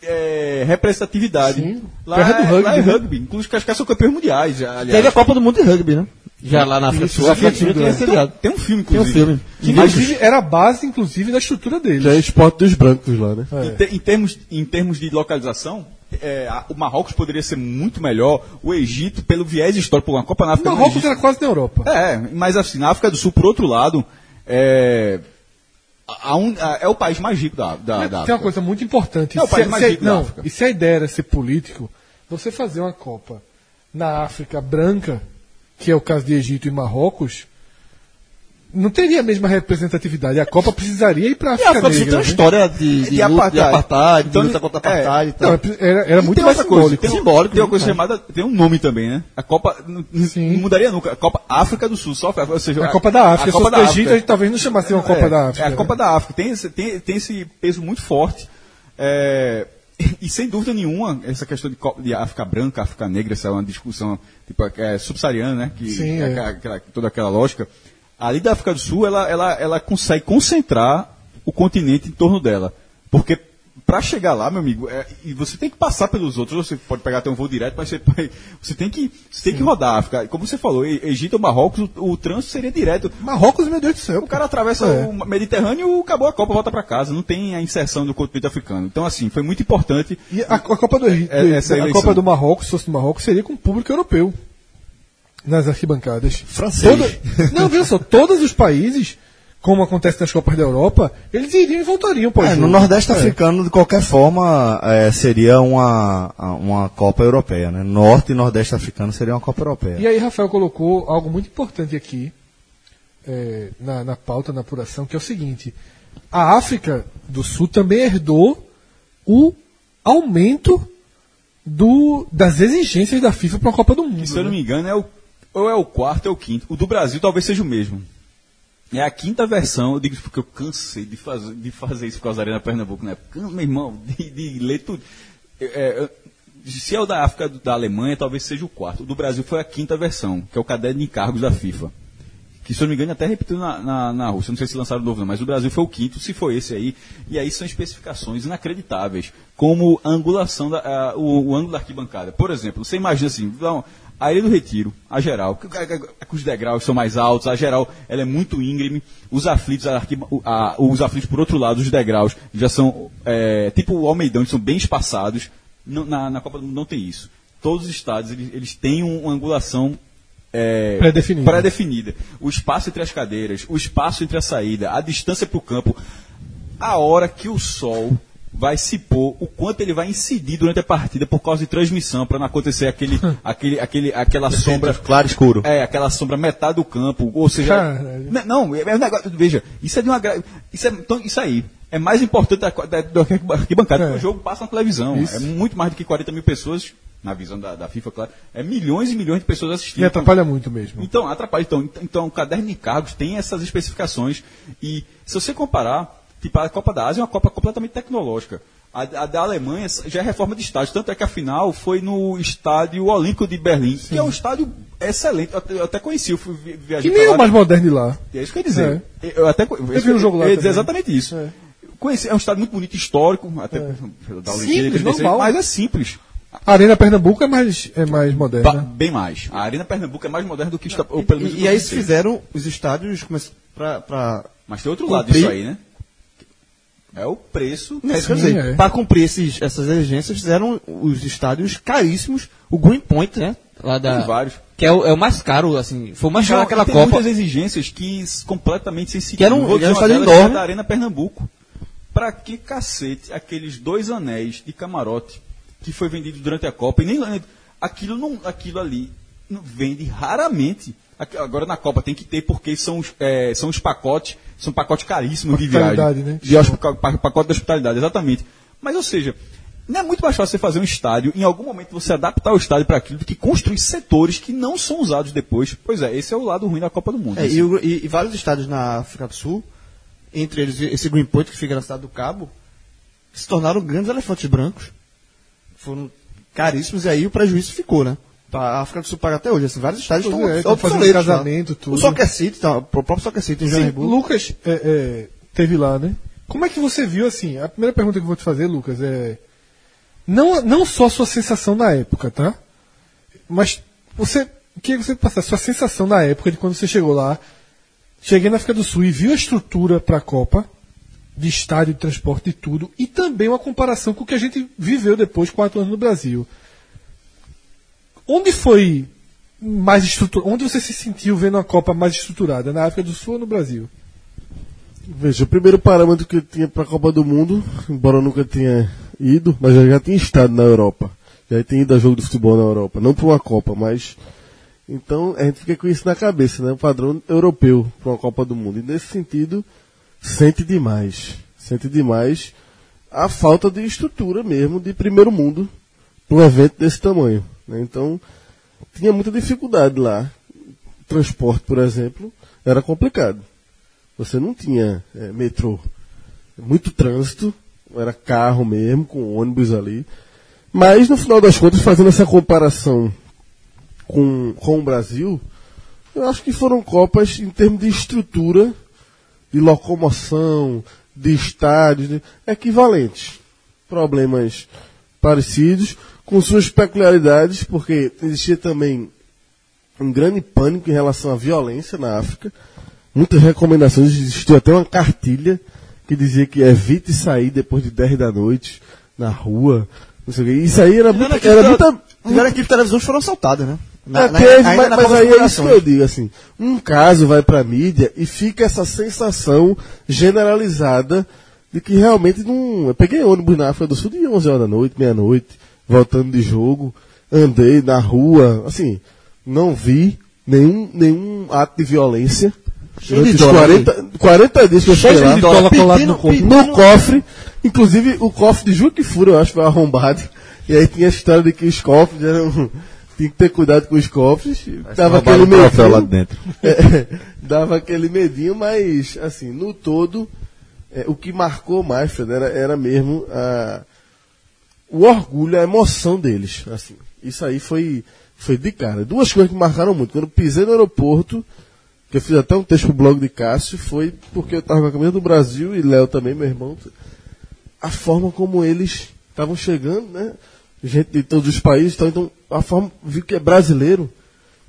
F: é, representatividade. Lá,
D: Terra do
F: é-
D: rugby,
F: lá é
D: né?
F: rugby. Inclusive, os caras são campeões mundiais, já, aliás.
E: Teve a Copa do Mundo de Rugby, né? Já lá na África do Sul. A África do Sul tinha
F: tem, um,
E: sediado.
F: tem um filme,
E: Tem um
F: inclusive.
E: filme.
D: Que, inclusive, era a base, inclusive, da estrutura deles.
C: Já é esporte dos brancos lá, né?
D: É.
F: Em, te- em termos, em termos de localização, é, a- o Marrocos poderia ser muito melhor, o Egito, pelo viés histórico, por uma Copa na
D: O
F: África do
D: Marrocos
F: Egito-
D: era quase na Europa.
F: É, mas assim, na África do Sul, por outro lado, é, a- a un- a- é o país mais rico da, da,
D: Mas tem
F: da
D: uma
F: África.
D: coisa muito importante.
F: Não,
D: Se- é-
F: o país mais
D: se-
F: rico da
D: não,
F: África.
D: e se a ideia era ser político, você fazer uma Copa na África branca, que é o caso de Egito e Marrocos, não teria a mesma representatividade. A Copa precisaria ir para a
E: E a
D: África
E: África do Sul tem
D: Negra.
F: é
E: uma
D: né?
E: história de, de,
F: De
E: luta, de
F: apartheid.
E: apartheid,
F: Então,
E: de luta contra a apartheid e tal.
D: Não, era, era
F: E
D: muito
F: tem
D: mais
F: outra coisa,
D: simbólico.
F: tem, um-
E: Simbólico,
F: tem uma coisa
E: né?
F: chamada, tem um nome também, né? A Copa não, não-
D: Sim.
F: não mudaria nunca. A Copa África do Sul, só ou seja,
D: A Copa da África.
F: A Copa
D: Se
F: da
D: fosse do Egito,
F: África.
D: a gente talvez não chamasse uma Copa
F: é,
D: da África.
F: É a Copa
D: né?
F: da África. Tem esse, tem, tem esse peso muito forte. É, e sem dúvida nenhuma, essa questão de, co- de África branca, África negra, essa é uma discussão tipo, é, subsaariana, né? Que,
D: Sim,
F: é
D: é.
F: aquela- aquela- toda aquela lógica. Ali da África do Sul, ela, ela, ela consegue concentrar o continente em torno dela. Porque para chegar lá, meu amigo, é, e você tem que passar pelos outros, você pode pegar até um voo direto, mas você, você tem que, você tem que rodar a África. Como você falou, E- Egito ou Marrocos, o, o trânsito seria direto.
D: Marrocos, meu Deus do céu.
F: O cara atravessa
D: É.
F: o Mediterrâneo, acabou a Copa, volta pra casa. Não tem a inserção do continente africano. Então, assim, foi muito importante.
D: E a, a Copa do Egito,
F: É, essa é a
D: a
F: eleição.
D: Copa do Marrocos, se fosse do Marrocos, seria com público europeu nas arquibancadas.
B: Francês.
D: Todo- não, veja só, todos os países, como acontece nas Copas da Europa, eles iriam e voltariam pós
B: É, no Nordeste africano, de qualquer forma, é, seria uma, a- uma Copa Europeia, né? Norte e Nordeste africano seria uma Copa Europeia.
D: E aí, Rafael colocou algo muito importante aqui é, na, na pauta, na apuração, que é o seguinte: a África do Sul também herdou o aumento do, das exigências da FIFA para a Copa do Mundo.
F: Que, se eu não
D: né?
F: me engano, é o, ou é o quarto ou é o quinto. O do Brasil talvez seja o mesmo. É a quinta versão, eu digo isso porque eu cansei de né? fazer, de fazer isso com as Arena Pernambuco na época. Can- Meu irmão, de, de ler tudo. É, é, se é o da África, da Alemanha, talvez seja o quarto. O do Brasil foi a quinta versão, que é o caderno de encargos da FIFA. Que, se eu não me engano, até repetiu na, na, na Rússia. Não sei se lançaram novo, não, mas o Brasil foi o quinto, se foi esse aí. E aí são especificações inacreditáveis, como a angulação, da, a- o, o ângulo da arquibancada. Por exemplo, você imagina assim, então, a Ilha do Retiro, a geral, que, que- que- que os degraus são mais altos, a geral ela é muito íngreme, os aflitos, a arquiba- o- a- os aflitos, por outro lado, os degraus já são, é, tipo o Almeidão, eles são bem espaçados. Não- na, na Copa do Mundo não tem isso. Todos os estados eles, eles têm um- uma angulação é,
G: Pré-definida.
F: pré-definida. O espaço entre as cadeiras, o espaço entre a saída, a distância para o campo, a hora que o sol vai se pôr, o quanto ele vai incidir durante a partida por causa de transmissão, para não acontecer aquele, aquele, aquele, aquela sombra
B: Claro escuro.
F: é, aquela sombra metade do campo, ou seja,
G: Caralho.
F: N- não, é é um negócio, veja, isso é de uma gra... isso é então, isso aí é mais importante da, co- da, do arquibancada,
G: É.
F: porque o jogo passa na televisão, é muito mais do que 40 mil pessoas, na visão da, da FIFA, claro, é milhões e milhões de pessoas assistindo.
G: E atrapalha muito mesmo.
F: Então, atrapalha. Então, ent- então, o caderno de encargos tem essas especificações. E se você comparar, tipo, a Copa da Ásia é uma Copa completamente tecnológica. A, a da Alemanha s- já é reforma de estádio. Tanto é que a final foi no estádio Olímpico de Berlim, que é um estádio excelente. Eu até, eu até conheci, eu fui vi- viajar
G: Que
F: pra
G: nem
F: lá.
G: o mais moderno de lá.
F: É isso que eu ia dizer. Eu até co-
G: vi um jogo lá
F: eu ia dizer
G: também.
F: exatamente isso.
G: É.
F: Conheci- é um estádio muito bonito, histórico, até da Olimpíada,
G: Simples,
F: que eu sei,
G: normal.
F: mas é simples.
G: A Arena Pernambuco é mais, é mais
F: Ba-
G: moderna.
F: Bem mais. A Arena Pernambuco é mais moderna do que o esta- ou pelo menos
B: E,
F: do que
B: e
G: é
B: aí
F: eu
B: se
F: sei.
B: fizeram os estádios começ- pra, pra,
F: Mas tem outro lado
B: Cumprir-
F: disso aí, né? É o preço.
B: É isso que eu
G: Sim,
B: sei.
G: é.
E: Para cumprir esses- essas exigências, fizeram os estádios caríssimos. O Green Point, né? Lá da,
F: Tem vários.
E: Que é o, é o mais caro, assim. Foi o mais caro
F: Não,
E: daquela
F: tem
E: Copa.
F: muitas exigências que s- completamente sem sentido.
E: Que era um-
F: Vou dizer
E: era um
F: uma
E: estádio
F: delas, que é
E: enorme.
F: da Arena Pernambuco. Pra que cacete aqueles dois anéis de camarote que foi vendido durante a Copa e nem aquilo não, aquilo ali não- vende raramente. Aqui- Agora na Copa tem que ter porque são os, é, são os pacotes, são pacotes caríssimos de
G: Hospitalidade,
F: viagem.
G: né?
F: De hosp- pa- pacote da hospitalidade, exatamente. Mas ou seja, não é muito mais fácil você fazer um estádio, em algum momento você adaptar o estádio para aquilo do que construir setores que não são usados depois. Pois é, esse é o lado ruim da Copa do Mundo.
E: É, e, o- e- e vários estados na África do Sul, entre eles esse Greenpoint que fica na cidade do Cabo, se tornaram grandes elefantes brancos. Foram caríssimos e aí o prejuízo ficou, né? A África do Sul paga até hoje. Assim, vários estados
G: Pois
E: estão
G: é, tão fazendo casamento, tudo.
E: O Soccer City, tá, o próprio Soccer City em
G: Sim,
E: Joanesburgo.
G: Lucas é, é, teve lá, né? Como é que você viu assim? A primeira pergunta que eu vou te fazer, Lucas, é não não só a sua sensação na época, tá? Mas você o que você passar sua sensação na época de quando você chegou lá? Cheguei na África do Sul e viu a estrutura para a Copa de estádio, de transporte, de tudo e também uma comparação com o que a gente viveu depois quatro anos no Brasil. Onde foi mais estrutura? Onde você se sentiu vendo a Copa mais estruturada? Na África do Sul ou no Brasil?
C: Veja, o primeiro parâmetro que eu tinha para a Copa do Mundo, embora eu nunca tenha ido, mas eu já tinha estado na Europa. Já tinha ido a jogo de futebol na Europa. Não para uma Copa, mas. Então a gente fica com isso na cabeça, né? O padrão europeu para uma Copa do Mundo. E nesse sentido, sente demais. Sente demais a falta de estrutura mesmo de primeiro mundo para um evento desse tamanho. né? Então, tinha muita dificuldade lá. Transporte, por exemplo, era complicado você não tinha eh, metrô. Muito trânsito, era carro mesmo, com ônibus ali. Mas no final das contas, fazendo essa comparação com, com o Brasil, eu acho que foram Copas em termos de estrutura, de locomoção, de estádios, de- equivalentes. Problemas parecidos, com suas peculiaridades, porque existia também um grande pânico em relação à violência na África. Muitas recomendações, existiu até uma cartilha que dizia que evite sair depois de 10 da noite na rua. Não sei o quê. Isso aí era,
E: Tiveram
C: muito,
E: aqui
C: era
E: tele-
C: muita.
E: tiveram aqui que televisões foram assaltadas, né?
C: É, teve, mas, mas aí é isso que eu digo, assim, um caso vai pra mídia e fica essa sensação generalizada de que realmente não... Eu peguei ônibus na África do Sul de 11 horas da noite, meia-noite, voltando de jogo, andei na rua, assim, não vi nenhum, nenhum ato de violência. Durante
E: de
C: os
E: dólar,
C: 40, 40 dias que eu
E: Cheio
C: fiquei
E: de
C: lá,
E: dólar colado
C: pedindo-
E: no corpo.
C: no cofre, inclusive o cofre de Juque Fura, eu acho, foi arrombado. E aí tinha a história de que os cofres eram. Tinha que ter cuidado com os cofres. Dava aquele
B: roubaram o troféu lá
C: medinho.
B: dentro.
C: É, dava aquele medinho, mas, assim, no todo, é, o que marcou mais, Fred, era, era mesmo a o orgulho, a emoção deles. Assim, isso aí foi, foi de cara. Duas coisas que marcaram muito. Quando eu pisei no aeroporto, que eu fiz até um texto pro blog de Cássio, foi porque eu estava com a camisa do Brasil e Léo também, meu irmão. A forma como eles estavam chegando, né? Gente de todos os países, tal, então a forma, vi que é brasileiro,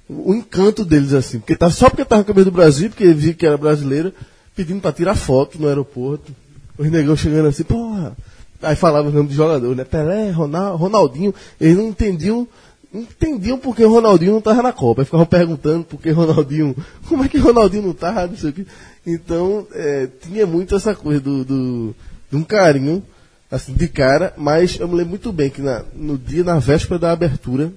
C: o encanto deles assim, porque tá só porque tava com a camisa do Brasil, porque vi que era brasileiro, pedindo para tirar foto no aeroporto. Os negão chegando assim, porra. Aí falava o nome de jogador, né? Pelé, Ronaldo, Ronaldinho, eles não entendiam não entendiam por que o Ronaldinho não estava na Copa. Aí ficavam perguntando por que Ronaldinho. Como é que Ronaldinho não estava, não sei o quê. Então, é, tinha muito essa coisa do, do, de um carinho, assim, de cara, mas eu me lembro muito bem que na, no dia, na véspera da abertura,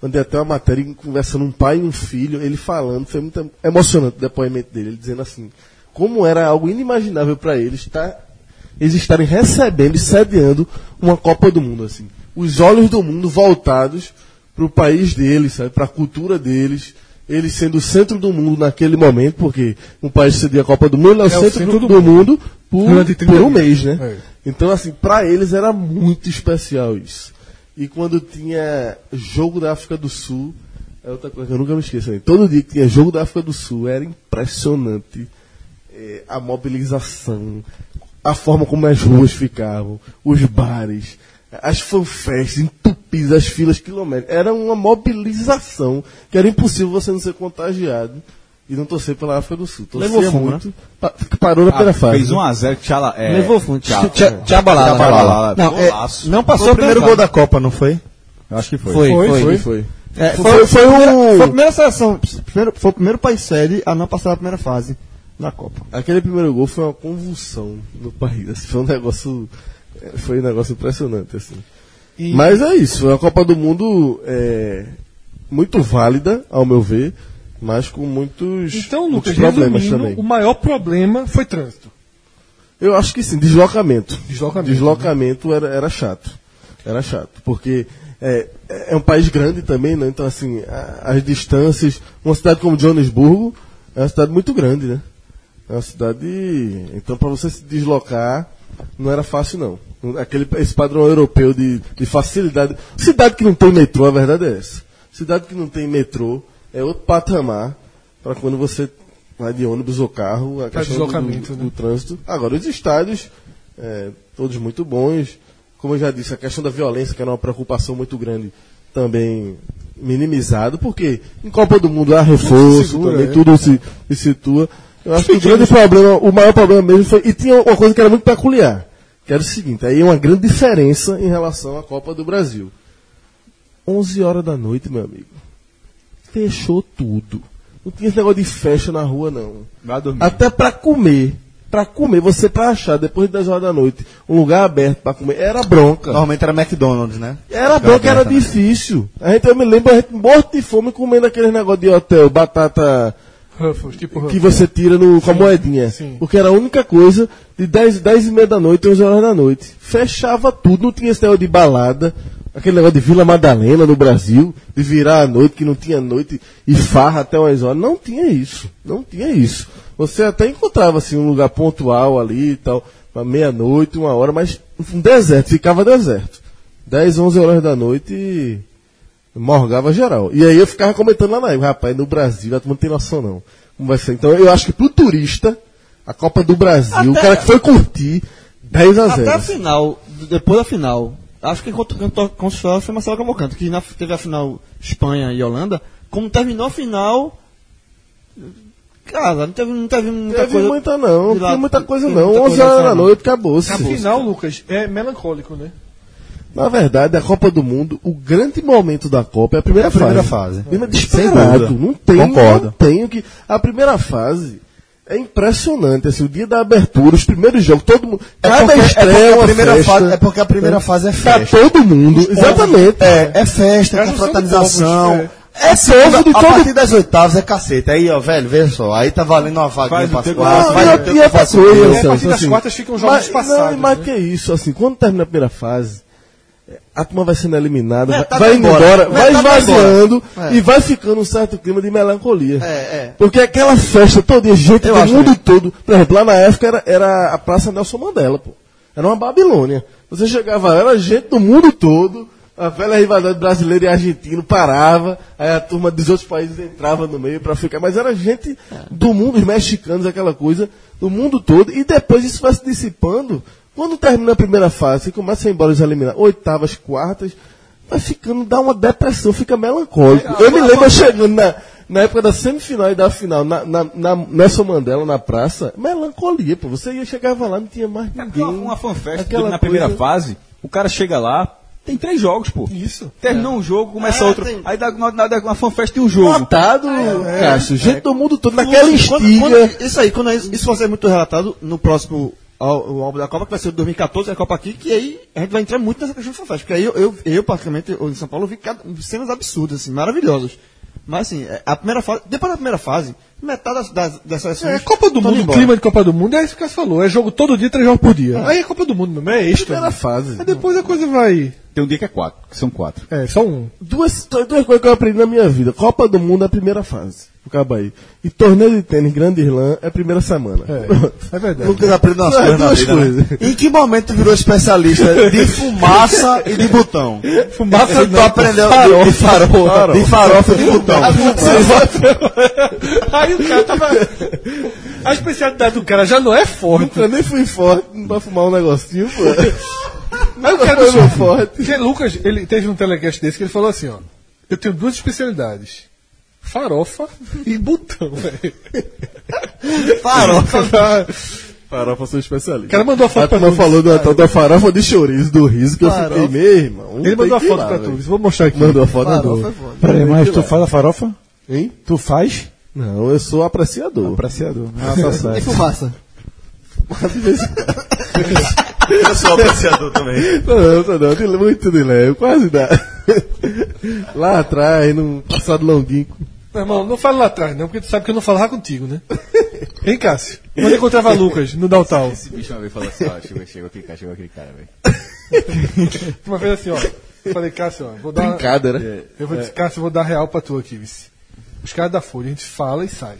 C: mandei até uma matéria conversando um pai e um filho, ele falando, foi muito emocionante o depoimento dele, ele dizendo assim, como era algo inimaginável para eles tá, eles estarem recebendo e sediando uma Copa do Mundo, assim os olhos do mundo voltados para o país deles, sabe? Para a cultura deles. Eles sendo o centro do mundo naquele momento, porque um país cedia a Copa do Mundo, ele é o, centro, do, do mundo, por,
G: Durante 30
C: por um
G: dias.
C: mês, né?
G: É.
C: Então, assim, para eles era muito especial isso. E quando tinha jogo da África do Sul, é outra coisa que eu nunca me esqueço. né? Todo dia que tinha jogo da África do Sul, era impressionante é, a mobilização, a forma como as ruas ficavam, os bares, as fanfests entupidas, as filas quilométricas. Era uma mobilização que era impossível você não ser contagiado e não torcer pela África do Sul. Torcia
E: Levou fumo,
C: muito, pa- parou na primeira fase.
F: Ah,
C: né?
F: Fez 1x0 Tchala. É,
E: Levou fundo.
F: Tchala.
E: Tchabalala.
F: Tchabalala.
E: Não, é,
F: Golaço.
E: não
B: Foi
E: passou
B: o primeiro gol da Copa, não foi?
F: Eu acho que foi.
E: Foi, foi.
G: Foi,
E: foi.
C: Foi.
E: É, foi,
C: Foi- foi
E: foi a primeira-
C: um-
E: foi a primeira seleção, primeiro- foi o primeiro país sede a não passar a primeira fase da Copa.
C: Aquele primeiro gol foi uma convulsão no país. assim, foi um negócio. é, Foi um negócio impressionante, assim.
G: E-
C: Mas é isso, foi uma Copa do Mundo é, muito válida, ao meu ver, mas com muitos,
G: Então,
C: muitos
G: Lucas,
C: problemas
G: resumindo,
C: também.
G: o maior problema foi trânsito.
C: Eu acho que sim, deslocamento.
G: Deslocamento,
C: Deslocamento era, era chato. Era chato, porque é, é um país grande também, né? Então, assim, a- as distâncias. Uma cidade como Joanesburgo é uma cidade muito grande, né? É uma cidade. Então, para você se deslocar, não era fácil, não. Aquele, esse padrão europeu de, de facilidade. Cidade que não tem metrô, a verdade é essa. Cidade que não tem metrô é outro patamar para quando você vai de ônibus ou carro. A
G: Pra
C: questão do-
G: deslocamento,
C: do,
G: né?
C: do trânsito. Agora, os estádios, é, todos muito bons. Como eu já disse, a questão da violência, que era uma preocupação muito grande, também minimizado, porque em Copa do Mundo há reforço,
G: segura,
C: também
G: é.
C: tudo se, se situa. Eu acho que o grande problema, o maior problema mesmo foi. E tinha uma coisa que era muito peculiar, que era o seguinte, aí é uma grande diferença em relação à Copa do Brasil. 11 horas da noite, meu amigo. Fechou tudo. Não tinha esse negócio de festa na rua,
G: Hum.
C: não.
F: Vai dormir.
C: Até pra comer. Pra comer, você pra achar depois das 10 horas da noite um lugar aberto pra comer, era bronca.
B: Normalmente era McDonald's, né?
C: Era bronca, era difícil. A gente, eu me lembro, a gente morto de fome comendo aqueles negócio de hotel, batata
G: Ruffles, tipo
C: que
G: Ruffles.
C: você tira no, com a moedinha.
G: Sim.
C: Porque era a única coisa de 10, 10 e meia da noite, 11 horas da noite. Fechava tudo, não tinha esse negócio de balada, aquele negócio de Vila Madalena no Brasil, de virar à noite, que não tinha noite, e farra até umas horas. Não tinha isso, não tinha isso. Você até encontrava assim, um lugar pontual ali e tal, pra meia-noite, uma hora, mas um deserto, ficava deserto. 10, 11 horas da noite Morgava geral. E aí eu ficava comentando lá na época, rapaz, no Brasil, a turma não tem noção não. Como vai ser? Então eu acho que pro turista, a Copa do Brasil, o cara que foi curtir, 10 a 0.
E: Até a final, d- depois da final, acho que enquanto cantou Consuelo foi Marcelo Cavalcante, que na- teve a final Espanha e Holanda, como terminou a final. Cara, não teve, não teve muita
C: Não teve
E: coisa.
C: muita não, não
E: lá-
C: teve muita coisa
E: tem
C: não.
E: muita
C: 11
E: coisa
C: horas
E: nessa
C: da
E: não.
C: noite, acabou.
G: A final, Lucas, é melancólico, né?
C: Na verdade, a Copa do Mundo, o grande momento da Copa é a primeira,
B: É a primeira
C: fase.
B: fase.
C: Mesmo é
B: Sem
C: disparado.
B: dúvida.
C: Não tem,
B: Concordo.
C: não tem o que. A primeira fase é impressionante. Assim, o dia da abertura, os primeiros jogos, todo mundo. cada
B: porque- é
C: estreia
B: porque a
C: é uma
B: primeira
C: festa.
B: fase- é porque a primeira fase é
C: Pra
B: festa.
C: todo mundo, exatamente.
B: É, é festa,
G: É a
B: é
G: junção de
B: confraternização.
G: povos,
B: É povo
C: de
B: de A
C: todo-
B: partir das oitavas é cacete. Aí, ó, velho, veja só. Aí tá valendo uma vaga
F: Faz
B: pra
F: o
B: quatro,
F: teu golaço,
B: faz
C: Ah, e
B: o
C: a-
B: teu
C: e a
B: golaço.
C: outra coisa,
G: E a partir
C: Celso,
G: das
C: assim,
G: quartas ficam jogos
C: mas-
G: passados,
C: Não, mas
G: né?
C: que é isso, assim, quando termina a primeira fase, é, a turma vai sendo eliminada,
B: É,
C: vai-
B: tá
E: Metade
C: vai
E: vai
C: indo
E: embora.
C: embora, vai
E: Metade vai
C: esvaziando
E: embora. É.
C: e vai ficando um certo clima de melancolia.
E: É, é.
C: Porque aquela festa todo gente
E: Eu
C: do
E: acho
C: mundo todo, por exemplo, lá na época era, era a Praça Nelson Mandela, pô. Era uma Babilônia. Você chegava lá, era gente do mundo todo, a velha rivalidade brasileira e argentino parava, aí a turma dos outros países entrava no meio para ficar, mas era gente do mundo, os mexicanos, aquela coisa, do mundo todo, e depois isso vai se dissipando. Quando termina a primeira fase, começa a ir embora os eliminados, oitavas, quartas, vai Tá ficando, dá uma depressão, fica melancólico. Eu me lembro eu chegando na, na época da semifinal e da final, na, na, na Nelson Mandela, na praça, melancolia, pô. Você ia, chegava lá, não tinha mais
D: Tá
C: ninguém.
F: Uma, uma fanfest
C: Aquela
F: na
D: Ah,
F: primeira
C: coisa-
F: fase, o cara chega lá, tem três jogos, pô.
D: Isso.
F: Terminou um jogo, começa
E: É,
F: outro.
E: tem-
F: Aí dá, na, na, uma fanfest e um jogo.
C: Lotado,
D: é.
F: né?
C: Cássio, gente do mundo todo, naquela
E: Quando- quando-
C: estiga.
E: quando- isso aí, quando é isso, isso vai ser muito relatado no próximo al- o álbum da Copa, que vai ser o 2014, a Copa aqui, que aí a gente vai entrar muito nessa questão do FanFest. Porque aí eu, eu, eu, particularmente, eu, em São Paulo, eu vi cada- cenas absurdas, assim, maravilhosas. Mas assim, é, a primeira fase, depois da primeira fase, metade das, das, das seleções.
D: É Copa do
E: tão
D: Mundo, o
E: embora.
D: clima de Copa do Mundo é isso que você falou. É jogo todo dia, três jogos por dia. Aí é Copa do Mundo mesmo, é extra.
C: Primeira fase.
D: Aí depois a coisa vai.
F: Tem um dia que é quatro, que são quatro.
D: É, só um.
C: Duas, duas coisas que eu aprendi na minha vida. Copa do Mundo é a primeira fase. Acaba aí. E torneio de tênis Grande Irlã é a primeira semana.
D: É, é verdade.
B: Nunca aprendeu umas coisas na
C: duas
B: vida, né?
C: coisas.
B: Em que momento virou especialista de fumaça e de botão?
C: Fumaça
B: tu aprendeu de, de farol, de farofa e de botão.
D: Aí o cara tava. A especialidade do cara já não é forte.
C: Eu nem fui forte, não vai fumar um negocinho, pô.
D: Mas o cara
C: Foi meu
D: não
C: forte.
D: Porque Lucas, ele teve um telecast desse que ele falou assim, ó. Eu tenho duas especialidades. Farofa e botão, velho.
E: Farofa.
C: Farofa sou especialista.
D: O cara mandou a foto
C: A
D: pra
C: turma
D: tu.
C: falou da, tal da farofa de chouriço do riso que eu fiquei,
E: Farofa.
C: meu irmão.
D: Ele mandou a
C: tem que ir
D: foto
C: lá,
D: pra
C: velho.
D: tu. Vou mostrar aqui.
C: Mandou a foto,
E: Farofa é
C: mandou.
E: foda.
N: Peraí, mas tu faz a farofa?
C: Hein?
N: Tu faz?
C: Não, eu sou apreciador.
N: Apreciador. né? Ah, tá
E: E
N: certo.
E: fumaça.
B: Eu sou apreciador também.
C: Não, não, não, de, muito de leve, quase dá. Lá atrás, num passado longuinho.
D: Meu irmão, não fala lá atrás, não, porque tu sabe que eu não falava contigo, né? Hein, Cássio? Quando eu encontrava Lucas no Downtown.
F: Esse bicho uma vez falou assim, ó, chegou, chegou aquele cara, chegou aquele cara, velho.
D: Uma vez assim, ó. eu Falei, Cássio, ó, vou dar. uma-
C: Brincada, né?
D: Eu vou dizer, Cássio, eu vou dar real pra tu aqui, vice. Os caras da Folha, a gente fala e sai.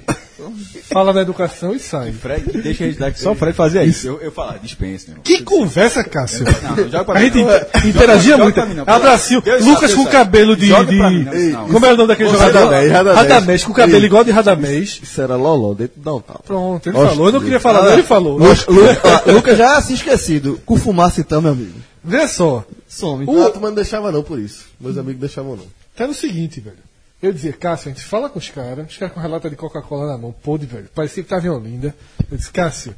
D: Fala na educação e sai.
F: Fred, deixa eu registrar que só o Fred fazia isso. Eu, eu falar, dispensa, meu irmão.
D: Que conversa, Cássio?
F: Não, joga pra
D: A
F: mim,
D: gente
F: não.
D: inter- interagia
F: joga
D: muito.
F: pra mim, não.
D: Abracinho.
F: Deus
D: Lucas
F: sabe,
D: com
F: Deus
D: cabelo
F: sabe.
D: de.
F: Joga pra
D: de-
F: mim, não, não.
D: Como é o nome daquele jogador?
C: Radamés, Radamés.
D: com cabelo igual de Radamés.
C: Isso era Loló, dentro do downtown.
D: Pronto, ele falou. Eu não queria falar, não, ele falou. ah,
E: Lucas já se esquecido. Com fumaça
B: É,
E: então, meu amigo.
D: Vê só.
E: Some.
C: O outro Ah, não deixava não por isso. Meus amigos deixavam não.
D: Tá no seguinte, velho. Eu dizia, Cássio, a gente fala com os caras, os caras com relata de Coca-Cola na mão, podre, velho. Parecia que tava em Olinda. Eu disse, Cássio,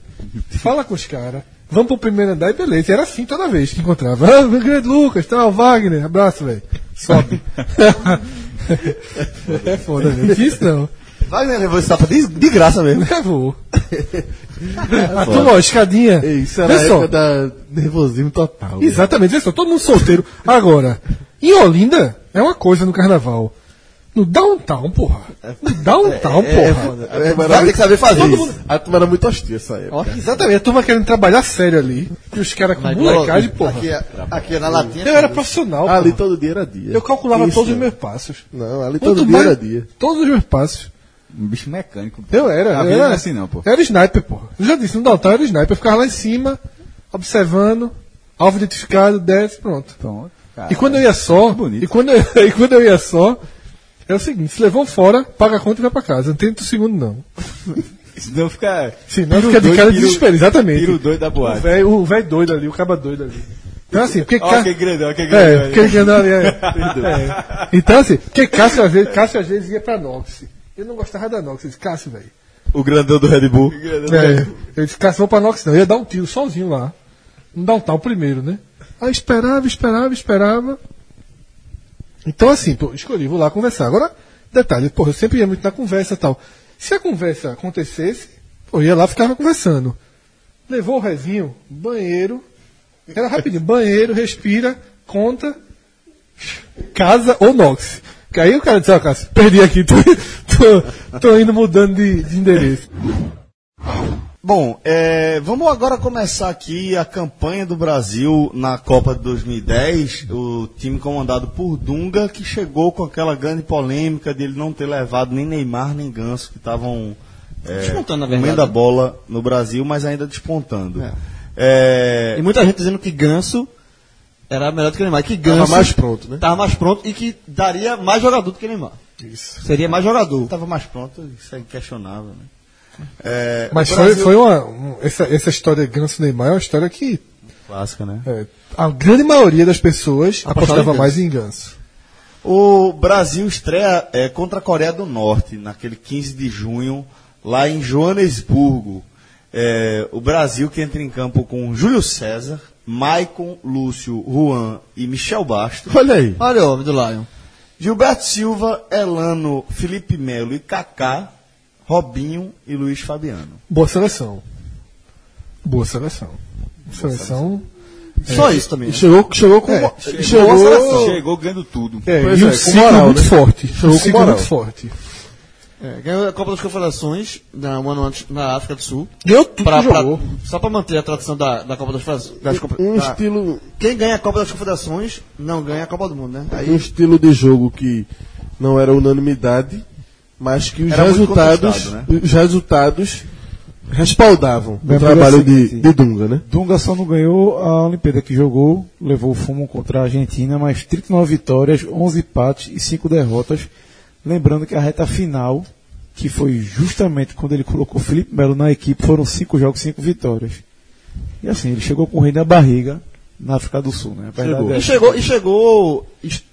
D: fala com os caras, vamos pro primeiro andar e beleza. Era assim toda vez que encontrava. Ah, meu grande Lucas, tal, Wagner, abraço, velho. Sobe. é foda, velho. Que isso não.
E: Wagner levou esse tapa de, de graça mesmo.
D: Nunca vou. Ah, Turma, ó, escadinha.
C: É Ei, Isso era a
D: Vê só.
C: época da nervosismo total.
D: Exatamente, vê só, todo mundo solteiro. Agora, em Olinda é uma coisa no carnaval. No downtown, porra. No
C: É,
D: downtown,
B: é,
D: porra.
C: A turma
E: Vai ter
C: era
E: que
C: muito-
E: saber fazer
C: Todo
E: isso.
C: mundo- A turma era muito hostil essa época.
D: Exatamente, a turma querendo trabalhar sério ali. E os caras com molecagem, porra.
C: é-
E: Aqui, aqui na latinha.
D: Eu era profissional,
C: Ali
D: porra.
C: todo dia era dia.
D: Eu calculava
C: Isso,
D: todos os
C: né?
D: meus passos.
C: Não, ali
D: Quanto
C: todo dia
D: mais-
C: era dia.
D: Todos os meus passos.
F: Um bicho mecânico. pô.
D: Eu era.
F: A
D: eu
F: vida
D: era
F: não é assim, não, pô.
D: Eu era sniper, porra. Eu já disse, no downtown eu era sniper. Eu ficava lá em cima, observando, alvo identificado, desce, pronto.
F: Pronto. cara. é
D: E quando eu ia só,
F: bonito.
D: e quando, eu, e quando eu ia só, é o seguinte, se levou fora, paga a conta e vai pra casa. Não tem outro segundo, não.
F: Senão fica.
D: Senão
F: Piro
D: fica de
F: doido,
D: cara de
F: piro-
D: desespero, exatamente.
F: Tira o doido da
D: O
F: boate.
D: velho o velho doido ali, o caba doido ali. Então assim, porque
F: Ó,
D: Cássio-
F: que grandão, ó, que grandão.
D: É,
F: ali.
D: porque ele andava ali, é, é. Então assim, porque Cássio às vezes, Cássio às vezes ia pra Nox. Eu não gostava da Nox, eu disse, Cássio, velho.
B: O grandão do Red Bull.
D: É, eu disse, Cássio, vou pra Nox não. Eu ia dar um tiro sozinho lá. Não dá um tal primeiro, né? Aí esperava, esperava, esperava. Então assim, pô, escolhi, vou lá conversar. Agora, detalhe, porra, eu sempre ia muito na conversa e tal. Se a conversa acontecesse, pô, eu ia lá e ficava conversando. Levou o rezinho, banheiro. Era rapidinho, banheiro, respira, conta, casa ou Nox. Que Aí o cara disse, ó, Cássio, perdi aqui, tô, tô- tô indo mudando de- de endereço.
B: Bom, é, vamos agora começar aqui a campanha do Brasil na Copa de 2010. O time comandado por Dunga, que chegou com aquela grande polêmica de ele não ter levado nem Neymar nem Ganso, que estavam é,
E: Despontando, na verdade.
B: comendo a bola no Brasil, mas ainda despontando. É,
E: E muita gente dizendo que Ganso Era melhor do que Neymar. Que
C: Tava
E: Ganso
C: mais pronto, né?
E: tava mais pronto e que daria mais jogador do que Neymar. Isso. Seria mais jogador.
B: Estava mais pronto, isso é inquestionável. Né? É,
G: Mas
B: o
G: foi,
B: Brasil-
G: foi uma. um- essa, essa história Ganso Neymar é uma história que
B: Clássica, né?
G: é, a grande maioria das pessoas
E: Apostava em
G: apostava
E: Ganso.
G: mais em Ganso.
B: O Brasil estreia é, contra a Coreia do Norte, naquele 15 de junho, lá em Joanesburgo. É, o Brasil que entra em campo com Júlio César, Maicon, Lúcio, Juan e Michel Bastos.
C: Olha aí.
E: Olha o homem do Lion.
B: Gilberto Silva, Elano, Felipe Melo e Kaká, Robinho e Luiz Fabiano.
G: Boa seleção. Boa seleção. seleção.
E: Só isso também. né?
C: Chegou, chegou com.
G: É,
C: chegou,
F: Chegou ganhando tudo.
G: É,
C: Pois
G: e um
C: é, com
G: ciclo
C: moral,
G: muito
C: né?
G: forte.
C: Chegou
G: um
C: com
G: ciclo
C: moral.
G: muito forte.
B: né?
E: É, ganhou a Copa das Confederações na, um ano antes na África do Sul.
C: Deu tudo
E: Pra-
C: que
E: pra-
C: jogou.
E: só para manter a tradição da, da Copa das, Faz- das Copa-
C: Um
D: Tá.
E: da-
C: estilo,
E: Quem ganha a Copa das Confederações não ganha a Copa do Mundo, né?
C: um estilo de jogo que não era unanimidade, mas que os
B: Era muito
C: resultados,
B: contestado, né?
C: os resultados respaldavam
D: Bem,
C: o
D: mas é o
C: trabalho de,
D: seguinte-
C: de Dunga, né?
D: Dunga só não ganhou a Olimpíada que jogou, levou o fumo contra a Argentina, mas 39 vitórias, 11 empates e 5 derrotas. Lembrando que a reta final, que foi justamente quando ele colocou Felipe Melo na equipe, foram 5 jogos, 5 vitórias. E assim, ele chegou com o rei na barriga na África do Sul, né? A verdade é
E: E
D: essa.
E: chegou, e chegou es-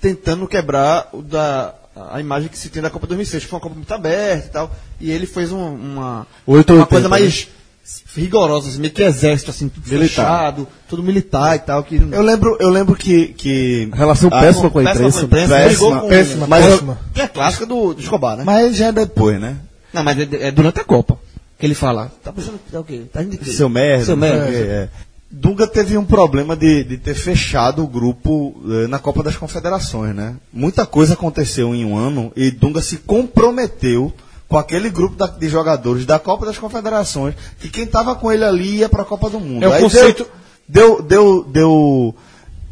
E: tentando quebrar o da, a imagem que se tem da Copa 2006, que foi uma Copa muito aberta e tal. E ele fez um- uma,
C: Oito ou
E: uma
C: oitenta,
B: né?
E: coisa mais rigorosa, assim, meio que exército, assim, tudo fechado, tudo militar e tal. Que
B: Eu lembro, eu lembro que, que
C: Relação
B: Ah,
C: péssima com a
E: péssima
C: imprensa.
E: com a imprensa, brigou com-
G: Péssima,
B: Mas eu-
G: péssima.
E: que é a clássica do, do Escobar, né?
B: Mas já é depois, né?
E: Não, mas é, é durante a Copa que ele fala. Tá pensando que é o quê? Tá indo de quê?
B: Seu merda.
E: Seu merda.
B: não sei o quê, é. Dunga teve um problema de, de ter fechado o grupo eh, na Copa das Confederações, né? Muita coisa aconteceu em um ano e Dunga se comprometeu com aquele grupo da- de jogadores da Copa das Confederações que quem tava com ele ali ia para a Copa do Mundo.
G: É o
B: Aí
G: conceito-
B: Deu, deu, deu, deu,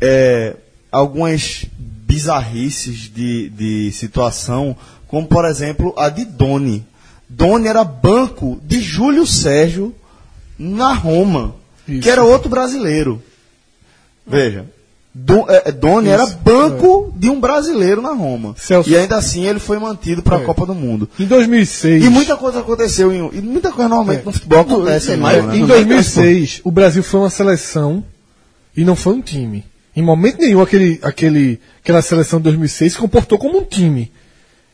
B: eh, algumas bizarrices de, de situação, como por exemplo a de Doni. Doni era banco de Júlio Sérgio na Roma, que era outro brasileiro. Veja, do, é, é, Doni era banco de um brasileiro na Roma.
G: É. Celso.
B: E ainda assim ele foi mantido para a
G: É.
B: Copa do Mundo.
G: Em 2006.
B: E muita coisa aconteceu, em, um, e muita coisa normalmente
G: É.
B: no futebol acontece.
E: Em
B: né,
E: maio-
B: mano?
G: Em
E: Não,
G: 2006, o Brasil foi uma seleção e não foi um time. Em momento nenhum, aquele, aquele, aquela seleção de 2006 se comportou como um time.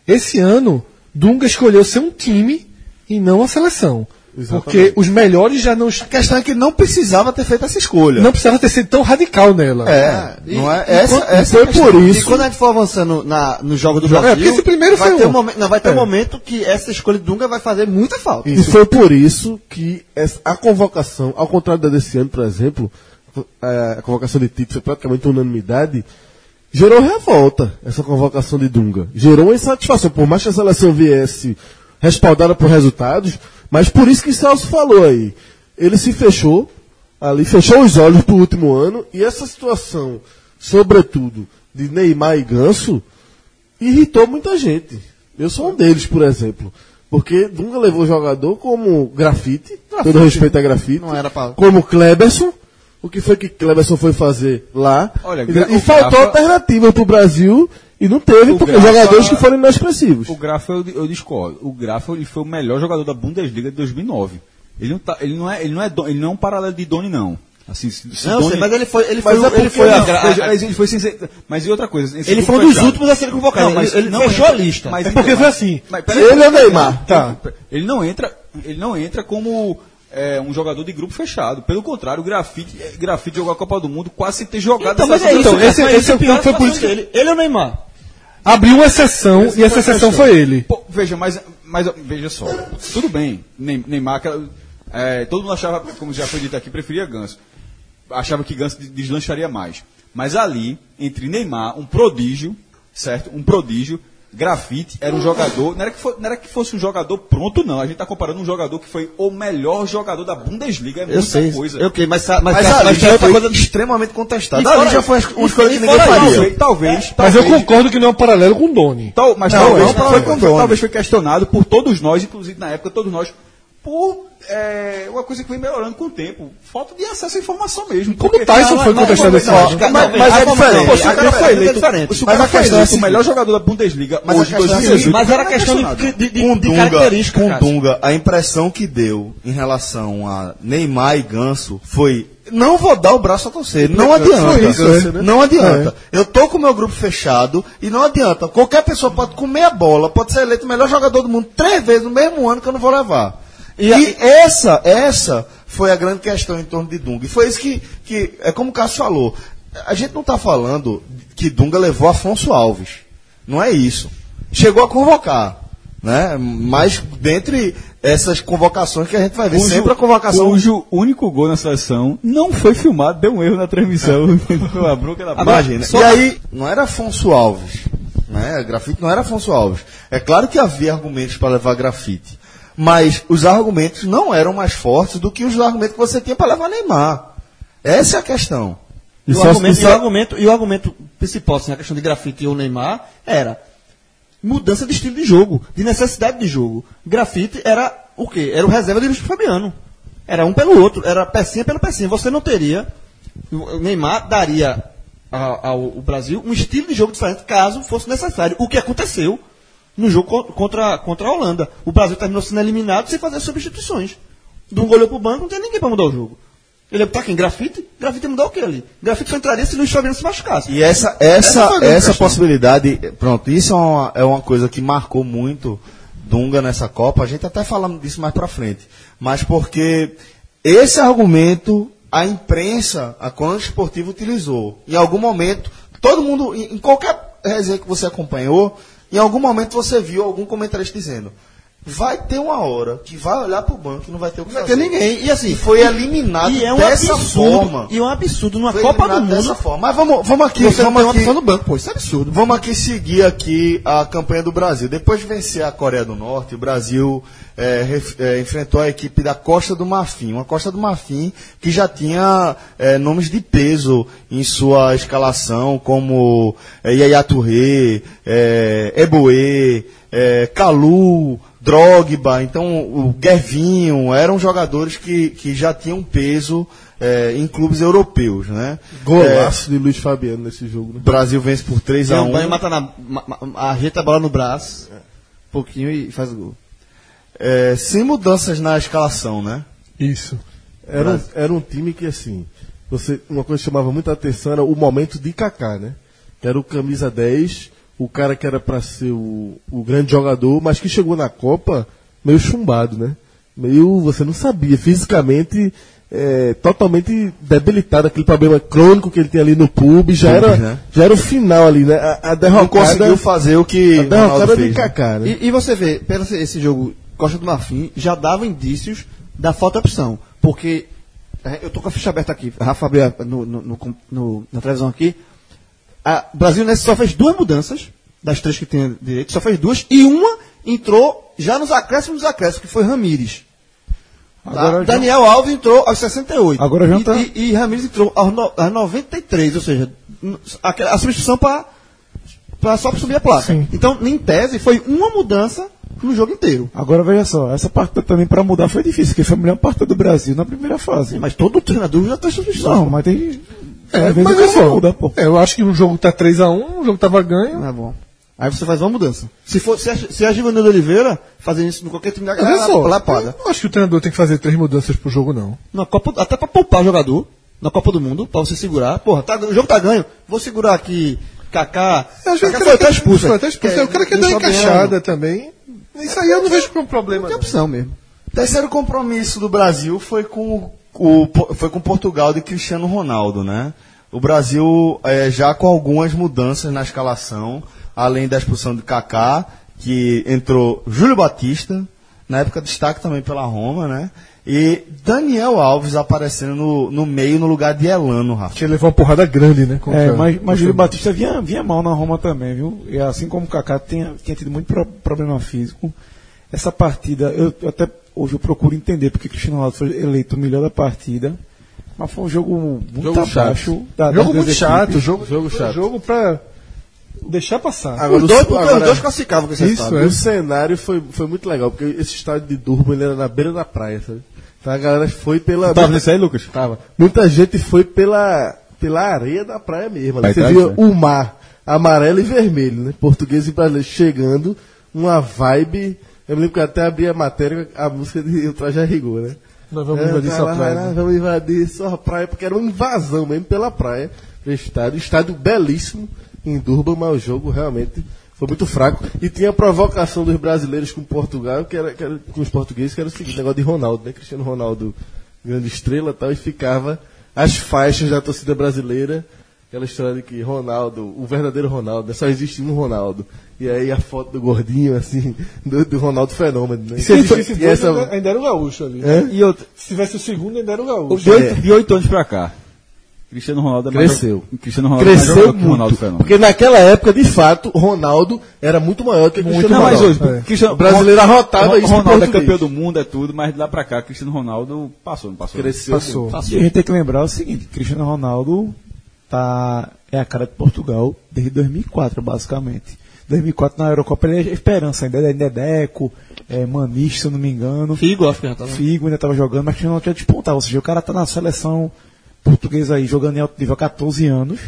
G: Esse ano, Dunga escolheu ser um time e não uma seleção. Porque os melhores já não,
B: A questão é que não precisava ter feito essa escolha.
G: não precisava ter sido tão radical nela.
B: É, não é,
E: e
B: essa,
E: quando-
B: essa é a
E: e
B: questão.
E: quando- E
B: E
E: quando a gente for avançando na, no jogo do
G: É,
E: Brasil,
G: porque esse primeiro
E: vai
G: foi
E: ter
G: um.
E: um momento, não, vai ter
G: É.
E: um momento que essa escolha de Dunga vai fazer muita falta.
C: E foi por isso que essa- a convocação, ao contrário da desse ano, por exemplo, eh, a, a convocação de Tite foi praticamente unanimidade, gerou revolta essa convocação de Dunga. Gerou uma insatisfação, por mais que a seleção viesse respaldada por resultados, mas por isso que Celso falou aí. Ele se fechou, ali fechou os olhos pro último ano, e essa situação, sobretudo, de Neymar e Ganso, irritou muita gente. Eu sou um deles, por exemplo. Porque Dunga levou o jogador como grafite, todo respeito a grafite,
E: Não era pra-
C: como Kleberson. O que foi que Kleberson foi fazer lá?
F: Olha,
C: E-
F: gra-
C: e
F: o
C: faltou
F: Grafa-
C: alternativa pro Brasil e não teve,
F: O
C: porque
F: Grafa-
C: jogadores que foram inexpressivos.
F: O Grafa, eu, eu discordo. O Grafa ele foi o melhor jogador da Bundesliga de 2009. Ele não, tá, ele não, é, ele não, é, don- ele não é um paralelo de Doni, não. Assim, se, se
E: não, eu sei,
F: Doni-
E: mas ele foi, ele
F: Mas
E: foi,
F: é
E: ele
F: porque
E: foi,
F: ele,
E: a gra-
F: veja, mas ele foi ah, sem ser- Mas e outra coisa? esse
E: ele
F: grupo
E: foi um dos
F: fechado.
E: últimos a serem convocados.
F: Não, mas
E: ele, ele
F: não
E: fechou
F: entra.
E: a lista.
F: Mas
G: É porque
F: então,
G: foi
F: mas-
G: assim.
F: mas peraí,
C: Ele é o Neymar.
F: Tá. Ele não entra, ele não entra como é, um jogador de grupo fechado. Pelo contrário, o Grafite, eh, Grafite jogou a Copa do Mundo quase sem ter jogado.
E: Então,
F: essa
E: mas é
F: seleção.
E: isso.
G: esse-
E: mas
G: esse é o
E: pior
G: que foi por isso
E: situação dele. Ele é o Neymar.
G: Abriu uma exceção e essa exceção foi ele.
F: Pô, veja, mas, mas veja só. Tudo bem, Ney- Neymar, aquela- é, todo mundo achava, como já foi dito aqui, preferia Ganso. Achava que Ganso de- deslancharia mais. Mas ali, entre Neymar, um prodígio, certo? Um prodígio, Grafite era um jogador. Não era, que fo- não era que fosse um jogador pronto, não. A gente está comparando um jogador que foi o melhor jogador da Bundesliga. É muita
E: Eu sei.
F: coisa.
E: Eu, ok, mas, sa- mas,
B: Mas
E: mas,
B: ali
E: mas
B: já
E: tem outra
B: foi
E: coisa
B: extremamente contestada.
E: fora
B: Ali já
E: isso-
B: foi uma escolha
E: e
B: que ninguém
E: fora isso-
B: faria.
F: Talvez, talvez.
G: Mas eu
F: talvez-
G: concordo que não é um paralelo com o Doni.
F: Tal, mas
B: Não,
F: talvez,
B: não,
F: foi-
B: não,
F: foi,
B: não.
F: talvez foi questionado por todos nós, inclusive na época todos nós por é, uma coisa que vem melhorando com o tempo. Falta de acesso à informação mesmo.
C: Como
F: Porque-
C: Tyson
F: Não,
C: foi
F: não,
C: contestado
F: não,
C: esse
F: não,
C: ano?
F: cara,
B: Mas-
F: não,
B: mas
F: a
B: é
F: informação-
B: diferente.
F: Pô, se o
B: A
F: cara foi
B: diferença é
F: eleito,
B: diferente.
F: se o
B: Mas
F: cara
B: a
F: foi
B: questão
F: eleito
B: é
F: o
B: a
F: melhor
B: seguinte.
F: jogador da Bundesliga
B: Mas a
F: hoje,
B: questão
F: em
B: é a
F: 2018,
B: seguinte.
E: assim, Mas era
F: não é
E: questão de,
F: questionado.
E: de, de,
B: com
E: de
B: Dunga,
E: característica,
B: com
E: cara.
B: Dunga, a impressão que deu em relação a Neymar e Ganso foi não vou dar o braço a torcer, não adianta.
C: foi isso,
B: Ganso,
C: é.
B: né? Não adianta. Eu tô com o meu grupo fechado e não adianta. Qualquer pessoa pode comer a bola, pode ser eleito o melhor jogador do mundo três vezes no mesmo ano que eu não vou levar. E, essa, essa foi a grande questão em torno de Dunga. E foi isso que, que é como o Cássio falou. A gente não tá falando que Dunga levou Afonso Alves. Não é isso. Chegou a convocar né? Mas dentre essas convocações que a gente vai ver,
F: Cujo-
B: sempre a é convocação.
F: Cujo único gol na seleção não foi filmado, deu um erro na transmissão. Foi uma bronca da
B: Imagina. E aí, não era Afonso Alves, né? Grafite não era Afonso Alves. É claro que havia argumentos para levar grafite, mas os argumentos não eram mais fortes do que os argumentos que você tinha para levar Neymar. Essa é a questão.
E: E o, argumento, e, o argumento, e o argumento principal, assim, na questão de grafite e o Neymar, era mudança de estilo de jogo, de necessidade de jogo. Grafite era o quê? Era o reserva de Luiz Fabiano. Era um pelo outro, era pecinha pelo pecinha. Você não teria. O Neymar daria a- ao ao Brasil um estilo de jogo diferente caso fosse necessário. O que aconteceu no jogo co- contra, contra a Holanda. O Brasil terminou sendo eliminado sem fazer substituições. Do olhou pro banco, não tem ninguém para mudar o jogo. Ele tá aqui em grafite? Grafite ia mudar o que ali? Grafite só entraria se Luiz Fabiano se machucasse.
B: E essa, essa,
E: Essa foi a
B: essa,
E: grande questão.
B: possibilidade, pronto, isso é uma, é uma coisa que marcou muito Dunga nessa Copa. A gente até falando disso mais pra frente. Mas porque esse argumento a imprensa, a Quando Esportiva utilizou. Em algum momento, todo mundo, em, em qualquer resenha que você acompanhou, em algum momento você viu algum comentarista dizendo. Vai ter uma hora que vai olhar pro banco e não vai ter o que
E: Não vai
B: fazer.
E: ter ninguém. E assim,
B: foi eliminado
E: E é um
B: dessa
E: absurdo.
B: forma.
E: E é um absurdo. Numa
B: Foi
E: Copa do
B: eliminado dessa
E: Mundo.
B: forma. Mas vamos, vamos aqui,
E: Você não
B: vamos
E: tem uma
B: aqui.
E: pessoa no banco, pô. Isso é absurdo.
B: Vamos aqui seguir aqui a campanha do Brasil. Depois de vencer a Coreia do Norte, o Brasil eh, ref- eh, enfrentou a equipe da Costa do Marfim. Uma Costa do Marfim que já tinha eh, nomes de peso em sua escalação, como eh, Yaya Touré, eh, Eboe, eh, Kalu, Drogba, então o Guervinho, eram jogadores que, que já tinham peso eh, em clubes europeus, né?
G: É.
B: Eh,
C: Golaço de Luiz Fabiano nesse jogo,
B: o
C: né?
B: Brasil vence por 3 a
E: Dá um
B: 1
E: banho, mata na, ma- ma- ajeita a bola no braço,
D: É.
E: um pouquinho e faz o gol.
B: É, sem mudanças na escalação, né?
G: Isso.
C: Era um, era um time que, assim, você, uma coisa que chamava muita atenção era o momento de Kaká, né? Que era o camisa 10, o cara que era pra ser o, o grande jogador, mas que chegou na Copa meio chumbado, né? Meio, você não sabia, fisicamente é, totalmente debilitado, aquele problema crônico que ele tem ali no pub,
B: Pubis,
C: já era,
B: né?
C: já era o final ali, né? A, a derrocada,
B: Não conseguiu fazer o que
C: a derrocada
B: Ronaldo
C: de
B: fez. né?
C: Kaká, né?
E: E, e você vê, pelo esse- esse jogo Costa do Marfim, já dava indícios da falta de opção. Porque é, eu tô com a ficha aberta aqui, Rafa abriu a- no, no- no com- no- na televisão aqui. A- O Brasil nesse só fez duas mudanças, das três que tem direito, só fez duas, e uma entrou já nos acréscimos dos acréscimos, que foi Ramires. Tá?
D: Agora já-
E: Daniel Alves entrou aos 68.
D: Agora já
E: e,
D: tá-
E: e, e Ramires entrou aos, no, aos 93, ou seja, n- aquela- a substituição para pra só para subir a placa.
G: Sim.
E: Então, em tese, foi uma mudança no jogo inteiro.
G: Ah,
D: Agora veja só, essa partida também para mudar foi difícil, porque foi a melhor partida do Brasil na primeira fase.
E: Mas todo treinador já tem substituição.
D: Não, mas tem.
G: É,
D: às vezes
G: mas
D: o
G: é
D: cara
G: só.
D: muda, pô.
G: É, eu acho que um jogo tá 3x1, um jogo tava ganho.
E: Não é bom. Aí você faz uma mudança. Se, for, se, a, se a Givanilda Oliveira fazendo isso em qualquer time da
G: Olha
E: galera,
G: só,
E: lapada.
G: é eu não acho que o treinador tem que fazer três mudanças pro jogo, não.
E: Na Copa, até pra poupar jogador, na Copa do Mundo, pra você segurar. Porra, tá- o jogo tá ganho. Vou segurar aqui Kaká.
G: Eu acho que É,
E: Kaká
G: o cara
E: foi até
G: quer-
E: expulso.
G: Foi até expulso.
E: É,
G: o cara quer
E: não
G: dar
E: sobe
G: encaixada
E: ano.
G: também. Isso aí eu não vejo como um problema.
E: Não tem
G: Não.
E: opção mesmo.
B: Terceiro compromisso do Brasil foi com, o, o- foi com Portugal de Cristiano Ronaldo, né? O Brasil eh, já com algumas mudanças na escalação, além da expulsão de Kaká, que entrou Júlio Batista, na época destaque também pela Roma, né? E Daniel Alves aparecendo no, no meio no lugar de Elano, Rafa.
G: Que ele levou uma porrada grande, né? contra-
D: É, mas, mas Júlio
G: contra-
D: Batista vinha, vinha mal na Roma também, viu? E assim como o Kaká tinha, tinha tido muito pro- problema físico, essa partida, eu eu até hoje eu procuro entender porque Cristiano Ronaldo foi eleito o melhor da partida, mas foi um jogo muito
C: Jogo chato.
D: abaixo da das
G: Jogo
D: duas
G: muito
D: equipes.
G: chato. Um Jogo,
C: Jogo
G: foi
C: chato.
G: Jogo pra.
D: O
G: deixar passar.
C: Ah,
B: Agora,
E: os, dois,
B: o- agora-
E: os dois classificavam com esse
G: Isso
E: resultado.
G: é.
C: O cenário foi, foi muito legal, porque esse estádio de Durban ele era na beira da praia, sabe? Então a galera foi pela.
F: Tava nesse aí, Lucas? Tava.
C: Muita gente foi pela, pela areia da praia mesmo. né?
F: Vai
C: Você
F: atrás,
C: via
F: né?
C: o mar amarelo e vermelho, né? Português e brasileiro chegando, uma vibe. Eu me lembro que eu até abri a matéria, a música de O Traje a Rigor, né?
G: Nós vamos
C: É,
G: invadir
C: vai
G: sua
C: lá,
G: praia. né?
C: vai lá, vamos invadir sua praia, porque era uma invasão mesmo pela praia do estádio. Estádio belíssimo em Durban, mas o jogo realmente foi muito fraco. E tinha a provocação dos brasileiros com Portugal, que era, que era- com os portugueses, que era o seguinte, negócio de Ronaldo, né? Cristiano Ronaldo, grande estrela e tal, e ficava as faixas da torcida brasileira, aquela história de que Ronaldo, o verdadeiro Ronaldo, né? só existe um Ronaldo. E aí a foto do gordinho, assim, do, do Ronaldo fenômeno, né?
G: E se existisse
C: E
G: dois,
C: essa- É?
G: ainda, ainda era o gaúcho ali.
C: Hã?
F: E outro,
G: Se tivesse o segundo, ainda era o
F: de
G: gaúcho.
F: oito,
B: é.
F: de oito anos pra cá, Cristiano Ronaldo é mais
C: Cresceu.
F: jo- Cristiano Ronaldo é mais
C: cresceu
F: jogador que o Ronaldo
C: muito.
F: Fenômeno.
C: Porque naquela época, de fato, Ronaldo era muito maior que
F: Muito
C: Cristiano
F: não, mas
C: Ronaldo.
F: hoje,
G: É.
F: Cristiano,
C: O brasileiro
F: Ron-
C: arrotava
F: Ron-
C: isso pro
F: Ronaldo é
C: português.
F: campeão do mundo, é tudo, mas de lá pra cá, Cristiano Ronaldo passou, não passou.
C: Cresceu
G: Passou.
D: E a gente tem que lembrar o seguinte, Cristiano Ronaldo tá, é a cara de Portugal desde 2004, basicamente. 2004 na Eurocopa ele é a esperança ainda, é Dedeco, é Maniche, se eu não me engano.
E: Figo, um acho que já tá tava.
D: Figo ainda estava jogando, mas não tinha despontado. Ou seja, o cara tá na seleção portuguesa aí, jogando em alto nível há 14 anos.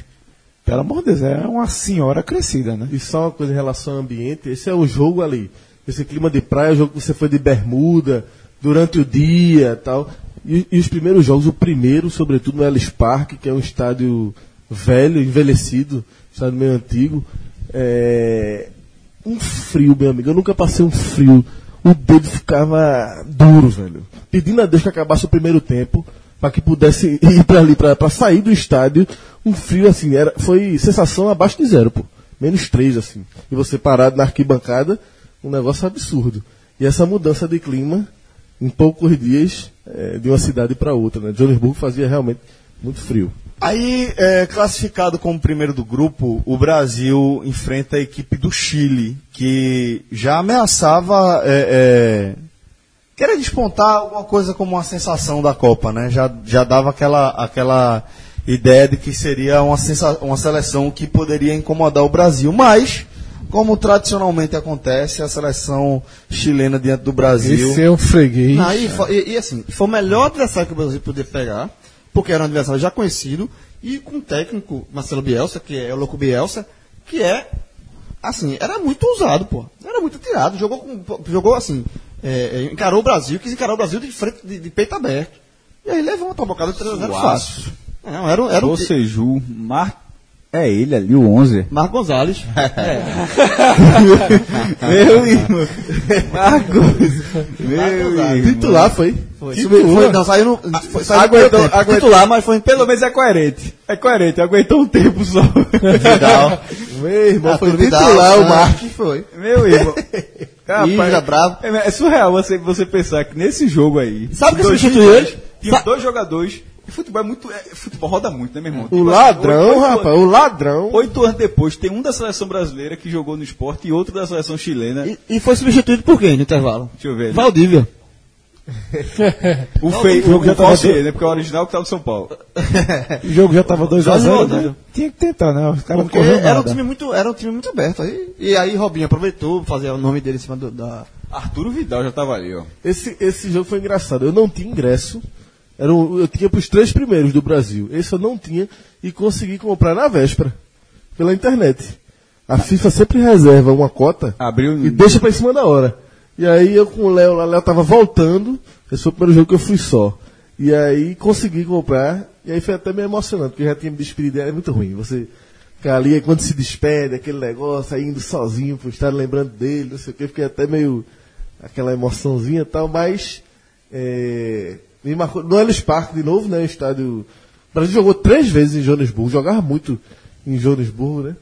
D: Pelo amor de Deus, é uma senhora crescida, né?
C: E só uma coisa em relação ao ambiente, esse é o jogo ali. Esse clima de praia, o jogo que você foi de bermuda, durante o dia e tal. E, e os primeiros jogos, o primeiro, sobretudo no Ellis Park, que é um estádio velho, envelhecido, estádio meio antigo. É... Um frio, meu amigo. Eu nunca passei um frio. O dedo ficava duro, velho. Pedindo a Deus que acabasse o primeiro tempo, para que pudesse ir para ali, para sair do estádio. Um frio assim, era, foi sensação abaixo de zero, pô menos 3, assim. E você parado na arquibancada, um negócio absurdo. E essa mudança de clima, em poucos dias, eh, de uma cidade para outra, né? Johannesburgo fazia realmente muito frio.
B: Aí, é, classificado como primeiro do grupo, o Brasil enfrenta a equipe do Chile, que já ameaçava. É, é, querer despontar alguma coisa como uma sensação da Copa, né? Já, já dava aquela, aquela ideia de que seria
E: É
B: um uma, sensa- uma seleção que poderia incomodar o Brasil. Mas, como tradicionalmente acontece, a seleção chilena diante do Brasil.
G: Esse é um freguês.
E: Não, e, fo- e- e assim, foi o melhor adversário que o Brasil podia pegar, porque era um adversário já conhecido, e com o técnico Marcelo Bielsa, que é o Louco Bielsa, que é, assim, era muito ousado, pô. Era muito tirado, jogou, com- pô, jogou assim, é, é, encarou o Brasil, quis encarar o Brasil de frente, de, de peito aberto. E aí levou uma bocada de 3 a 0 fácil. Não, era, um- era um,
F: Você, Ju, Mar... É ele ali, o 11.
E: Marco Gonzalez. É.
F: Meu irmão. Marcos. Meu irmão.
C: Titular foi.
E: Foi, subiu- foi- não, saiu no. Foi, saiu no
F: Aguentou,
E: primeiro tempo.
F: aguentou.
E: titular, mas foi
F: Pelo menos é coerente. É coerente, aguentou um tempo só.
E: Vidal.
C: Meu irmão, foi
E: Vidal,
C: titular o
E: Ah, né?
C: Marcos.
E: Foi.
F: Meu irmão.
E: Ih, já bravo.
F: É, é surreal você, você pensar que nesse jogo aí.
E: Sabe quem
F: dois
E: substituiu ele?
F: Tinha
E: Sa-
F: dois jogadores. E futebol é muito. é, futebol roda muito, né, meu irmão?
C: O
F: Tipo,
C: ladrão,
F: oito- oito-
C: rapaz, o ladrão.
F: Oito anos depois, tem um da seleção brasileira que jogou no esporte e outro da seleção chilena.
E: E, e foi substituído por quem no intervalo?
F: Deixa eu ver. ali.
E: Valdívia.
F: O feio, o, o falso dele, né? Porque é o original que tava no São Paulo.
D: O jogo já tava 2 a
E: Jorge
D: 0
E: Ronaldo.
D: né? Tinha que tentar, né? Os caras não
E: Porque
D: correram
E: era um,
D: nada. né?
E: time muito, era um time muito aberto. Aí, e aí Robinho aproveitou, fazia o nome dele em cima do, da.
F: Arturo Vidal já tava ali, ó.
C: Esse, esse jogo foi engraçado. Eu não tinha ingresso. Era um- eu tinha para os três primeiros do Brasil. Esse eu não tinha e consegui comprar na véspera, pela internet. A FIFA sempre reserva uma cota
F: Abriu um-
C: e deixa pra em cima da hora. E aí eu com o Léo lá, Léo tava voltando. Esse foi o primeiro jogo que eu fui só. E aí consegui comprar. E aí foi até meio emocionante, porque eu já tinha me despedido. É muito ruim. Você ficar ali, aí quando se despede, aquele negócio, aí indo sozinho pro estádio, lembrando dele, não sei o que. Fiquei até meio. aquela emoçãozinha e tal, mas. é, me marcou. No Ellis Park de novo, né? O estádio. O Brasil jogou três vezes em Joanesburgo, jogava muito em Joanesburgo, né?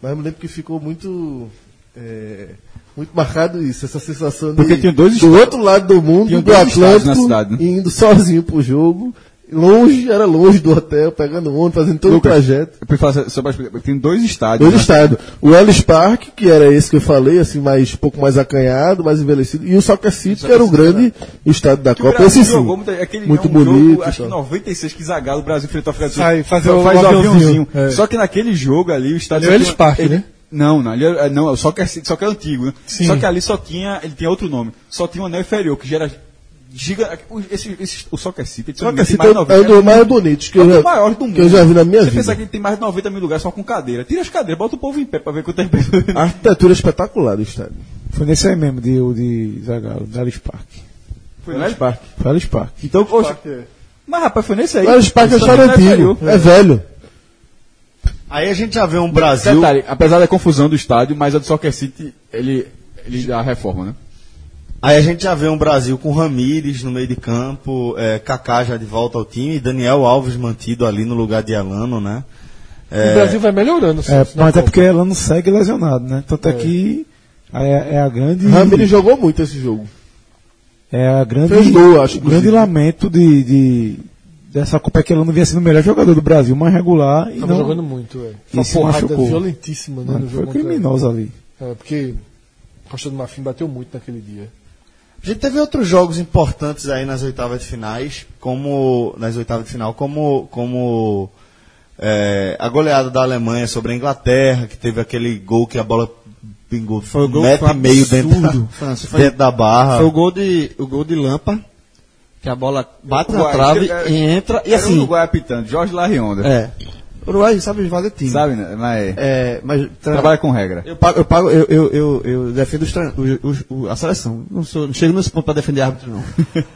C: Mas eu me lembro que ficou muito. é, muito marcado isso, essa sensação
F: Porque um
C: de.
F: tinha dois
C: do outro lado do mundo,
F: Tinha
C: do
F: dois estádios um na
C: Atlântico,
F: cidade, né?
C: indo sozinho pro jogo. Longe, era longe do hotel, pegando um ônibus, fazendo todo
F: Lucas,
C: o trajeto.
F: Eu prefiro falar só pra explicar. Tem dois estádios. né?
C: Dois estádios. O Ellis Park, que era esse que eu falei, assim, mais, um pouco mais acanhado, mais envelhecido. E o Soccer City, que era o grande estádio da
F: né? Que
C: Copa.
F: o Brasil
C: Esse sim.
F: jogou muito, aquele
C: muito
F: é um
C: bonito.
F: jogo,
C: e
F: acho que
C: tal.
F: 96 que Zagallo, o Brasil enfrentou a África do Sul.
G: Sai, faz
F: Então
G: o-
F: faz
G: o
F: o
G: aviãozinho.
F: aviãozinho.
G: É.
F: Só que naquele jogo ali, o estádio...
G: Era o Ellis Park,
F: ele-
G: né?
F: Não, não, ali é- não, só que, é- só que é antigo, né? Só que ali só tinha, ele tinha outro nome. Só tinha um anel inferior, que já era giga... o- Esse, esse, o Soccer City, ele
C: Só que
F: tem
C: assim,
F: mais
C: é
F: de
C: um
F: 90.
C: dos mais bonitos que,
F: É um
C: eu
F: dos
C: já,
F: maiores do mundo.
C: que eu já vi na minha
F: Você
C: vida.
F: pensa que tem mais de 90 mil lugares só com cadeira. Tira as cadeiras, bota o povo em pé pra ver é quantas pessoas...
C: A arquitetura é espetacular do estádio.
O: Foi nesse aí mesmo, de, o de Zagallo, da Alice Park.
F: Foi no Park.
O: Foi Alice Park.
F: Então, poxa...
E: é.
F: Mas rapaz, foi nesse aí.
C: Mas o estádio é um
F: Só que
C: estádio
F: não inferior.
C: antigo, é velho.
B: Aí a gente já vê um Brasil.
F: Detalhe, apesar da confusão do estádio, mas a do Soccer City, ele, ele já reforma, né?
B: Aí a gente já vê um Brasil com Ramires no meio de campo, é, Kaká já de volta ao time, Daniel Alves mantido ali no lugar de Alano, né? É,
D: O Brasil vai melhorando.
C: assim.
O: É,
D: Celso, na
O: mas é
D: Copa.
O: porque ela não segue lesionado, né? Tanto é, que é, é a grande.
C: Ramiro jogou muito esse jogo.
O: É a grande,
C: Fez gol, acho,
O: o grande
C: inclusive.
O: lamento de, de- dessa Copa é que ela não vinha sendo o melhor jogador do Brasil, mais regular e
D: Tava
O: não.
D: jogando muito, é.
O: E se
D: Foi uma porrada
O: machucou.
D: violentíssima, né,
O: Mano,
D: no
O: foi
D: jogo. contra-
O: criminosa ali.
D: É, porque Costa do Marfim bateu muito naquele dia.
B: A gente teve outros jogos importantes aí nas oitavas de finais, como nas oitavas de final, como como é, a goleada da Alemanha sobre a Inglaterra, que teve aquele gol que a bola pingou
E: Foi o gol
B: metro
E: foi
B: e meio dentro da,
E: absurdo, França, foi-
B: dentro da barra.
E: Foi o gol de, o gol de Lampa, que a bola bate na
F: Uruguai,
E: trave
F: era-
E: e entra, e
F: Era o
E: assim...
F: Uruguai apitando, Jorge Larionda.
E: É. Uruguai sabe fazer time.
F: Sabe, né? Mas é,
E: É, mas...
F: trabalha com regra.
E: Eu pago, eu, pago eu, eu, eu, eu defendo os tran- os- os- o- a seleção. Não, sou, não chego nesse ponto para defender árbitro, não.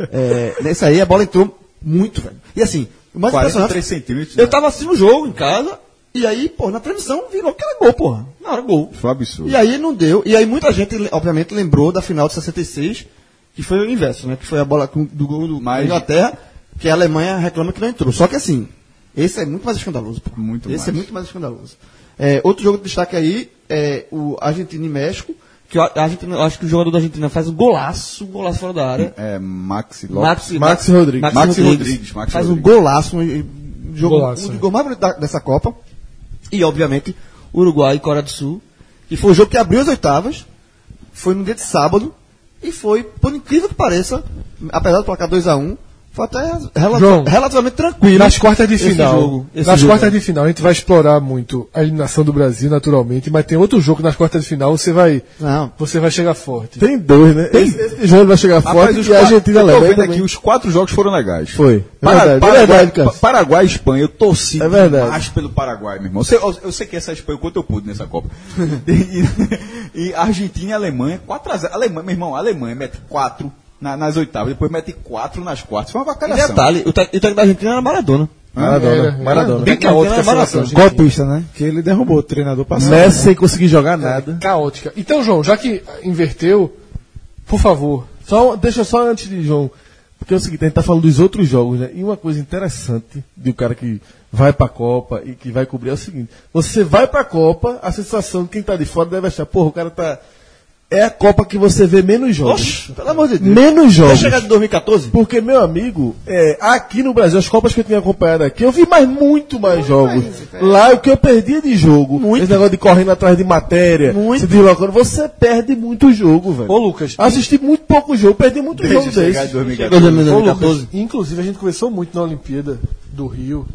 E: é, nesse aí a bola entrou muito, velho. E assim, o mais
F: 43
E: impressionante.
F: centímetros. né?
E: Eu tava assistindo o jogo em casa, e aí, pô, na previsão virou que era gol, porra. Na hora, gol.
F: Foi um absurdo.
E: E aí não deu. E aí muita gente, obviamente, lembrou da final de 66, que foi o inverso, né? Que foi a bola com- do gol do da
F: Mas-
E: Inglaterra, que a Alemanha reclama que não entrou. Só que assim, esse é muito mais escandaloso. Pô.
F: Muito
E: esse
F: mais.
E: é muito mais escandaloso. É, outro jogo de destaque aí é o Argentina e México, que a a Argentina, eu acho que o jogador da Argentina faz um golaço, um golaço fora da área.
F: É, Maxi Lopes.
E: Maxi,
C: Maxi Rodrigues.
F: Maxi Rodrigues, Maxi
E: faz
F: Rodrigues.
E: um golaço, um, um jogo,
D: Golaço,
E: um
D: né?
E: dos gols mais bonitos da- dessa Copa. E, obviamente, Uruguai e Coreia do Sul. E foi o jogo que abriu as oitavas. Foi no dia de sábado. E foi, por incrível que pareça, apesar do placar 2x1, foi até relati-
D: João.
E: relativamente tranquilo.
D: Nas quartas de
E: esse
D: final.
E: jogo, esse
D: nas
E: jogo,
D: quartas
E: né?
D: de final a gente vai explorar muito a eliminação do Brasil, naturalmente, mas tem outro jogo que nas quartas de final você vai,
E: Não.
D: você vai chegar forte.
C: Tem dois, né? Esse, esse jogo vai chegar
F: Rapaz,
C: forte
F: os
C: e a
F: qua-
C: Argentina
F: eu tô
C: leva.
F: vendo
C: também.
F: aqui, os quatro jogos foram legais.
C: Foi. É
F: Para-
C: verdade, é
F: Paraguai,
C: verdade, cara.
F: Pa- Paraguai e Espanha, eu torci
C: É verdade.
F: demais pelo Paraguai, meu irmão. Eu sei, eu, eu sei que essa Espanha, o quanto eu pude nessa Copa. e, e Argentina e Alemanha, 4x0. Alemanha, meu irmão, a Alemanha mete 4 na- nas oitavas, depois mete 4 nas quartas. Foi uma
E: E
C: É
F: vacalhação.
E: detalhe, o técnico o técnico da Argentina era Maradona. É,
C: Maradona. Maradona.
D: Bem caótica a
E: Maradona.
D: seleção. argentina.
O: Golpista, né? Que ele derrubou o treinador passado.
C: Messi sem conseguir jogar nada.
D: É Caótica. Então, João, já que inverteu, por favor.
C: Só, deixa só antes de João. Porque é o seguinte, a gente tá falando dos outros jogos, né? E uma coisa interessante de um cara que vai pra Copa e que vai cobrir é o seguinte. Você vai pra Copa, a sensação de quem tá de fora deve achar, porra, o cara tá... É a Copa que você vê menos jogos.
E: Oxe, pelo amor de Deus.
C: menos
E: Até
C: jogos.
E: chegar de 2014,
C: Porque, meu amigo, é, aqui no Brasil, as Copas que eu tinha acompanhado aqui, eu vi mais, muito mais é. jogos. Lá, o que eu perdia de jogo, esse negócio de correndo atrás de matéria, se deslocando, você perde muito jogo, velho.
D: Ô, Lucas,
C: Assisti muito pouco jogo, perdi muito
F: Desde
C: jogo
F: chegar em
C: desse.
F: 2014.
D: Ô, Lucas, inclusive a gente conversou muito na Olimpíada do Rio,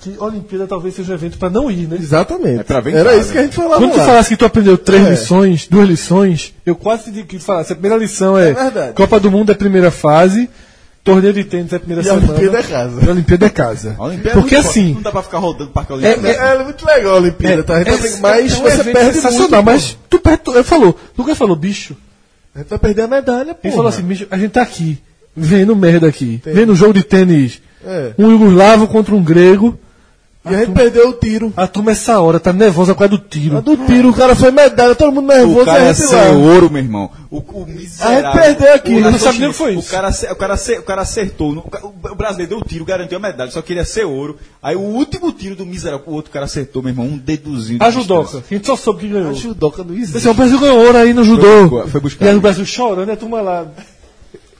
D: que Olimpíada talvez seja um evento pra não ir, né?
C: Exatamente.
F: É pra ver em
C: Era
F: casa.
C: isso que a gente falava
D: Quando tu
C: lá.
D: falasse que tu aprendeu três
C: É.
D: lições, duas lições, eu quase te digo que falasse. A primeira lição é,
C: É verdade.
D: Copa do Mundo é a primeira fase, torneio de tênis é a primeira
C: E a
D: semana.
C: Olimpíada é casa.
D: E a Olimpíada é casa.
F: A Olimpíada
D: Porque
F: não pode-
D: assim-
F: Não dá pra ficar rodando o Parque
C: É,
F: Olímpico.
C: é, é muito legal a Olimpíada, tá? A
E: Então,
C: gente tá vendo- mas
D: é um
C: você
D: evento
C: perde
D: sensacional,
C: muito.
D: mas
C: pô.
D: tu perde, tu, ele falou, Lucas falou, bicho,
C: A gente vai perder a medalha, pô.
D: ele
O: né?
D: falou assim, bicho, a gente tá aqui, vendo merda aqui, vendo jogo de tênis,
C: É.
D: um iugoslavo contra um grego,
C: E a gente perdeu o tiro.
D: a turma essa hora tá nervosa por causa do tiro.
C: A do tiro, o cara foi medalha, todo mundo
F: O
C: nervoso,
F: cara
C: e
F: é
C: a gente lá.
F: sem ouro, meu irmão. O, o miserável.
C: A gente perdeu aqui,
F: o,
C: não
F: Natoshi-
D: sabe nem o que foi isso.
F: O cara, ace- o cara, ace- o cara acertou. no- o ca- O brasileiro deu o tiro, garantiu a medalha, só queria ser ouro. Aí o último tiro do miserável, o outro cara acertou, meu irmão, um deduzinho. de
D: A
F: distância.
D: judoca, a gente só soube quem ganhou.
C: Judoca não existe.
D: Esse é o Brasil ganhou ouro aí no judô.
F: buscar- foi buscar.
D: E aí o Brasil chorando e a turma lá.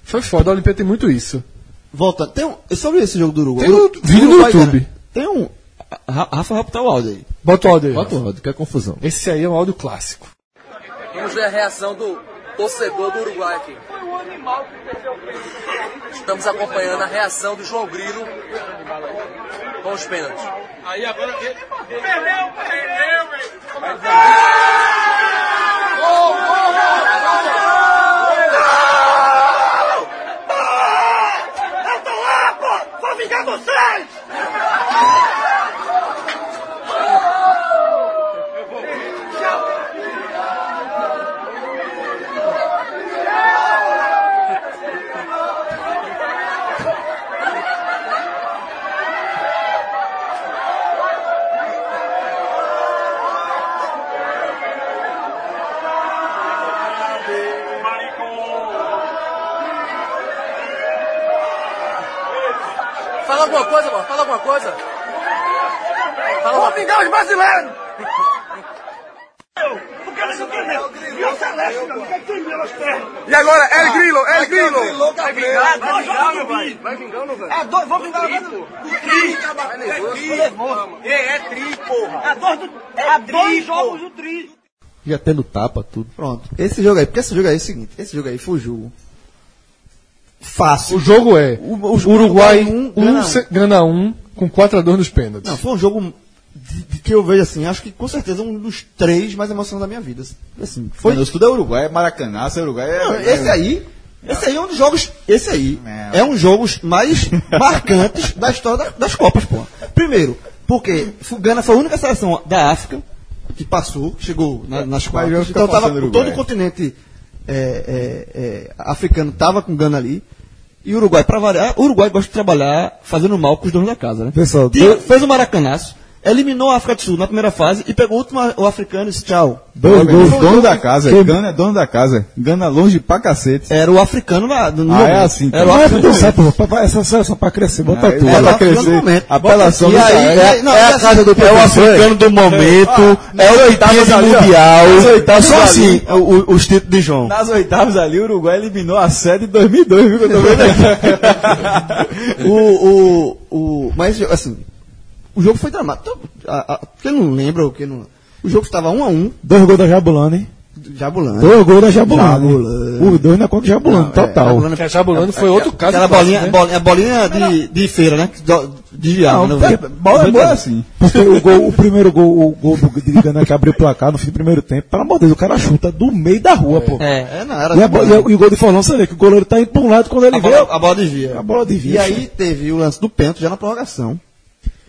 D: Foi foda, a Olimpíada tem muito isso.
E: volta. Tem um, sobre esse jogo do Uruguai.
D: Tem no-
E: Uruguai,
D: vídeo no
E: cara,
D: YouTube.
E: Tem um. Ra- Rafa, raptar o áudio aí.
D: Bota o áudio aí.
C: Bota o áudio, que é confusão.
D: Esse aí é um áudio clássico.
P: Vamos ver a reação do torcedor do Uruguai aqui. Estamos acompanhando a reação do João Grilo com os pênaltis.
Q: Aí agora. Perdeu, perdeu, velho.
R: Fala alguma coisa, mano. Fala alguma coisa. Fala Vou vingar os brasileiros!
S: O cara só tem medo. E o Celeste, meu? O que é que tem medo nas pernas?
R: E agora,
S: É
R: El Grilo, El
S: Vai
R: Grilo.
S: vingar,
R: Vai
S: Gabriel.
R: vingar,
S: Vai vingar, meu
R: vai.
S: velho? Vai vingar, meu velho?
R: É dois, vou vingar agora.
S: É tri, é tri, é tri, porra. É dois do... É dois jogos do tri.
C: E até no tapa, tudo.
E: Pronto. Esse jogo aí, porque esse jogo aí é o seguinte, esse jogo aí foi o jogo fácil.
G: O jogo é
E: O- o-
G: Uruguai 1,
E: um,
G: um,
E: Gana um.
G: se- Gana 1, com 4 a 2 nos pênaltis.
E: Não, foi um jogo de- de que eu vejo assim, acho que com certeza um dos três mais emocionantes da minha vida. Assim, foi
F: Mano, isso tudo é Uruguai, é Maracanã, isso é Uruguai. É,
E: Não, esse aí, esse aí é um dos jogos, esse aí
F: Não.
E: é um dos jogos mais marcantes da história da- das Copas, pô. Primeiro, porque o Gana foi a única seleção da África que passou, chegou na- nas quartas. Então tava todo o continente é, é, é, africano tava com Gana ali. E o Uruguai, pra variar, o Uruguai gosta de trabalhar fazendo mal com os donos da casa, né?
D: Pessoal,
E: Tira-
D: dois-
E: fez o maracanaço, eliminou a África do Sul na primeira fase e pegou o, último, o africano e disse tchau. Foi
F: Dois
E: um
F: gols, dono
E: jogo
F: da
E: que-
F: casa. Gana é dono da casa. Gana longe pra cacete.
E: Era o africano na, no
F: Ah, é
E: momento.
F: assim,
E: Era o
F: então.
E: africano.
D: Não sai, pô. pra- pra- Essa seleção pra crescer, bota
F: Aí
D: tudo.
F: bota
E: Ela
F: é pra
E: fica no
F: crescer.
E: momento.
F: Apelação
E: E
F: do
E: aí,
F: cara.
E: é- não, é assim,
F: do
B: É o
F: professor,
B: africano do momento, é o oitavo do mundial. Só assim, o- o- os títulos de João.
F: Nas oitavas ali, o Uruguai eliminou a sede em 2002, viu? Que eu tô vendo aqui.
E: o, o, o, mas, assim, o jogo foi dramático. Então, a- a- Quem não lembra, ou quem não... O jogo estava 1 a 1
D: Dois gols da Jabulani.
E: Jabulani.
D: Dois gols da Jabulani.
E: Jabulani.
D: Os dois na conta do Jabulani, total.
E: É,
G: Que a Jabulani foi outro caso
E: Aquela
G: clássico,
E: bolinha,
G: né?
E: bolinha, a bolinha de, de feira, né? Que do- Desviava.
D: Não,
E: né?
D: é-
F: Bola é boa assim.
D: Porque o, gol- o primeiro gol, o gol do de Gana que abriu o placar no fim do primeiro tempo, pelo amor de Deus, o cara chuta do meio da rua, pô.
E: É, é, não, era...
D: E, a bola- e o- e o gol de Forlão, você vê que o goleiro tá indo pra um lado quando ele
E: a,
D: vê.
E: bola, a bola desvia.
D: A bola desvia.
E: E aí teve o lance do pênalti já na prorrogação.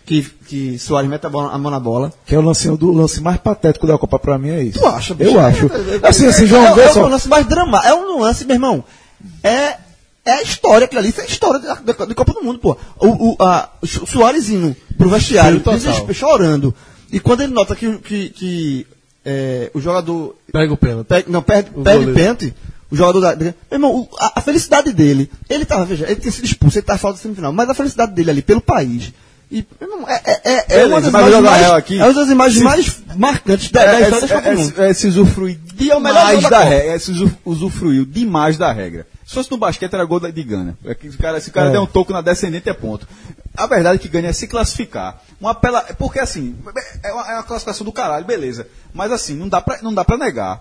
E: Que, que Soares mete a, bola, é a mão na bola.
D: Que é o lance, do lance mais patético da Copa pra mim, é isso.
E: Tu acha, bicho?
D: Eu acho.
E: É,
D: Assim, assim,
E: é,
D: João, vê
E: é
D: só.
E: um lance mais dramático. É um lance, meu irmão. É, é a história, aquilo ali. Isso é a história da, da- da Copa do Mundo, pô. O, o, a, o Su- Suárez indo pro vestiário, desespe- chorando. E quando ele nota que, que, que, é, o jogador
G: Pega o pênalti.
E: Pe- não, perde, perde pênalti. O jogador da. da- Meu irmão, o- a, a felicidade dele. Ele tava, veja, ele tinha sido expulso, ele tava fora da semifinal. Mas a felicidade dele ali pelo país. E, meu irmão, é, é, é, é uma das
F: Beleza, mas
E: imagens,
F: joga
E: mais,
F: real aqui.
E: é uma das imagens mais marcantes da, da história um. das Copas do Mundo.
F: é, é, é se usufruir
E: é o melhor
F: demais
E: gol da
F: da
E: Copa.
F: regra. É se usu- usufruiu demais da regra. Se fosse no basquete, era gol da- de Gana. É que o cara, se o cara der um toco na descendente, é ponto. A verdade é que Gana é se classificar. Uma pela, porque assim, é uma, é uma classificação do caralho, beleza. Mas assim, não dá pra, não dá pra negar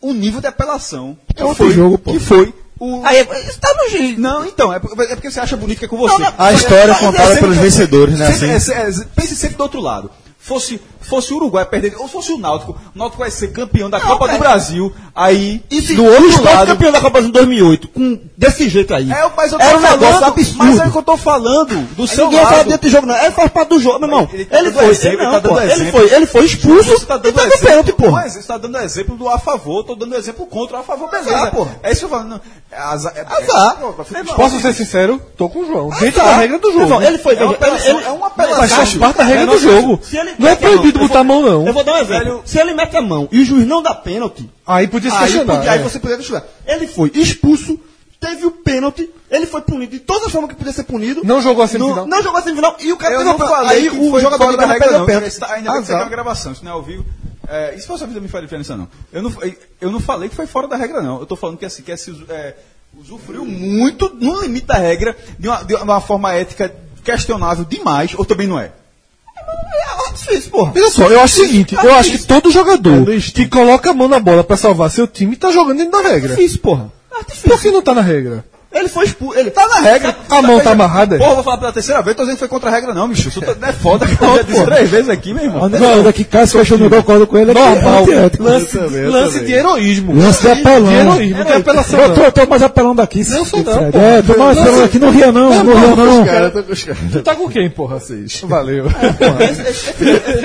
F: o nível de apelação
B: É
F: que
D: outro
F: foi,
D: jogo, pô.
F: que foi o...
E: Aí, isso tá no jeito.
F: Não, então, é por- é porque você acha bonito que é com você.
E: Não, não,
B: A história contada pelos vencedores, né?
F: Sempre- é, é, pense sempre do outro lado. Fosse, fosse o Uruguai perder, ou fosse o Náutico, o Náutico vai ser campeão da
E: Não,
F: Copa
E: cara.
F: do Brasil, aí
E: E se
F: do outro
E: Sport
F: lado.
E: campeão da Copa do Mundo em 2008, com, desse jeito aí.
F: É, mas eu tô
E: Era um negócio
F: falando,
E: absurdo.
F: Mas é o que eu tô falando, do
E: Aí
F: seu
E: ninguém fala
F: lado.
E: dentro do jogo, não. É faz parte do jogo, meu irmão.
F: Ele
E: Ele,
F: tá dando
E: foi,
F: exemplo,
E: ele,
F: ele
E: não,
F: tá dando
E: pô. ele
F: exemplo.
E: foi, ele foi expulso
F: Você tá
E: e
F: dando
E: pegou
F: exemplo,
E: pênalti, porra.
F: Mas você tá dando exemplo do a favor, tô dando exemplo contra o a favor, beleza.
E: Azar, porra.
F: É isso que eu falo. não, É azar. É,
E: Azar.
F: É, é,
G: Posso ser sincero? Tô com o João. Dentro
E: tá.
G: da regra do jogo.
E: Irmão, Ele foi,
F: É uma
E: veja,
F: apelação,
E: ele- ele-
F: é uma apelação.
G: Mas faz parte da regra do jogo.
E: Se ele-
G: Não é proibido
E: eu vou-
G: botar a mão, não.
E: Eu vou dar um exemplo. Se ele mete a mão e o juiz não dá pênalti,
G: Aí podia se
E: aí,
G: questionar.
E: podia- aí
G: é.
E: você poderia questionar. Ele foi expulso, teve o pênalti, ele foi punido de todas as formas que podia ser punido.
G: Não jogou a semifinal.
E: Não, não jogou a semifinal e o cara
F: Eu
E: fez a
F: não
E: falta.
F: falei
E: Aí
F: que
E: o
F: foi
E: jogador
F: fora
E: de
F: da
E: Gana
F: regra,
E: perdeu
F: não.
E: o pênalti.
F: Está- Ainda bem que isso aqui é uma
E: Azar.
F: gravação, isso não é ao vivo. É, isso você não me faz diferença, não. Eu não, fa- eu não falei que foi fora da regra, não. Eu tô falando que assim, que é, se usu- é, usufruiu muito, no limite da regra, de uma, de uma forma ética questionável demais, ou também não é?
E: É um difícil, porra.
G: Veja só, eu acho o seguinte, eu acho que todo jogador
E: É
G: que coloca a mão na bola pra salvar seu time tá jogando dentro da regra.
E: Difícil, porra.
G: Por que não tá na regra?
E: Ele foi expulso. Ele tá na regra.
G: A mão tá amarrada?
F: Porra, vou falar pela terceira vez, tô dizendo que foi contra a regra, não, bicho. Isso tá- é foda, que eu já disse três vezes aqui, meu
D: A
F: irmão.
D: única hora que Cássio questionou, eu concordo com ele, é que é
G: Normal.
D: antiético.
G: Lance, lance de heroísmo.
D: Lance de
G: De
D: apelão.
G: heroísmo, não tem apelação
D: Eu
G: não.
D: tô, eu tô mais apelão daqui.
G: Não sou não, é pô.
D: É, tô mais apelão aqui. Não ria não, não ria não.
G: Tu tá com quem, porra? Vocês. Valeu.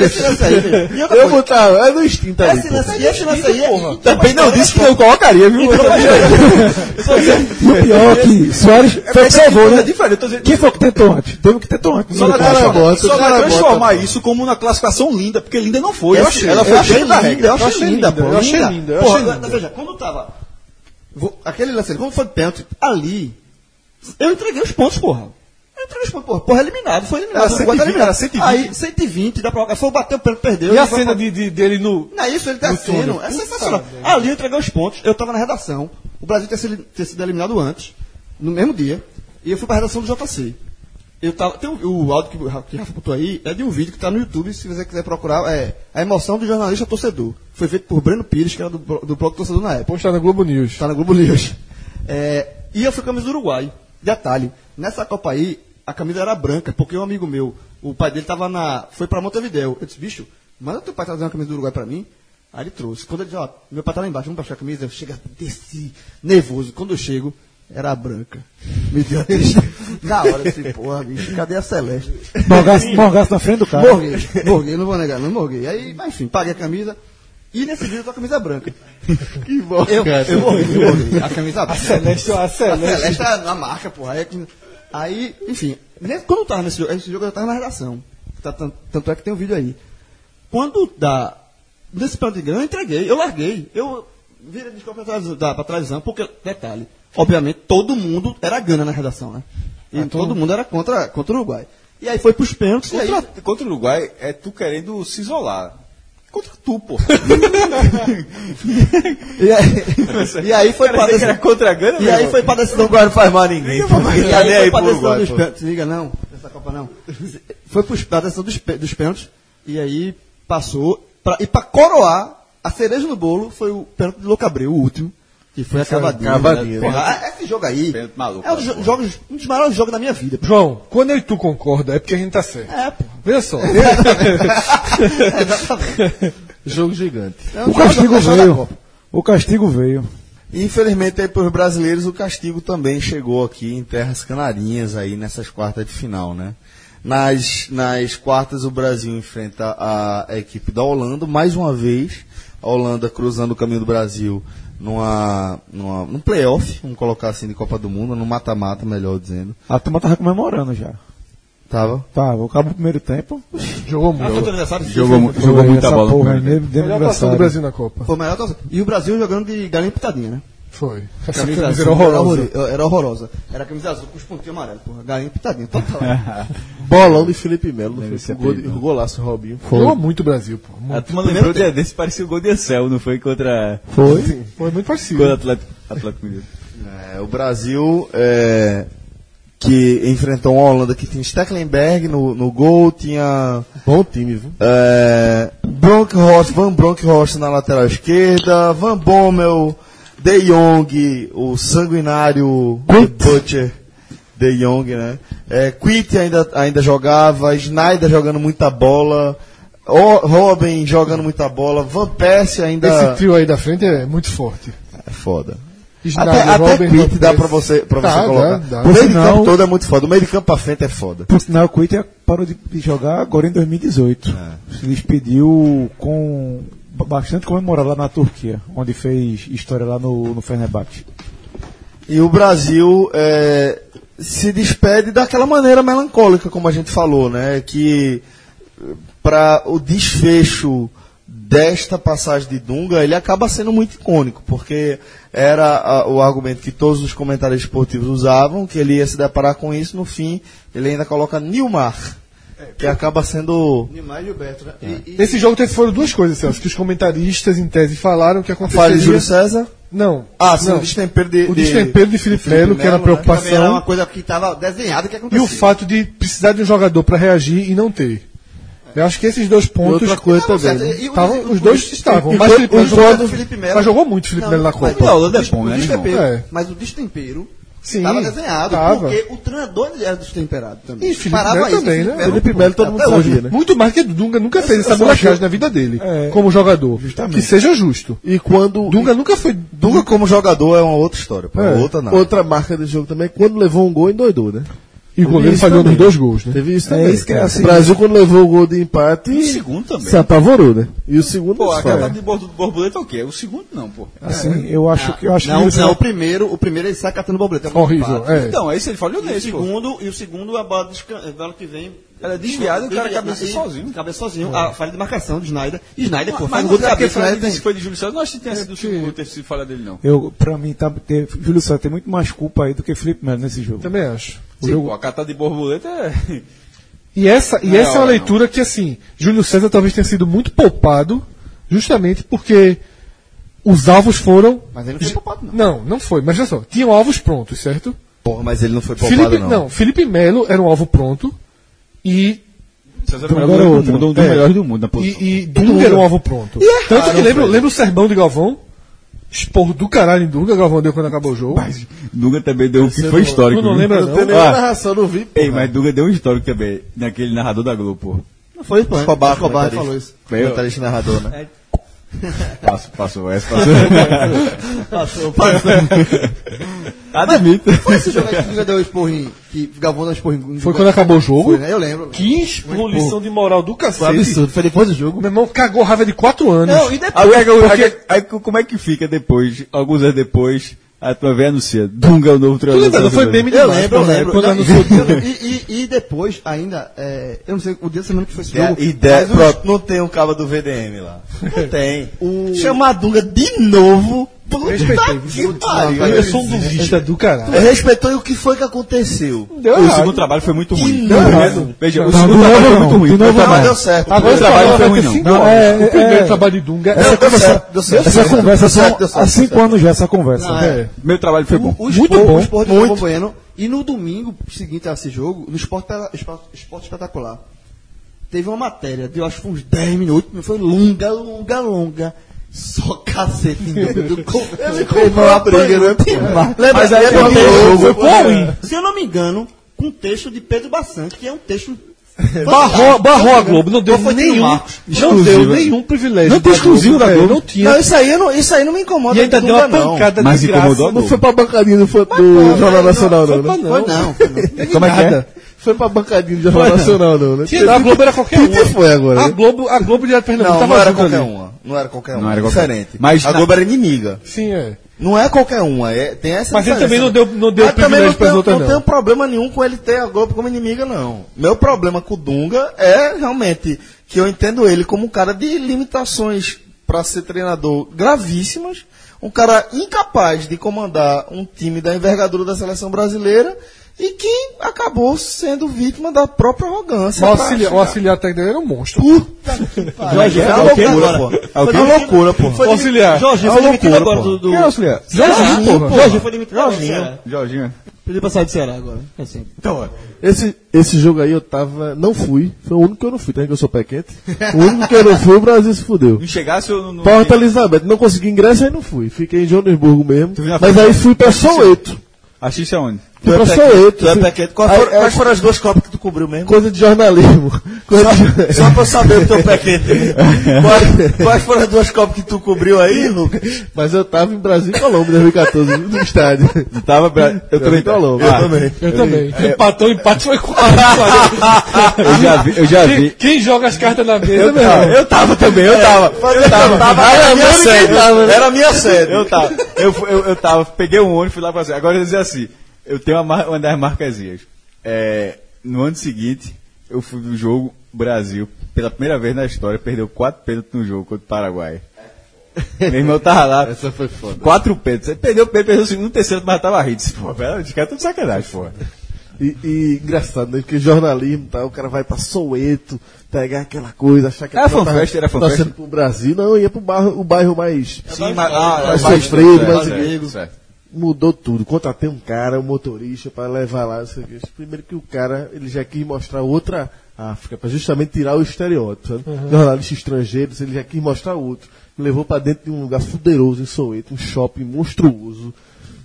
E: Esse lance aí, velho. E outra
B: Eu
E: coisa,
B: botava, é no instinto ali.
E: Esse lance, e esse lance aí. é-
F: Também não disse que eu colocaria, viu?
D: E o pior é que Soares foi que salvou, né? Quem foi que tentou antes? Teve um que tentou antes.
F: Só vai
D: Não, cara,
F: transformar,
B: bota,
F: só vai
B: cara,
F: transformar isso como uma classificação linda, porque linda não foi.
E: Eu
F: Eu
E: achei,
F: ela foi
E: eu achei
F: dentro da
E: linda,
F: regra.
E: eu achei linda, pô.
G: eu achei linda, eu
E: Porra,
G: achei
E: agora, Veja, quando tava. vou- aquele lance ali, quando foi pênalti, ali. Eu entreguei os pontos, porra. Entrou no esporte, porra, porra, eliminado, foi eliminado.
C: Era
E: o Guarda
C: 120, era 120.
E: Aí, 120, dá pra colocar. Foi bater o pênalti, perdeu.
C: E a
E: Ele foi
C: cena
E: pra-
C: de, de- dele no.
E: Não é isso, ele
C: No
E: descendo.
C: túnel.
E: É sensacional. Ali eu entreguei os pontos, eu tava na redação. O Brasil tinha sido, tinha sido eliminado antes, no mesmo dia. E eu fui pra redação do JC. Eu tava, tem um, o, o áudio que o Ra- que o Rafa botou aí é de um vídeo que tá no YouTube, se você quiser procurar, é A Emoção do Jornalista Torcedor. Foi feito por Breno Pires, que era do, blo- do Bloco Torcedor na época.
C: Poxa, tá na Globo News.
E: Tá na Globo News. É, e eu fui camisa do Uruguai. Detalhe, nessa Copa aí, a camisa era branca, porque um amigo meu, o pai dele tava na. foi pra Montevideo. Eu disse, bicho, manda teu pai trazer uma camisa do Uruguai pra mim. Aí ele trouxe. Quando ele disse, ó, meu pai tá lá embaixo, vamos baixar a camisa, eu chego, desci, nervoso. Quando eu chego, era a branca. Me deu a triste. na hora eu disse, porra, bicho, cadê a Celeste?
D: Morgaço, morgaço na frente do cara.
E: Morguei, morguei, não vou negar, não morguei. Aí, mas enfim, paguei a camisa. E nesse vídeo eu tô com a camisa branca. Que bom, eu, eu morri, eu morri. A camisa branca. A Celeste, a Celeste. A Celeste na marca, porra. Aí, aí, enfim, né, quando eu tava nesse jogo, esse jogo eu tava na redação. Tá- tan- tanto é que tem um vídeo aí. Quando dá. Nesse pênalti grande, eu entreguei, eu larguei. Eu virei desculpa pra trás, da- pra trás, porque, detalhe, obviamente todo mundo era gana na redação, né? E todo mundo era contra, contra o Uruguai. E aí foi pros pênaltis. e aí-
F: Contra, contra o Uruguai é tu querendo se isolar. Contra tu, pô.
E: E aí, e aí foi pra
F: que era
E: decisão.
F: contra a Gana,
E: E aí foi pra decisão que não faz mal ninguém. E aí,
F: Cadê
E: foi
F: aí
E: pra
F: pro
E: decisão
F: Uruguai,
E: dos
F: pô?
E: pênaltis. Liga, não, essa Copa não. Foi pros- pra decisão dos, pê- dos pênaltis. E aí passou. pra- e pra coroar, a cereja no bolo foi o pênalti de Louco Abreu, o último. Que foi a cavadinha.
C: cavadinha,
E: Porra,
F: né?
E: ah, esse jogo aí
F: Pênalti maluco,
E: é um dos,
F: né,
E: jo- jogos, um dos maiores jogos da minha vida. pô.
G: João, quando eu e tu concorda, é porque a gente tá certo.
E: É, pô.
G: Veja só.
C: Jogo gigante.
E: É um
D: O
E: dos maiores
D: castigo
E: jogos da
D: veio.
E: Copa.
D: O castigo veio.
B: Infelizmente, aí para os brasileiros, o castigo também chegou aqui em Terras Canarinhas, aí nessas quartas de final, né? Nas, nas quartas, o Brasil enfrenta a, a equipe da Holanda, mais uma vez, a Holanda cruzando o caminho do Brasil numa, numa, num playoff, vamos colocar assim, de Copa do Mundo, num mata-mata, melhor dizendo.
D: A turma tava comemorando já.
B: Tava?
D: Tava, acabou o primeiro tempo. Oxi,
C: Jogou
E: Ah, foi
C: muito.
E: teu aniversário?
F: Jogou, mu- jogou
D: foi
F: muita
D: essa
F: bola. no
D: Porra, aí, né?
F: primeiro
D: mesmo,
F: tempo.
D: dentro do
G: Melhor atuação do
D: aniversário.
G: Brasil na Copa.
E: Foi a melhor atuação. E o Brasil jogando de galinha pitadinha, né?
G: Foi.
E: A
G: Essa
E: camisa
G: camisa
E: azul
G: era horrorosa.
E: Era, era horrorosa. Era a camisa azul com os pontinhos amarelos, porra. Galinha pitadinha, total.
G: É.
C: Bolão de Felipe Melo. não
F: ser
C: foi? O gol de-
F: apelido,
C: o golaço, Robinho.
G: Jogou muito o Brasil, pô. Muito.
F: A turma lembrou de desse, parecia o gol de Excel, não foi contra,
D: Ah,
G: Foi? Foi muito
F: contra o
G: parecido.
F: Atlético, Atlético Mineiro.
B: É, o Brasil é, que enfrentou uma Holanda que tinha Stecklenberg no, no gol, tinha
C: Bom time, viu?
B: é, Bronkhorst, Van Bronckhorst na lateral esquerda, Van Bommel, De Jong, o sanguinário The Butcher, De Jong, né? É, Quit ainda, ainda jogava, Schneider jogando muita bola, O- Robin jogando muita bola, Van Persie ainda...
G: Esse trio aí da frente é muito forte.
B: É foda.
G: Schneider,
B: Até, até
G: Robin,
B: quit dá
G: Lopes.
B: pra você, pra
G: Dá,
B: você colocar.
G: dá, dá.
B: O meio de
D: Sinal-
B: campo todo é muito foda. O meio de campo pra frente é foda.
D: Por sinal, o Cuita parou de de jogar agora em 2018.
B: É.
D: Se despediu com ba- bastante comemorado lá na Turquia, onde fez história lá no, no Fenerbahçe.
B: E o Brasil é, se despede daquela maneira melancólica, como a gente falou, né? Que para o desfecho desta passagem de Dunga, ele acaba sendo muito icônico, porque era a- o argumento que todos os comentários esportivos usavam, que ele ia se deparar com isso, no fim ele ainda coloca Nilmar, que acaba sendo
E: Neymar e Gilberto, né? E, e-
G: Nesse jogo teve- foram duas coisas, Celso, que os comentaristas em tese falaram que
B: Fale de Júlio
G: aconteceria...
B: César.
G: Não.
B: Ah, sim,
G: não.
B: o destempero de,
G: O destempero de Felipe Melo, que era a
E: também era uma
G: preocupação,
E: coisa que estava desenhada que
G: e
E: aconteceu.
B: Assim.
G: o fato de precisar de um jogador para reagir e não ter. Eu acho que esses dois pontos.
C: outra coisa
E: Não,
C: também, né?
E: certo, e o-
G: Estavam-
E: e o-
G: né? os dois estavam.
E: e
G: Mas
E: o-
G: Felipe
E: o
G: Melo jogou-
E: jogador Felipe Melo-
G: mas jogou muito Felipe
E: Não,
G: Melo na
E: mas-
G: Copa.
E: mas-
F: A Holanda é
E: o
F: bom, né,
E: destempero-
G: irmão? É.
E: Mas o destempero
G: Sim,
E: estava desenhado,
G: tava.
E: porque o treinador ele era destemperado também.
G: E Felipe Melo também, né?
C: Felipe Melo todo mundo
E: Até hoje,
C: sabia, né?
G: Muito mais que Dunga nunca fez essa molecagem na vida dele,
D: É.
G: como jogador. Que seja justo.
C: E quando.
G: Dunga nunca foi.
B: Dunga como jogador é uma outra história, pô,
C: É,
B: outra não.
C: outra marca do jogo também, quando levou um gol, endoidou, né?
G: E o goleiro
C: Isso
G: falhou nos
C: também.
G: dois gols, né?
C: Teve isso
D: É
C: também.
D: isso que é assim,
C: o Brasil, quando levou o gol de empate,
F: O segundo também.
C: se apavorou, né? E o segundo
F: Pô, a
C: foi.
F: cavada de bordo- borboleta é o quê? O segundo não, pô.
G: É.
D: Assim, eu acho que eu acho
E: Não,
D: que isso
E: não, o primeiro, o primeiro ele sai catando borboleta. é um
G: Horrível.
E: empate.
G: É.
F: Então, aí você falhou
E: E o
F: nesse, pô.
E: segundo, e o segundo a bola, desca- a bola que vem.
F: Ela é desviada, o cara cabeça
E: E-
F: sozinho.
E: Cabeça sozinho. A falha de marcação de Snyder. E Snyder, pô, faz
F: Mas
E: um
F: não
E: gol de
F: é porque
E: cabeça.
G: né?
F: foi,
E: Snyder
F: disse
E: tem-
F: que foi de Júlio César, não acho que tenha
G: É
F: sido o segundo ter sido falha dele, não.
D: eu, pra mim, tá, ter, Júlio César tem muito mais culpa aí do que Felipe Melo nesse jogo.
G: é, Também acho.
F: Sim, pô, a catar de borboleta é.
G: E essa, e
F: Não é
G: essa é uma
F: hora,
G: leitura que, assim, Júlio César talvez tenha sido muito poupado, justamente porque os alvos foram.
B: Mas ele não foi poupado, não.
G: Não, não foi. Mas olha só, tinham alvos prontos, certo?
B: Porra, mas ele não foi poupado,
G: Felipe,
B: não.
G: não. Felipe Melo era um alvo pronto e.
F: César era o melhor do mundo, um dos
G: É.
F: melhores do mundo na posição. É
G: E, e Dunga era um alvo pronto.
F: E é
G: Tanto que
F: raro,
G: lembra,
F: velho.
G: lembra o sermão de Galvão? Esporro do caralho em Dunga, Galvão deu quando acabou o jogo.
F: Duga também deu um que foi histórico.
G: tu não
F: viu?
G: lembra, não?
F: tem
G: Não.
F: nenhuma
G: Ah.
F: narração, não vi. Ei, mas Duga deu um histórico também, naquele narrador da Globo, pô.
E: Não foi isso, pô.
B: Escobar,
E: Escobar
B: comentarista.
E: falou isso.
F: Bem, eu-
B: Comentarista e narrador,
E: É,
B: né?
F: Passo, passou essa, passou.
E: Passou, passou.
F: Admito.
E: Foi esse jogo é aí que Dunga deu esporro em. Que Galvão deu esporro em.
G: Foi quando acabou o jogo.
E: Foi, né? Eu lembro.
G: Que exposição de moral do
E: Foi
G: cacete.
E: absurdo, foi depois do jogo.
G: Meu irmão cagou raiva de 4 anos.
E: Não, e depois.
F: Aí, aí, aí, aí, como é que fica depois, alguns anos depois, a tua vê anuncia, Dunga é o novo
G: Tu
F: treinador.
G: lembra? Não foi
F: brasileiro.
G: meme
E: Eu
G: demais.
E: lembro, eu
G: pô, né?
E: lembro.
G: Quando
E: Não,
G: anunciou-
E: e, e- e depois, ainda, é, eu não sei o dia da semana que foi esse
B: Ideia-
E: jogo.
B: ideia-
E: mas o-
B: pronto, não tem um cabo do VDM lá. Não tem.
E: O-
B: Chama a Dunga de novo. Puta
G: Respeitei,
B: que
G: Aí
B: pariu.
G: Eu sou um
D: Então,
G: duvista do caralho.
B: Respeitou e o que foi que aconteceu?
G: Deu
F: O
G: errado.
F: segundo trabalho foi muito ruim.
B: Não,
F: Não, Veja, o
D: Não,
F: segundo
D: não,
F: trabalho foi
D: não,
F: muito ruim.
D: de novo,
F: O trabalho-
B: Mas deu certo. Deu
F: Agora o trabalho não
B: certo.
F: foi ruim, não.
G: Cinco horas.
D: é,
G: o primeiro
D: é.
G: trabalho de Dunga
B: Não,
G: essa
B: deu
G: conversa-
B: certo, deu certo,
D: Essa
B: deu certo,
D: conversa
B: deu certo, deu
D: são
B: certo,
D: há
B: deu certo.
D: cinco anos já essa conversa.
E: Ah, é.
F: Meu trabalho foi bom.
E: O
D: Muito
E: esporte,
D: bom.
E: O esporte
D: Muito.
E: do Galvão Bueno. E no domingo seguinte a esse jogo, no esporte, Pela- Espa- Esporte espetacular, teve uma matéria de, eu acho que uns 10 minutos, mas foi longa, longa, longa. Só cacete. Ele comprou a briga, né? Lembra, Mas aí
B: teve um jogo,
E: foi
B: pô,
E: Se eu não me engano, com um texto de Pedro Bassan, que é um texto...
G: Barrou, barrou a Globo, não deu
E: Ou foi Tino
G: nenhum.
E: Marcos?
G: Não deu nenhum privilégio.
D: Não tem
G: da Globo,
D: exclusivo da
G: velho,
D: Globo.
G: Não tinha.
B: Não, isso aí não, isso aí não me incomoda.
G: e ainda deu uma
B: Dunga, não.
G: pancada
F: Mas
G: de graça.
F: incomodou a
C: Não
F: Globo.
C: foi pra bancadinha do, fã- do Jornal Nacional, não,
G: Foi pra
C: né?
G: não.
E: Foi não.
C: Como é que é? Foi pra bancadinha do Jornal Nacional, não, né?
G: Tinha, não, a Globo era qualquer um.
C: Que foi agora,
G: A
C: né?
G: Globo, a Globo de Pernambuco
B: Não,
G: tava
B: não era
G: junto
B: qualquer
G: ali.
B: uma. Não era qualquer uma.
F: Não era qualquer-
B: diferente.
F: Mas
B: a
F: na-
B: Globo era inimiga.
G: Sim, é.
B: Não é qualquer uma. É, tem essa
G: Mas ele
B: diferença,
G: também não
B: né?
G: deu- não deu
B: Mas também
G: privilégio
B: não um
G: pras
B: tenho-
G: outras, não.
B: Não tenho problema nenhum com ele ter a Globo como inimiga, não. Meu problema com o Dunga é realmente que eu entendo ele como um cara de limitações para ser treinador gravíssimas, um cara incapaz de comandar um time da envergadura da seleção brasileira e que acabou sendo vítima da própria arrogância.
G: O
F: Um
B: pra
G: auxiliar, o
B: chegar.
G: auxiliar técnico era um monstro.
B: Puta que pariu. É uma loucura, pô. É uma loucura, pô.
G: O auxiliar.
E: Jorginho foi demitido agora do... do...
F: Quem é o auxiliar?
E: Jorginho, pô. Jorginho foi demitido agora do
B: Jorginho.
E: Ceará.
F: Jorginho.
E: Pediu pra sair do Ceará agora. Assim.
C: Esse, esse jogo aí eu tava. Não fui. Foi o único que eu não fui, tá? Que eu sou pé quente. O único que eu não fui, o Brasil se fudeu.
F: Não chegasse eu não.
C: Porta Elizabeth, não consegui ingresso aí não fui. Fiquei em Joanesburgo mesmo.
F: Tu viu na
C: Mas
F: frente?
C: aí fui pra Soweto.
F: Assiste aonde?
C: Fui pra Soweto.
B: Tu é
C: fui-
B: pequeno. Quais
C: Aí,
B: foram,
C: é,
B: quais foram as duas copas que tu cobriu mesmo?
C: Coisa de jornalismo. Coisa de...
B: Só pra eu saber o teu pequeno. quais, quais foram as duas copas que tu cobriu aí, Lucas?
C: Mas eu tava em Brasil e Colômbia em 2014, no estádio.
F: Tu tava pra... Eu também
C: tô louco.
F: Ah, é-
G: Eu também. Empatou, empate foi quatro.
F: Eu já vi, eu já
G: quem,
F: vi.
G: quem joga as cartas na mesa, meu
F: Ah,
G: irmão?
F: Eu tava também,
B: é,
F: eu tava. Eu tava.
B: era a minha sede. Era a minha sede.
F: Eu tava. Eu, fu- eu, eu tava, peguei um ônibus, fui lá pra cima. Agora eu dizer assim, eu tenho uma, mar- uma das marcasias. É, no ano seguinte, eu fui no jogo Brasil, pela primeira vez na história, perdeu quatro pênaltis no jogo contra o Paraguai. Meu irmão tava lá. É Essa foi foda. Quatro pênaltis. Aí perdeu o pênalti, perdeu o segundo, o terceiro, mas tava rindo. Disse, Pô, velho, os caras tão de sacanagem, pô.
C: E, e engraçado, né? Porque jornalismo, tá? o cara vai pra Soweto, pegar aquela coisa, achar que
O: É
F: Era
C: a turma
F: fanfest, era fanfest?
C: torcendo pro Brasil. Não, ia pro bairro, o bairro mais...
F: Sim, mas. Ah, é.
C: Mas
F: mas-
C: sofrido,
F: certo,
C: mas
F: certo,
C: inimigo.
F: certo.
C: Mudou tudo. Contratei um cara, um motorista, pra levar lá. não sei o quê. Primeiro que o cara, ele já quis mostrar outra África, pra justamente tirar o estereótipo. sabe?
F: Uhum.
C: Jornalistas estrangeiros, ele já quis mostrar outro. Me levou pra dentro de um lugar fuderoso em Soweto, um shopping monstruoso.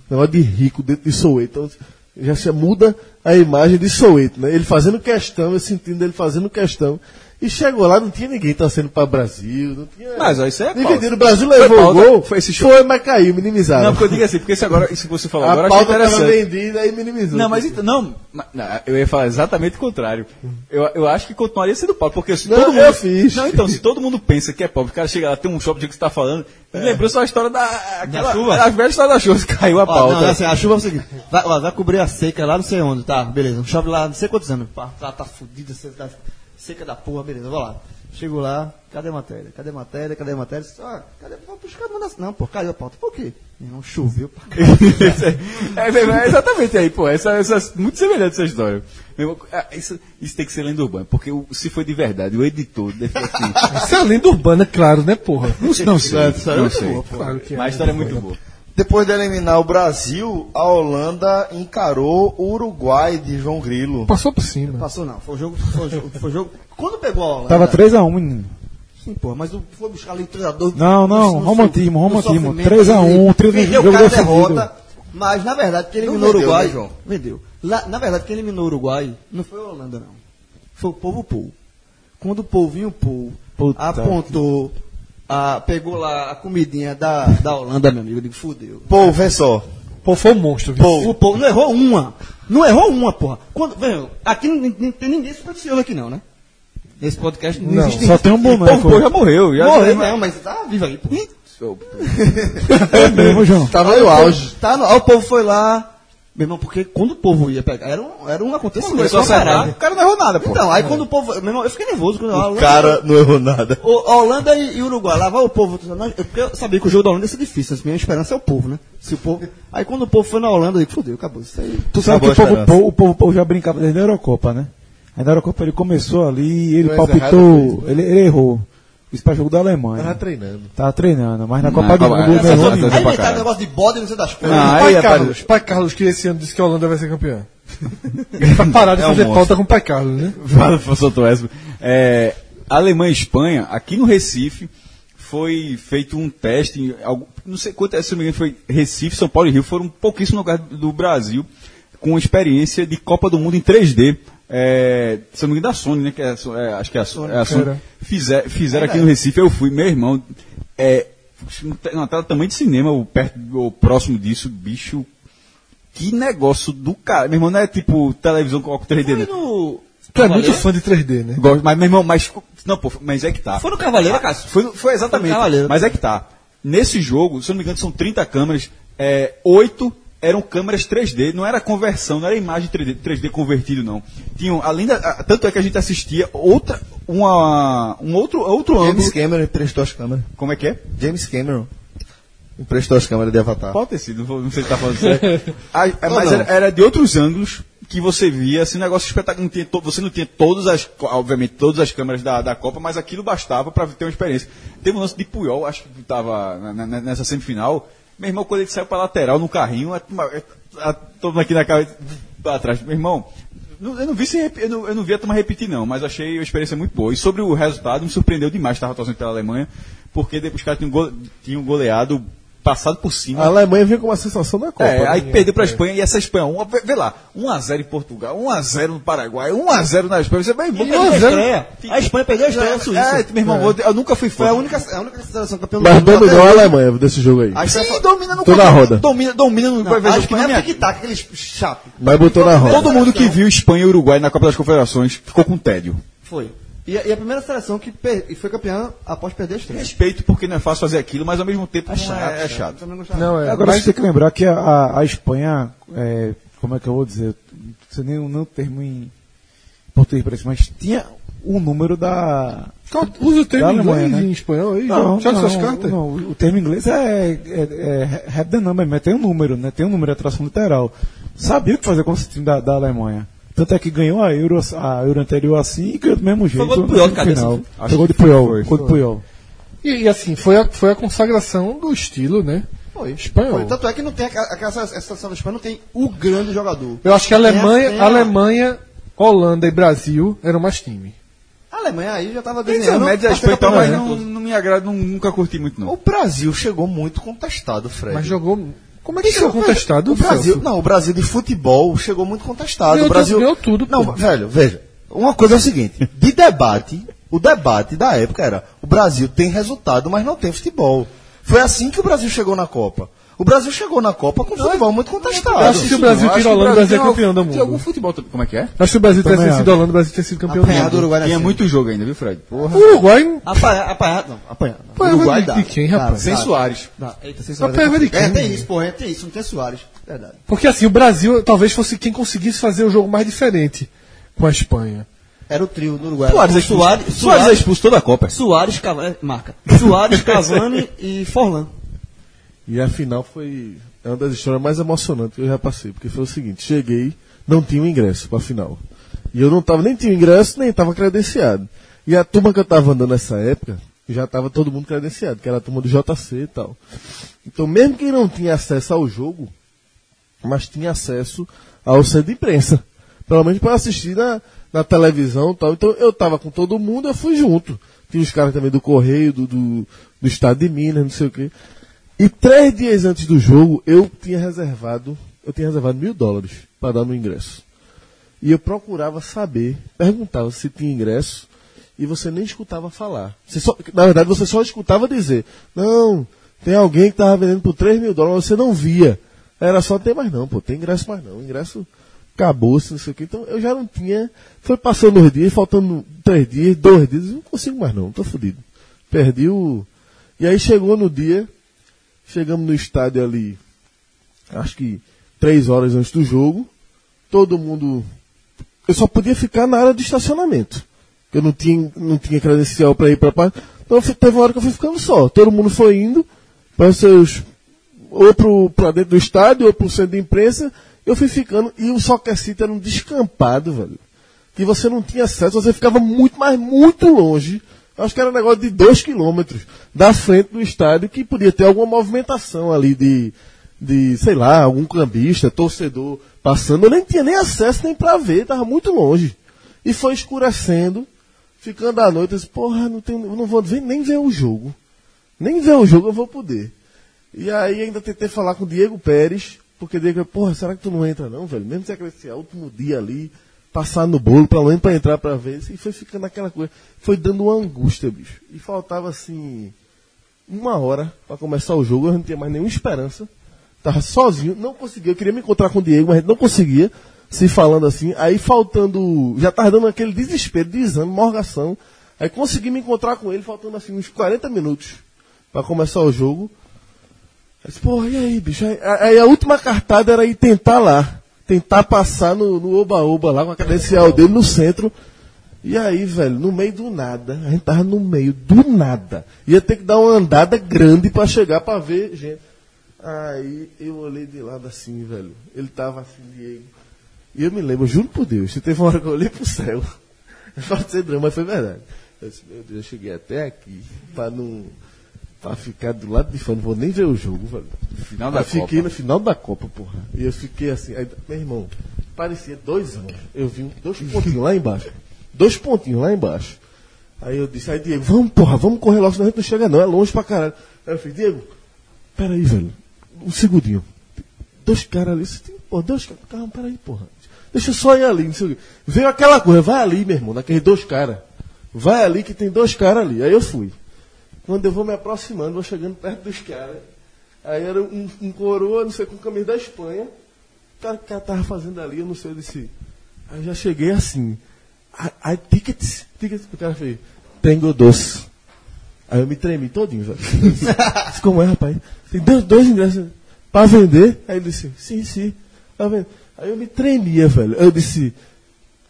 C: Negócio de rico dentro de Soweto. Então, já se muda a imagem de Soweto, né? Ele fazendo questão, eu sentindo ele fazendo questão. E chegou lá, não tinha ninguém torcendo pra Brasil, não tinha...
F: Mas, ó, isso é
C: Ninguém
F: pauta.
C: deu, o Brasil
F: Foi
C: levou o
F: pauta,
C: gol,
F: foi
C: foi,
F: esse show.
C: mas caiu, minimizado.
F: Não, porque eu digo assim, porque se agora, isso que você falou agora,
C: A
F: eu achei
C: pauta estava
F: interessante.
C: vendida e minimizou.
F: Não, mas então, não, ma- não, eu ia falar exatamente o contrário. Eu, eu acho que continuaria sendo pobre, porque se
C: Não,
F: todo mundo.
C: eu fiz.
F: Não, então, se todo mundo pensa que é pobre, o cara chega lá, tem um shopping de que você tá falando,
C: É.
F: me lembrou só a história da. Aquela,
E: chuva?
F: A velha história da chuva, caiu a
E: Ó,
F: pauta.
E: não, é assim, a chuva é o seguinte. Vai, ó, vai cobrir a seca lá não sei onde, tá? Beleza. Chove lá não sei quantos anos. Pá, Tá, tá fudido, seca da, seca da porra, beleza, vou lá. Chego lá, cadê a matéria? Cadê a matéria? Cadê a matéria? Ah, cadê? Vou Os caras mandam assim. Não, pô, caiu a pauta. Por quê? Meu irmão, choveu pra caralho.
F: é, meu irmão, é exatamente aí, pô. Essa, essa, muito semelhante essa história. Meu irmão, ah, isso, isso tem que ser lenda urbana, porque o- se foi de verdade, o editor deve ter assim.
G: Isso é lenda urbana, claro, né, porra? é. Não, não sei.
F: não sei.
G: Claro que é.
F: Mas a história é muito boa.
B: Depois de eliminar o Brasil, a Holanda encarou o Uruguai de João Grilo.
G: Passou por cima.
E: Passou não, foi o jogo, foi o jogo, foi o jogo. Quando pegou a Holanda...
D: Tava 3x1, menino.
E: Sim, pô, mas o- foi buscar ali o treinador...
D: Não, não,
E: no- no
D: romantismo,
E: so- no
D: romantismo.
E: sofrimento,
D: 3 a 1,
E: ele
D: 3 a 1,
E: Perdeu
D: jogo
E: cada
D: defendido.
E: derrota, mas na verdade quem eliminou o
B: vendeu,
E: Uruguai...
B: né, João?
E: Vendeu. Lá- na verdade quem eliminou o Uruguai não foi a Holanda, não. Foi o povo Pou. Quando o povinho Pou
D: Puta
E: apontou, a, pegou lá a comidinha da, da Holanda, meu amigo, eu digo, fudeu.
B: Pô, vê só.
G: Pô, foi um monstro, viu?
E: O povo não errou uma. Não errou uma, porra. Quando, velho, aqui não não tem ninguém supersticioso aqui não, né? Nesse podcast não,
D: Não,
E: existe
D: só
E: isso.
D: tem um
F: Pô, o
D: boneco.
F: povo já morreu. Já
E: Morreu, não, mas tá vivo aí, porra.
D: É mesmo, João.
B: Tava no auge.
E: Tá no, aí o povo foi lá. Meu irmão, porque quando o povo ia pegar, era um, era um acontecimento.
F: Começou a
E: era uma
F: acertar.
E: parada.
F: O cara não errou nada, pô.
E: Então, aí quando o povo. Meu irmão, eu fiquei nervoso quando a
B: O
E: Holanda.
B: cara não errou nada.
E: o- a Holanda e, e Uruguai, lá vai o povo. nós- eu- Porque eu sabia que o jogo da Holanda ia ser difícil. assim, Minha esperança é o povo, né? Se o povo. Aí quando o povo foi na Holanda, eu digo, fodeu, acabou. Isso aí.
D: Tu sabe
B: Acabou
D: que o
B: a
D: povo,
B: esperança.
D: Pou- o povo Pou já brincava desde a Eurocopa, né? Aí na Eurocopa ele começou ali, ele
B: Dois errados,
D: palpitou, ele, ele errou. Isso pra jogo da Alemanha.
C: Tava tá treinando.
D: Tava treinando, mas na
F: Na
D: Copa do
F: Copa-
D: Mundo.
F: essa
D: ele
F: só-
D: errou.
F: essa-
E: Aí inventaram o negócio de bode, não sei das coisas.
F: Ah, aí,
D: é
G: pai
F: rapaz,
G: Carlos, pai Carlos que esse ano disse que a Holanda vai ser campeã. pra parar de
F: É um
G: fazer
F: monstro.
G: pauta com o pai Carlos, né?
F: Fala, soltou essa. É, Alemanha e Espanha, aqui no Recife, foi feito um teste, em algum- não sei quanto, é, se não me engano, foi Recife, São Paulo e Rio, foram pouquíssimos lugares do Brasil com experiência de Copa do Mundo em 3D. É, se não me engano, da Sony, né? Que é, a So- é, acho que é a, So- é a Sony.
G: cara.
F: Fizer, fizeram aqui no Recife, eu fui, meu irmão. É, na tela tamanho de cinema, o, perto, o próximo disso, bicho. Que negócio do cara. Meu irmão, não é tipo televisão com óculos 3D, né?
G: Tu é muito fã de 3D, né?
F: Gosto, mas, meu irmão, mas. Não, pô, mas é que tá.
E: Foi no Cavaleiro, Cássio?
F: Foi, no- foi exatamente.
E: Foi no Cavaleiro.
F: mas é que tá. Nesse jogo, se eu não me engano, são 30 câmeras. É, 8 eram câmeras 3D. Não era conversão, não era imagem 3D, 3D convertido, não. Tinham, além da. a- Tanto é que a gente assistia outra. Uma, um outro, outro
B: James
F: ângulo.
B: Cameron emprestou as câmeras.
F: Como é que é?
B: James Cameron emprestou as câmeras de Avatar.
F: Pode ter sido, não vou- não sei se tá falando sério. Ah, é,
B: Ou
F: mas
B: não.
F: era, era de outros ângulos que você via esse negócio espetacular. Não tinha to- você não tinha todas as, co- obviamente, todas as câmeras da, da Copa, mas aquilo bastava para ter uma experiência. Teve um lance de Puyol, acho que estava nessa semifinal. Meu irmão, quando ele saiu para lateral no carrinho, a, turma- é, a, a- todo mundo aqui na cabeça pra trás. Meu irmão, não- eu não vi se rep- eu não, eu não vi a turma repetir, não, mas achei a experiência muito boa. E sobre o resultado, me surpreendeu demais estava torcendo pela Alemanha, porque depois os caras tinham, go- tinham goleado, passado por cima.
C: A Alemanha veio com uma sensação da Copa.
F: É, aí
C: né?
F: perdeu pra Espanha e essa Espanha, um, vê- vê lá, 1x0 em Portugal, 1x0 no Paraguai, 1x0 na Espanha. Você vai Um
E: E perdeu a estreia. A Espanha perdeu a estreia da Suíça.
F: É, meu irmão, eu- eu nunca fui fã.
E: Foi a única, a única seleção campeã do
C: Mas
E: mundo.
C: dominou a Alemanha desse jogo aí.
F: Aí você domina no
C: Tô na roda.
F: Domina, domina no
E: Não,
F: vai ver
E: a
F: jogo que
E: Espanha
F: nem
E: é
F: minha-
E: tic-tac, aqueles chape.
C: Mas botou na roda.
F: Todo mundo que viu Espanha e Uruguai na Copa das Confederações ficou com tédio.
E: Foi. E a, e a primeira seleção que per- e foi campeã após perder a estreia.
F: Respeito porque não é fácil fazer aquilo, mas ao mesmo tempo não é chato. É,
E: Eu
F: chato.
E: também gostava.
G: Não, é.
D: Agora
G: mas
D: você tem que lembrar que a, a, a Espanha, é, como é que eu vou dizer? Não sei nem o nem o termo em português para isso, mas tinha o número da.
G: qual- usa o termo
D: Da
G: em inglês
D: Alemanha,
G: e
D: né?
G: em espanhol aí, joga- joga suas cartas.
D: não, o o termo em inglês é, é, é have the number, mas tem um número, né? Tem um número, é tração literal. Sabia o que fazer com esse time da, da Alemanha. Tanto é que ganhou a Euro, a Euro anterior assim e ganhou do mesmo jeito.
E: gol do Puyol de
D: no
E: cabeça,
D: final.
E: não
F: Acho
D: Jogou de
F: que foi,
D: Puyol,
F: foi.
D: gol de Puyol.
G: E, e assim, foi a, foi a consagração do estilo, né?
E: Foi.
G: Espanhol.
E: Foi. Tanto é que não tem aquela, aquela essa seleção da Espanha não tem o grande jogador.
G: Eu acho que a Alemanha,
E: Tem a- tem a-
G: Alemanha, Holanda e Brasil eram mais time.
E: A Alemanha aí já tava
F: Tem essa
E: desenhando.
B: é
F: média
E: pra ser
F: Espanha, então,
E: campeã
F: mas
B: né?
E: do
F: não,
E: mundo.
F: não me agrada, não- nunca curti muito não.
B: O Brasil chegou muito contestado, Fred.
G: Mas jogou. Como é que
B: Isso,
G: chegou contestado?
B: O Brasil,
G: Celso?
B: não, o Brasil de futebol chegou muito contestado.
G: Ganhou
B: o Brasil
G: tudo, ganhou tudo,
B: Não,
G: pô.
B: velho, veja. Uma coisa é o seguinte, de debate, o debate da época era: o Brasil tem resultado, mas não tem futebol. Foi assim que o Brasil chegou na Copa. O Brasil chegou na Copa com futebol muito contestado.
G: Eu acho que se o Brasil tira a Holanda, o Brasil é campeão do
F: Tem algum
G: mundo.
F: futebol também. Como é que é?
G: Acho que o Brasil
D: Também
G: tivesse
D: acho.
G: sido a Holanda, o Brasil tinha sido campeão do
E: Apanhado do
G: mundo.
E: Uruguai na
F: Tinha
E: semi.
F: é muito jogo ainda, viu, Fred? Porra.
G: O
D: um
G: Uruguai
E: Apanha- Apanhado, não, apanhado.
G: Apanhava
E: Uruguai
G: de-
E: dá.
G: de quem, rapaz?
E: Dá,
F: Sem
E: dá.
F: Soares.
E: Dá. Eita, sem Soares.
G: Apanhava de
E: É,
G: quem?
E: tem isso, porra, é, tem isso, não tem Soares. Verdade.
G: Porque assim, o Brasil talvez fosse quem conseguisse fazer o jogo mais diferente com a Espanha.
E: Era o trio do Uruguai.
F: Suárez é expulso. Suárez é expulso toda a Copa.
E: Suárez, Cavani, marca. Suárez, Cavani e Forlan.
C: E a final foi é uma das histórias mais emocionantes que eu já passei, porque foi o seguinte, cheguei, não tinha o ingresso para a final. E eu não tava, nem tinha o ingresso, nem estava credenciado. E a turma que eu estava andando nessa época, já estava todo mundo credenciado, que era a turma do JC e tal. Então, mesmo quem não tinha acesso ao jogo, mas tinha acesso ao centro de imprensa. Pelo menos para assistir na, na televisão e tal. Então eu estava com todo mundo, eu fui junto. Tinha os caras também do Correio, do, do, do Estado de Minas, não sei o quê. E três dias antes do jogo, eu tinha reservado, eu tinha reservado mil dólares para dar no ingresso. E eu procurava saber, perguntava se tinha ingresso, e você nem escutava falar. Você só, na verdade, você só escutava dizer, não, tem alguém que estava vendendo por 3 mil dólares, você não via. Era só ter mais não, pô, tem ingresso mais não. Ingresso acabou, se não sei o que. Então eu já não tinha. Foi passando os dias, faltando três dias, dois dias, eu não consigo mais não, tô fudido. Perdi o. E aí chegou no dia, chegamos no estádio ali, acho que três horas antes do jogo, todo mundo. Eu só podia ficar na área de estacionamento. Eu não tinha, não tinha credencial para ir para parte. Então fi- teve uma hora que eu fui ficando só. Todo mundo foi indo para os seus ou para dentro do estádio, ou para o centro de imprensa. Eu fui ficando, e o Soccer City era um descampado, velho. Que você não tinha acesso, você ficava muito, mas muito longe. Acho que era um negócio de dois quilômetros da frente do estádio, que podia ter alguma movimentação ali de, de sei lá, algum cambista, torcedor passando. Eu nem tinha nem acesso nem para ver, estava muito longe. E foi escurecendo, ficando à noite. Eu disse, porra, não, tenho, eu não vou ver- nem ver o jogo. Nem ver o jogo eu vou poder. E aí ainda tentei falar com o Diego Pérez, porque o Diego, porra, será que tu não entra não, velho? Mesmo se acrescentar último dia ali, passar no bolo, pelo menos pra entrar pra ver. E foi ficando aquela coisa. Foi dando uma angústia, bicho. E faltava assim. Uma hora pra começar o jogo, eu não tinha mais nenhuma esperança. Tava sozinho, não conseguia. Eu queria me encontrar com o Diego, mas a gente não conseguia. Se falando assim, aí faltando. Já tava dando aquele desespero, de exame, morgação. Aí consegui me encontrar com ele, faltando assim uns 40 minutos pra começar o jogo. Eu disse, porra, e aí, bicho? Aí, aí a última cartada era ir tentar lá. Tentar passar no no oba-oba lá com a credencial dele no centro. E aí, velho, no meio do nada, a gente tava no meio do nada. Ia ter que dar uma andada grande pra chegar pra ver gente. Aí eu olhei de lado assim, velho. Ele tava assim, Diego. E eu me lembro, juro por Deus, se teve uma hora que eu olhei pro céu. Pode ser drama, mas foi verdade. Eu disse, meu Deus, eu cheguei até aqui pra não. pra ficar do lado de fora, não vou nem ver o jogo, velho.
F: Final da
C: eu fiquei
F: Copa.
C: no final da Copa, porra. E eu fiquei assim, aí, meu irmão, parecia dois anos. Eu vi um, dois pontinhos lá embaixo. Dois pontinhos lá embaixo. Aí eu disse, aí Diego, vamos, porra, vamos correr logo, senão a gente não chega não, é longe pra caralho. Aí eu falei, Diego, peraí, velho, um segundinho. Dois caras ali, você tem, pô, dois caras, calma, peraí, porra. Deixa eu só ir ali, não sei o quê. Veio aquela coisa, vai ali, meu irmão, naqueles dois caras. Vai ali que tem dois caras ali. Aí eu fui. Quando eu vou me aproximando, vou chegando perto dos caras. Aí era um, um coroa, não sei, com camisa da Espanha. O cara, o cara tava fazendo ali, eu não sei, eu disse. Aí eu já cheguei assim. Aí, aí, tickets, tickets. O cara fez, tengo doce. Aí eu me tremi todinho, velho. Eu disse, Como é, rapaz? Tem dois, dois ingressos pra vender? Aí ele disse, sim, sim. Pra vender. Aí eu me tremia, velho. Eu disse,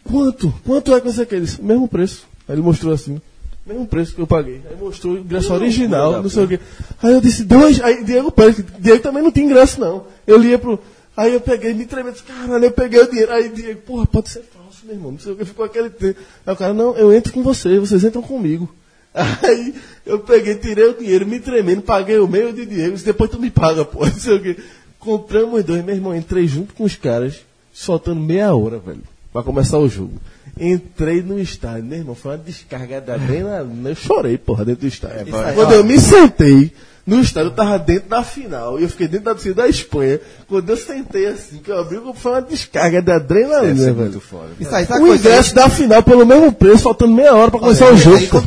C: quanto? Quanto é que você quer? Ele disse, mesmo preço. Aí ele mostrou assim, mesmo preço que eu paguei. Aí mostrou o ingresso original, não sei o quê. Aí eu disse, dois. Aí Diego Pérez, que Diego também não tinha ingresso, não. Eu lia pro. Aí eu peguei, me tremendo, disse, caralho, eu peguei o dinheiro. Aí Diego, porra, pode ser falso, meu irmão. Não sei o que, ficou aquele tempo. Aí o cara, não, eu entro com vocês, vocês entram comigo. Aí eu peguei, tirei o dinheiro, me tremendo, paguei o meio de Diego, disse, depois tu me paga, pô, não sei o quê. Compramos os dois, meu irmão, entrei junto com os caras, soltando meia hora, velho, pra começar o jogo. Entrei no estádio, meu irmão, foi uma descarga da adrenalina, eu chorei, porra, dentro do
F: É,
C: estádio. Quando eu me sentei no estádio, eu tava dentro da final, e eu fiquei dentro da torcida da Espanha. Quando eu sentei assim, que eu abri, foi uma descarga da
F: Deve
C: adrenalina,
F: ser
C: velho.
F: muito foda.
E: Isso aí, é
C: O ingresso da final pelo mesmo preço, faltando meia hora pra começar o jogo. pô.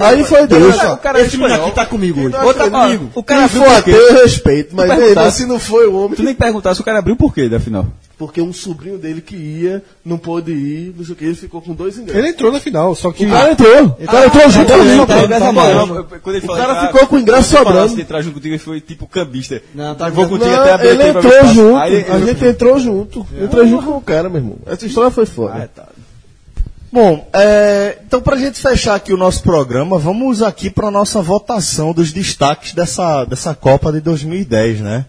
C: Aí foi Deus.
E: O cara esse menino aqui tá comigo hoje. Outra comigo. O cara
C: Quem
E: abriu
C: for
E: por
C: ateu,
E: quê?
C: eu respeito, mas
F: Vai
C: meu irmão,
F: botar.
C: se não foi o homem.
F: Tu nem perguntasse, o cara abriu por quê da final?
C: Porque um sobrinho dele que ia, não pôde ir, não sei o que, ele ficou com dois ingressos.
G: Ele entrou na final, só que.
C: O
D: Ah,
C: cara entrou. O cara entrou junto com o
F: Não,
C: jogo.
E: É,
F: Tá quando ele
C: O
F: fala,
C: cara
F: ah,
C: ficou com o ingresso
F: quando ele falasse
C: sobrando.
F: de entrar junto contigo, ele foi tipo cambista.
E: Não, tá
F: Eu vou contigo até
C: Não,
F: abrir
C: ele
F: aqui pra
C: entrou
F: ver se
C: junto.
F: passa. Aí ele-
C: É.
F: Ah, tá.
C: A gente entrou junto. Entrei junto com o cara, meu irmão. Essa história foi foda.
B: Bom, é, então para a gente fechar aqui o nosso programa, vamos aqui para a nossa votação dos destaques dessa, dessa Copa de 2010, né?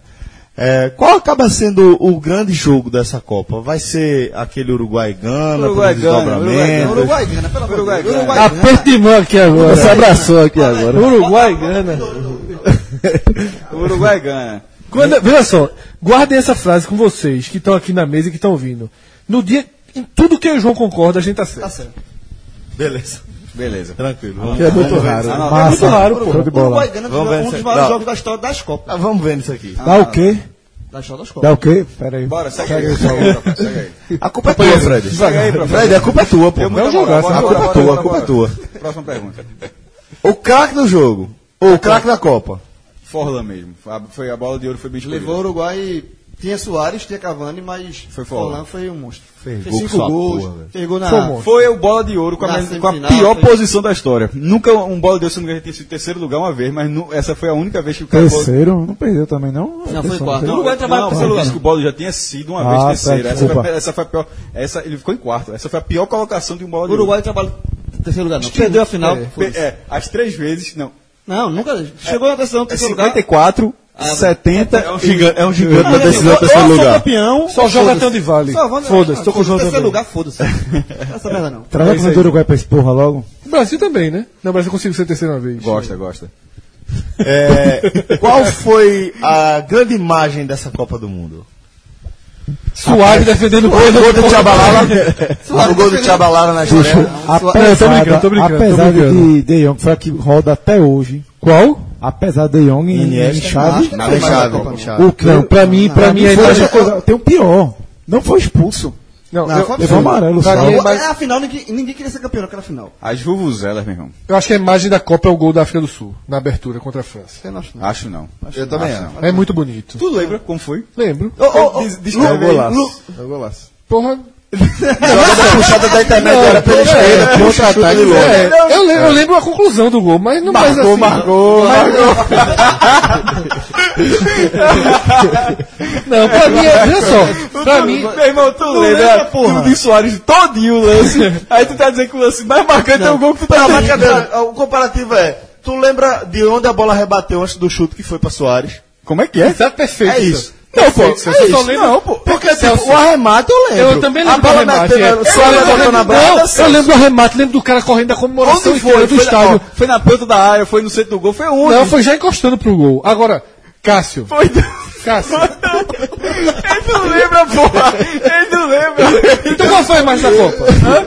B: É, qual acaba sendo o grande jogo dessa Copa? Vai ser aquele Uruguai-Gana,
E: Uruguai
B: pelos
E: ganha,
B: desdobramentos?
E: Uruguai ganha, pelo amor de Deus. Uruguai
T: Tá
C: é.
E: ganha.
T: perto de mão aqui agora. Se abraçou aqui agora.
D: Uruguai gana.
F: O Uruguai ganha.
D: Quando, veja só, guardem essa frase com vocês que estão aqui na mesa e que estão ouvindo. No dia, em tudo que o João concorda, a gente tá certo.
B: Beleza,
F: Beleza.
B: tranquilo. Vamos,
T: Que é muito
B: vamos Ah, ver
T: raro.
B: isso.
F: não,
D: É muito raro, pô.
C: Show de bola.
E: Uruguai ganha
B: Vamos
E: foi
B: ver
E: um dos
B: se-
E: maiores
B: não.
E: jogos da história das Copas.
B: Ah, vamos vendo isso aqui.
C: Dá o quê?
E: Da história das
C: Dá
E: Copas.
C: o quê? Pera aí.
F: Bora, segue aí. Segue aí, papai, segue aí.
B: A culpa é tua, Fred. Fred, a culpa é tua, pô.
F: Deu muita
B: a
F: moral, bora,
B: culpa é
F: bora,
B: tua, a
F: bora,
B: culpa é
F: bora.
B: tua.
F: Próxima pergunta.
B: O craque do jogo, ou o craque da Copa?
F: Forlan mesmo. A- Foi a bola de ouro foi bem escolhida.
E: Levou o Uruguai. Tinha Soares, tinha Cavani, mas
F: Foi
E: Forlan
F: Forlan.
E: foi um monstro. Fez,
B: gol que
E: cinco
B: só a
E: gols,
B: porra, velho.
E: fez gol na.
D: Foi um monstro.
F: Foi o bola de ouro com a,
E: Na
F: men- com a
E: semifinal,
F: pior
E: foi-
F: posição da história. Nunca um bola de ouro, se não me engano, tinha sido terceiro lugar uma vez, mas nu- essa foi a única vez que o cara.
C: Terceiro? Não perdeu também, não?
E: Não, foi quarto.
F: Não, o
E: Não,
F: Uruguai trabalha
E: não,
F: com
E: não.
F: celular. Diz que o Bola já tinha sido uma
C: Ah, tá,
F: vez terceira. Essa foi,
C: desculpa.
F: a- essa foi a pior. Essa, ele ficou em quarto. Essa foi a pior colocação de um bola
E: O
F: de ouro.
E: Uruguai trabalha em terceiro lugar, não. Perdeu a final.
F: Pe-
E: foda-se.
F: É, as três vezes, não.
E: Não, nunca. Chegou na decisão do
F: É
E: terceiro lugar.
F: 54,
E: Ah,
F: 70.
B: É um gigante, é um gigante na decisão do
E: Ou- ou
B: terceiro
F: é
E: sou
B: lugar.
E: campeão,
D: Só joga tão de vale.
E: Só vamos-
D: Foda-se, tô com o João
E: Terceiro
D: também.
E: lugar, foda-se. Essa merda não.
C: Traz a
F: É isso
C: camisa
F: aí.
C: do Uruguai pra esse porra logo.
D: O Brasil também, né? Não, mas eu consigo ser terceira vez.
F: Gosta, gosta.
B: É, qual foi a grande imagem dessa Copa do Mundo?
D: Suave defendendo o
B: O gol do Tchabalala. o gol do Tchabalala na estreia.
C: Apesar,
D: tô brincando, tô brincando, tô
C: apesar
D: brincando.
C: de De Jong, foi a que roda até hoje. Qual? Apesar de De Jong e Chave.
B: Na chave.
C: O que, não, pra mim, pra
D: Na
C: mim
D: minha
C: foi
D: imagem-
C: outra coisa. Tem o pior. Não foi expulso.
D: Não,
E: Não,
D: eu,
E: foi
C: Levou
E: absurdo.
C: amarelo só.
D: Pra mim,
E: É a final, ninguém, ninguém queria ser campeão naquela final.
F: As vuvuzelas, meu irmão.
D: eu acho que a imagem da Copa é o gol da África do Sul, na abertura contra a França.
E: Eu não acho, não.
F: Acho não.
B: Eu também acho.
D: É muito bonito.
F: Tu lembra como foi?
D: Lembro.
F: Des- descreve aí.
D: Porra.
B: Jogada puxada da internet, era pela esquerda, contra-ataque
D: É,
B: longe.
D: eu, lembro, eu lembro a conclusão do gol, mas não mais assim.
B: marcou, marcou.
D: Não, pra mim, é- veja só. Pra mim,
F: Meu irmão, tu lembra do de Soares todinho o lance. Aí tu tá dizendo que o lance mais marcante é o gol que tu tá
B: Não, mas cadê? O comparativo é, tu lembra de onde a bola rebateu antes do chute que foi pra Soares?
F: Como é que é?
D: tá perfeito.
B: É isso.
F: Não, pô.
D: Perfeito,
F: é
D: eu
F: isso.
D: só lembro-
F: Não, pô.
B: Porque tipo, o arremate eu lembro.
D: Eu também
B: a
D: lembro
B: bola
D: do arremate,
B: meteu,
D: é.
B: Soares botou na bola.
D: Não, eu lembro do arremate, lembro do cara correndo da comemoração
F: Onde
D: inteira
F: foi?
D: do
F: Foi na-
D: estádio.
F: ó, Foi na ponta da área, foi no centro do gol, foi onde?
D: Não, foi já encostando pro gol. Agora, Cássio.
F: é. Foi-
D: Cássio.
F: Ele não lembra, porra. Ele não lembra.
D: Então qual foi a imagem da Copa?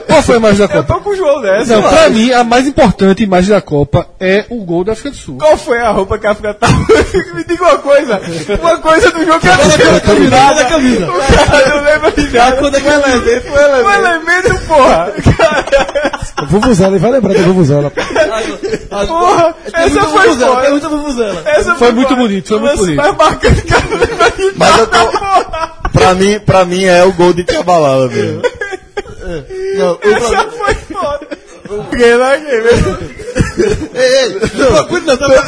D: Qual foi a imagem da
F: Eu
D: Copa?
F: tô com o João nessa.
D: Não, pra mim, a mais importante imagem da Copa é o gol da África do Sul.
F: Qual foi a roupa que a África tava? Me diga uma coisa. Uma coisa do jogo que eu não lembro de nada. O cara não lembra de nada. Quando é que elemento? O elemento. porra.
C: Vuvuzela, e vai lembrar da Vuvuzela.
F: Porra. Essa foi
E: É
F: foda.
E: muita vuvuzela.
F: Essa
D: Foi muito
F: foda.
D: bonito, foi muito
F: Lance
D: bonito.
F: mais marcante que eu não lembro de
B: Mas eu
F: nada,
B: tô...
F: porra.
B: Pra mim, pra mim é o gol de Tchabalala mesmo.
E: Não, o
F: Essa foi foda. Ganhei lá, ganhei.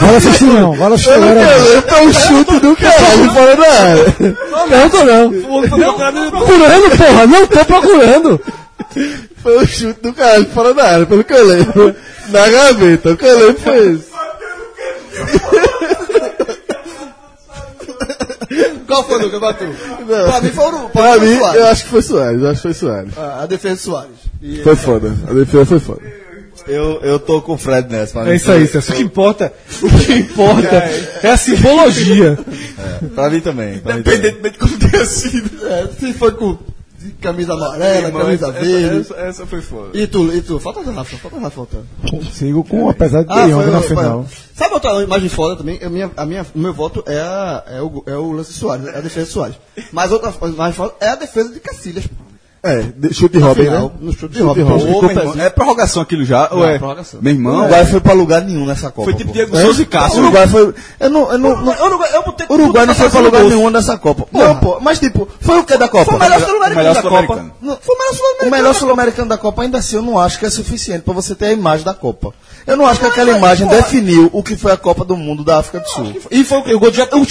C: Vai assistir não, vai assistir agora.
B: Então o chute do caralho fora da área.
C: Não, tô não. Procurando, porra, não tô procurando.
B: Foi o chute do caralho fora da área, pelo que eu lembro. Na gaveta, o que eu lembro foi esse.
E: Qual foi, Lucas? Bateu. Pra mim foi o
B: Pra mim,
E: Soares.
B: eu acho que foi Soares, eu acho que foi Soares.
E: A a defesa do Soares. E- é.
B: Foi foda, a defesa foi foda. Eu, eu tô com o Fred nessa, pra mim
D: É isso aí, Celso. O que importa, o que importa é a simbologia.
B: Pra mim também. Pra mim também.
F: Independentemente de como tenha sido.
E: é, se foi com de camisa amarela, camisa verde.
F: Essa, essa foi foda.
E: E tu, e tu, falta a Rafa, falta a Rafa, falta.
C: Consigo com, apesar
B: Ah,
C: de De Jong na
E: foi-
C: final.
E: Sabe outra imagem foda também? A minha, a minha, o meu voto é, a, é, o, é o lance Soares, é a defesa do Soares. Mas outra imagem foda é a defesa de Cacilhas. pô.
B: É, de- chute
E: Na
B: Robin,
E: final,
B: né?
E: No chute de Robin.
B: Robin.
E: Pô,
F: Ô, meu irmão, é prorrogação aquilo já? ou é?
E: prorrogação.
F: Meu irmão,
B: O Uruguai foi pra lugar nenhum nessa Copa.
F: foi tipo
B: pô. É?
F: Diego Souza e
B: O
F: Cássio.
B: Uruguai foi. Eu não, eu não, não-
E: Eu não, eu botei
B: o Uruguai não
E: tudo
B: foi pra
E: fazer
B: lugar
E: gol.
B: nenhum né? nessa Copa. Não, pô, mas tipo, foi o que da Copa?
E: Foi o melhor sul-americano
F: melhor
E: da Copa.
F: sul-americano.
E: Não, Foi o melhor
B: O
E: sul-americano.
B: melhor sul-americano da Copa, ainda assim, eu não acho que é suficiente pra você ter a imagem da Copa. Eu não acho que aquela imagem
E: é
B: definiu o que foi a Copa do Mundo da África do Sul.
E: E foi o que? O gol de Japão.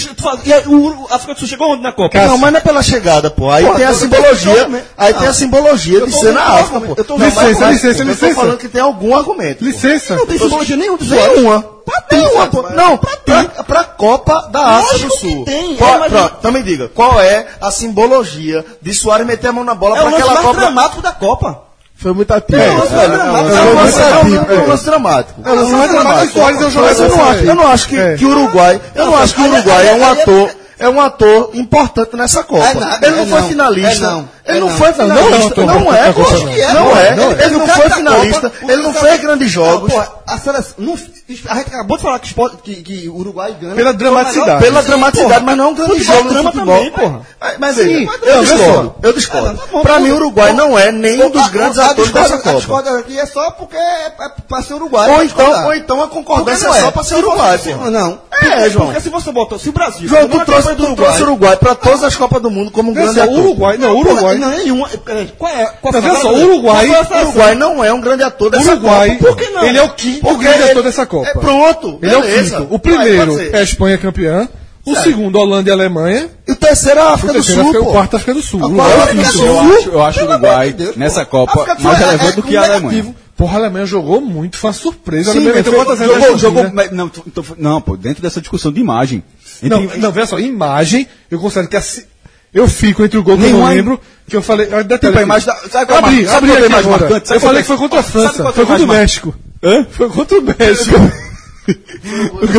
E: E aí, o África do Sul chegou onde na Copa?
B: Não, mas não é pela chegada, pô. Aí
E: Porra,
B: tem a
E: eu tô-
B: simbologia.
E: eu tô-
B: Aí tem a simbologia
E: Eu
B: de
E: tô
B: ser na
E: ouvindo o
B: África,
E: argumento.
B: pô.
E: Eu tô
B: Não,
E: ouvindo
B: mas-
E: licença,
B: mas-
E: licença,
B: Eu
E: licença.
B: tô falando que tem algum argumento. pô.
E: Licença. Não tem simbologia nenhuma. do jogo.
B: Nenhuma. Nenhuma, pô. Não, pra, pra Copa da África do
E: Lógico que
B: Sul.
E: tem,
B: Qual-
E: é, mas-
B: pronto, então me diga, qual é a simbologia de Soares meter a mão na bola
E: É
B: pra
E: o lance
B: aquela
E: mais
B: Copa?
E: dramático da Copa.
C: Foi muito atípico.
B: É, é, é, é, é, um lance atípico, é um lance dramático.
C: É um
B: Mas
C: lance dramático.
B: eu não acho, eu não acho que, que o Uruguai, eu não acho que o Uruguai é um ator, é um ator importante nessa Copa.
E: É nada,
B: ele
E: é
B: não foi
E: não,
B: finalista.
E: é não,
B: Ele
E: é
B: não
E: não.
B: foi
E: Não, não,
B: finalista.
E: não,
B: Não é,
E: não,
B: pô.
E: não é,
B: Não é.
E: não é.
B: Ele não
E: O cara
B: foi
E: da
B: finalista.
E: Copa, o
B: Ele não
E: cara-
B: fez grandes jogos.
E: Não, porra, a seleção. não- a gente acabou de falar que, esporte- que, que o Uruguai ganha.
B: Pela dramaticidade. Pela dramaticidade, mas não é um grande
E: futebol,
B: jogo de
E: drama
B: futebol.
E: também, porra.
B: Mas- Mas veja,
E: Sim, Ah, tá
B: eu
E: mas-
B: discordo. Eu discordo. Pra mim, o Uruguai não é nem um dos grandes atores dessa
E: A
B: Copa.
E: discórdia aqui é só porque é é pra ser Uruguai.
B: Ou
E: pra
B: então,
E: discordar.
B: ou então a concordância é
E: Porque não
B: só pra ser
E: Se
B: Uruguai,
E: você-
B: pô.
E: Não.
B: É,
E: Porque-
B: João.
E: Porque se você botou, se o Brasil... é
B: João,
E: tomou
B: tu
E: a
B: trouxe,
E: Copa do
B: tu trouxe o Uruguai pra todas as Copas do Mundo como um grande ator.
E: não, Uruguai. Não, nenhuma. Peraí, Qual é? Qual
D: Tá
E: foi a
D: vendo só?
E: seleção?
D: Uruguai-
E: Qual foi a
B: O
E: seleção?
B: Uruguai não é um grande ator dessa
D: Uruguai,
B: Copa. Por que não?
D: ele é o quinto
B: Porque
D: grande
B: ele-
D: ator dessa Copa.
B: É, pronto.
D: Ele é o
B: beleza.
D: quinto. O
B: Vai,
D: primeiro
B: pode ser.
D: é a Espanha campeã. O segundo, Holanda e Alemanha.
B: E o terceiro é a África do
D: o terceiro,
B: Sul,
D: África- o
B: pô.
D: quarto, África do Sul.
B: Agora,
D: Uruguai,
B: África do
D: quinto.
B: Sul.
F: Eu acho, eu acho o
E: Pelo
F: Uruguai,
E: amor de Deus,
F: nessa
E: África
F: Copa,
E: do Sul
F: mais
E: é-
F: relevante do que a Alemanha.
D: Porra, a Alemanha jogou muito, foi uma surpresa. a
F: Sim,
D: Alemanha
F: mas
D: meteu
F: foi-
D: 4x0 na
F: jogou, né? jogou,
D: Argentina.
F: mas não, tu- tu- não, pô, dentro dessa discussão de imagem.
D: Não,
F: entre-
D: não, veja só, imagem, eu considero que assim. Eu fico entre o gol que eu não
F: Nenhuma-
D: lembro, que eu falei. Eu ainda tenho
F: a imagem da- sabe qual é a
D: abri,
F: imagem- sabe
D: abri
F: qual é a
D: aqui
F: imagem
D: agora.
F: marcante? Sabe
D: Eu falei que
F: qual
D: foi
F: é-
D: contra a
F: sabe
D: França,
F: qual é a
D: foi contra o
F: imagem mar-
D: México.
F: Hã?
D: Foi contra o México.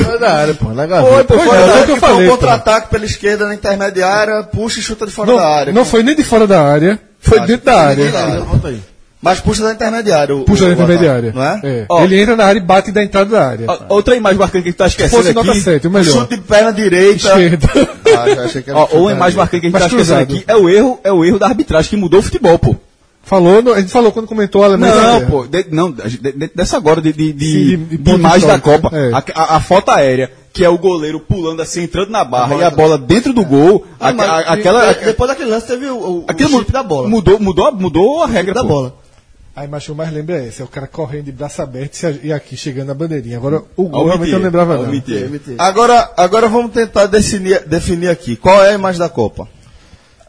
C: Foi na área, pô,
B: Foi,
C: na gaveta.
B: pô, foi
D: é,
B: da
D: é o
B: área
D: que eu
B: que foi
D: falei,
B: um
D: pô.
B: contra-ataque pela esquerda na intermediária, puxa e chuta de fora
D: Não,
B: da área.
D: não foi nem de fora da área, foi
B: Acho
D: dentro
B: que
D: da
B: foi
D: área.
B: dentro da Mas puxa da intermediária. o-
D: Puxa
B: o
D: da intermediária.
B: ataque, Não é?
F: Ó.
D: Ele entra na área e bate da entrada da área.
F: Ó, Outra imagem marcante que a gente tá
D: Se
F: esquecendo
D: fosse nota
F: aqui.
D: 7, o melhor.
B: Chute de perna direita.
D: Esquerda.
B: Ah, já achei que era
F: Ó,
B: chute
F: ou a
B: da
F: imagem
B: direita.
F: marcante que a gente
D: Mas
F: tá esquecendo
D: cruzado.
F: aqui é o erro, é o erro da arbitragem que mudou o futebol, pô.
D: Falou, no- a gente falou quando comentou a Alemanha. e a
F: Não,
D: Inglaterra.
F: pô, de- não, de- de- dessa agora de, de, de-
D: é. Sim, de- de
F: de
D: ponto
F: imagem da
D: histórico,
F: Copa,
D: é.
F: a, a- a foto aérea, que é o goleiro pulando assim, entrando na barra e a bola dentro do gol, a- a- aquela.
E: Depois daquele lance teve o, o,
F: aquele
E: o chip da bola.
F: Mudou, mudou, a- mudou a regra
E: da
F: pô.
E: bola.
D: A imagem que eu mais lembro é essa, é o cara correndo de braço aberto e se- e aqui chegando na bandeirinha. Agora, o
F: Ó,
D: gol
F: o
D: realmente eu
F: Mithier,
D: não lembrava
F: ó, o
D: não.
F: Mithier.
B: Agora, agora vamos tentar definir, definir aqui. Qual é a imagem da Copa?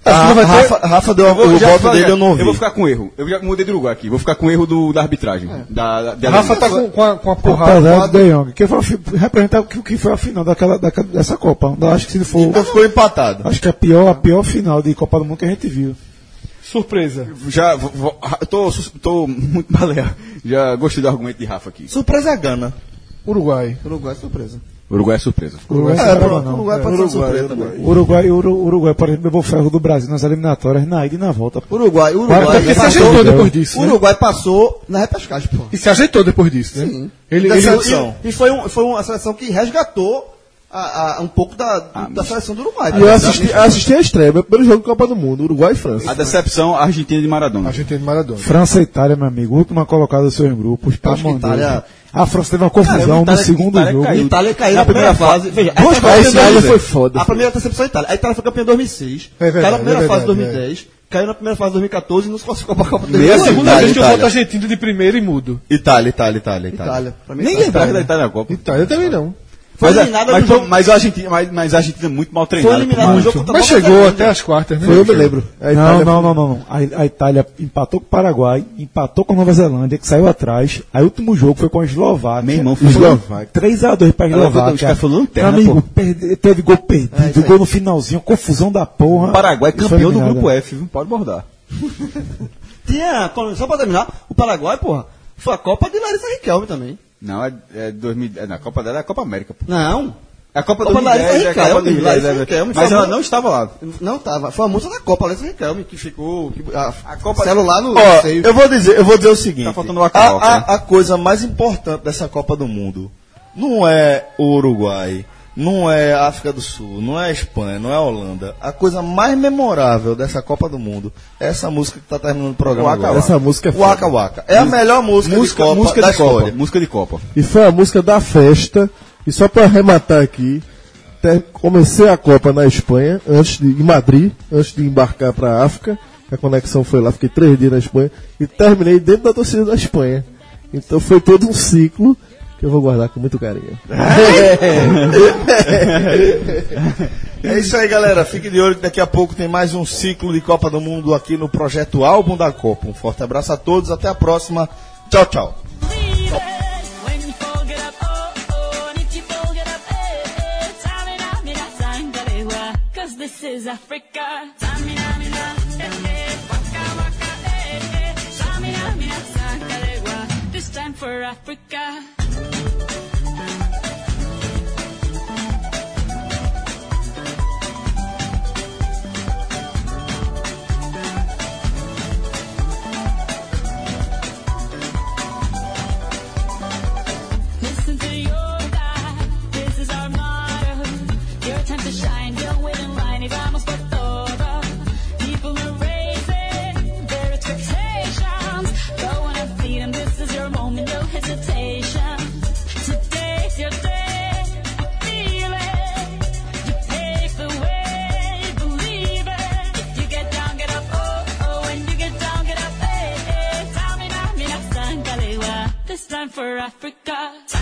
D: Ah,
B: Ah,
D: vai ter-
B: Rafa, Rafa deu
F: vou-
B: o
F: já-
B: voto
F: já-
B: dele, eu não
F: Eu vou
B: ouvi.
F: ficar com erro. Eu já mudei de lugar aqui. Vou ficar com erro do, da arbitragem. Da, da, de
D: Rafa
F: Alemanha.
D: tá com, com a, com a porrada.
U: Apesar do De Jong, que foi, a fi- representar o que, o que foi a final daquela, daquela- dessa Copa. Eu acho que se for.
B: Então ficou empatado.
U: Acho que é a pior, a pior final de Copa do Mundo que a gente viu.
D: Surpresa.
F: Já, vou- vou- eu tô, sus- tô muito baleado. Já gostei do argumento de Rafa aqui.
B: Surpresa Gana.
D: Uruguai.
E: Uruguai, surpresa.
F: Uruguai é surpresa.
U: Uruguai,
B: É,
U: superava,
B: pronto.
U: não.
B: Uruguai pode ser surpresa também.
U: Uruguai, Uru- Uruguai, por exemplo, levou o ferro do Brasil nas eliminatórias na ida e na volta. pô.
E: Uruguai,
U: Quarta-
E: Uruguai
D: Porque se
U: Passou,
D: ajeitou
U: Miguel.
D: depois disso, né?
E: Uruguai passou na repescagem, pô.
D: E se ajeitou depois disso, né? Sim. Ele, ele,
B: Decepção.
E: E foi, um, foi uma seleção que resgatou a- a- um pouco da, da seleção do Uruguai.
C: E eu assisti, assisti a estreia, meu primeiro jogo de Copa do Mundo, Uruguai e França.
F: A decepção a Argentina de Maradona.
D: a gente tem Maradona.
U: França e Itália, meu amigo, última colocada dos seus grupos. Tá
E: Acho que
U: mandando.
E: Itália-
U: A França teve uma confusão no segundo
F: Itália
U: jogo.
E: A Itália caiu na primeira fase. Veja,
U: Duas
E: essa foi a
U: vezes
E: primeira-
U: a Itália foi foda.
E: A primeira decepção da Itália. A Itália foi campeã em 2006.
D: É verdade,
E: caiu na primeira
D: é
E: fase em
D: verdade,
E: 2010. Caiu na primeira fase em 2014 e não se classificou para a Copa do
D: É a
F: assim,
E: Mundo.
D: segunda
B: Itália,
D: vez que eu
B: Itália.
D: boto a Argentina de primeiro e mudo.
B: Itália, Itália, Itália, Itália.
E: Itália. Pra mim,
F: Nem
E: Itália.
F: lembrava da Itália na Copa.
D: Itália também não.
E: Foi
F: mas, a-
E: eliminada
F: mas,
E: do
F: foi-
E: jogo.
F: mas a Argentina, mas, mas a Argentina é muito mal treinada.
E: Foi eliminada
F: pô,
E: do
F: muito.
E: jogo. Tá
D: Mas
E: bom,
D: chegou
E: tá
D: até as quartas, né?
C: Foi, eu me lembro. A
U: Não,
C: Itália-
U: não, não, não, não. A, a Itália empatou com o Paraguai, empatou com a Nova Zelândia, que saiu atrás. Aí o último jogo foi com a Eslováquia.
F: Meu irmão, foi-
U: Eslováquia. 3x2 pra
C: tá
F: Ela botou- os
U: Eslováquia.
F: caras foram lanterna,
U: Meu
C: né,
F: pô.
U: amigo, perde- teve gol
E: É,
U: perdido, gol no finalzinho, confusão da porra.
F: O Paraguai campeão do grupo
U: é.
F: F, viu? Pode bordar.
E: Tinha, só pra terminar, o Paraguai, porra, foi a Copa de Larissa Riquelme também.
F: Não, é, é 2010. é, Na Copa dela é a Copa América, pô.
E: Não.
F: É a Copa,
E: Copa da
F: 2010, é a
E: Larissa
F: Copa
E: Riquelme,
F: 2010, é
E: Larissa
F: verdade.
E: Riquelme,
F: Mas
E: só
F: ela
E: não-
F: não estava lá.
E: Não tava. Foi a moça da Copa, Larissa Riquelme, que ficou. Que, a, Copa celular no
B: Ó,
E: seio.
B: eu vou dizer, eu vou dizer o seguinte.
F: Tá faltando o
B: a,
F: Acaoca,
B: a-
F: né?
B: a coisa mais importante dessa Copa do Mundo não é o Uruguai, não é a África do Sul, não é a Espanha, não é a Holanda. A coisa mais memorável dessa Copa do Mundo é essa música que está terminando o programa.
F: O Waka
B: agora.
F: Waka.
C: Essa música é
B: o Waka
C: foda.
B: Waka. É a melhor música,
F: Música,
B: de Copa
F: música
B: da
F: de Copa.
B: história.
F: Música de Copa.
C: E foi a música da festa. E só pra arrematar aqui, até comecei a Copa na Espanha, antes de, em Madrid, antes de embarcar pra África. A conexão foi lá, fiquei três dias na Espanha. E terminei dentro da torcida da Espanha. Então foi todo um ciclo que eu vou guardar com muito carinho.
B: É isso aí, galera. Fique de olho que daqui a pouco tem mais um ciclo de Copa do Mundo aqui no projeto Álbum da Copa. Um forte abraço a todos, até a próxima. Tchau, tchau.
V: Cause this is Africa. Tamina, mina, eh, eh, waka, waka, eh, eh. Tamina, mina, sangalewa. This time for Africa. Listen to your God. This is our motto. Your time to shine. Don't wait in line. Y vamos por todo. People are raising their expectations. Go on and feed 'em. This is your moment. No hesitation. Today's your day. I feel it. You pave the way. Believe it. If you get down, get up. Oh, oh. When you get down, get up. Hey, hey. Tamina, mina, sangalewa. This time for Africa.